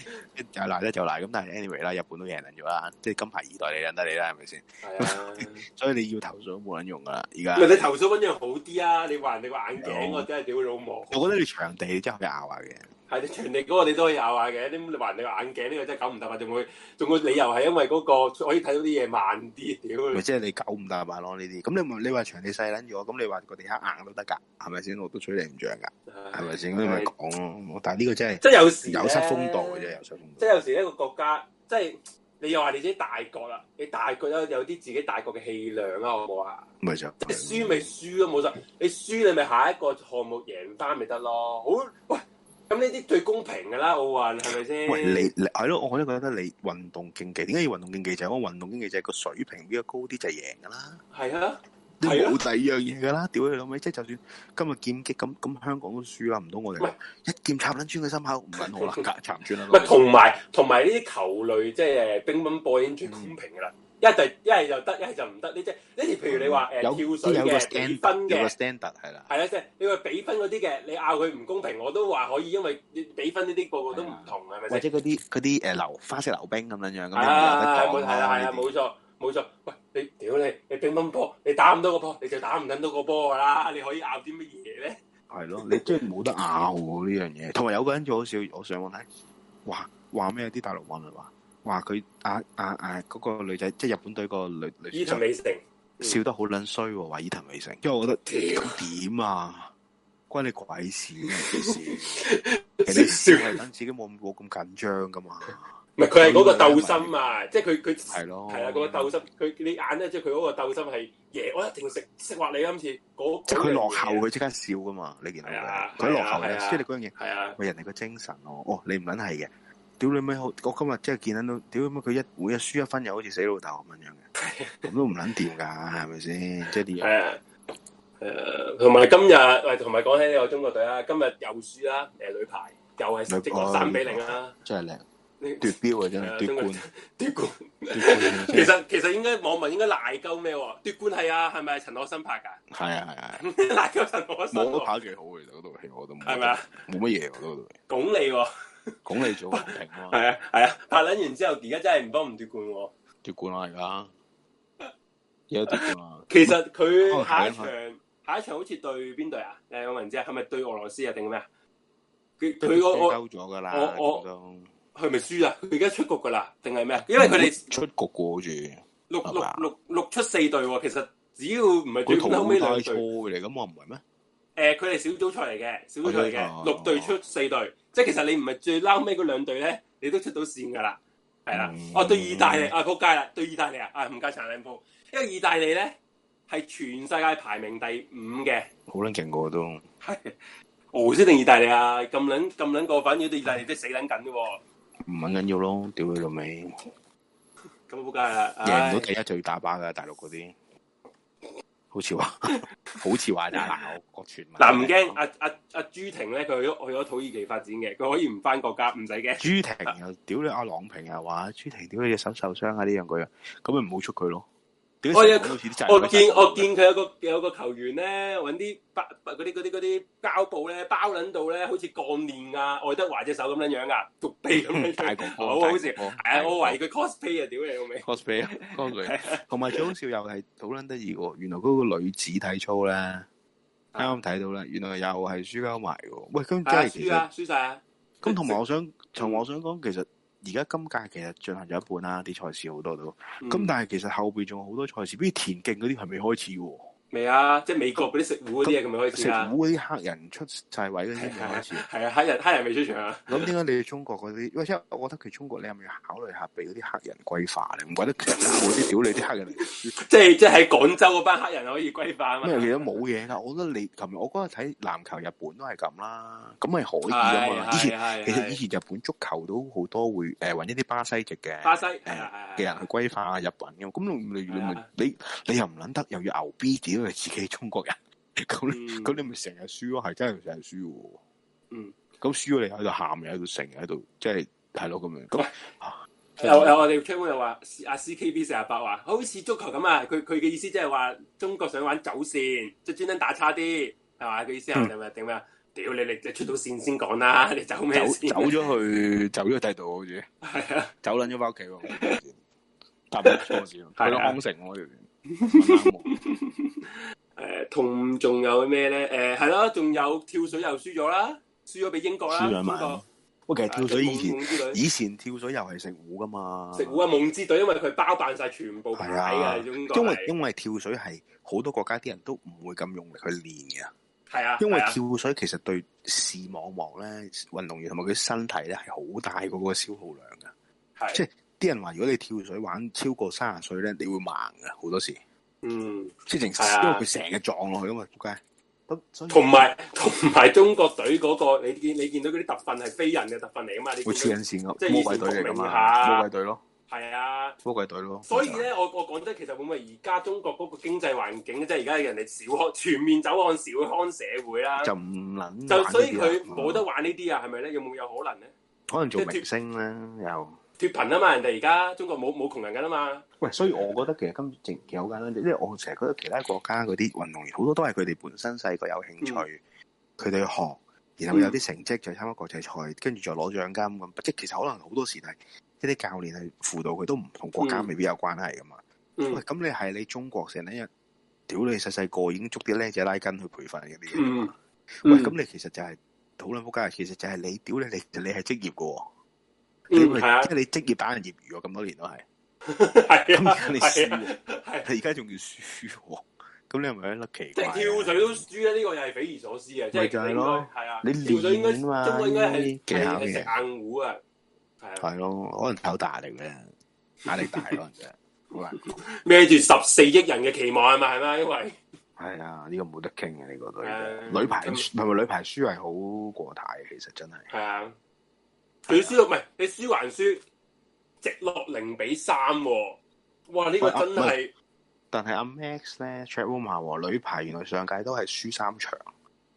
Speaker 6: 就賴得就賴，咁但係 anyway 啦，日本都贏撚咗啦，即係金牌二代你撚得你啦，係咪先？
Speaker 4: 係
Speaker 6: 所以你要投訴都冇撚用噶啦，而家
Speaker 4: 啊，咪。你投訴揾樣好啲啊！你話人哋個眼鏡，我真係屌你老母！
Speaker 6: 我覺得你場地真係可以拗下嘅，
Speaker 4: 係你全力嗰個你都可以拗下嘅，你話人哋個眼鏡呢個真係搞唔得啊！仲會仲會理由係因為嗰個可以睇到啲嘢慢啲，屌
Speaker 6: 咪
Speaker 4: 你！
Speaker 6: 即係你九唔搭八咯呢啲。咁你咪你話場地細撚咗，咁你話個地下硬都得㗎，係咪先？我都吹你唔漲㗎，係咪先？咁你咪講咯。但係呢個真係
Speaker 4: 即係有時
Speaker 6: 有失風度
Speaker 4: 嘅
Speaker 6: 嘅啫，有失風
Speaker 4: 即
Speaker 6: 度。
Speaker 4: 係有時一個國家，即係你又話你自己大國啦，你大國有有啲自己大國嘅氣量啊，好唔好啊？
Speaker 6: 咪就
Speaker 4: 即係輸咪輸咯，冇得你輸你咪下一個項目贏翻咪得咯。好喂，咁呢啲最公平㗎啦，奧運係咪先？
Speaker 6: 喂，你你係咯，我都覺得你運動競技點解要運動競技就係因為運動競技就係個水平比較高啲就係贏噶啦，
Speaker 4: 係啊，
Speaker 6: 你
Speaker 4: 係啊
Speaker 6: 冇第二樣嘢噶啦，屌你老味！即係就算今日劍擊咁咁，香港都輸啦，唔到我哋
Speaker 4: 喂
Speaker 6: 一劍插撚穿佢心口，唔 撚好啦，夾插唔穿啦
Speaker 4: 唔，係同埋同埋呢啲球類即係誒乒乓波已經最公平㗎啦。一係就一係就得，一係就唔得。呢即係呢啲，譬如你話誒跳
Speaker 6: 有
Speaker 4: 水
Speaker 6: 有個
Speaker 4: 嘅比
Speaker 6: standard，
Speaker 4: 分
Speaker 6: 有個
Speaker 4: 嘅。
Speaker 6: standard 係啦，
Speaker 4: 係啦，即係你話比分嗰啲嘅，你拗佢唔公平，我都話可以，因為你比分呢啲個個都唔同，係咪先？
Speaker 6: 或者嗰啲嗰啲誒溜花式溜冰咁樣樣咁，
Speaker 4: 啊，
Speaker 6: 你
Speaker 4: 冇
Speaker 6: 唔有
Speaker 4: 係
Speaker 6: 得講啦
Speaker 4: 啦，係啦，
Speaker 6: 呢啲
Speaker 4: 冇錯冇錯。喂，你屌你，你乒乓波，你打唔到個波，你就打唔撚到個波㗎啦。你可以拗啲乜嘢咧？
Speaker 6: 係咯，你真係冇得拗喎呢樣嘢。同埋有個人做好笑，我上網睇，話話咩啲大陸網民話話佢啊啊啊嗰、個女仔，即係日本隊個女女
Speaker 4: 伊藤
Speaker 6: 選手
Speaker 4: 美誠
Speaker 6: 笑得好撚衰喎，話伊藤 美誠，因為我覺得屌點啊，關你鬼事咩事？ 人哋笑係等自己冇咁冇咁緊張噶嘛，
Speaker 4: 唔係佢係嗰個鬥心啊，即係佢佢
Speaker 6: 係咯，
Speaker 4: 係啦，啊嗰個鬥心，佢你眼咧，即係佢嗰個鬥心係贏，我一定食食滑你今次嗰
Speaker 6: 即係佢落後，
Speaker 4: 嘅，
Speaker 6: 佢即刻笑噶嘛，你見到
Speaker 4: 係啊
Speaker 6: 佢，佢落後
Speaker 4: 係
Speaker 6: 咧，
Speaker 4: 啊
Speaker 6: 即係你嗰樣嘢。
Speaker 4: 係啊，
Speaker 6: 喂人哋個精神咯、哦，你唔撚係嘅，屌你咩好？我今日真係見撚到，屌你咩佢一每一輸一分又好似死老豆咁樣樣嘅，咁都唔撚掂㗎，係咪先？即係啲嘢
Speaker 4: 係啊。誒，同埋今日，喂，同埋講起呢個中國隊啊啦，今日又輸啦，誒女排又係直落三比零啦，
Speaker 6: 真係靚，
Speaker 4: 你
Speaker 6: 奪標啊真
Speaker 4: 係啊
Speaker 6: 係奪冠，
Speaker 4: 奪 冠。
Speaker 6: 奪冠
Speaker 4: 其實其實應該網民應該賴鳩咩喎？奪冠係啊，係咪陳可辛拍㗎？
Speaker 6: 係啊係啊，
Speaker 4: 賴鳩陳可辛
Speaker 6: 我都
Speaker 4: 喎，
Speaker 6: 跑得幾好嘅，其實嗰套戲我都冇
Speaker 4: 係咪啊？
Speaker 6: 冇乜嘢我都
Speaker 4: 拱你
Speaker 6: 哦
Speaker 4: 喎，
Speaker 6: 講你做唔平啊嘛，
Speaker 4: 係啊係啊，拍撚完之後，而家真係唔幫唔奪冠喎。
Speaker 6: 奪冠啦而家，而家奪冠啦，
Speaker 4: 其實佢
Speaker 6: 哦
Speaker 4: 下一
Speaker 6: 係啊
Speaker 4: 場下一場好似對邊隊啊？誒，我唔知啊，係咪對俄羅斯啊定咩啊？佢佢我我
Speaker 6: 鳩咗㗎啦，
Speaker 4: 我我
Speaker 6: 見到
Speaker 4: 佢咪輸啦？佢而家出局㗎啦，定係咩啊？因為佢哋。
Speaker 6: 出局過好似。
Speaker 4: 六
Speaker 6: 係
Speaker 4: 六
Speaker 6: 嘛
Speaker 4: 六六出四隊喎，其實只要唔係最
Speaker 6: 啊佢淘
Speaker 4: 後尾
Speaker 6: 汰
Speaker 4: 兩
Speaker 6: 賽
Speaker 4: 隊，
Speaker 6: 嚟咁，我唔係咩？
Speaker 4: 誒佢哋小組賽嚟嘅，小組賽嚟
Speaker 6: 哦
Speaker 4: 嘅，六隊出四隊，即係其實你唔係最撈尾嗰兩隊咧，你都出到線㗎啦，係啦
Speaker 6: 嗯。
Speaker 4: 哦，對意大利啊，仆街啦，對意大利啊，啊唔該殘兩鋪，因為意大利咧係全世界排名第五嘅，
Speaker 6: 好撚勁過都。
Speaker 4: 係哦俄羅斯定意大利啊，咁撚咁撚過分，如果對意大利都死撚緊嘅喎，
Speaker 6: 唔撚緊要咯，屌佢老味，
Speaker 4: 咁啊仆街啦，
Speaker 6: 贏
Speaker 4: 唉
Speaker 6: 唔到第一就要打靶噶，大陸嗰啲，好似話，好似話咋嗱，我傳聞
Speaker 4: 嗱唔驚，阿阿阿朱婷咧，佢去咗去咗土耳其發展嘅，佢可以唔翻國家，唔使驚。
Speaker 6: 朱婷又屌你阿郎平又話朱婷屌你隻手受傷啊呢樣嗰樣，咁咪唔好出佢咯。屌
Speaker 4: 我有
Speaker 6: 成日講到好似啲責任
Speaker 4: 我見
Speaker 6: 鬼殺
Speaker 4: 我見佢有個有個球員咧，揾啲包嗰啲嗰啲嗰啲膠布咧包撚到咧，好似鋼鍊啊，愛德華隻手咁樣樣啊，獨 臂咁樣
Speaker 6: 嗯大
Speaker 4: 樣，
Speaker 6: 哥哥，
Speaker 4: 好好笑。
Speaker 6: 大哥哥
Speaker 4: 係啊，我懷疑佢 cosplay 啊，屌你老味！
Speaker 6: cosplay 啊 cosplay，同埋最好笑又係好撚得意喎，原來嗰個女子體操咧，啱啱睇到啦，原來又係輸交埋嘅喎。喂，咁即
Speaker 4: 係啊，
Speaker 6: 係其
Speaker 4: 輸
Speaker 6: 實
Speaker 4: 啊，輸晒啊。
Speaker 6: 咁同埋我想，同埋我想講，其實而家今屆其實進行咗一半啦，啲賽事好多都。
Speaker 4: 嗯
Speaker 6: 咁但係其實後邊仲有好多賽事，比如田徑嗰啲係未開始嘅喎。
Speaker 4: 未啊，即係美國嗰啲食糊嗰啲嘢，咁咪開始啊
Speaker 6: 食
Speaker 4: 啦。
Speaker 6: 糊嗰啲黑人出晒位嗰 啲未開始。
Speaker 4: 係啊，黑人黑人未出場啊。
Speaker 6: 咁點解你哋中國嗰啲？喂，因為我覺得佢中國你係咪要考慮下俾嗰啲黑人歸化咧？唔怪得其實嗰啲屌你啲黑人
Speaker 4: 即係即係喺廣州嗰班黑人可以歸化啊嘛。
Speaker 6: 咩其實冇嘢㗎。我覺得你琴日我嗰日睇籃球日本都係咁啦，咁咪可以啊嘛。以前
Speaker 4: 係
Speaker 6: 其
Speaker 4: 係
Speaker 6: 實以
Speaker 4: 係
Speaker 6: 前日本足球都好多會誒揾一啲巴西籍嘅
Speaker 4: 巴西係
Speaker 6: 誒
Speaker 4: 啊
Speaker 6: 嘅人去
Speaker 4: 係
Speaker 6: 歸化日本咁，咁你你
Speaker 4: 係
Speaker 6: 咪
Speaker 4: 啊
Speaker 6: 你你又唔撚得，又要牛逼屌你自己中國人，咁你
Speaker 4: 嗯
Speaker 6: 咁你咪成日輸咯，係真係成日輸喎。
Speaker 4: 嗯，
Speaker 6: 咁輸咗你喺度喊，又喺度成，又喺度即係係咯咁樣。咁啊真
Speaker 4: 有
Speaker 6: 係
Speaker 4: 有我哋 c h a 又話阿 CKB 四廿八話，好似足球咁啊！佢佢嘅意思即係話中國想玩走線，即係專登打差啲，係嘛？佢意
Speaker 6: 嗯
Speaker 4: 思係定咪定咩啊？屌你你你出到線先講啦， 你走咩
Speaker 6: 走
Speaker 4: 先？
Speaker 6: 走咗去，走咗去第度好似，
Speaker 4: 係啊，
Speaker 6: 走撚咗翻屋企喎。搭唔錯線，去
Speaker 4: 係
Speaker 6: 到
Speaker 4: 啊
Speaker 6: 康城喎 條線。
Speaker 4: 誒同仲有咩咧？誒係咯，仲有跳水又輸咗啦，輸咗俾英國啦，
Speaker 6: 輸咗
Speaker 4: 英
Speaker 6: 嘛
Speaker 4: 國
Speaker 6: 我其實跳水以前，
Speaker 4: 夢之隊
Speaker 6: 以前跳水又係食糊噶嘛。
Speaker 4: 啊食糊啊！夢之隊因為佢包辦晒全部牌
Speaker 6: 係啊
Speaker 4: 嘅中國係，
Speaker 6: 因為因為跳水係好多國家啲人都唔會咁用力去練嘅，
Speaker 4: 係啊，
Speaker 6: 因為
Speaker 4: 係啊
Speaker 6: 跳水其實對視網膜咧、運動員同埋佢身體咧係好大嗰個消耗量嘅。
Speaker 4: 係
Speaker 6: 即係啲人話，如果你跳水玩超過三十歲咧，你會盲嘅好多時，
Speaker 4: 嗯。
Speaker 6: 即係
Speaker 4: 係
Speaker 6: 成，
Speaker 4: 啊
Speaker 6: 因為佢成日撞落去啊嘛，仆街。咁所以
Speaker 4: 同埋 同埋中國隊嗰、個，你見你見到嗰啲特訓係非人嘅特訓嚟噶嘛？你
Speaker 6: 會黐
Speaker 4: 見
Speaker 6: 緊線
Speaker 4: 即
Speaker 6: 嘅，
Speaker 4: 係
Speaker 6: 魔鬼隊嚟噶
Speaker 4: 以前同名
Speaker 6: 嘛，
Speaker 4: 下
Speaker 6: 魔鬼隊咯，
Speaker 4: 到係啊，
Speaker 6: 魔鬼隊咯。
Speaker 4: 所以咧，我我講真，其實會唔會而家中國嗰個經濟環境，即係而家人哋小康 全面走向小康社會啦，
Speaker 6: 就唔撚
Speaker 4: 就
Speaker 6: 玩
Speaker 4: 所
Speaker 6: 呢
Speaker 4: 以
Speaker 6: 啲啊啦嗯
Speaker 4: 佢冇得，玩呢啲啊，係咪咧？有冇有可能咧？
Speaker 6: 可能做明星咧又。
Speaker 4: 脱貧啊嘛，人哋而家中國冇冇窮人噶啦嘛，
Speaker 6: 喂，所以我覺得其實今正其實好簡單，因為我成日覺得其他國家嗰啲運動員好多都係佢哋本身細個有興趣，
Speaker 4: 嗯
Speaker 6: 佢哋、去學，然後有啲成績就參加國際賽，跟住再攞獎金咁。即係其實可能好多時係一啲教練去輔導佢都唔同國家
Speaker 4: 嗯
Speaker 6: 未必有關係噶嘛。
Speaker 4: 嗯
Speaker 6: 喂，咁你係你中國成日屌你細細個已經捉啲僆仔拉筋去培訓嗰啲嘢㗎嘛，
Speaker 4: 嗯
Speaker 6: 喂，
Speaker 4: 嗯
Speaker 6: 咁你其實就係好撚撲街，其實就係你屌你你其實你係職業嘅喎，你
Speaker 4: 嗯
Speaker 6: 咪
Speaker 4: 係啊
Speaker 6: 即係你職業打人業餘喎，咁多年都係。
Speaker 4: 係
Speaker 6: 咁
Speaker 4: 啊
Speaker 6: 而家你輸
Speaker 4: 係啊
Speaker 6: 喎，
Speaker 4: 係啊，
Speaker 6: 你而家仲要輸喎，咁你係咪一粒奇
Speaker 4: 即
Speaker 6: 怪
Speaker 4: 係
Speaker 6: 啊？
Speaker 4: 跳水都輸咧，呢個又係匪夷所思嘅，即
Speaker 6: 咪
Speaker 4: 係
Speaker 6: 就
Speaker 4: 應
Speaker 6: 係
Speaker 4: 該
Speaker 6: 咯
Speaker 4: 係啊，
Speaker 6: 你
Speaker 4: 跳水應該
Speaker 6: 練嘛
Speaker 4: 中國應該係
Speaker 6: 技巧
Speaker 4: 係
Speaker 6: 嘅
Speaker 4: 係食硬糊啊，係啊。
Speaker 6: 係咯，可能透大壓力咧，壓力大可能啫。 好難講
Speaker 4: 孭住十四億人嘅期望係咪？係咪？因為
Speaker 6: 係啊，呢個冇得傾嘅呢個
Speaker 4: 誒
Speaker 6: 女女排
Speaker 4: 啊咁
Speaker 6: 係咪女排輸係好過態嘅？其實真係
Speaker 4: 係啊，佢輸到唔係你輸還輸，直落零比三喎！哇！呢、個真係
Speaker 6: 但係阿 Max 咧 c h a t r o o m 話喎女排原來上屆都係輸三場，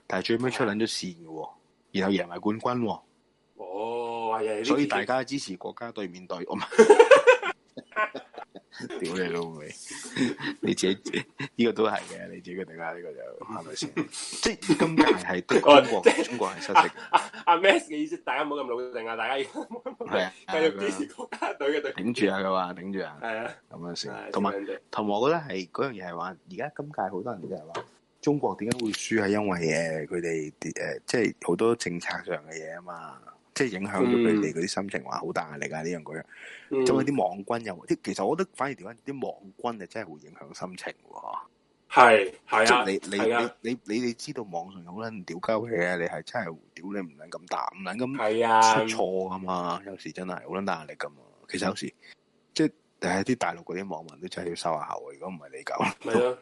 Speaker 6: 但係最尾出撚咗線嘅喎，然後贏埋冠軍喎，
Speaker 4: 哦，係啊！呢啲
Speaker 6: 所以大家支持國家隊面對 我。屌你老味！你自己呢、個都係嘅，你自己決定啦。呢、個就係咪 先？即係今屆係對
Speaker 4: 哦
Speaker 6: 中國，中國係失色，
Speaker 4: 阿阿 Max 嘅意思，大家唔好咁老 定啊！大家要
Speaker 6: 係啊，
Speaker 4: 繼續支持國家隊嘅隊。
Speaker 6: 頂住啊！佢話頂住啊，
Speaker 4: 係啊，
Speaker 6: 咁樣
Speaker 4: 係
Speaker 6: 先。同埋
Speaker 4: 咁樣啫
Speaker 6: 同埋，我覺得係嗰樣嘢係話，而家今屆好多人就係話中國點解會輸係因為誒佢哋啲誒即係好多政策上嘅嘢啊嘛，即係影響咗佢哋嗰啲心情，話好大壓力啊呢樣嗰樣。
Speaker 4: 嗯
Speaker 6: 咁有啲網軍又即係其實我覺得反而點解啲網軍就真係會影響心情喎。
Speaker 4: 係係
Speaker 6: 即
Speaker 4: 啊，
Speaker 6: 係
Speaker 4: 係啊，
Speaker 6: 你你你你你你知道網上有好撚屌鳩嘅嘢，你係真係屌你唔撚咁大，唔撚咁
Speaker 4: 係啊，
Speaker 6: 出錯噶嘛？有時真係好撚大壓力噶嘛。其實有時即係誒啲大陸嗰啲網民都真係要收下口喎，如果唔係 你搞，
Speaker 4: 咪咯。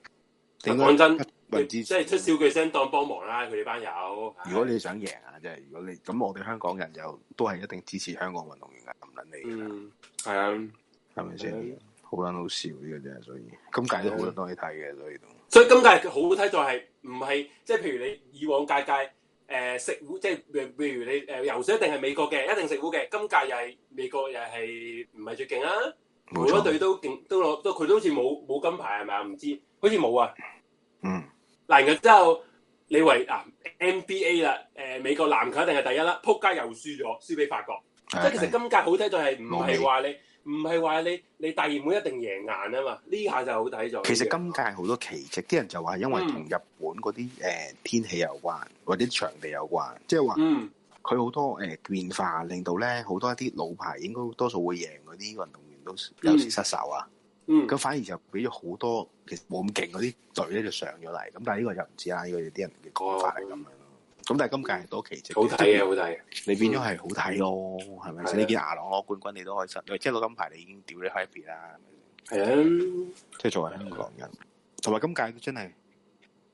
Speaker 6: 點
Speaker 4: 講真
Speaker 6: 不為之
Speaker 4: 即係出小句聲當幫忙啦，佢哋班友。
Speaker 6: 如果你想贏啊，即係如果你咁，我哋香港人就都係一定支持香港運動員嘅，唔撚你㗎啦，
Speaker 4: 嗯係啊。
Speaker 6: 係咪
Speaker 4: 係
Speaker 6: 先？好撚好笑呢個真係，所以今屆都好撚多嘢睇嘅，所以都
Speaker 4: 所以今屆佢好睇在係唔係即係譬如你以往屆屆誒食糊，即係譬譬如你誒、呃游水一定係美國嘅，一定食糊嘅。今屆又係美國又係唔係最勁啊？
Speaker 6: 冇
Speaker 4: 每一隊
Speaker 6: 錯。
Speaker 4: 都勁，都攞都佢都好似冇冇金牌係咪啊？唔知好似冇啊。
Speaker 6: 嗯，
Speaker 4: 嗱，然後之後你為啊 NBA 啦，誒、美國籃球一定係第一啦，撲街又輸咗，輸俾法國。即係其實
Speaker 6: 啊係
Speaker 4: 今屆好睇就係唔係話你唔係話你你第二門一定贏硬啊嘛，呢下就好睇咗嘅。
Speaker 6: 其實今屆好多奇蹟，啲人就話因為同
Speaker 4: 嗯
Speaker 6: 日本嗰啲誒天氣有關，或者場地有關，即係話
Speaker 4: 嗯
Speaker 6: 佢好多誒變化，令到咧好多一啲老牌應該多數會贏嗰啲運動員都有時失手啊。
Speaker 4: 嗯
Speaker 6: 咁、反而就俾咗好多其實冇咁勁嗰啲隊咧就上咗嚟。咁但係呢個就唔知啦，呢、個有啲人嘅講法係咁樣咯。咁但係今屆係多奇蹟，
Speaker 4: 哦好睇嘅，好睇嘅。
Speaker 6: 你變咗係好睇咯，係咪
Speaker 4: 係啊
Speaker 6: 先？你見牙朗攞冠軍，你都開心，即係攞金牌，你已經屌你 happy 啦，
Speaker 4: 係啊，
Speaker 6: 即係作為香港人。同埋今屆都真係，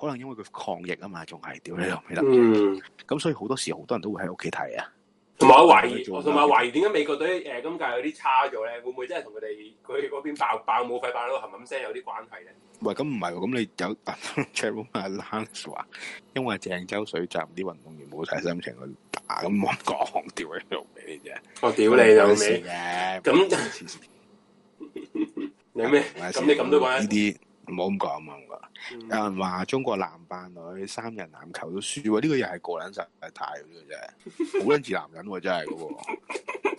Speaker 6: 可能因為佢抗疫啊嘛，仲係屌你老味啦。
Speaker 4: 嗯，
Speaker 6: 咁所以好多時好多人都會喺屋企睇 啊。
Speaker 4: 同埋我懷疑，我同埋懷疑點解美國隊誒今屆有啲差咗咧？會唔會真係同佢哋佢嗰邊爆爆武肺爆到冚冚聲有啲關係咧？
Speaker 6: 喂，咁唔係喎，咁你有 chat room 啊 Lance 話，因為鄭州水站啲運動員冇晒心情去打，咁我唔講，屌你老味啫。
Speaker 4: 我屌你老
Speaker 6: 冇事
Speaker 4: 味！
Speaker 6: 嘅，
Speaker 4: 咁
Speaker 6: 咁
Speaker 4: 有咩？咁你咁都講
Speaker 6: 呢
Speaker 4: 得
Speaker 6: 啲唔好咁講，唔好咁講。
Speaker 4: 嗯
Speaker 6: 有人話中國男扮女三人籃球都輸喎，呢、個又係過撚實太態呢個真係，好撚似男人喎真係嘅喎，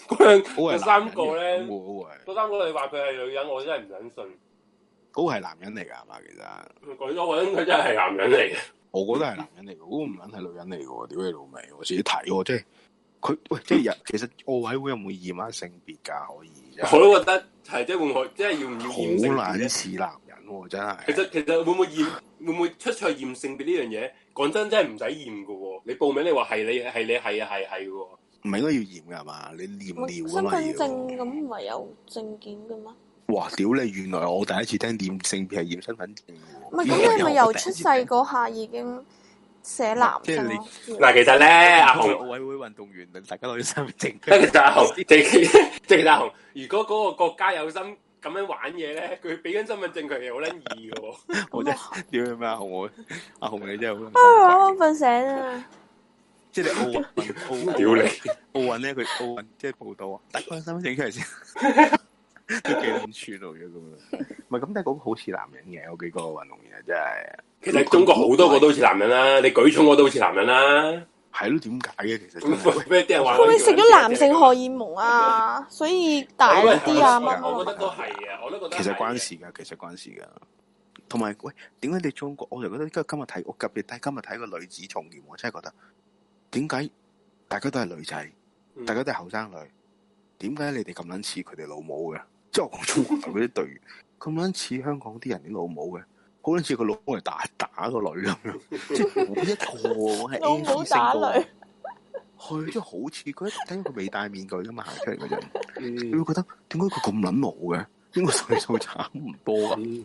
Speaker 4: 嗰樣
Speaker 6: 嗰
Speaker 4: 有
Speaker 6: 係
Speaker 4: 三個咧
Speaker 6: 嗰個係
Speaker 4: 嗰三個你話佢係女人，我真係唔忍信。
Speaker 6: 嗰個係男人嚟㗎係嘛？其實
Speaker 4: 講咗我覺得佢真係男人嚟嘅。
Speaker 6: 我覺得係男人嚟嘅，嗰、個唔撚係女人嚟嘅喎，屌你老味，我自己睇喎，即係佢喂，即 係人其實奧委會有冇驗下性別㗎？可以真係
Speaker 4: 我都覺得係即係會唔會，即係要唔要驗性別
Speaker 6: 好撚
Speaker 4: 咧？
Speaker 6: 似男人喎，真係。
Speaker 4: 其實其實會唔會驗會唔會出錯驗性別呢樣嘢？講真真係唔使驗嘅喎。你報名你話係你係你係啊係係嘅喎。
Speaker 6: 唔係應該要驗㗎係嘛？你驗尿啊
Speaker 3: 身
Speaker 6: 嘛
Speaker 3: 份
Speaker 6: 要。
Speaker 3: 證咁唔係有證件嘅咩？
Speaker 6: 哇！屌你，原來我第一次聽驗性別係驗身份證喎。
Speaker 3: 唔係咁，
Speaker 6: 呢個
Speaker 3: 你
Speaker 6: 又
Speaker 3: 咪由
Speaker 6: 我第一
Speaker 3: 出
Speaker 6: 次
Speaker 3: 世
Speaker 6: 聽
Speaker 3: 嗰下已經寫男
Speaker 6: 即係
Speaker 3: 性
Speaker 6: 你
Speaker 3: 咯。
Speaker 4: 嗱，其實咧，阿
Speaker 6: 作為
Speaker 4: 紅，
Speaker 6: 奧委會運動員，大家攞啲身份
Speaker 4: 其
Speaker 6: 證。
Speaker 4: 實阿紅，即係即係阿紅，如果嗰個國家有心咁樣玩嘢咧，佢俾緊身份證佢哋好撚易嘅喎。
Speaker 6: 我
Speaker 3: 咁
Speaker 6: 真
Speaker 3: 啊
Speaker 6: 係屌你咩阿紅，阿紅你真係好
Speaker 3: 啊 我啱
Speaker 6: 撚
Speaker 3: 啱瞓醒啊！
Speaker 6: 即係你奧運奧
Speaker 4: 屌你
Speaker 6: 你奧運咧，佢奧運即係報道啊，大家攞身份證出 嚟先。都幾撚串喎，如果咁樣。唔係咁，但係嗰個好似男人嘅，有幾個運動員啊，真係。
Speaker 4: 其實中國好多個都好似男人啦，你舉重嗰個都好似男人啦。
Speaker 6: 係咯，點解嘅其實真係？
Speaker 4: 咁咩啲人話
Speaker 3: 會唔會食咗男性荷爾蒙啊？所以大力啲啊
Speaker 6: 喂
Speaker 3: 乜
Speaker 4: 我
Speaker 3: 乜
Speaker 4: 覺
Speaker 3: 乜
Speaker 4: 得都係啊，我都覺得
Speaker 6: 其實關
Speaker 4: 係嘅。
Speaker 6: 事㗎，其實關事㗎。同埋喂，點解你中國？我就覺得今日睇我特別睇今日睇個女子重劍，我真係覺得點解大家都係女仔，
Speaker 4: 嗯
Speaker 6: 大家都係後生女，點解你哋咁撚似佢哋老母嘅？即係我講中華隊嗰啲隊員咁撚似香港啲人啲老母嘅，好撚似個老母嚟打打個女咁樣，即係冇一個喎係
Speaker 3: 老母
Speaker 6: MC
Speaker 3: 打
Speaker 6: 升高
Speaker 3: 女，
Speaker 6: 係真係好似佢一睇佢未戴面具㗎嘛，行出嚟嗰陣，你
Speaker 4: 嗯
Speaker 6: 會覺得點解佢咁撚老嘅？ 應該歲數差唔多啊！
Speaker 4: 嗯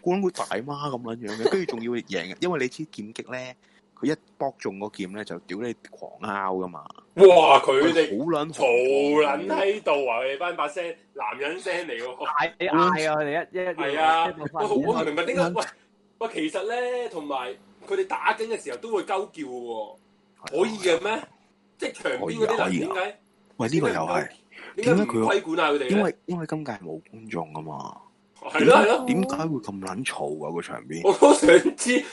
Speaker 6: 估撚佢大媽咁撚樣嘅，跟住仲要贏嘅，因為你知劍擊咧，佢一搏中個劍咧就屌你狂拗噶嘛，
Speaker 4: 哇！佢
Speaker 6: 佢
Speaker 4: 哋
Speaker 6: 好撚
Speaker 4: 嘈撚喺度啊！佢哋班把聲男人聲嚟喎。
Speaker 5: 嗌嗌啊！佢哋一一
Speaker 4: 係啊
Speaker 5: 一個，
Speaker 4: 我好我唔明白 點解
Speaker 6: 嗯
Speaker 4: 喂喂，其實咧，同埋佢哋打緊嘅時候都會鳩叫喎，
Speaker 6: 啊
Speaker 4: 可以嘅咩？即係場邊嗰啲
Speaker 6: 可
Speaker 4: 人
Speaker 6: 以
Speaker 4: 點
Speaker 6: 啊
Speaker 4: 解
Speaker 6: 喂，呢個又
Speaker 4: 點
Speaker 6: 係，
Speaker 4: 解
Speaker 6: 點解
Speaker 4: 唔
Speaker 6: 佢
Speaker 4: 規管下佢哋
Speaker 6: 因
Speaker 4: 咧？
Speaker 6: 為因為今屆冇觀眾噶嘛，
Speaker 4: 係咯係咯，
Speaker 6: 點解會咁撚嘈啊個場邊？
Speaker 4: 我都想知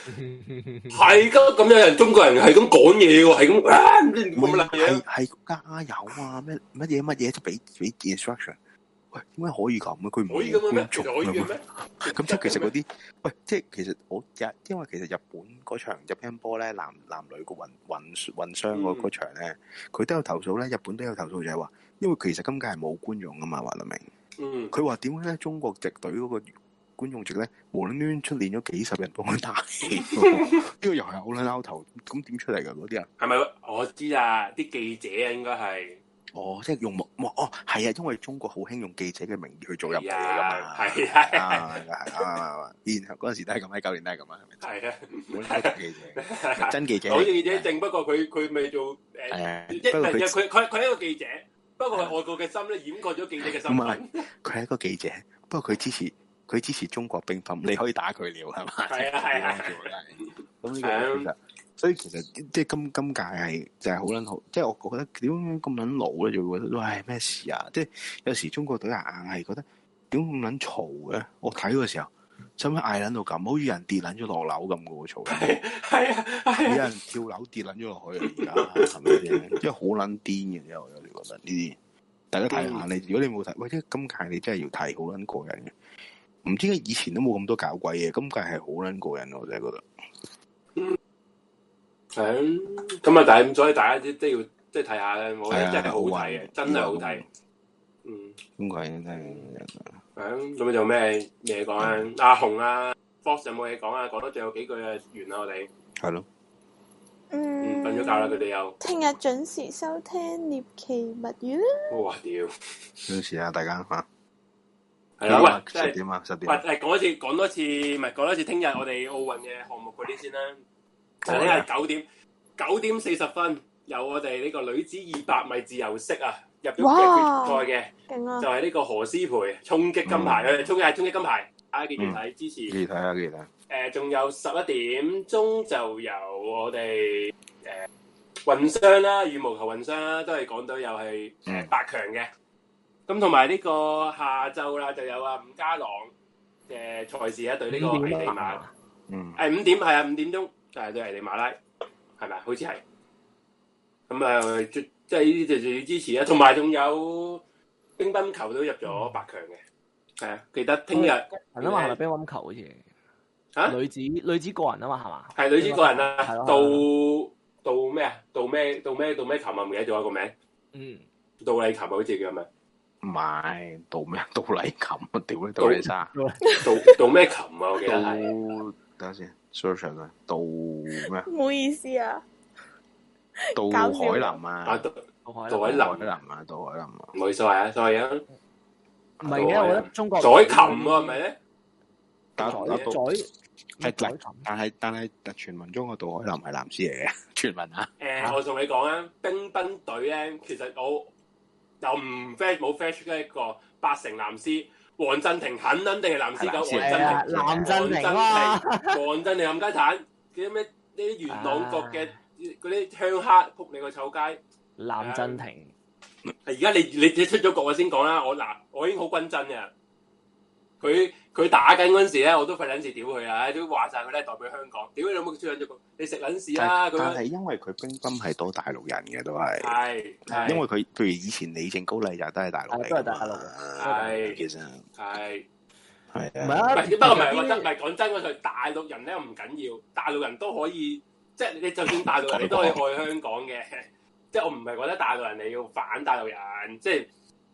Speaker 4: 係咁咁有人中國人係咁講嘢喎，係咁啊唔知
Speaker 6: 唔
Speaker 4: 咁撚嘢
Speaker 6: 係。係加油啊！咩乜嘢乜嘢就俾俾 instruction。喂，點解可以咁嘅？佢唔
Speaker 4: 可以咁嘅
Speaker 6: 冇
Speaker 4: 咩
Speaker 6: 觀？
Speaker 4: 其
Speaker 6: 眾
Speaker 4: 實可以
Speaker 6: 㗎
Speaker 4: 嘅
Speaker 6: 嘛
Speaker 4: 咩？
Speaker 6: 咁即係其實嗰啲，喂，即係其實我日，因為其實日本嗰場日乒乓波咧，男男女個混混混雙嗰
Speaker 4: 嗯
Speaker 6: 嗰場咧，佢都有投訴咧，日本都有投訴就係話，因為其實今屆係冇觀眾噶啊嘛，話得明。
Speaker 4: 嗯，
Speaker 6: 佢話點解咧？中國直隊嗰個觀眾席咧，無端端出練咗幾十人幫佢打氣， 呢個又係好撚拗頭，咁點出嚟㗎嗰啲人？
Speaker 4: 係咪？我知啊，啲記者啊應該係
Speaker 6: 哦，即係用目，哦，係啊，因為中國好興用記者嘅名義去做任何嘢㗎嘛，
Speaker 4: 係啊係啊
Speaker 6: 啊，係啊，係啊，然後嗰陣時都係咁喺九年都係咁啊，係咪？
Speaker 4: 係啊，
Speaker 6: 冇得做記者。 真記者，啊
Speaker 4: 好似記者證，不過佢佢咪做誒。一
Speaker 6: 誒，不過
Speaker 4: 佢
Speaker 6: 佢
Speaker 4: 佢佢係一個記者，不過外國嘅心咧掩蓋咗記者嘅身
Speaker 6: 唔係
Speaker 4: 份，
Speaker 6: 佢係一個記者，不過佢支持佢支持中國乒乓，你可以打佢了係嘛？
Speaker 4: 嗯係啊係啊
Speaker 6: 咁呢個其實，所以其實即係今今屆係就係好撚好，即係我覺得點解咁撚老咧，就會覺得喂咩事啊？即係有時中國隊硬係覺得點解咁撚嘈嘅？我睇嘅時候，使唔使嗌撚到咁？好似有人跌撚咗落樓咁嘅喎，嘈得。
Speaker 4: 係啊
Speaker 6: 有
Speaker 4: 係啊，
Speaker 6: 人跳樓跌撚咗落去啊！而家係咪先？即係好撚癲嘅啫，我有時覺得呢啲。大家睇下
Speaker 4: 嗯
Speaker 6: 你，如果你冇睇，喂，即係今屆你真係要睇，好撚過癮嘅。唔知點解以前都冇咁多搞鬼嘢，今屆係好撚過癮，我真係覺得。
Speaker 4: 系咁啊！但係咁所以大家都都要即係睇下咧，我覺
Speaker 6: 係
Speaker 4: 得
Speaker 6: 啊
Speaker 4: 真係好睇
Speaker 6: 好
Speaker 4: 嘅，
Speaker 6: 玩
Speaker 4: 真係好睇。嗯，
Speaker 6: 今屆真係
Speaker 4: 咁咁就咩嘢講啊？阿紅啊，Fox 有冇嘢講啊？講多最後幾句啊，完啦我哋，
Speaker 6: 係咯，
Speaker 4: 嗯，
Speaker 2: 嗯，
Speaker 4: 瞓咗覺啦，佢哋又，
Speaker 2: 聽日準時收聽《獵奇物語》啦。
Speaker 4: 哇屌，
Speaker 6: 準時啊，大家吓。
Speaker 4: 係啦，喂，真
Speaker 6: 十
Speaker 4: 係。
Speaker 6: 點啊，十
Speaker 4: 喂，
Speaker 6: 點。
Speaker 4: 誒講一次，講多次，唔係講多次，聽日我哋奧運嘅項目嗰啲先啦。就聽日九點九點四十分，有我哋呢個女子二百米自由式啊，入咗
Speaker 2: 哇
Speaker 4: 決賽
Speaker 2: 勁啊
Speaker 4: 嘅，就！係、呢個何詩蓓衝擊金牌，佢衝擊係衝擊金牌，大家記住睇支持。
Speaker 6: 記住睇下，記住睇下。啊
Speaker 4: 誒，呃仲、有十一點鐘就由我哋誒、呃混雙啦，羽毛球混雙啦，都係港隊又係
Speaker 6: 嗯
Speaker 4: 誒八強嘅。咁同埋呢個下晝啦，就有啊伍家朗嘅賽事啊，對呢個危地
Speaker 5: 啊
Speaker 4: 馬。
Speaker 6: 嗯，
Speaker 4: 係五點，係啊，五點鐘就係對危地馬拉，係咪啊？好似係。咁啊，呃即即係呢啲就要支持啦。同埋仲有乒乓球都入咗八強嘅，係啊，記得聽日
Speaker 5: 係啊嘛，係咪乒乓球好似？
Speaker 4: 嚇
Speaker 5: 女子女子個人啊嘛，係嘛？
Speaker 4: 係女子個人啊
Speaker 5: 係，咯
Speaker 4: 到
Speaker 5: 係
Speaker 4: 到咩啊？到咩？到咩？到咩琴啊？唔記得咗個名，
Speaker 5: 嗯，
Speaker 4: 杜 麗琴啊好似叫咩？
Speaker 6: 唔係到咩？ 到禮琴啊！屌你，到你沙。
Speaker 4: 杜杜咩琴啊？我記得
Speaker 6: 到
Speaker 4: 係
Speaker 6: 等下先，search 上啊，到咩？
Speaker 2: 唔好意思啊，
Speaker 6: 到
Speaker 2: 搞笑
Speaker 6: 海林
Speaker 4: 啊，
Speaker 6: 啊，
Speaker 4: 杜
Speaker 5: 我海
Speaker 4: 杜海林
Speaker 6: 到海林啊，到海林啊。
Speaker 4: 唔好意思啊，sorry 啊，
Speaker 5: 唔係嘅，我覺得中國
Speaker 4: 宰琴啊，係咪咧？
Speaker 6: 但
Speaker 5: 宰
Speaker 6: 但到
Speaker 5: 宰
Speaker 6: 係
Speaker 5: 宰
Speaker 6: 嗱
Speaker 5: 琴，
Speaker 6: 但係但係，但傳聞中個杜海林係藍絲嚟嘅， 傳聞啊。
Speaker 4: 誒、
Speaker 5: 啊
Speaker 4: 我同你講啊，冰冰隊咧，其實我又唔 fetch 冇 fetch 呢一個八成藍絲，黃振廷肯肯定係藍絲狗，
Speaker 6: 係藍絲
Speaker 4: 黃振
Speaker 5: 係啊，藍
Speaker 6: 嚟
Speaker 5: 振
Speaker 4: 廷、
Speaker 5: 廷
Speaker 4: 黃
Speaker 5: 啊，
Speaker 4: 振廷、黃振廷冚家產，啲咩呢啲元朗國嘅嗰啲鄉黑撲你個臭街，係
Speaker 5: 藍振廷，
Speaker 4: 而家你你你出咗局我先講啦，我嗱我已經好均真嘅，佢佢打緊嗰陣時咧，我都費撚事屌佢啊，都話晒佢咧代表香港，屌你老母佢出撚咗局，你食撚屎啦咁
Speaker 6: 但但
Speaker 4: 樣，
Speaker 6: 係因為佢乒乓係多大陸人嘅都係，
Speaker 4: 係係
Speaker 6: 因為佢譬如以前李正高麗就都係大陸
Speaker 5: 係
Speaker 6: 嚟㗎嘛，
Speaker 5: 都係大陸
Speaker 4: 係
Speaker 6: 其實
Speaker 4: 係。
Speaker 5: 唔
Speaker 6: 係
Speaker 5: 係
Speaker 6: 啊，
Speaker 5: 啊，
Speaker 4: 唔係，不過唔係，我覺得唔係講真嗰句，大陸人咧唔緊要，大陸人都可以，即係你就算大 陸人，你都可以愛香港嘅。 即係我唔係覺得大陸人你要反大陸人，即係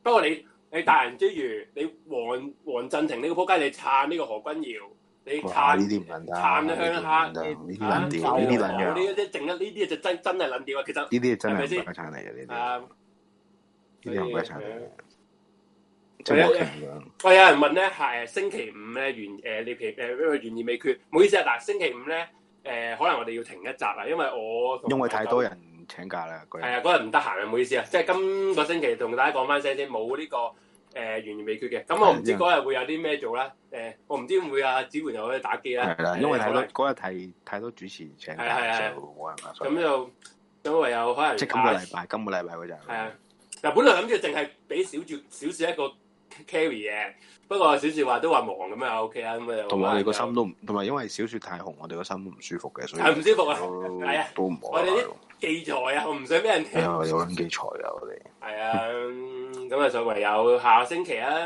Speaker 4: 不過你你大人之餘，你黃黃振廷呢個撲街，你撐呢個何君瑤，你
Speaker 6: 哇！
Speaker 4: 撐
Speaker 6: 呢啲唔撚得，
Speaker 4: 撐
Speaker 6: 呢
Speaker 4: 咗
Speaker 6: 啲唔
Speaker 4: 鄉
Speaker 6: 撚
Speaker 4: 下
Speaker 6: 得，呢啲
Speaker 4: 啊
Speaker 6: 撚屌，呢啲撚
Speaker 4: 呢
Speaker 6: 樣，呢
Speaker 4: 啲淨係呢啲就真真係撚屌啊！其實
Speaker 6: 啲真
Speaker 4: 係咪
Speaker 6: 係
Speaker 4: 先
Speaker 6: 唔鬼撐嚟嘅，呢
Speaker 4: 啊，
Speaker 6: 啲呢啲唔鬼撐嚟
Speaker 4: 係
Speaker 6: 嘅
Speaker 4: 啊，
Speaker 6: 即係冇強樣。
Speaker 4: 我有人問咧，係星期五咧完誒你期誒因為懸而未決，唔好意思啊，嗱星期五咧誒、可能我哋要停一集啦，因為我同
Speaker 6: 因為太多人請假啦，嗰
Speaker 4: 係
Speaker 6: 日
Speaker 4: 啊嗰日唔得閒啊，唔好意思啊，即係今個星期同大家講翻聲先，冇呢、個誒、懸而未決嘅，咁我唔知
Speaker 6: 係啊
Speaker 4: 嗰日會有啲咩做啦，誒、我唔知會唔會啊子桓又去打機啦，
Speaker 6: 係啦，
Speaker 4: 誒
Speaker 6: 因為太
Speaker 4: 可
Speaker 6: 多
Speaker 4: 能
Speaker 6: 嗰日太太多主持請
Speaker 4: 係係
Speaker 6: 假，
Speaker 4: 係
Speaker 6: 就冇辦法。所以
Speaker 4: 啊咁就咁唯有可能
Speaker 6: 即係今個禮拜，今個禮拜嗰陣
Speaker 4: 係啊，嗱本來諗住淨係俾小住小少一個 carry 嘅，不過小少話都話忙咁啊 OK 啦，咁啊
Speaker 6: 同埋我哋個心都唔，同埋因為小雪太紅，我哋個心都唔舒服嘅，所以
Speaker 4: 係唔舒服啊
Speaker 6: 都
Speaker 4: 係啊
Speaker 6: 都唔
Speaker 4: 我
Speaker 6: 好
Speaker 4: 哋
Speaker 6: 啦。
Speaker 4: 啲器材啊，我唔想俾人聽。
Speaker 6: 係啊，我哋好撚記財啊，我哋
Speaker 4: 係啊，嗯咁啊就唯有下星期啊，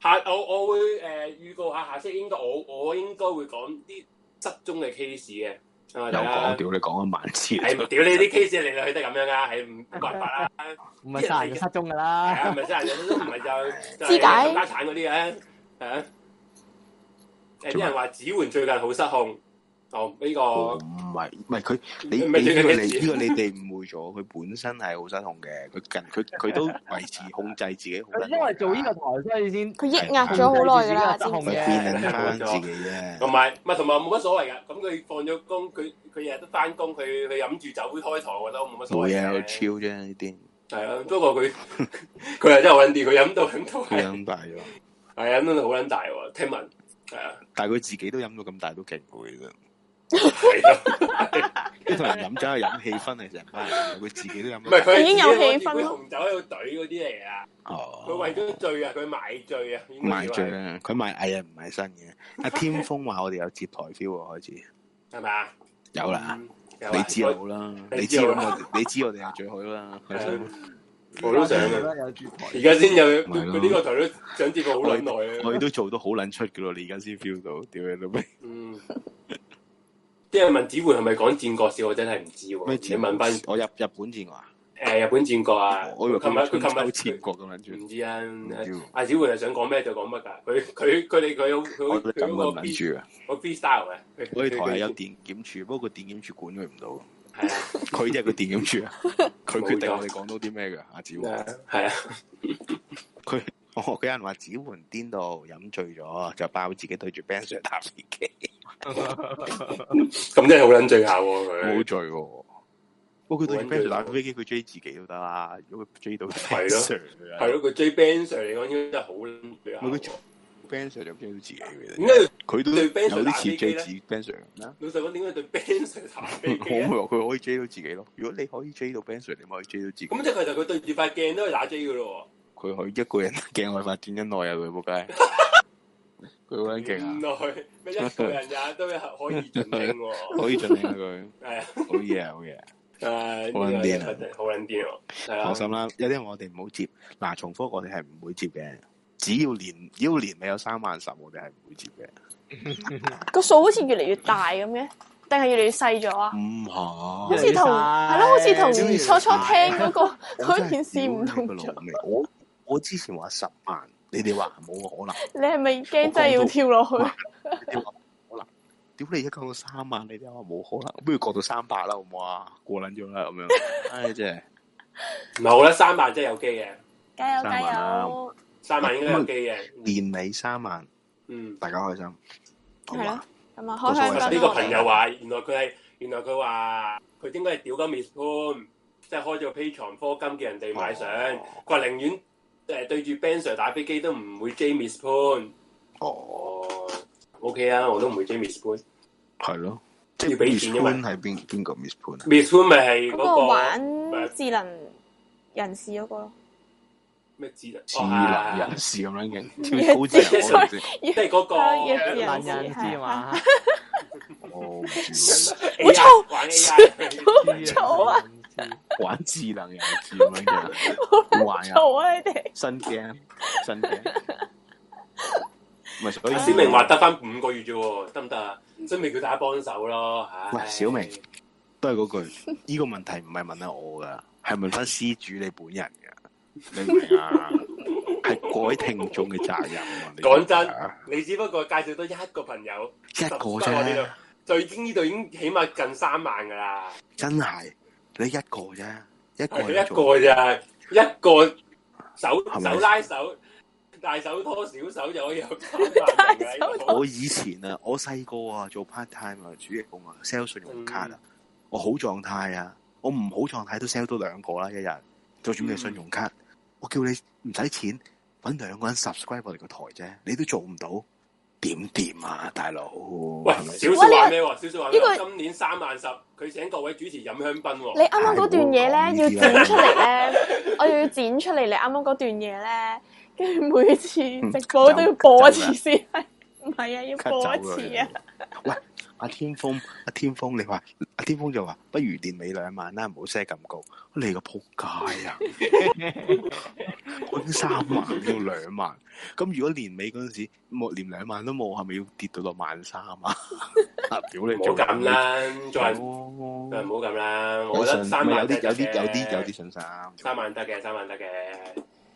Speaker 4: 下我我會誒、呃、預告下下星期應該我我應該會講啲失蹤嘅 case 嘅，咁啊
Speaker 6: 又
Speaker 4: 大
Speaker 6: 講
Speaker 4: 家
Speaker 6: 屌你講咗萬次，
Speaker 4: 係屌你啲 case 嚟嚟去都係咁樣噶，係唔冇辦法啦，
Speaker 5: 唔係殺人就失蹤㗎啦
Speaker 4: 係。啊，咪真係都唔係就就
Speaker 2: 肢
Speaker 4: 係
Speaker 2: 解
Speaker 4: 冚家產嗰啲嘅，係啊，誒啲人話子桓最近好失控，哦呢、個
Speaker 6: 唔係唔係佢你
Speaker 4: 唔
Speaker 6: 你
Speaker 4: 係
Speaker 6: 呢個
Speaker 4: 最
Speaker 6: 你
Speaker 4: 近
Speaker 6: 呢個你哋誤會咗，佢本身係好失控嘅，佢近佢佢都維持控制自己好
Speaker 5: 佢
Speaker 6: 撚。
Speaker 5: 因為做呢個台，所以先
Speaker 2: 佢
Speaker 4: 哎
Speaker 3: 啊
Speaker 2: 抑
Speaker 6: À,
Speaker 2: 壓咗好耐㗎啦，知唔
Speaker 6: 佢
Speaker 2: 知
Speaker 5: 係
Speaker 2: 啊？
Speaker 6: 變緊翻自己啫
Speaker 4: 同，埋唔係同埋冇乜所謂噶，咁佢放咗工，佢佢日日都翻工，佢佢飲住酒開台，我覺得冇乜所
Speaker 6: 冇
Speaker 4: 謂
Speaker 6: 嘢
Speaker 4: 嘅。
Speaker 6: 好 chill 啫呢啲，
Speaker 4: 係啊，不過佢 佢係真係好撚啲，佢飲到飲 到
Speaker 6: 佢
Speaker 4: 係
Speaker 6: 飲大咗，
Speaker 4: 係啊，飲到好撚大喎。聽聞係啊，
Speaker 6: 但係佢自己都飲到咁大都勁攰嘅。
Speaker 4: 係啊，
Speaker 6: 即係同人飲酒係飲氣氛係成班人，佢自己都飲
Speaker 4: 唔
Speaker 6: 到。
Speaker 4: 係佢
Speaker 2: 已經有氣氛
Speaker 4: 佢
Speaker 2: 咯
Speaker 4: 紅酒喺度懟嗰啲嚟啊！佢為
Speaker 6: 哦，
Speaker 4: 咗醉啊，佢買醉啊，應該
Speaker 6: 賣醉
Speaker 4: 叫
Speaker 6: 啦，佢賣藝啊，唔賣身嘅。阿天峰話我哋有接台 feel 啊，開始
Speaker 4: 係咪啊？
Speaker 6: 有啦，
Speaker 4: 嗯，有啊
Speaker 6: 你知好啦，
Speaker 4: 你
Speaker 6: 你
Speaker 4: 知
Speaker 6: 知
Speaker 4: 好
Speaker 6: 咁我，你知我哋係最好啦。
Speaker 4: 係啊我都想
Speaker 5: 覺
Speaker 4: 啊！
Speaker 5: 得有節目
Speaker 4: 而家先有
Speaker 6: 咪係咯
Speaker 4: 佢呢個台都想接過好撚耐
Speaker 6: 我
Speaker 4: 啊！
Speaker 6: 哋都做到好撚出噶咯，你而家先 feel 到，屌你老味！
Speaker 4: 嗯，啲人問子桓係咪講戰國笑，我真係唔知喎。
Speaker 6: 咩
Speaker 4: 你問翻
Speaker 6: 我日日本戰國啊？
Speaker 4: 誒日本戰國啊？
Speaker 6: 我以為
Speaker 4: 佢琴日佢琴日
Speaker 6: 琴日戰國咁樣
Speaker 4: 唔
Speaker 6: 轉，
Speaker 4: 知啊
Speaker 6: 知喎，
Speaker 4: 阿小媛係想講咩就講乜㗎。佢佢佢哋佢好佢好
Speaker 6: 我
Speaker 4: 佢
Speaker 6: 哋咁
Speaker 4: 嗰
Speaker 6: 撚
Speaker 4: 個 B
Speaker 6: 撚住啊！
Speaker 4: 個 B style 嘅。佢
Speaker 6: 我哋台係有
Speaker 4: 佢
Speaker 6: 電檢處，不過個電檢處管佢唔到，
Speaker 4: 係啊
Speaker 6: 佢就係個電 檢處啊！佢決定
Speaker 4: 冇錯
Speaker 6: 我哋講到啲咩㗎，阿子
Speaker 4: 係
Speaker 6: 桓。
Speaker 4: 啊係啊，
Speaker 6: 佢我有人話子桓癲到飲醉咗，就爆自己對住 Ben Sir 打飛機，
Speaker 4: 咁真係好撚醉下喎
Speaker 6: 冇
Speaker 4: 佢。
Speaker 6: 醉喎。不過佢對住 Ben Sir 打飛機，佢追自己都得啦。如果佢追到 Ben
Speaker 4: 咯
Speaker 6: Sir，
Speaker 4: 係咯，佢追 Ben Sir 嚟講應該真係好撚醉下
Speaker 6: 咪佢
Speaker 4: 喎。
Speaker 6: ，Ben Sir 就追到自己嘅
Speaker 4: 點。解要
Speaker 6: 佢都
Speaker 4: 對
Speaker 6: 有
Speaker 4: Ben Sir
Speaker 6: 啲似追
Speaker 4: 打
Speaker 6: 自
Speaker 4: 飛
Speaker 6: Ben Sir 咩啊
Speaker 4: 老實講點解對 Ben Sir 打
Speaker 6: 我
Speaker 4: 飛 機啊
Speaker 6: 咪
Speaker 4: 咧
Speaker 6: 話佢可以追到自己咯。如果你可以追到 Ben Sir，你咪可以追到自己。
Speaker 4: 咁即係其實佢對住塊鏡都係打 J 嘅咯
Speaker 6: 佢可以一個人 鏡外發展恩愛啊！佢 仆街，佢好
Speaker 4: 喎。
Speaker 6: 撚勁
Speaker 4: 原
Speaker 6: 啊！
Speaker 4: 來咩一個人也都可以盡興喎。
Speaker 6: 可以盡力啊佢，
Speaker 4: 係啊，
Speaker 6: 好嘢啊好 嘢啊！
Speaker 4: 誒，
Speaker 6: 好撚
Speaker 4: 呢個
Speaker 6: 癲啊
Speaker 4: 真係好撚癲喎。係啊
Speaker 6: 放，心啦，有啲人我哋唔好接。嗱，重複我哋係唔會接嘅，只要年只要年尾有三萬十，我哋係唔會接嘅。
Speaker 2: 個數好似越嚟越大咁嘅，定係越嚟越細咗啊？
Speaker 4: 嗯
Speaker 6: 唔
Speaker 2: 好
Speaker 6: 係，
Speaker 2: 似同
Speaker 5: 越嚟越
Speaker 2: 係咯，好似同
Speaker 6: 越嚟越
Speaker 2: 初初
Speaker 6: 大
Speaker 2: 聽嗰個
Speaker 6: 我真
Speaker 2: 嗰
Speaker 6: 係
Speaker 2: 件事唔同
Speaker 6: 屌你個
Speaker 2: 咗
Speaker 6: 老。味我我之前話十萬，你哋話冇可能。
Speaker 2: 你係咪驚真係要跳落去？
Speaker 6: 你話冇可能？屌你而家講到三萬，你哋話冇可能，不如過到三百啦，好唔好啊？過撚咗啦，咁樣，唉，真 係
Speaker 4: 唔係我覺得三萬真係有機嘅，
Speaker 3: 加油
Speaker 6: 三
Speaker 3: 加
Speaker 6: 萬啦
Speaker 3: 油！
Speaker 4: 三萬應
Speaker 6: 啊
Speaker 4: 該有機嘅。
Speaker 6: 年尾三萬，
Speaker 4: 嗯，
Speaker 6: 大家開心，好
Speaker 2: 係咯
Speaker 6: 嘛？，
Speaker 2: 咁啊，開香
Speaker 6: 我
Speaker 4: 呢
Speaker 2: 檳
Speaker 6: 哋
Speaker 4: 個
Speaker 2: 咯
Speaker 4: 朋友話原來佢係原來佢話佢應該係屌金 Miss Poon，即係開咗個 Patreon 科金叫人哋買相。佢話寧願誒對住 Ben Sir 打飛機都唔會 J Miss Poon。
Speaker 6: 哦，
Speaker 4: 哦，OK 啊，我都唔會 J Miss Poon。
Speaker 6: 係咯，即係
Speaker 4: 要俾
Speaker 6: Miss
Speaker 4: 錢因為
Speaker 6: Poon 係邊邊個 Miss Poon 啊？
Speaker 4: Miss Poon 咪係
Speaker 2: 嗰
Speaker 4: 嗰
Speaker 2: 個
Speaker 4: 個
Speaker 2: 玩智能人士嗰個咯，
Speaker 4: 咩智能？
Speaker 6: 智
Speaker 4: 哦
Speaker 6: 能
Speaker 4: 係係係
Speaker 6: 人士咁樣 勁，
Speaker 2: 係
Speaker 6: 超高智能我唔知，
Speaker 4: 即係嗰個
Speaker 2: 係咯
Speaker 5: 嘅
Speaker 2: 弱
Speaker 5: 懶
Speaker 2: 智
Speaker 5: 人知嘛？
Speaker 6: 我唔知
Speaker 2: 我操
Speaker 4: AI 玩 AI，
Speaker 2: 嘈啊！
Speaker 6: 玩智能人士咁樣勁，玩啊，
Speaker 2: 嘈啊你哋！
Speaker 6: 新 game，新 game，唔係所以
Speaker 4: 小明話得翻五個月啫喎，得唔得啊？所以咪叫大家幫手咯，唉
Speaker 6: 喂小明都係嗰句，呢、個問題唔係問下我噶，係問翻施主你本人噶，你明唔 明啊？係各位聽眾嘅責任啊！你明唔
Speaker 4: 講
Speaker 6: 明啊
Speaker 4: 你只不過介紹多一個朋友，
Speaker 6: 一
Speaker 4: 不
Speaker 6: 個
Speaker 4: 過我呢
Speaker 6: 啫
Speaker 4: 度，就已經呢度已經起碼近三萬㗎啦，
Speaker 6: 真係你一個啫，一個
Speaker 4: 係
Speaker 6: 人
Speaker 4: 一
Speaker 6: 做，
Speaker 4: 個咋，一個手
Speaker 6: 係咪
Speaker 4: 手拉手，大手拖小手就可以有三萬人㗎呢個
Speaker 6: 我以前啊，我細個啊做 part time 啊，主力工啊，sell 信用卡啊，我好狀態啊，我唔好狀態都 sell 到兩個啦一日，就算你係信用卡，我叫你唔使錢揾兩個人 subscribe 我哋個台啫，你都做唔到，點掂啊，大佬？
Speaker 4: 喂，
Speaker 6: 係咪
Speaker 4: 小雪話咩喎？小雪話咩
Speaker 2: 呢
Speaker 4: 喎
Speaker 2: 個
Speaker 4: 今年三萬十，佢請各位主持飲香檳喎。
Speaker 2: 你啱啱嗰段嘢
Speaker 6: 唉
Speaker 2: 咧，要
Speaker 6: 冇講呢啲啦
Speaker 2: 剪出嚟咧，我又要剪出嚟。你啱啱嗰段嘢咧，跟住每次 直播都要播一次先，唔係啊，要
Speaker 6: cut
Speaker 2: 播一
Speaker 6: 走
Speaker 2: 次
Speaker 6: 佢
Speaker 2: 啊！。
Speaker 6: 喂，阿天峰，阿天峰，你話阿天峰就話，不如年尾兩萬啦，唔好 set 咁高。你個仆街啊！ 我已經三萬要兩萬，咁如果年尾嗰陣時冇連兩萬都冇，係咪要跌到落萬三啊？ 啊，屌你！
Speaker 4: 唔好咁，啦，做人誒
Speaker 6: 做
Speaker 4: 唔好咁啦，我
Speaker 6: 有
Speaker 4: 覺得
Speaker 6: 信，
Speaker 4: 三
Speaker 6: 咪有
Speaker 4: 萬
Speaker 6: 啲有啲
Speaker 4: 得嘅
Speaker 6: 有啲有啲信心。
Speaker 4: 三萬得嘅，三萬得嘅。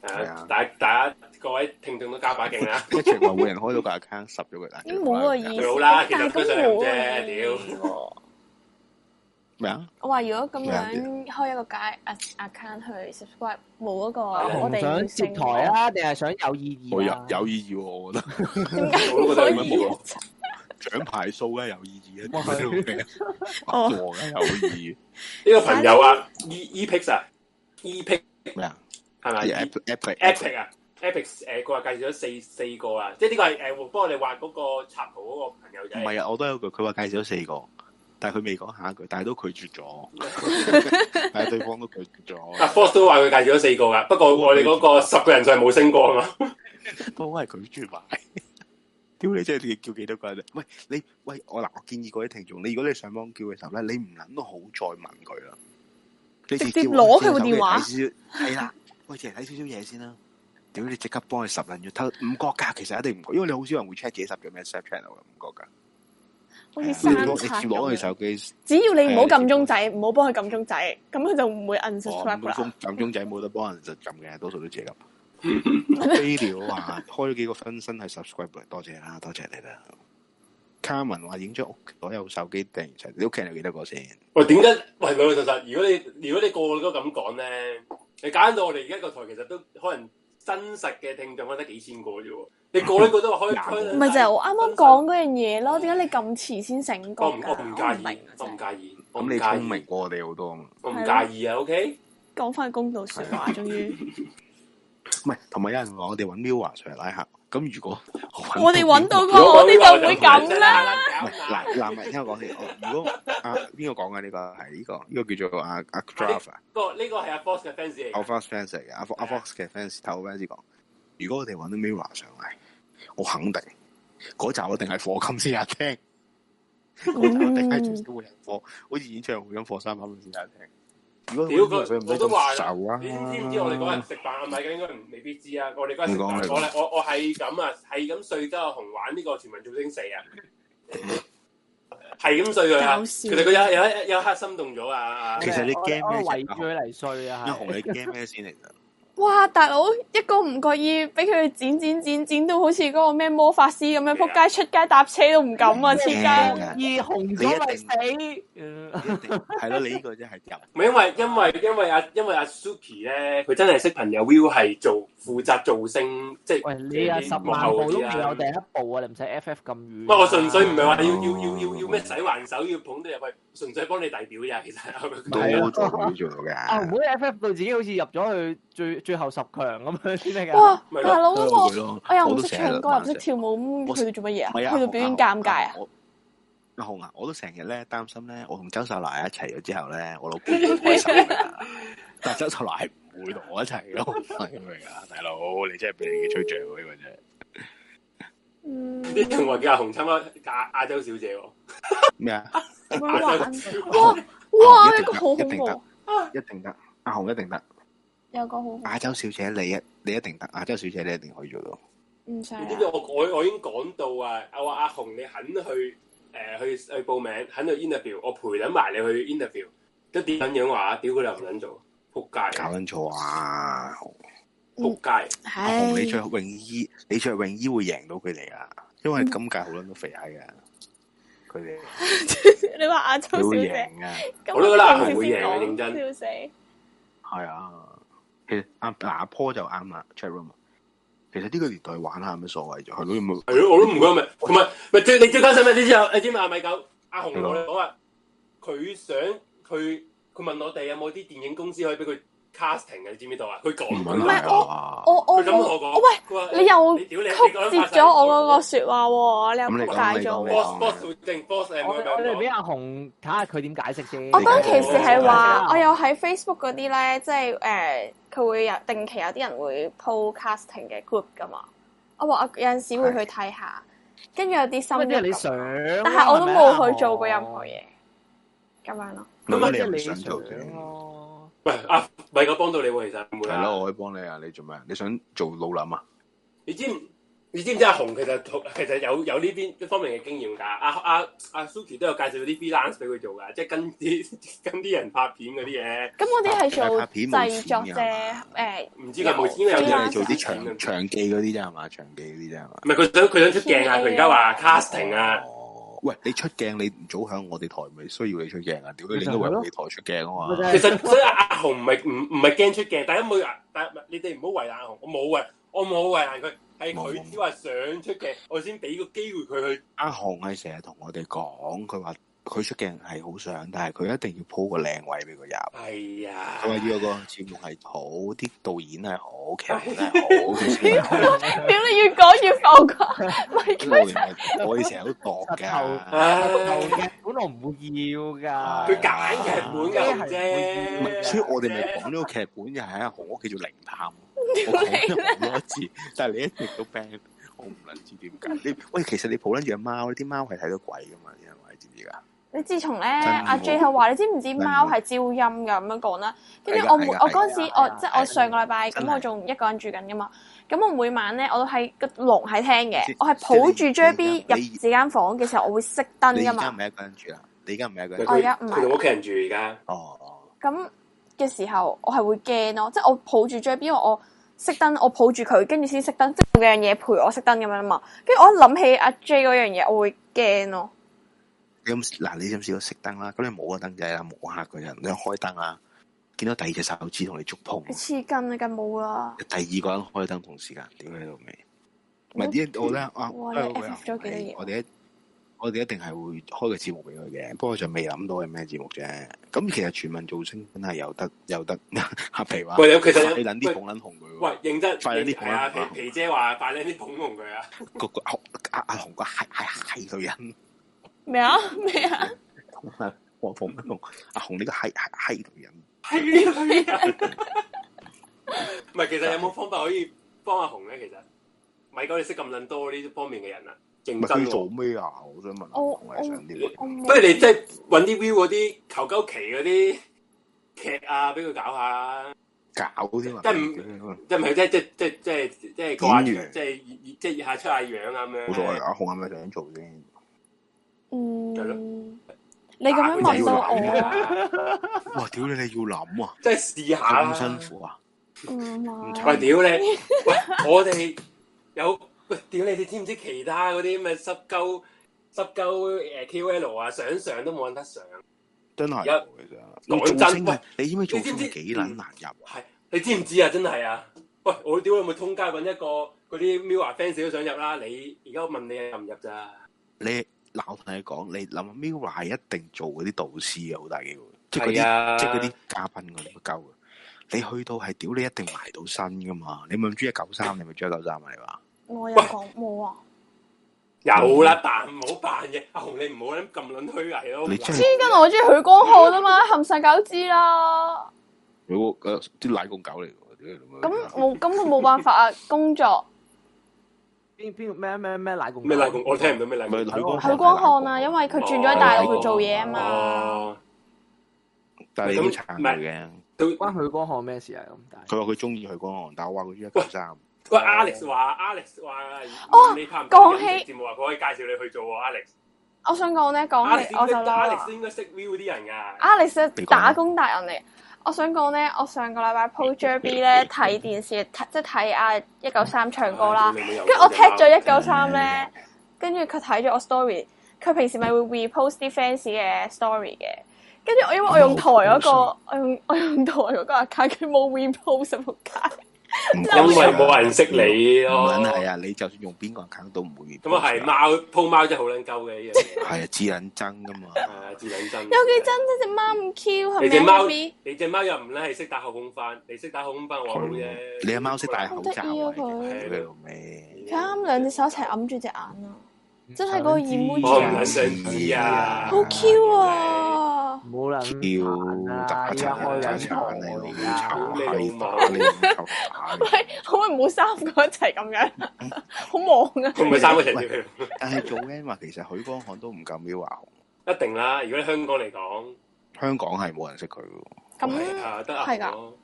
Speaker 6: 係
Speaker 4: 誒
Speaker 6: 啊，
Speaker 4: 大大家各位聽眾都加把勁 啦，
Speaker 6: 一直話每人開到個 account 十咗佢啦，
Speaker 2: 咦冇個意
Speaker 4: 最好
Speaker 2: 思，
Speaker 4: 啦
Speaker 2: 但
Speaker 4: 其實
Speaker 2: 係
Speaker 4: 都
Speaker 2: 咁
Speaker 4: 想
Speaker 2: 冇
Speaker 4: 啫屌
Speaker 2: 喎。
Speaker 6: 咩啊？
Speaker 2: 我話如果咁樣
Speaker 6: 咩
Speaker 2: 開一個街 account 去 subscribe，冇嗰個
Speaker 4: 係啊
Speaker 2: 我
Speaker 5: 我
Speaker 2: 哋
Speaker 5: 想
Speaker 2: 要
Speaker 5: 接
Speaker 2: 升
Speaker 5: 台啊，定係想有意義
Speaker 6: 我有
Speaker 5: 啊？
Speaker 6: 有意義喎，我覺得。
Speaker 2: 點解
Speaker 4: 我都
Speaker 2: 唔
Speaker 4: 覺得
Speaker 2: 可
Speaker 4: 應該
Speaker 2: 以
Speaker 4: 冇
Speaker 2: 啊
Speaker 4: 咯？
Speaker 6: 獎牌數嘅有意義
Speaker 5: 哇
Speaker 6: 啊，屌你老味
Speaker 2: 哦
Speaker 6: 我嘅有 意
Speaker 4: 呢個朋友啊，E Epix 啊，Epix
Speaker 6: 義咩啊？
Speaker 4: 係咪 E，
Speaker 6: 係 Epic
Speaker 4: ？Epic 啊，Epic 誒，佢話介紹咗四四個啊，即係呢個係誒幫我哋畫嗰個插圖嗰個朋友
Speaker 6: 唔
Speaker 4: 仔。
Speaker 6: 係啊，我都有句，佢話介紹咗四個，但係佢未講下一句，但係都拒絕 咗，但係對方都拒絕
Speaker 4: 阿
Speaker 6: 咗，
Speaker 4: 啊 Force 都話佢介紹咗四個噶，不過我哋嗰個十個人就係冇升過啊嘛。
Speaker 6: 都係拒絕埋。 屌你真係你叫幾多個人啊？喂你喂我嗱，我建議各位聽眾，你如果你上網叫嘅時候咧，你唔撚好再問佢啦，你
Speaker 2: 直接
Speaker 6: 叫
Speaker 2: 攞佢
Speaker 6: 我
Speaker 2: 個電話
Speaker 6: 手機睇先係啦，喂，淨係睇少少嘢先啦。屌你即刻幫佢十撚咗偷，唔覺㗎，其實一定唔覺，因為你好少人會 check 自己十嘅咩 Snap channel 嘅，唔覺㗎。
Speaker 2: 好 似
Speaker 6: 你
Speaker 2: 山
Speaker 6: 攞
Speaker 2: 賊
Speaker 6: 你攞佢
Speaker 2: 咁樣。啊
Speaker 6: 手機。
Speaker 2: 只要你唔好撳鐘仔，唔好幫佢撳鐘仔，咁佢就唔會
Speaker 6: 哦，咁
Speaker 2: unsubscribe
Speaker 6: 個
Speaker 2: 啦
Speaker 6: 鐘。撳鐘仔冇得幫人就撳嘅，多數都自己撳。Video 話開咗幾個分身係 subscribe 嚟，多謝啊啦，多謝你啦。Carmen 話影咗屋所有手機訂齊，你屋企人有幾多個先？
Speaker 4: 喂，點解？喂，老老實實，如果你如果你個個都咁講咧，你揀到我哋而家個台，其實都可能真實嘅聽眾可能得幾千個啫喎。你個呢個都話開開，
Speaker 2: 唔係就係我啱啱講嗰樣嘢咯，點解你咁遲先醒覺
Speaker 4: 嗯我唔
Speaker 2: 㗎？
Speaker 4: 我唔
Speaker 2: 我唔
Speaker 4: 介意
Speaker 2: 明啊，
Speaker 4: 我
Speaker 2: 真
Speaker 4: 唔
Speaker 2: 係。
Speaker 4: 介意，我唔
Speaker 6: 咁
Speaker 4: 介
Speaker 6: 你聰明
Speaker 4: 意，
Speaker 6: 過我哋好多啊嘛。
Speaker 4: 我唔介意啊。OK，
Speaker 2: 講翻公道説話，終於
Speaker 6: 唔係，同埋有人話我哋揾 Miu 上嚟拉客，咁如果
Speaker 2: 我哋揾到
Speaker 6: 邊
Speaker 2: 個，我哋就唔會咁啦。
Speaker 6: 唔係
Speaker 4: 啦
Speaker 6: 嗱嗱，咪聽我講先。我如果啊邊個講嘅呢個係呢個呢個叫做啊阿 Draft 啊，
Speaker 4: 不過呢個係阿 Fox 嘅 fans 嚟
Speaker 6: 阿
Speaker 4: 㗎，
Speaker 6: Fox fans 嚟嘅，阿 Fox 阿 Fox 嘅 fans 透 fans 講，如果我哋揾到 Miu 上嚟，我肯定嗰集我一定係課金先有人 聽。嗰集一定
Speaker 2: 嗯
Speaker 6: 係最少會有人課，好似演唱會咁課三百蚊先有人聽。如果
Speaker 4: 屌佢
Speaker 6: 揾 Miu 上唔
Speaker 4: 我
Speaker 6: 使
Speaker 4: 都話
Speaker 6: 咁
Speaker 4: 啦
Speaker 6: 愁啊！
Speaker 4: 你知唔知我哋嗰日食飯啊？唔係嘅，應該唔未必知啊。我哋嗰日食
Speaker 6: 唔講
Speaker 4: 飯，
Speaker 6: 你
Speaker 4: 我咧我我係咁啊，係咁碎鳩阿紅玩呢個全民造星四啊，係咁碎佢啊！
Speaker 2: 搞笑
Speaker 4: 佢哋佢有有一有一刻心動咗啊！
Speaker 6: 其實你
Speaker 5: 我
Speaker 6: game 咩
Speaker 5: 我
Speaker 6: 啫
Speaker 5: 圍住佢嚟衰啊，
Speaker 6: 阿
Speaker 5: 係
Speaker 6: 紅你驚咩先嚟㗎？
Speaker 2: 哇！大佬一個唔覺意俾佢剪剪剪剪到好似嗰個咩魔法師咁樣，
Speaker 4: 咩
Speaker 2: 仆
Speaker 4: 啊
Speaker 2: 街出街搭車都唔敢啊！黐
Speaker 6: 驚
Speaker 2: 街
Speaker 6: 㗎
Speaker 5: 二紅咗咪死，嗯
Speaker 6: 係咯，你呢個真係入
Speaker 4: 唔係因為因為因為阿因為阿 Suki 咧，佢真係識朋友 Will 係做負責造星，即係
Speaker 5: 喂你啊十
Speaker 4: 幕
Speaker 5: 萬
Speaker 4: 後
Speaker 5: 步都
Speaker 4: 啲
Speaker 5: 未有
Speaker 4: 啊
Speaker 5: 第。一步啊，你唔使 FF 咁遠。
Speaker 4: 唔係我純粹唔係話要
Speaker 6: 哦
Speaker 4: 要要要要咩洗還手要捧到入去，純粹幫你遞表咋，其實
Speaker 5: 係啊
Speaker 6: 都做到做到
Speaker 5: 啊，唔
Speaker 6: 嘅。
Speaker 5: 好 FF 到自己好似入咗去最最後十強咁樣先得㗎。
Speaker 2: 哇！
Speaker 4: 咪咯
Speaker 2: 大佬我
Speaker 6: 咯
Speaker 2: 我又唔識唱歌，又唔識跳舞，咁去到做乜嘢啊？
Speaker 6: 唔係啊，
Speaker 2: 去到表演尷尬啊！
Speaker 6: 我！阿紅啊，我都成日咧擔心咧，我同周秀娜一齊咗之後咧，我老 公唔開心㗎。但係周秀娜係唔會同我一齊嘅，係明唔明啊？大佬，你真係俾你嘅吹脹喎，呢個真係。
Speaker 4: 呢仲話叫阿紅參加亞亞洲小姐喎，
Speaker 6: 咩啊？
Speaker 2: 咁樣
Speaker 4: 亞
Speaker 2: 玩
Speaker 4: 洲
Speaker 2: 哇
Speaker 6: 哦
Speaker 2: 哇！
Speaker 6: 一定
Speaker 2: 一個好
Speaker 6: 得
Speaker 2: 恐
Speaker 6: 一定得
Speaker 2: 怖，
Speaker 6: 一定得，阿紅一定得。
Speaker 2: 有個好恐
Speaker 6: 亞洲小姐你一你一定得，亞洲小姐你一定可以做到。
Speaker 2: 唔使
Speaker 4: 你知唔知
Speaker 2: 啦。
Speaker 4: 我我我已經講到啊，我話阿紅你肯去誒、呃去去報名，肯去 interview，我陪撚埋你去 interview，都點撚樣話？屌佢哋又唔撚做，仆街
Speaker 6: 搞撚錯啊！
Speaker 4: 仆街！
Speaker 6: 阿
Speaker 2: 唉
Speaker 6: 紅，你着泳衣，你着泳衣會贏到佢哋噶，因為今屆好撚多肥閪噶，佢哋
Speaker 2: 你話亞洲
Speaker 6: 你
Speaker 2: 小
Speaker 6: 會
Speaker 2: 姐，
Speaker 6: 贏噶，
Speaker 2: 咁
Speaker 4: 我都覺得亞
Speaker 2: 正
Speaker 4: 紅
Speaker 2: 式
Speaker 4: 會
Speaker 2: 先
Speaker 4: 贏嘅啊
Speaker 2: 講
Speaker 4: 認真
Speaker 2: 笑死！
Speaker 6: 係啊。其實阿嗱阿坡就啱啦，chat room。其啊實呢個年代玩下有咩所謂啫？係咯，有冇
Speaker 4: 係咯，我都唔覺咪，同埋咪最你最關心咩？你知唔你知唔知阿米狗阿紅同我哋講話，佢想佢佢問我哋有冇啲電影公司可以俾佢 casting 嘅，你知唔知道啊？佢講
Speaker 6: 唔
Speaker 4: 佢
Speaker 6: 揾
Speaker 4: 咁
Speaker 2: 係
Speaker 6: 下
Speaker 2: 我
Speaker 6: 啊？
Speaker 2: 我我
Speaker 4: 同
Speaker 2: 冇
Speaker 4: 我講，
Speaker 2: 我喂，
Speaker 4: 佢話
Speaker 2: 你又
Speaker 4: 你屌你
Speaker 2: 曲折咗我嗰個説話喎，你又
Speaker 6: 咁你講
Speaker 2: 曲大
Speaker 6: 你講
Speaker 2: 咗
Speaker 6: 你講
Speaker 2: 喎。
Speaker 4: boss boss 正 boss 誒，
Speaker 5: 我
Speaker 4: 我
Speaker 5: 我哋俾
Speaker 4: 哋
Speaker 5: 阿紅睇下佢點解釋先。
Speaker 2: 我當
Speaker 6: 當
Speaker 2: 其時係
Speaker 5: 啊
Speaker 2: 話，我
Speaker 5: 有
Speaker 2: 有喺 Facebook 嗰啲咧，即係誒，呃佢、會有定期有啲人會 po casting 嘅 group 噶嘛。我話我有陣時會去睇下，跟住有啲心喐
Speaker 5: 乜嘢你
Speaker 2: 咁
Speaker 5: 想
Speaker 2: 樣，
Speaker 5: 啊？
Speaker 2: 但係我都
Speaker 5: 係咪啊
Speaker 2: 冇去做過任何。嘢，咁樣咯。
Speaker 6: 咁
Speaker 5: 咁
Speaker 6: 你
Speaker 5: 即
Speaker 6: 又
Speaker 5: 係
Speaker 6: 唔
Speaker 5: 你
Speaker 6: 想做啫？
Speaker 5: 想咯。
Speaker 4: 喂阿米狗幫到你喎，其實唔會啊
Speaker 6: 係咯，我可以幫你啊！你做咩？你想做老諗啊？
Speaker 4: 你知唔你知唔知阿紅其實 其實有有呢邊呢方面嘅經驗㗎？阿阿阿 Suki 都有介紹啲 freelance 俾佢做㗎，即係跟啲 跟啲人拍片嗰啲嘢，
Speaker 2: 咁我啲係做
Speaker 6: 拍片冇
Speaker 2: 製作啫，
Speaker 6: 錢㗎
Speaker 2: 誒、
Speaker 6: 嘛
Speaker 4: 唔知佢有冇因為有
Speaker 6: 即
Speaker 4: 啲
Speaker 5: 啊
Speaker 6: 係
Speaker 4: 人
Speaker 6: 你做啲
Speaker 4: 嘅
Speaker 6: 長長記嗰啲啫係嘛？長記嗰啲啫係嘛？
Speaker 4: 唔係佢想佢想出鏡啊！佢而家話 casting 啊。
Speaker 6: 哦，喂，你出鏡你唔早響我哋台，咪需要你出鏡啊？屌你，
Speaker 5: 咪
Speaker 6: 你
Speaker 5: 就
Speaker 6: 應
Speaker 5: 係
Speaker 6: 該
Speaker 5: 咯
Speaker 6: 為我哋台出鏡啊嘛
Speaker 5: 咪就。係
Speaker 4: 其實所以阿紅唔係唔唔係驚出鏡，大家冇啊，但係你哋唔好為難阿紅，我冇為，我冇為難佢，係佢只話想出鏡，我先俾個機會佢去。
Speaker 6: 阿紅係成日同我哋講，佢話佢出鏡係好想，但係佢一定要鋪個靚位俾佢入。
Speaker 4: 係啊，
Speaker 6: 佢話要有個節目係好，啲導演係好，劇本 係好，佢先好。
Speaker 2: 屌你越講越浮誇，唔係
Speaker 6: 因為我哋係我哋成日都度
Speaker 5: 實頭
Speaker 6: 㗎。
Speaker 4: 唉
Speaker 5: 舊劇本我唔會要㗎。
Speaker 4: 佢揀劇本㗎紅
Speaker 6: 唔係
Speaker 4: 姐，
Speaker 6: 所以我哋咪講呢個劇本又係阿紅屋企做靈探，我講 咗好多次，但係你一直都 ban，我唔撚知點解。你喂，其實你抱撚住只貓咧，啲貓係睇到鬼噶嘛？因為知唔知噶？
Speaker 2: 你自從咧，
Speaker 6: 真係
Speaker 2: 阿
Speaker 6: 喎
Speaker 2: J 係話你知唔知
Speaker 6: 係
Speaker 2: 貓係招陰㗎咁樣講啦，跟住
Speaker 6: 係㗎
Speaker 2: 我每
Speaker 6: 係㗎
Speaker 2: 我嗰陣時
Speaker 5: 係㗎
Speaker 2: 我
Speaker 5: 係㗎
Speaker 2: 即
Speaker 5: 係
Speaker 2: 係我
Speaker 5: 㗎
Speaker 2: 上個禮拜
Speaker 6: 真
Speaker 2: 咁
Speaker 6: 係
Speaker 2: 我仲一個人住緊㗎嘛，咁我每晚咧我都係個籠喺廳嘅
Speaker 6: 即，
Speaker 2: 我係
Speaker 6: 即係
Speaker 2: 抱
Speaker 6: 你
Speaker 2: 住
Speaker 6: 你
Speaker 2: J B 入
Speaker 6: 你
Speaker 2: 自間房嘅時候，我會熄燈
Speaker 6: 你
Speaker 2: 㗎
Speaker 6: 而家
Speaker 2: 嘛
Speaker 6: 唔，係一個人住啦，啊你而家唔係一個人
Speaker 4: 佢
Speaker 6: 住
Speaker 2: 我而家唔
Speaker 4: 佢同
Speaker 2: 係
Speaker 4: 屋企人住而家，
Speaker 6: 哦哦，
Speaker 2: 咁嘅時候我係會驚咯，即係我抱住 J B，因為我熄燈，我抱住佢跟住先熄燈，即係有樣嘢陪我熄燈咁樣啊嘛，跟住我一諗起阿 J 嗰樣嘢，我會驚咯。
Speaker 6: 你有冇嗱？你有冇試過熄燈啦？咁你冇個燈仔啦，摸下個人，你開燈啊，見到第二隻手指同你觸碰
Speaker 2: 你，黐筋啊，梗冇啦！
Speaker 6: 第二個人開燈同時間，屌你老味！唔係啲我咧啊，
Speaker 2: 哇
Speaker 6: 因為
Speaker 2: 你
Speaker 6: 我
Speaker 2: F 咗幾多嘢
Speaker 6: 我哋一我哋一定係會開個節目俾佢嘅，不過就未諗到係咩節目啫。咁其實全民造星真係有得有得 合皮話，
Speaker 4: 喂，有其實有
Speaker 6: 你撚啊啲
Speaker 4: 喂
Speaker 6: 捧撚紅佢
Speaker 4: 喂
Speaker 6: 喎。
Speaker 4: 認真，
Speaker 6: 快啲
Speaker 4: 係啊，
Speaker 6: 講啦
Speaker 4: 皮皮姐話快啲啲捧紅佢啊！
Speaker 6: 個個阿阿紅個係係係女人。
Speaker 2: 咩啊咩啊？
Speaker 6: 我捧緊紅阿紅呢個係係 係啊女人。
Speaker 4: 係女人。唔係，其
Speaker 6: 啊
Speaker 4: 實有冇方法可以幫阿紅咧？其實米哥，你識咁撚多呢方面嘅人啊，認
Speaker 6: 唔係
Speaker 4: 真
Speaker 6: 佢做
Speaker 4: 喎。
Speaker 6: 咩啊？我想問阿
Speaker 2: 我
Speaker 6: 紅係想點啊？
Speaker 2: 我冇
Speaker 4: 不如你即係揾啲 view 嗰啲求鳩期嗰啲劇啊，俾佢搞下。
Speaker 6: 搞添啊！
Speaker 4: 即係即係唔係即係即係即係即係即係過下場，
Speaker 6: 演員
Speaker 4: 即係即係熱下出下樣啊咁樣。
Speaker 6: 冇所謂，阿紅係咪想做先？
Speaker 4: 係咯
Speaker 2: 嗯，你咁樣問到
Speaker 6: 問 到
Speaker 2: 我啊？
Speaker 4: 啊，
Speaker 6: 哇！屌你，你要諗啊，
Speaker 4: 即係試下啦。
Speaker 6: 咁辛苦啊！
Speaker 2: 唔
Speaker 4: 喂，
Speaker 2: 嗯係，
Speaker 4: 屌你！喂，我哋有喂，屌你！你知唔知其他嗰啲咩濕鳩濕鳩誒 QL 啊，想上都冇人得上。
Speaker 6: 真係
Speaker 4: 有
Speaker 6: 喎其實你
Speaker 4: 講真
Speaker 6: 造星
Speaker 4: 喂
Speaker 6: 係，你知唔知造星
Speaker 4: 你知唔知
Speaker 6: 係幾撚難入？
Speaker 4: 係你知唔知啊？真係啊！喂，我屌你有冇通街揾一個嗰啲 Mirror fans 都想入啦？你而家我問你入唔入咋？
Speaker 6: 你嗱，我同你講，你諗下 Mira 係一定做嗰啲導師嘅，好大機會，即係嗰
Speaker 4: 係
Speaker 6: 啲
Speaker 4: 啊
Speaker 6: 即係嗰啲嘉賓嗰啲鳩嘅。你去到係屌你一定埋到身噶嘛？你咪中一九三，你咪中一九三啊？你話
Speaker 2: 我有講冇 啊？
Speaker 4: 有啦，扮唔好扮嘢。 阿紅，你唔好諗咁撚虛偽咯。
Speaker 6: 你真係
Speaker 2: 黐筋，我中意許光浩啫嘛，冚世界都知啦。
Speaker 6: 有個誒啲奶公狗嚟喎，屌你老母
Speaker 2: 咁冇，咁佢冇辦法啊，工作
Speaker 5: 邊邊咩咩咩奶共
Speaker 4: 咩禮共？我聽唔到咩禮共。
Speaker 6: 咪禮共
Speaker 2: 許光浩啊，因為佢轉咗喺大陸去做嘢啊嘛。
Speaker 4: 哦，
Speaker 6: 但係你都撐佢嘅。
Speaker 4: 到
Speaker 5: 關許光漢咩事啊？咁但係
Speaker 6: 佢話佢中意許光漢，但我話佢中一九三。
Speaker 4: 喂，Alex 話，Alex 話，
Speaker 2: 哦
Speaker 4: 你拍
Speaker 2: 講
Speaker 4: 唔講
Speaker 2: 起
Speaker 4: 節目啊，佢可以介紹你去做喎，Alex。
Speaker 2: 我想講咧，講
Speaker 4: Alex
Speaker 2: 起我就嬲
Speaker 4: 應該
Speaker 2: 啦
Speaker 4: Alex 應該識 view 啲人㗎。
Speaker 2: Alex
Speaker 6: 你講
Speaker 2: 打工達人嚟。我想講咧，我上個禮拜 po J B 咧睇電視，睇即係睇啊一九三唱歌啦。
Speaker 4: 跟
Speaker 2: 跟住我踢咗一九三咧，跟住佢睇咗我 story，佢平時咪會 repost 啲 fans 嘅 story 嘅。跟住我因為
Speaker 4: 哦
Speaker 2: 我用台嗰、個，我用我用台嗰個 account，佢冇 repost 啊仆街。
Speaker 6: 唔
Speaker 4: 因
Speaker 6: 關
Speaker 4: 為
Speaker 6: 事啊
Speaker 4: 冇人識你
Speaker 6: 唔
Speaker 4: 咯。
Speaker 6: 撚係啊！你就算用邊個人坑都唔會遇到。
Speaker 4: 咁啊係，貓鋪貓真係好撚鳩嘅 呢樣嘢。
Speaker 6: 係啊，知撚憎噶嘛。
Speaker 4: 係啊，至撚真。
Speaker 2: 有幾真啫？只貓咁 Q
Speaker 4: 你
Speaker 2: 係
Speaker 4: 隻
Speaker 2: 咪啊
Speaker 4: 貓，
Speaker 2: ？B
Speaker 4: 你隻貓又唔咧係識打後空翻，你識打後空翻我好啫。
Speaker 6: 你阿貓識戴口罩啊？
Speaker 2: 好得意啊
Speaker 6: 屌
Speaker 2: 佢
Speaker 6: 你老味！
Speaker 2: 佢啱兩隻手一齊揞住隻眼啊！真係嗰個 emoji
Speaker 4: 我唔撚想知啊！
Speaker 2: 好 Q 啊！
Speaker 5: 冇啦，
Speaker 6: 叫打
Speaker 5: 依
Speaker 6: 殘
Speaker 5: 家開
Speaker 6: 打
Speaker 5: 緊台
Speaker 6: 殘你老母
Speaker 5: 啊！
Speaker 6: 臭閪打你老母臭打你！
Speaker 2: 可唔可以唔好三個一齊咁樣？
Speaker 4: 嗯
Speaker 2: 好忙啊！
Speaker 4: 佢唔係三個人跳，
Speaker 6: 但係做 N 話其實許光漢都唔夠秒華 紅，
Speaker 4: 一定啦。如果喺香港嚟講，
Speaker 6: 香港係冇人識佢嘅喎。
Speaker 2: 咁
Speaker 4: 係啊，得
Speaker 2: 係㗎
Speaker 4: 啊，我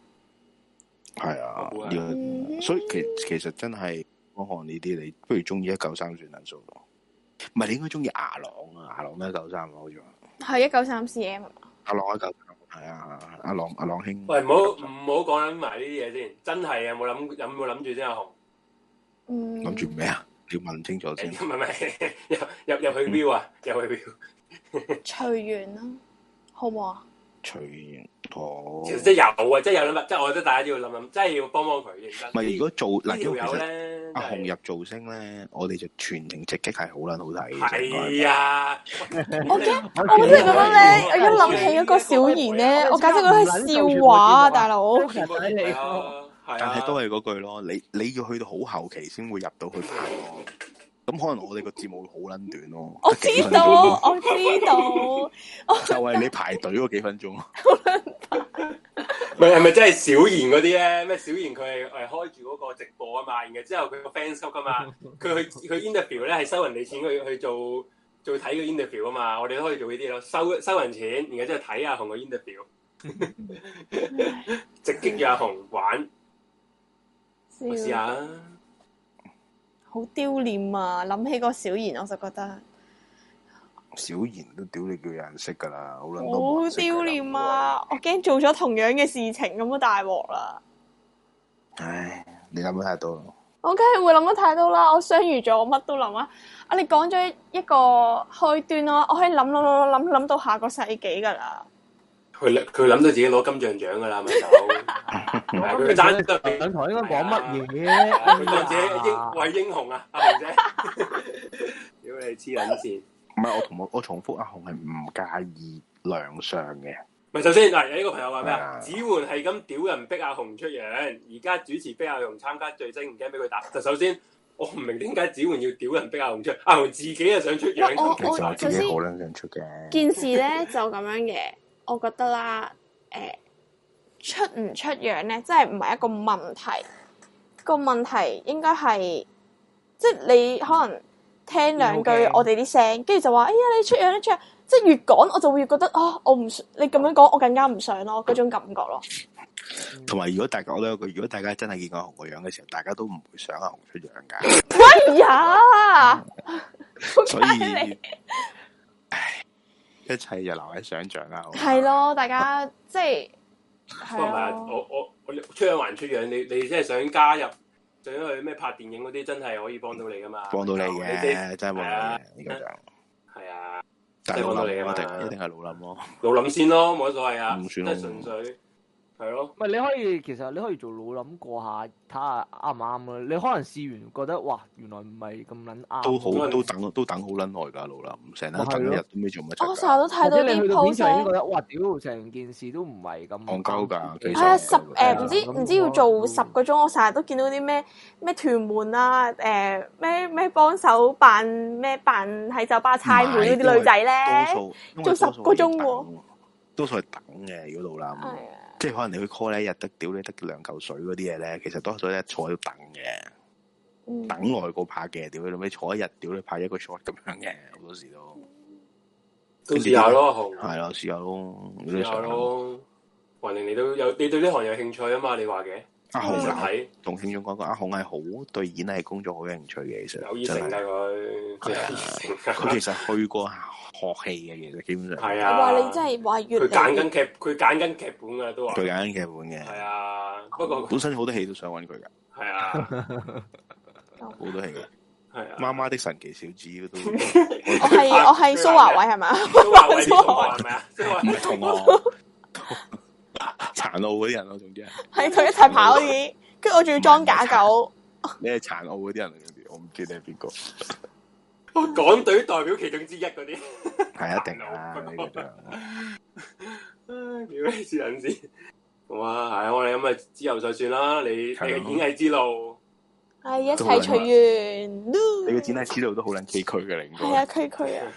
Speaker 6: 係啊
Speaker 4: 我估，係
Speaker 6: 要
Speaker 2: 嗯
Speaker 6: 所以其其實真係光漢呢啲，你不如中意一九三算撚數咯。唔係你應該中意牙朗啊，牙朗都一九三啊，好似話。
Speaker 2: 係一九三 CM
Speaker 6: 阿朗一九三，係啊，阿朗阿朗兄。
Speaker 4: 喂，唔好唔好講緊埋呢啲嘢先，真係啊有冇諗有冇諗住先阿紅？
Speaker 2: 嗯，
Speaker 6: 諗住咩啊？你要問清楚
Speaker 4: 誒
Speaker 6: 先。
Speaker 4: 唔係唔係， 入入入
Speaker 6: 嗯
Speaker 4: 去 view 啊，入去 view，
Speaker 2: 隨緣啦，好唔好啊？
Speaker 6: 隨緣妥。
Speaker 4: 其實即係有啊，即係有諗法，即係我覺得大家要諗諗，真係要幫幫佢認真。
Speaker 6: 唔係如果做嗱，
Speaker 4: 呢
Speaker 6: 因
Speaker 4: 條
Speaker 6: 為其
Speaker 4: 友
Speaker 6: 實
Speaker 4: 咧，
Speaker 6: 阿紅入造星咧，我哋就全程直擊係好撚好睇嘅。
Speaker 4: 係啊，
Speaker 2: 我
Speaker 4: 真
Speaker 2: 驚
Speaker 5: 我
Speaker 2: 我覺得你咁樣咧，我一諗起嗰個小賢咧，我簡直覺得係笑話啊，大佬！
Speaker 5: 其實睇你
Speaker 4: 係啊，係啊，
Speaker 6: 但係都係嗰句咯，你你要去到好後期先會入到去排咯。咁可能我哋個節目會好撚短咯。
Speaker 2: 我
Speaker 6: 得幾
Speaker 2: 知
Speaker 6: 分
Speaker 2: 道，
Speaker 6: 鐘
Speaker 2: 我 知道，
Speaker 6: 就係你排隊嗰幾分鐘。
Speaker 4: 咪係咪真係小賢嗰啲咧？咩小賢佢係誒開住嗰個直播啊嘛，然後之後佢個 fans 級噶嘛，佢去佢 interview 咧係收人哋錢去去做做睇個 interview 啊嘛，我哋都可以做呢啲咯，收收人錢，然後之後睇阿紅個 interview，直擊阿紅玩，
Speaker 2: 哎
Speaker 4: 我試下啊。
Speaker 2: 好丟臉啊！諗起個小賢，我就覺得
Speaker 6: 小賢都屌你叫有人識㗎啦，好撚多冇
Speaker 2: 好
Speaker 6: 人識㗎啦
Speaker 2: 丟臉！啊！我驚做咗同樣嘅事情，咁啊大鑊啦！
Speaker 6: 唉，你諗得太多啦。
Speaker 2: 我梗係會諗得太多啦！我雙魚座，我乜都諗啊！啊，你講咗一個開端咯，我可以諗諗諗諗諗到下個世紀噶啦。
Speaker 4: 佢佢諗到自己攞金像獎㗎啦，咪就係佢爭得
Speaker 5: 上台應該講乜嘢？
Speaker 4: 佢當自己英為英雄啊，阿紅姐，屌你黐撚線！
Speaker 6: 唔係我同我我重複阿紅係唔介意亮相嘅，
Speaker 4: 咪首先嗱，有呢個朋友話咩
Speaker 6: 係
Speaker 4: 啊
Speaker 6: 啊？
Speaker 4: 子桓係咁屌人逼阿紅出樣，而家主持逼阿紅參加最真，唔驚俾佢打。就首先我唔明點解子桓要屌人逼阿紅出， 阿紅自己又想出樣，
Speaker 2: 喂我
Speaker 6: 其實我自
Speaker 2: 首
Speaker 6: 己
Speaker 2: 先
Speaker 6: 好撚想出嘅。
Speaker 2: 件事咧就咁樣嘅，我覺得啦，誒、出唔出樣咧，真係唔係一個問題。個問題應該係，即係你可能聽兩句
Speaker 5: 你好驚
Speaker 2: 我哋啲聲，跟住就話：哎呀，你出樣，你出樣。即係越講，我就會越覺得啊，我唔想你咁樣講，我更加唔想咯，嗰種感覺 咯。
Speaker 6: 同埋如果大家我都有句，如果大家真係見過阿紅個樣嘅時候，大家都唔會想阿紅出樣 㗎，
Speaker 2: 哎呀，
Speaker 6: 所以唉一切就留喺想像啦。好嗎
Speaker 2: 係，咯，大家即係係
Speaker 4: 不
Speaker 6: 哦
Speaker 4: 過唔係
Speaker 6: 啊
Speaker 2: 咯
Speaker 4: 我我我出樣還出樣，你你真係想加入，想去咩拍電影嗰啲，真係可以幫到你噶嘛？
Speaker 6: 幫到你
Speaker 4: 啲
Speaker 6: 嘅，真係幫到你嘅呢個就。
Speaker 4: 啊係啊，
Speaker 6: 但係
Speaker 4: 幫
Speaker 6: 老
Speaker 4: 到
Speaker 6: 林
Speaker 4: 你㗎嘛
Speaker 6: 一定一定係老林咯，
Speaker 4: 老諗先咯，冇乜所謂啊，
Speaker 6: 唔
Speaker 4: 即
Speaker 6: 算咯
Speaker 4: 係純粹係咯。
Speaker 5: 唔係你可以，其實你可以做腦諗過下，睇下啱唔啱咯。你可能試完覺得哇，原來唔係咁撚啱。
Speaker 6: 都好
Speaker 4: 咁啊
Speaker 6: 都等都等好撚耐㗎，老林成日
Speaker 5: 咪係
Speaker 6: 等一
Speaker 5: 咯
Speaker 6: 日都未做乜
Speaker 2: 我
Speaker 6: 出
Speaker 2: 成日
Speaker 6: 㗎，
Speaker 2: 都睇
Speaker 5: 或
Speaker 2: 到
Speaker 5: 者你去
Speaker 2: 啲
Speaker 5: 到片
Speaker 2: post 啊
Speaker 5: 場已經
Speaker 2: 呢
Speaker 5: 覺得哇，屌成件事都唔係咁
Speaker 6: 戇鳩㗎其實
Speaker 2: 係啊，十
Speaker 6: 係
Speaker 2: 誒唔
Speaker 6: 啊
Speaker 2: 知
Speaker 5: 咁
Speaker 2: 唔知要
Speaker 5: 可
Speaker 2: 做
Speaker 5: 能
Speaker 2: 十個鐘，我成日都見到啲咩咩屯門啊，誒咩咩幫手啊扮咩扮喺酒吧差妹嗰啲女仔咧，
Speaker 6: 多數因
Speaker 2: 做
Speaker 6: 為多
Speaker 2: 十
Speaker 6: 數
Speaker 2: 個鐘
Speaker 6: 係
Speaker 2: 喎
Speaker 6: 等，多數係等嘅，如果老
Speaker 2: 係
Speaker 6: 林。
Speaker 2: 啊，
Speaker 6: 即係可能你去 call 咧，日得屌你得兩嚿水嗰啲嘢咧，其實多數咧坐喺度等嘅，
Speaker 2: 嗯
Speaker 6: 等耐過拍嘅，屌你老尾坐一日，屌你拍一個 shot 咁樣嘅，好多時都
Speaker 4: 都試下咯，紅
Speaker 6: 啊係咯，試下咯，有
Speaker 4: 試
Speaker 6: 啲
Speaker 4: 下
Speaker 6: 想
Speaker 4: 咯。橫掂你都有，你對呢行有興趣啊嘛？你話嘅，
Speaker 6: 阿
Speaker 4: 其
Speaker 6: 紅
Speaker 4: 實
Speaker 6: 嗱，
Speaker 4: 睇
Speaker 6: 同聽眾講過，阿紅係好對演藝工作好有興趣嘅，其
Speaker 4: 有
Speaker 6: 實
Speaker 4: 熱
Speaker 6: 真
Speaker 4: 誠㗎佢，佢有
Speaker 6: 係啊
Speaker 4: 熱誠
Speaker 6: 佢
Speaker 4: 㗎。
Speaker 6: 其實去過學戲嘅，其實基本上
Speaker 4: 係
Speaker 2: 哇！
Speaker 4: 啊，
Speaker 2: 你真係話越
Speaker 4: 佢揀
Speaker 2: 嚟
Speaker 4: 緊劇，佢揀緊劇本㗎都話。
Speaker 6: 佢揀緊劇本嘅，
Speaker 4: 係啊，不過
Speaker 6: 本身好多戲都想揾佢噶，
Speaker 4: 係 啊，
Speaker 2: 哦
Speaker 6: 好多戲嘅，
Speaker 4: 係啊。
Speaker 6: 媽媽的神奇小子都
Speaker 2: 我係我係蘇華偉係咪啊？
Speaker 4: 都話為啲同學係咪 啊？都話
Speaker 6: 唔係同我殘奧嗰啲人咯，總之係。
Speaker 2: 係佢一齊跑嗰啲，跟住我仲要裝假
Speaker 6: 哦
Speaker 2: 狗，
Speaker 6: 你係殘奧嗰啲人嚟嘅，我唔知你係邊個。
Speaker 4: 港隊代表其中之一嗰啲。
Speaker 6: 係一定啊，呢個就
Speaker 4: 唉屌你黐撚線！好啊，係啊我哋咁啊之後再算啦。你你
Speaker 6: 係
Speaker 4: 嘅
Speaker 6: 咯
Speaker 4: 演藝之路
Speaker 2: 係一
Speaker 6: 都好
Speaker 2: 齊
Speaker 6: 啊
Speaker 2: 隨緣。
Speaker 6: 你個展覽資料都好撚崎嶇嘅，你應
Speaker 2: 係啊，
Speaker 6: 該。
Speaker 2: 區區啊，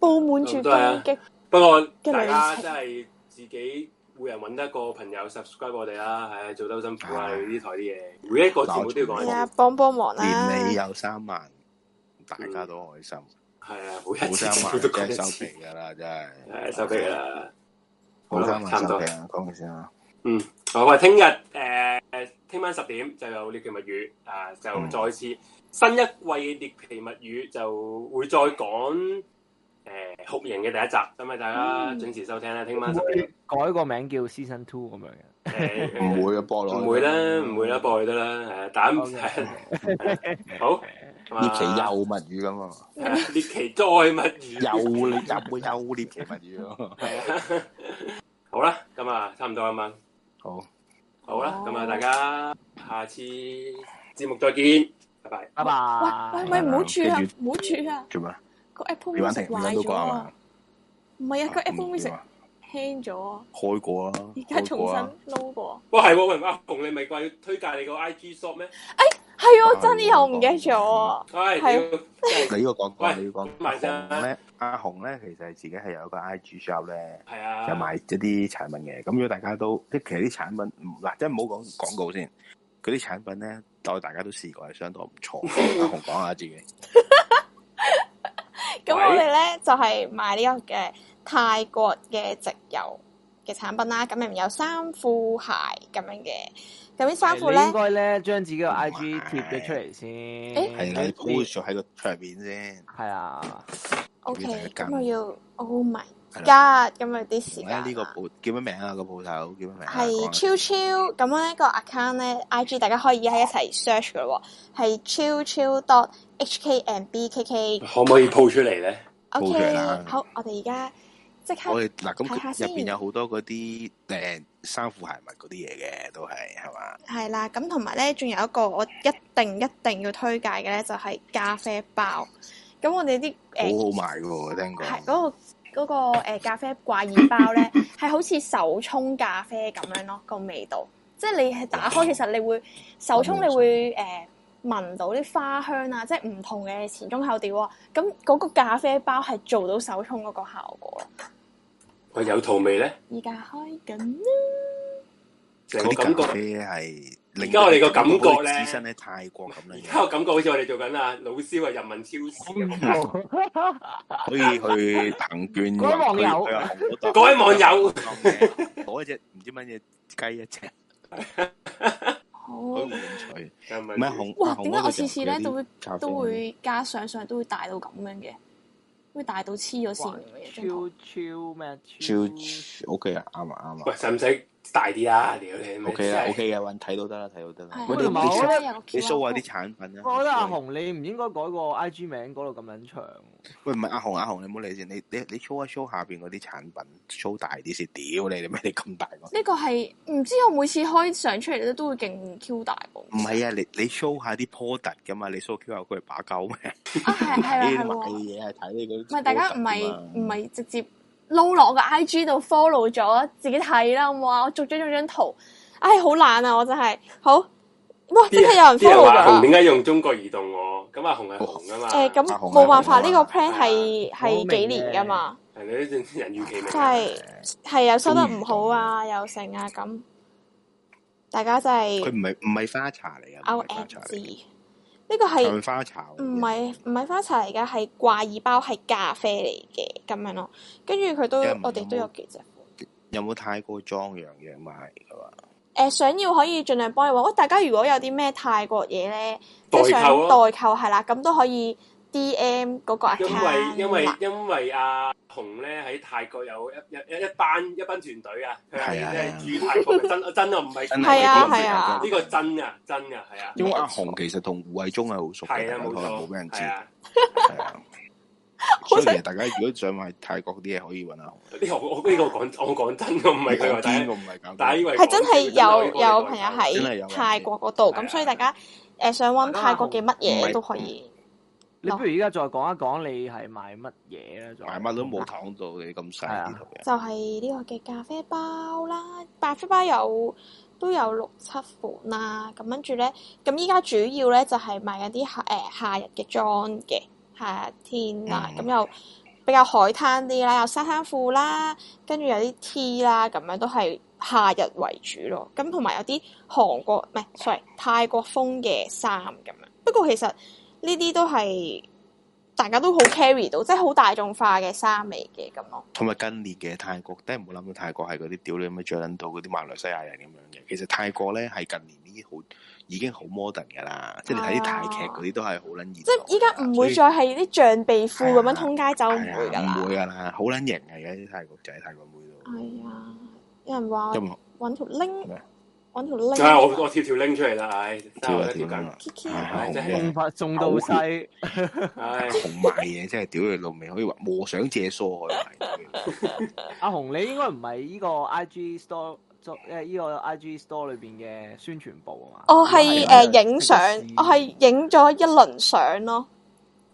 Speaker 2: 佈滿住
Speaker 6: 啊
Speaker 2: 攻擊，
Speaker 4: 不過
Speaker 2: 嘅
Speaker 4: 大
Speaker 2: 旅程
Speaker 4: 家真係自己每人揾得一個朋友 subscribe 我哋啦，係啊，做得好辛苦啊！
Speaker 6: 唉
Speaker 4: 你呢台啲嘢，每一個節目都要講一
Speaker 2: 係
Speaker 4: 次，
Speaker 2: 啊，幫幫忙
Speaker 6: 年
Speaker 2: 啦
Speaker 6: 你！有三萬，大家都開心。
Speaker 4: 係啊，每一
Speaker 6: 冇
Speaker 4: 次
Speaker 6: 三
Speaker 4: 節目
Speaker 6: 萬
Speaker 4: 都
Speaker 6: 真
Speaker 4: 講
Speaker 6: 係
Speaker 4: 一
Speaker 6: 收
Speaker 4: 次，
Speaker 6: 皮㗎啦，真係。
Speaker 4: 係收皮。啦。
Speaker 6: 冇三
Speaker 4: 差
Speaker 6: 萬
Speaker 4: 唔
Speaker 6: 收
Speaker 4: 多
Speaker 6: 皮啊！講完先啊。
Speaker 4: 好，喂，聽日誒誒，聽晚十點就有獵奇物語啊，就
Speaker 6: 嗯
Speaker 4: 再次、新一季嘅獵奇物語就會再講誒、呃酷刑嘅第一集，咁啊大家準時收聽啦，聽晚十點
Speaker 5: 改個名叫 Season Two 咁樣嘅。
Speaker 4: 誒
Speaker 6: 唔會嘅菠蘿。
Speaker 4: 唔會啦，唔會啦，播佢得啦，誒打 好，
Speaker 6: 呢期又
Speaker 4: 又
Speaker 6: 物語咁啊，
Speaker 4: 獵奇再物語
Speaker 6: 又又又呢期物語咯。
Speaker 4: 係啊，好啦，咁啊差唔多啦嘛，
Speaker 6: 好，
Speaker 4: 好啦，咁啊大家下次節目再見，拜拜。
Speaker 5: 拜
Speaker 2: 喂喂，
Speaker 5: 拜。
Speaker 2: 唔好住啊
Speaker 6: 跟住，
Speaker 2: 唔好住啊！
Speaker 6: 做咩？
Speaker 2: 個 Apple
Speaker 6: 你玩
Speaker 2: Music
Speaker 6: 停
Speaker 2: 壞
Speaker 6: 玩都
Speaker 2: 咗
Speaker 6: 啩係
Speaker 2: 啊
Speaker 6: 嘛？！
Speaker 2: 唔係啊，個 Apple
Speaker 6: 唔掂
Speaker 2: Music
Speaker 6: 啊
Speaker 2: 輕咗啊，
Speaker 6: 開過啦，
Speaker 2: 而家重
Speaker 6: 開過啊
Speaker 2: 新撈過。
Speaker 4: 哇，係喎，喂，阿紅，你咪話要推介你個 I G shop 咩？
Speaker 2: 係
Speaker 6: 哦
Speaker 2: 啊，我真係又唔記得咗。
Speaker 4: 唉，屌
Speaker 2: 係
Speaker 4: 真係
Speaker 6: 你呢個講
Speaker 4: 喂
Speaker 6: 講，你呢個講
Speaker 4: 買先啊
Speaker 6: 阿紅咧，阿紅咧其實自己係有一個 I G shop 咧，
Speaker 4: 係
Speaker 6: 就
Speaker 4: 啊，
Speaker 6: 賣一啲產品嘅。咁如果大家都即係其實啲產品，唔嗱，即係唔好講廣告先。嗰啲產品咧， 我大家都試過係相當唔錯。阿紅講下自己，
Speaker 2: 咁我哋咧就係、賣呢個嘅泰國嘅直油嘅產品啦，咁入面有衫褲鞋咁樣嘅，咁啲衫褲
Speaker 5: 你應
Speaker 2: 咧
Speaker 5: 該咧將自己個 I G 貼咗出嚟先。
Speaker 6: 係啊
Speaker 5: 你
Speaker 6: 你 post 咗喺個上面先，
Speaker 5: 係啊，
Speaker 2: ，OK，
Speaker 6: 俾大家
Speaker 2: 咁我要 Oh my
Speaker 6: 係啦
Speaker 2: God，咁有啲時
Speaker 6: 同埋
Speaker 2: 間
Speaker 6: 呢個
Speaker 2: 啦。
Speaker 6: 鋪叫乜名啊？個鋪頭叫乜名啊？
Speaker 2: 係
Speaker 6: 講下
Speaker 2: Chill Chill 咁咧個 account 咧 IG 大家可以喺一齊 search 嘅喎，係 Chill Chill dot HK and BKK。
Speaker 4: 可唔可以鋪出嚟咧？
Speaker 6: 冇嘢
Speaker 2: OK，
Speaker 6: 啦
Speaker 2: 好，我哋而家即刻
Speaker 6: 我哋嗱咁
Speaker 2: 睇下
Speaker 6: 佢
Speaker 2: 先
Speaker 6: 入邊有好多嗰啲誒衫褲鞋襪嗰啲嘢嘅，都係係嘛？
Speaker 2: 係啦，咁同埋咧，仲有一個我一定一定要推介嘅咧，就係咖啡包。咁我哋啲
Speaker 6: 好啊
Speaker 2: 誒
Speaker 6: 好賣嘅喎，聽
Speaker 2: 係
Speaker 6: 講。
Speaker 2: 嗰個嗰個誒咖啡掛耳包咧，係好似手沖咖啡咁樣咯，個味道。即係你係打開，其實你會手沖，你會誒、呃、聞到啲花香啊，即係唔同嘅前中後調啊。咁嗰個咖啡包係做到手沖嗰個效果咯。
Speaker 4: 喂，有圖未咧？
Speaker 2: 而家開緊啦
Speaker 4: 成個感
Speaker 6: 嗰啲
Speaker 4: 覺
Speaker 6: 咖，啡係令
Speaker 4: 而家我哋個感覺
Speaker 6: 好似
Speaker 4: 咧
Speaker 6: 置身喺泰國咁
Speaker 4: 而
Speaker 6: 樣
Speaker 4: 家
Speaker 6: 嘅，
Speaker 4: 我感覺好似我哋做緊啊老蕭啊人民超市咁。
Speaker 6: 可以去行券。
Speaker 5: 各位網友
Speaker 6: 佢話紅嗰度
Speaker 4: 各位網友，
Speaker 6: 攞一隻唔知乜嘢雞 一隻，
Speaker 2: 好，
Speaker 6: 可以冇興趣。
Speaker 4: 人民
Speaker 6: 唔係紅，
Speaker 2: 哇！
Speaker 6: 紅
Speaker 2: 點解
Speaker 6: 嗰度
Speaker 2: 我次次咧都會
Speaker 6: 就有啲咖啡
Speaker 2: 都會加上上都會大到咁樣嘅，會大到黐咗線咁樣嘅張圖
Speaker 5: 超超咩？
Speaker 6: 超 OK 啊，啱啊啱
Speaker 4: 喂，
Speaker 6: 啊
Speaker 4: 使唔使大啲啊？屌你咪
Speaker 6: ，OK
Speaker 4: 真
Speaker 6: 啦
Speaker 4: 係
Speaker 6: OK 嘅，揾睇到得啦，睇到得啦。
Speaker 2: 係
Speaker 5: 喂
Speaker 6: 喂你
Speaker 5: 同埋我覺
Speaker 6: 你
Speaker 5: 得
Speaker 2: 有個
Speaker 6: 你 show 下
Speaker 2: QR
Speaker 6: 啲產品啊！
Speaker 5: 我覺得阿
Speaker 6: 紅，
Speaker 5: 紅你唔應該改個 I G 名改到咁撚長。
Speaker 6: 喂唔係阿紅阿紅，你唔好理先，你你你 show 一 show 下邊嗰啲產品，show 大啲先。屌你你咩你咁大個？
Speaker 2: 呢個係唔知我每次開相出嚟咧都會勁 Q 大個。
Speaker 6: 唔係啊，你你 show 下啲 product 噶嘛，你 show Q R 佢係把鳩咩？
Speaker 2: 啊，係係啦
Speaker 6: 你
Speaker 2: 係
Speaker 6: 買
Speaker 2: 喎，
Speaker 6: 嘢係睇你嗰啲 product 啊㗎
Speaker 2: 唔
Speaker 6: 嘛。
Speaker 2: 係大家唔係唔係直接撈落個 IG 度 follow 咗自己睇啦，好冇啊！我逐張逐張圖，唉，好懶啊！我真係好哇，
Speaker 4: 啲
Speaker 2: 真係有人
Speaker 4: 啲人
Speaker 2: follow
Speaker 4: 話紅
Speaker 2: 咗。
Speaker 4: 點解用中國移動喎？咁阿紅係紅噶嘛？
Speaker 2: 誒咁
Speaker 6: 阿紅
Speaker 2: 冇辦法，
Speaker 6: 係
Speaker 2: 呢
Speaker 6: 紅
Speaker 2: 個
Speaker 6: 啊
Speaker 2: plan 係
Speaker 5: 我
Speaker 2: 係
Speaker 5: 明
Speaker 2: 幾年噶
Speaker 5: 嘅
Speaker 2: 嘛。
Speaker 4: 人哋呢啲人預期明
Speaker 2: 真係係又收得唔好啊，又剩啊咁，大家真
Speaker 6: 佢
Speaker 2: 係
Speaker 6: 唔係唔係花茶嚟噶，
Speaker 2: O
Speaker 6: 唔係花
Speaker 2: M
Speaker 6: 茶
Speaker 2: G，
Speaker 6: 嚟㗎，
Speaker 2: 呢個
Speaker 6: 係
Speaker 2: 哦係
Speaker 6: 咪花茶嚟啊㗎？
Speaker 2: 唔係唔係花茶嚟㗎？係掛耳包，係咖啡嚟嘅咁樣咯。跟住佢都
Speaker 6: 有人問
Speaker 2: 我哋都
Speaker 6: 有
Speaker 2: 有
Speaker 6: 冇
Speaker 2: 幾隻。
Speaker 6: 有冇泰國裝樣樣賣㗎嘛？
Speaker 2: 誒、呃想要可以盡量幫你揾。喂，大家如果有啲咩泰國嘢咧，即係想
Speaker 4: 代購
Speaker 2: 代
Speaker 4: 啊
Speaker 2: 購係啦，咁都可以 D M 嗰個
Speaker 4: 因為
Speaker 2: account
Speaker 4: 因為
Speaker 2: 啦
Speaker 4: 因為阿紅咧喺泰國有一一一一班一班團隊啊，佢
Speaker 6: 係
Speaker 4: 係
Speaker 6: 啊
Speaker 4: 咧駐泰國嘅真 真啊，唔係
Speaker 6: 真
Speaker 2: 係啊
Speaker 6: 嗰個唔
Speaker 2: 係啊
Speaker 4: 呢個真噶真噶係啊
Speaker 6: 因為阿紅其實同胡慧中係好熟嘅，
Speaker 4: 係
Speaker 6: 大
Speaker 4: 啊
Speaker 6: 家
Speaker 4: 冇
Speaker 6: 可能冇
Speaker 4: 錯
Speaker 6: 俾人知
Speaker 4: 係。啊，
Speaker 6: 係 啊，所以其實大家如果想買泰國啲嘢，可以揾阿紅。
Speaker 4: 呢個我呢個講我講真㗎，唔係佢話大
Speaker 6: 堅
Speaker 4: 家
Speaker 6: 唔係搞
Speaker 4: 大家以為
Speaker 2: 係真係有
Speaker 4: 講笑
Speaker 2: 有朋友
Speaker 6: 真係
Speaker 2: 喺
Speaker 6: 有啊
Speaker 2: 泰國嗰度，
Speaker 6: 係
Speaker 2: 咁
Speaker 6: 啊
Speaker 2: 所以大家誒、呃想揾泰國嘅乜
Speaker 6: 唔係
Speaker 2: 嘢都可以。
Speaker 5: 你不如而家再講一講你係賣乜嘢咧？再
Speaker 6: 買乜都冇糖到你咁細呢度嘅，
Speaker 2: 就係啊呢個嘅咖啡包啦，咖啡包有都有六七款啦，咁跟住咧，咁依家主要咧就係賣緊啲夏誒夏日嘅裝嘅夏天啦，咁
Speaker 6: 嗯
Speaker 2: 又比較海灘啲啦，有沙灘褲啦，跟住有啲 T 啦，咁樣都係夏日為主咯。咁同埋有啲韓國唔係，sorry 泰國風嘅衫咁樣。不過其實呢啲都係大家都好 carry 到，即係好大眾化嘅衫嚟嘅咁咯。
Speaker 6: 同埋近年嘅泰國，真係冇諗到泰國係嗰啲屌你咁樣最撚到嗰啲馬來西亞人咁樣嘅。其實泰國咧係近年呢啲好已經好 modern 㗎啦，即係你睇啲泰劇嗰啲都係好撚熱。即
Speaker 2: 啊即係依家唔會再係啊啲象鼻褲咁樣通街走，唔會㗎
Speaker 6: 唔
Speaker 2: 啦。
Speaker 6: 會㗎啦，好撚型啊！而家啲泰國仔、泰國妹都
Speaker 2: 係啊，有啊人話
Speaker 6: 咁啊
Speaker 2: 揾條
Speaker 6: 係
Speaker 2: link，
Speaker 6: 咪
Speaker 2: 揾條
Speaker 4: 唉，我
Speaker 2: link。
Speaker 4: 我貼條 link 出嚟啦，唉，
Speaker 6: 跳
Speaker 4: 我
Speaker 6: 啊
Speaker 4: 而家
Speaker 6: 跳
Speaker 4: 貼緊
Speaker 6: 啊，
Speaker 2: Kiki，
Speaker 6: 唉
Speaker 4: 真
Speaker 6: 紅
Speaker 4: 係
Speaker 6: 嘅
Speaker 5: 送法送到西，
Speaker 4: 唉，
Speaker 6: 紅賣嘢真係屌你老味，可以話和尚借梳可以話係屌你老味
Speaker 5: 阿紅你應該唔係呢個 I G store 作誒呢個 I G store 裏邊嘅宣傳部啊嘛？
Speaker 2: 我哦係
Speaker 6: 如果係
Speaker 2: 誒影相，我哦係影咗一輪相咯。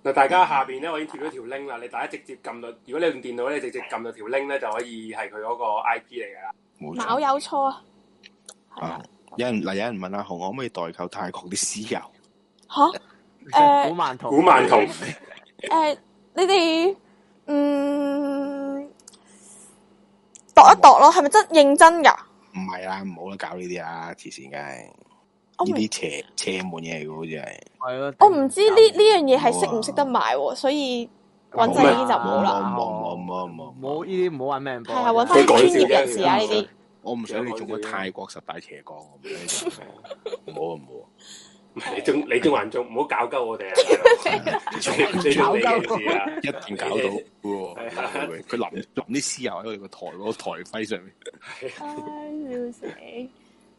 Speaker 4: 嗱，大家下邊咧，我已經貼咗條 link 啦，你大家直接撳到，如果你用電腦咧，你直接撳到條 link 咧，就可以係佢嗰個 I P 嚟㗎啦。
Speaker 6: 冇錯
Speaker 2: 冇有錯啊，係
Speaker 6: 啊
Speaker 2: 啊，！
Speaker 6: 有人嗱，有人問阿紅，我可唔可以代購泰國啲豉油？
Speaker 2: 吓
Speaker 5: 古
Speaker 2: 誒
Speaker 5: 曼童，
Speaker 4: 古曼童，
Speaker 2: 誒，呃你哋嗯度一度咯，係咪真認真㗎？
Speaker 6: 唔係啦，唔好啦，搞呢啲啦，黐線梗係呢
Speaker 2: 我唔
Speaker 6: 啲邪邪門嘢嚟嘅，好似係。
Speaker 5: 係咯，
Speaker 2: 我唔知呢呢樣嘢係
Speaker 6: 搞唔
Speaker 2: 識唔識得買喎，所以揾
Speaker 6: 唔
Speaker 2: 仔呢
Speaker 6: 係
Speaker 2: 啲
Speaker 5: 啊
Speaker 2: 就唔好啦。
Speaker 6: 冇哦冇冇
Speaker 5: 冇
Speaker 6: 冇冇，
Speaker 5: 呢啲哦唔好揾命
Speaker 2: 係
Speaker 5: 搏。
Speaker 2: 啊，揾
Speaker 4: 佢
Speaker 2: 翻
Speaker 4: 講
Speaker 2: 專
Speaker 4: 笑
Speaker 2: 業
Speaker 4: 啫
Speaker 2: 人士啊呢啲。
Speaker 6: 我唔想你中咗泰國十大邪降，我唔想你中。唔好啊唔好啊，
Speaker 4: 唔 係你中你中還中，唔好搞鳩我哋啊！大佬你你中你嘅事啊！
Speaker 6: 一定搞到嘅喎
Speaker 4: 係啊
Speaker 6: 佢淋淋啲豉油喺我哋個台嗰個台徽上面。
Speaker 3: 唉，笑死！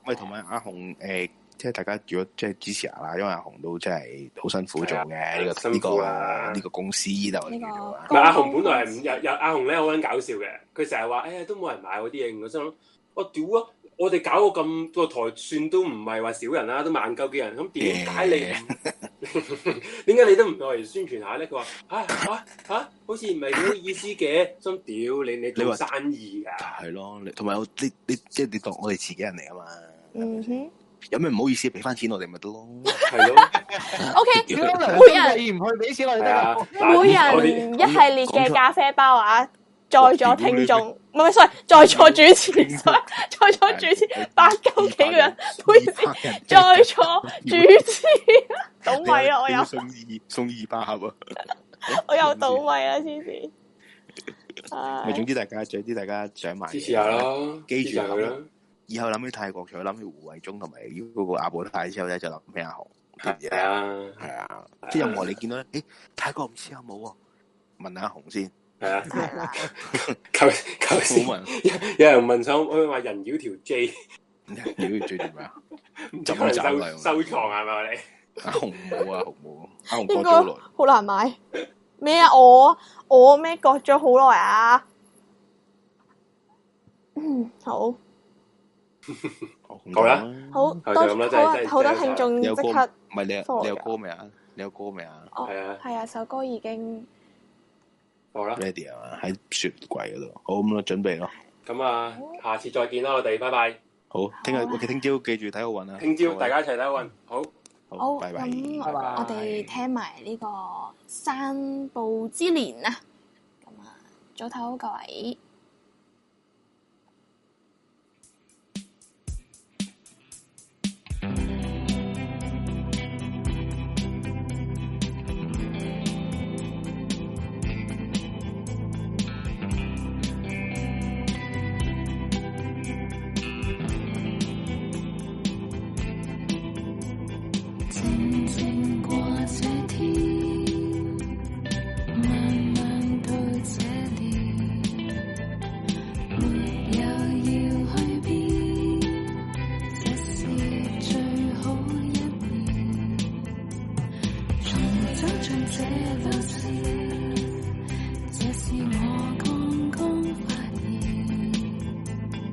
Speaker 6: 喂，同埋阿紅誒，即係大家如果即係支持下啦，因為阿紅都真係好辛苦做嘅呢個呢
Speaker 4: 辛苦
Speaker 6: 個
Speaker 4: 啦
Speaker 6: 呢個公司就
Speaker 3: 呢個
Speaker 6: 啊
Speaker 4: 唔係阿紅本來係唔有有阿紅咧好撚搞笑嘅，佢成日話：哎呀都冇人買我啲嘢，我心諗我屌啊！我哋搞到咁個台算都唔係話少人啦，都萬鳩幾人，咁點解你唔點解你都唔落嚟宣傳下咧？佢話：啊啊啊，好似唔係咁嘅意思嘅，心屌你你
Speaker 6: 你
Speaker 4: 做
Speaker 6: 話
Speaker 4: 生意啊㗎，
Speaker 6: 係咯，你同埋我你你即係你當我哋自己人嚟啊嘛，
Speaker 2: 嗯哼
Speaker 6: 有咩唔好意思俾翻錢我哋咪得 咯。
Speaker 4: 係咯。
Speaker 2: ，OK，
Speaker 5: 屌
Speaker 2: 每
Speaker 5: 梁
Speaker 2: 人
Speaker 5: 你唔去俾錢我哋
Speaker 4: 係
Speaker 5: 得
Speaker 4: 啊
Speaker 5: 啦。，
Speaker 4: 嗱
Speaker 2: 每
Speaker 4: 我哋
Speaker 2: 人一系列嘅咖啡包啊，在座聽眾，唔係唔係，sorry，在座主持，sorry，在座主 持八九幾個人，唔好意思，
Speaker 6: 思，
Speaker 2: 在座主持，倒米啊！我有
Speaker 6: 送二送二百盒啊！
Speaker 2: 我有倒米啊！黐線，
Speaker 6: 咪
Speaker 2: 唉
Speaker 6: 總之大家，總之大家想買嘢
Speaker 4: 支持下啦，
Speaker 6: 啊記住
Speaker 4: 支持下佢啦。
Speaker 6: 以後諗起泰國，除咗諗起胡慧中同埋嗰個阿寶泰之後咧，就諗起阿紅。
Speaker 4: 係啊，
Speaker 6: 係啊，即係任何你見到咧，誒泰國唔知有冇喎？問下紅先，
Speaker 4: 係啊，
Speaker 2: 係 啦，
Speaker 4: 求求先
Speaker 6: 冇問
Speaker 4: 有人問想佢話人妖條 J
Speaker 6: 屌最點啊？
Speaker 4: 唔知
Speaker 6: 就咁
Speaker 4: 可能
Speaker 6: 斬
Speaker 4: 收
Speaker 6: 兩
Speaker 4: 收藏係咪啊你？
Speaker 6: 阿紅冇啊，紅冇，阿紅
Speaker 2: 應
Speaker 6: 過
Speaker 2: 該
Speaker 6: 咗好耐，
Speaker 2: 好難買咩啊？我我咩割咗好耐啊？嗯，好
Speaker 4: 好啦
Speaker 2: 好
Speaker 4: 係
Speaker 2: 多
Speaker 4: 嗯就咁啦真係真
Speaker 2: 好啊
Speaker 4: 係
Speaker 2: 好多
Speaker 4: 真係
Speaker 2: 聽眾
Speaker 6: 啊你有歌
Speaker 2: 即
Speaker 6: 唔
Speaker 2: 刻。
Speaker 6: 係你有
Speaker 2: follow
Speaker 6: 你有
Speaker 2: 咗
Speaker 6: 歌未啊？你有歌未啊
Speaker 2: 哦，
Speaker 4: 係啊
Speaker 2: 係啊，首歌已經
Speaker 4: 好啦，
Speaker 6: ？ready 啊嘛？喺雪櫃嗰度，好咁咯，啊準備咯。
Speaker 4: 咁啊，下次再見啦，我哋拜拜。
Speaker 6: 好，聽日
Speaker 2: 啊
Speaker 6: 我哋聽朝記住睇好運啊！
Speaker 4: 聽朝大
Speaker 6: 家
Speaker 4: 家一齊睇運，好，
Speaker 6: 好，
Speaker 2: 好
Speaker 6: 拜拜。
Speaker 2: 咁啊
Speaker 5: 拜拜
Speaker 2: 我哋聽埋呢個《散步之年》啊，咁啊，早唞各位。
Speaker 1: 静静过这天，慢慢到这年，没有要去边，这是最好一年。从走进这路线，这是我刚刚发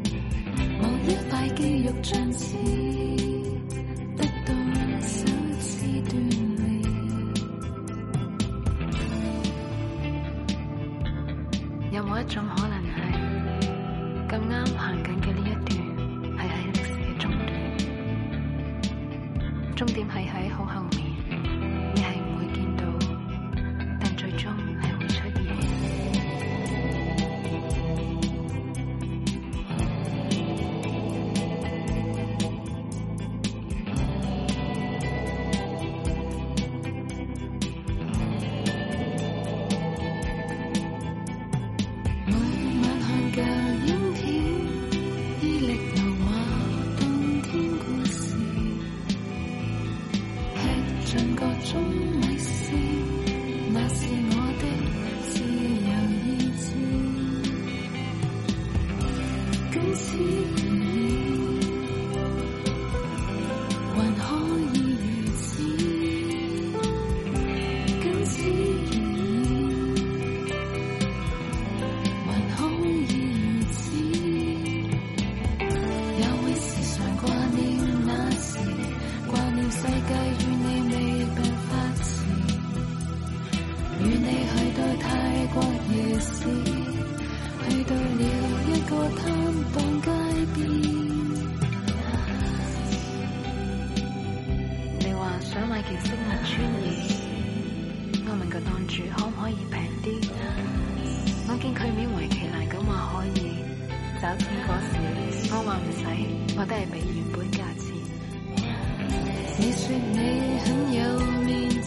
Speaker 1: 现，某一块肌肉像似。得到首次鍛煉，
Speaker 7: 有冇一種可能係咁啱行緊嘅呢一段係喺歷史嘅中段，終點係喺好後面，你係唔會見到，但最終係會出現。
Speaker 1: 每晚看舊影片，伊力牛話當天故事，吃盡各種米線，那是我的自由意志。今此如意，還可以如此。今此如意。還好以如此，也會時常掛念那時，掛念世界與你未病發時，與你去到泰國夜市，去到了一個攤檔街邊。
Speaker 7: 你話想買件飾物穿耳，我問個檔主可唔可以平啲？我見佢勉為其難咁話可以，找錢嗰時我話唔使，我都係俾原本價錢。
Speaker 1: 你說你很有面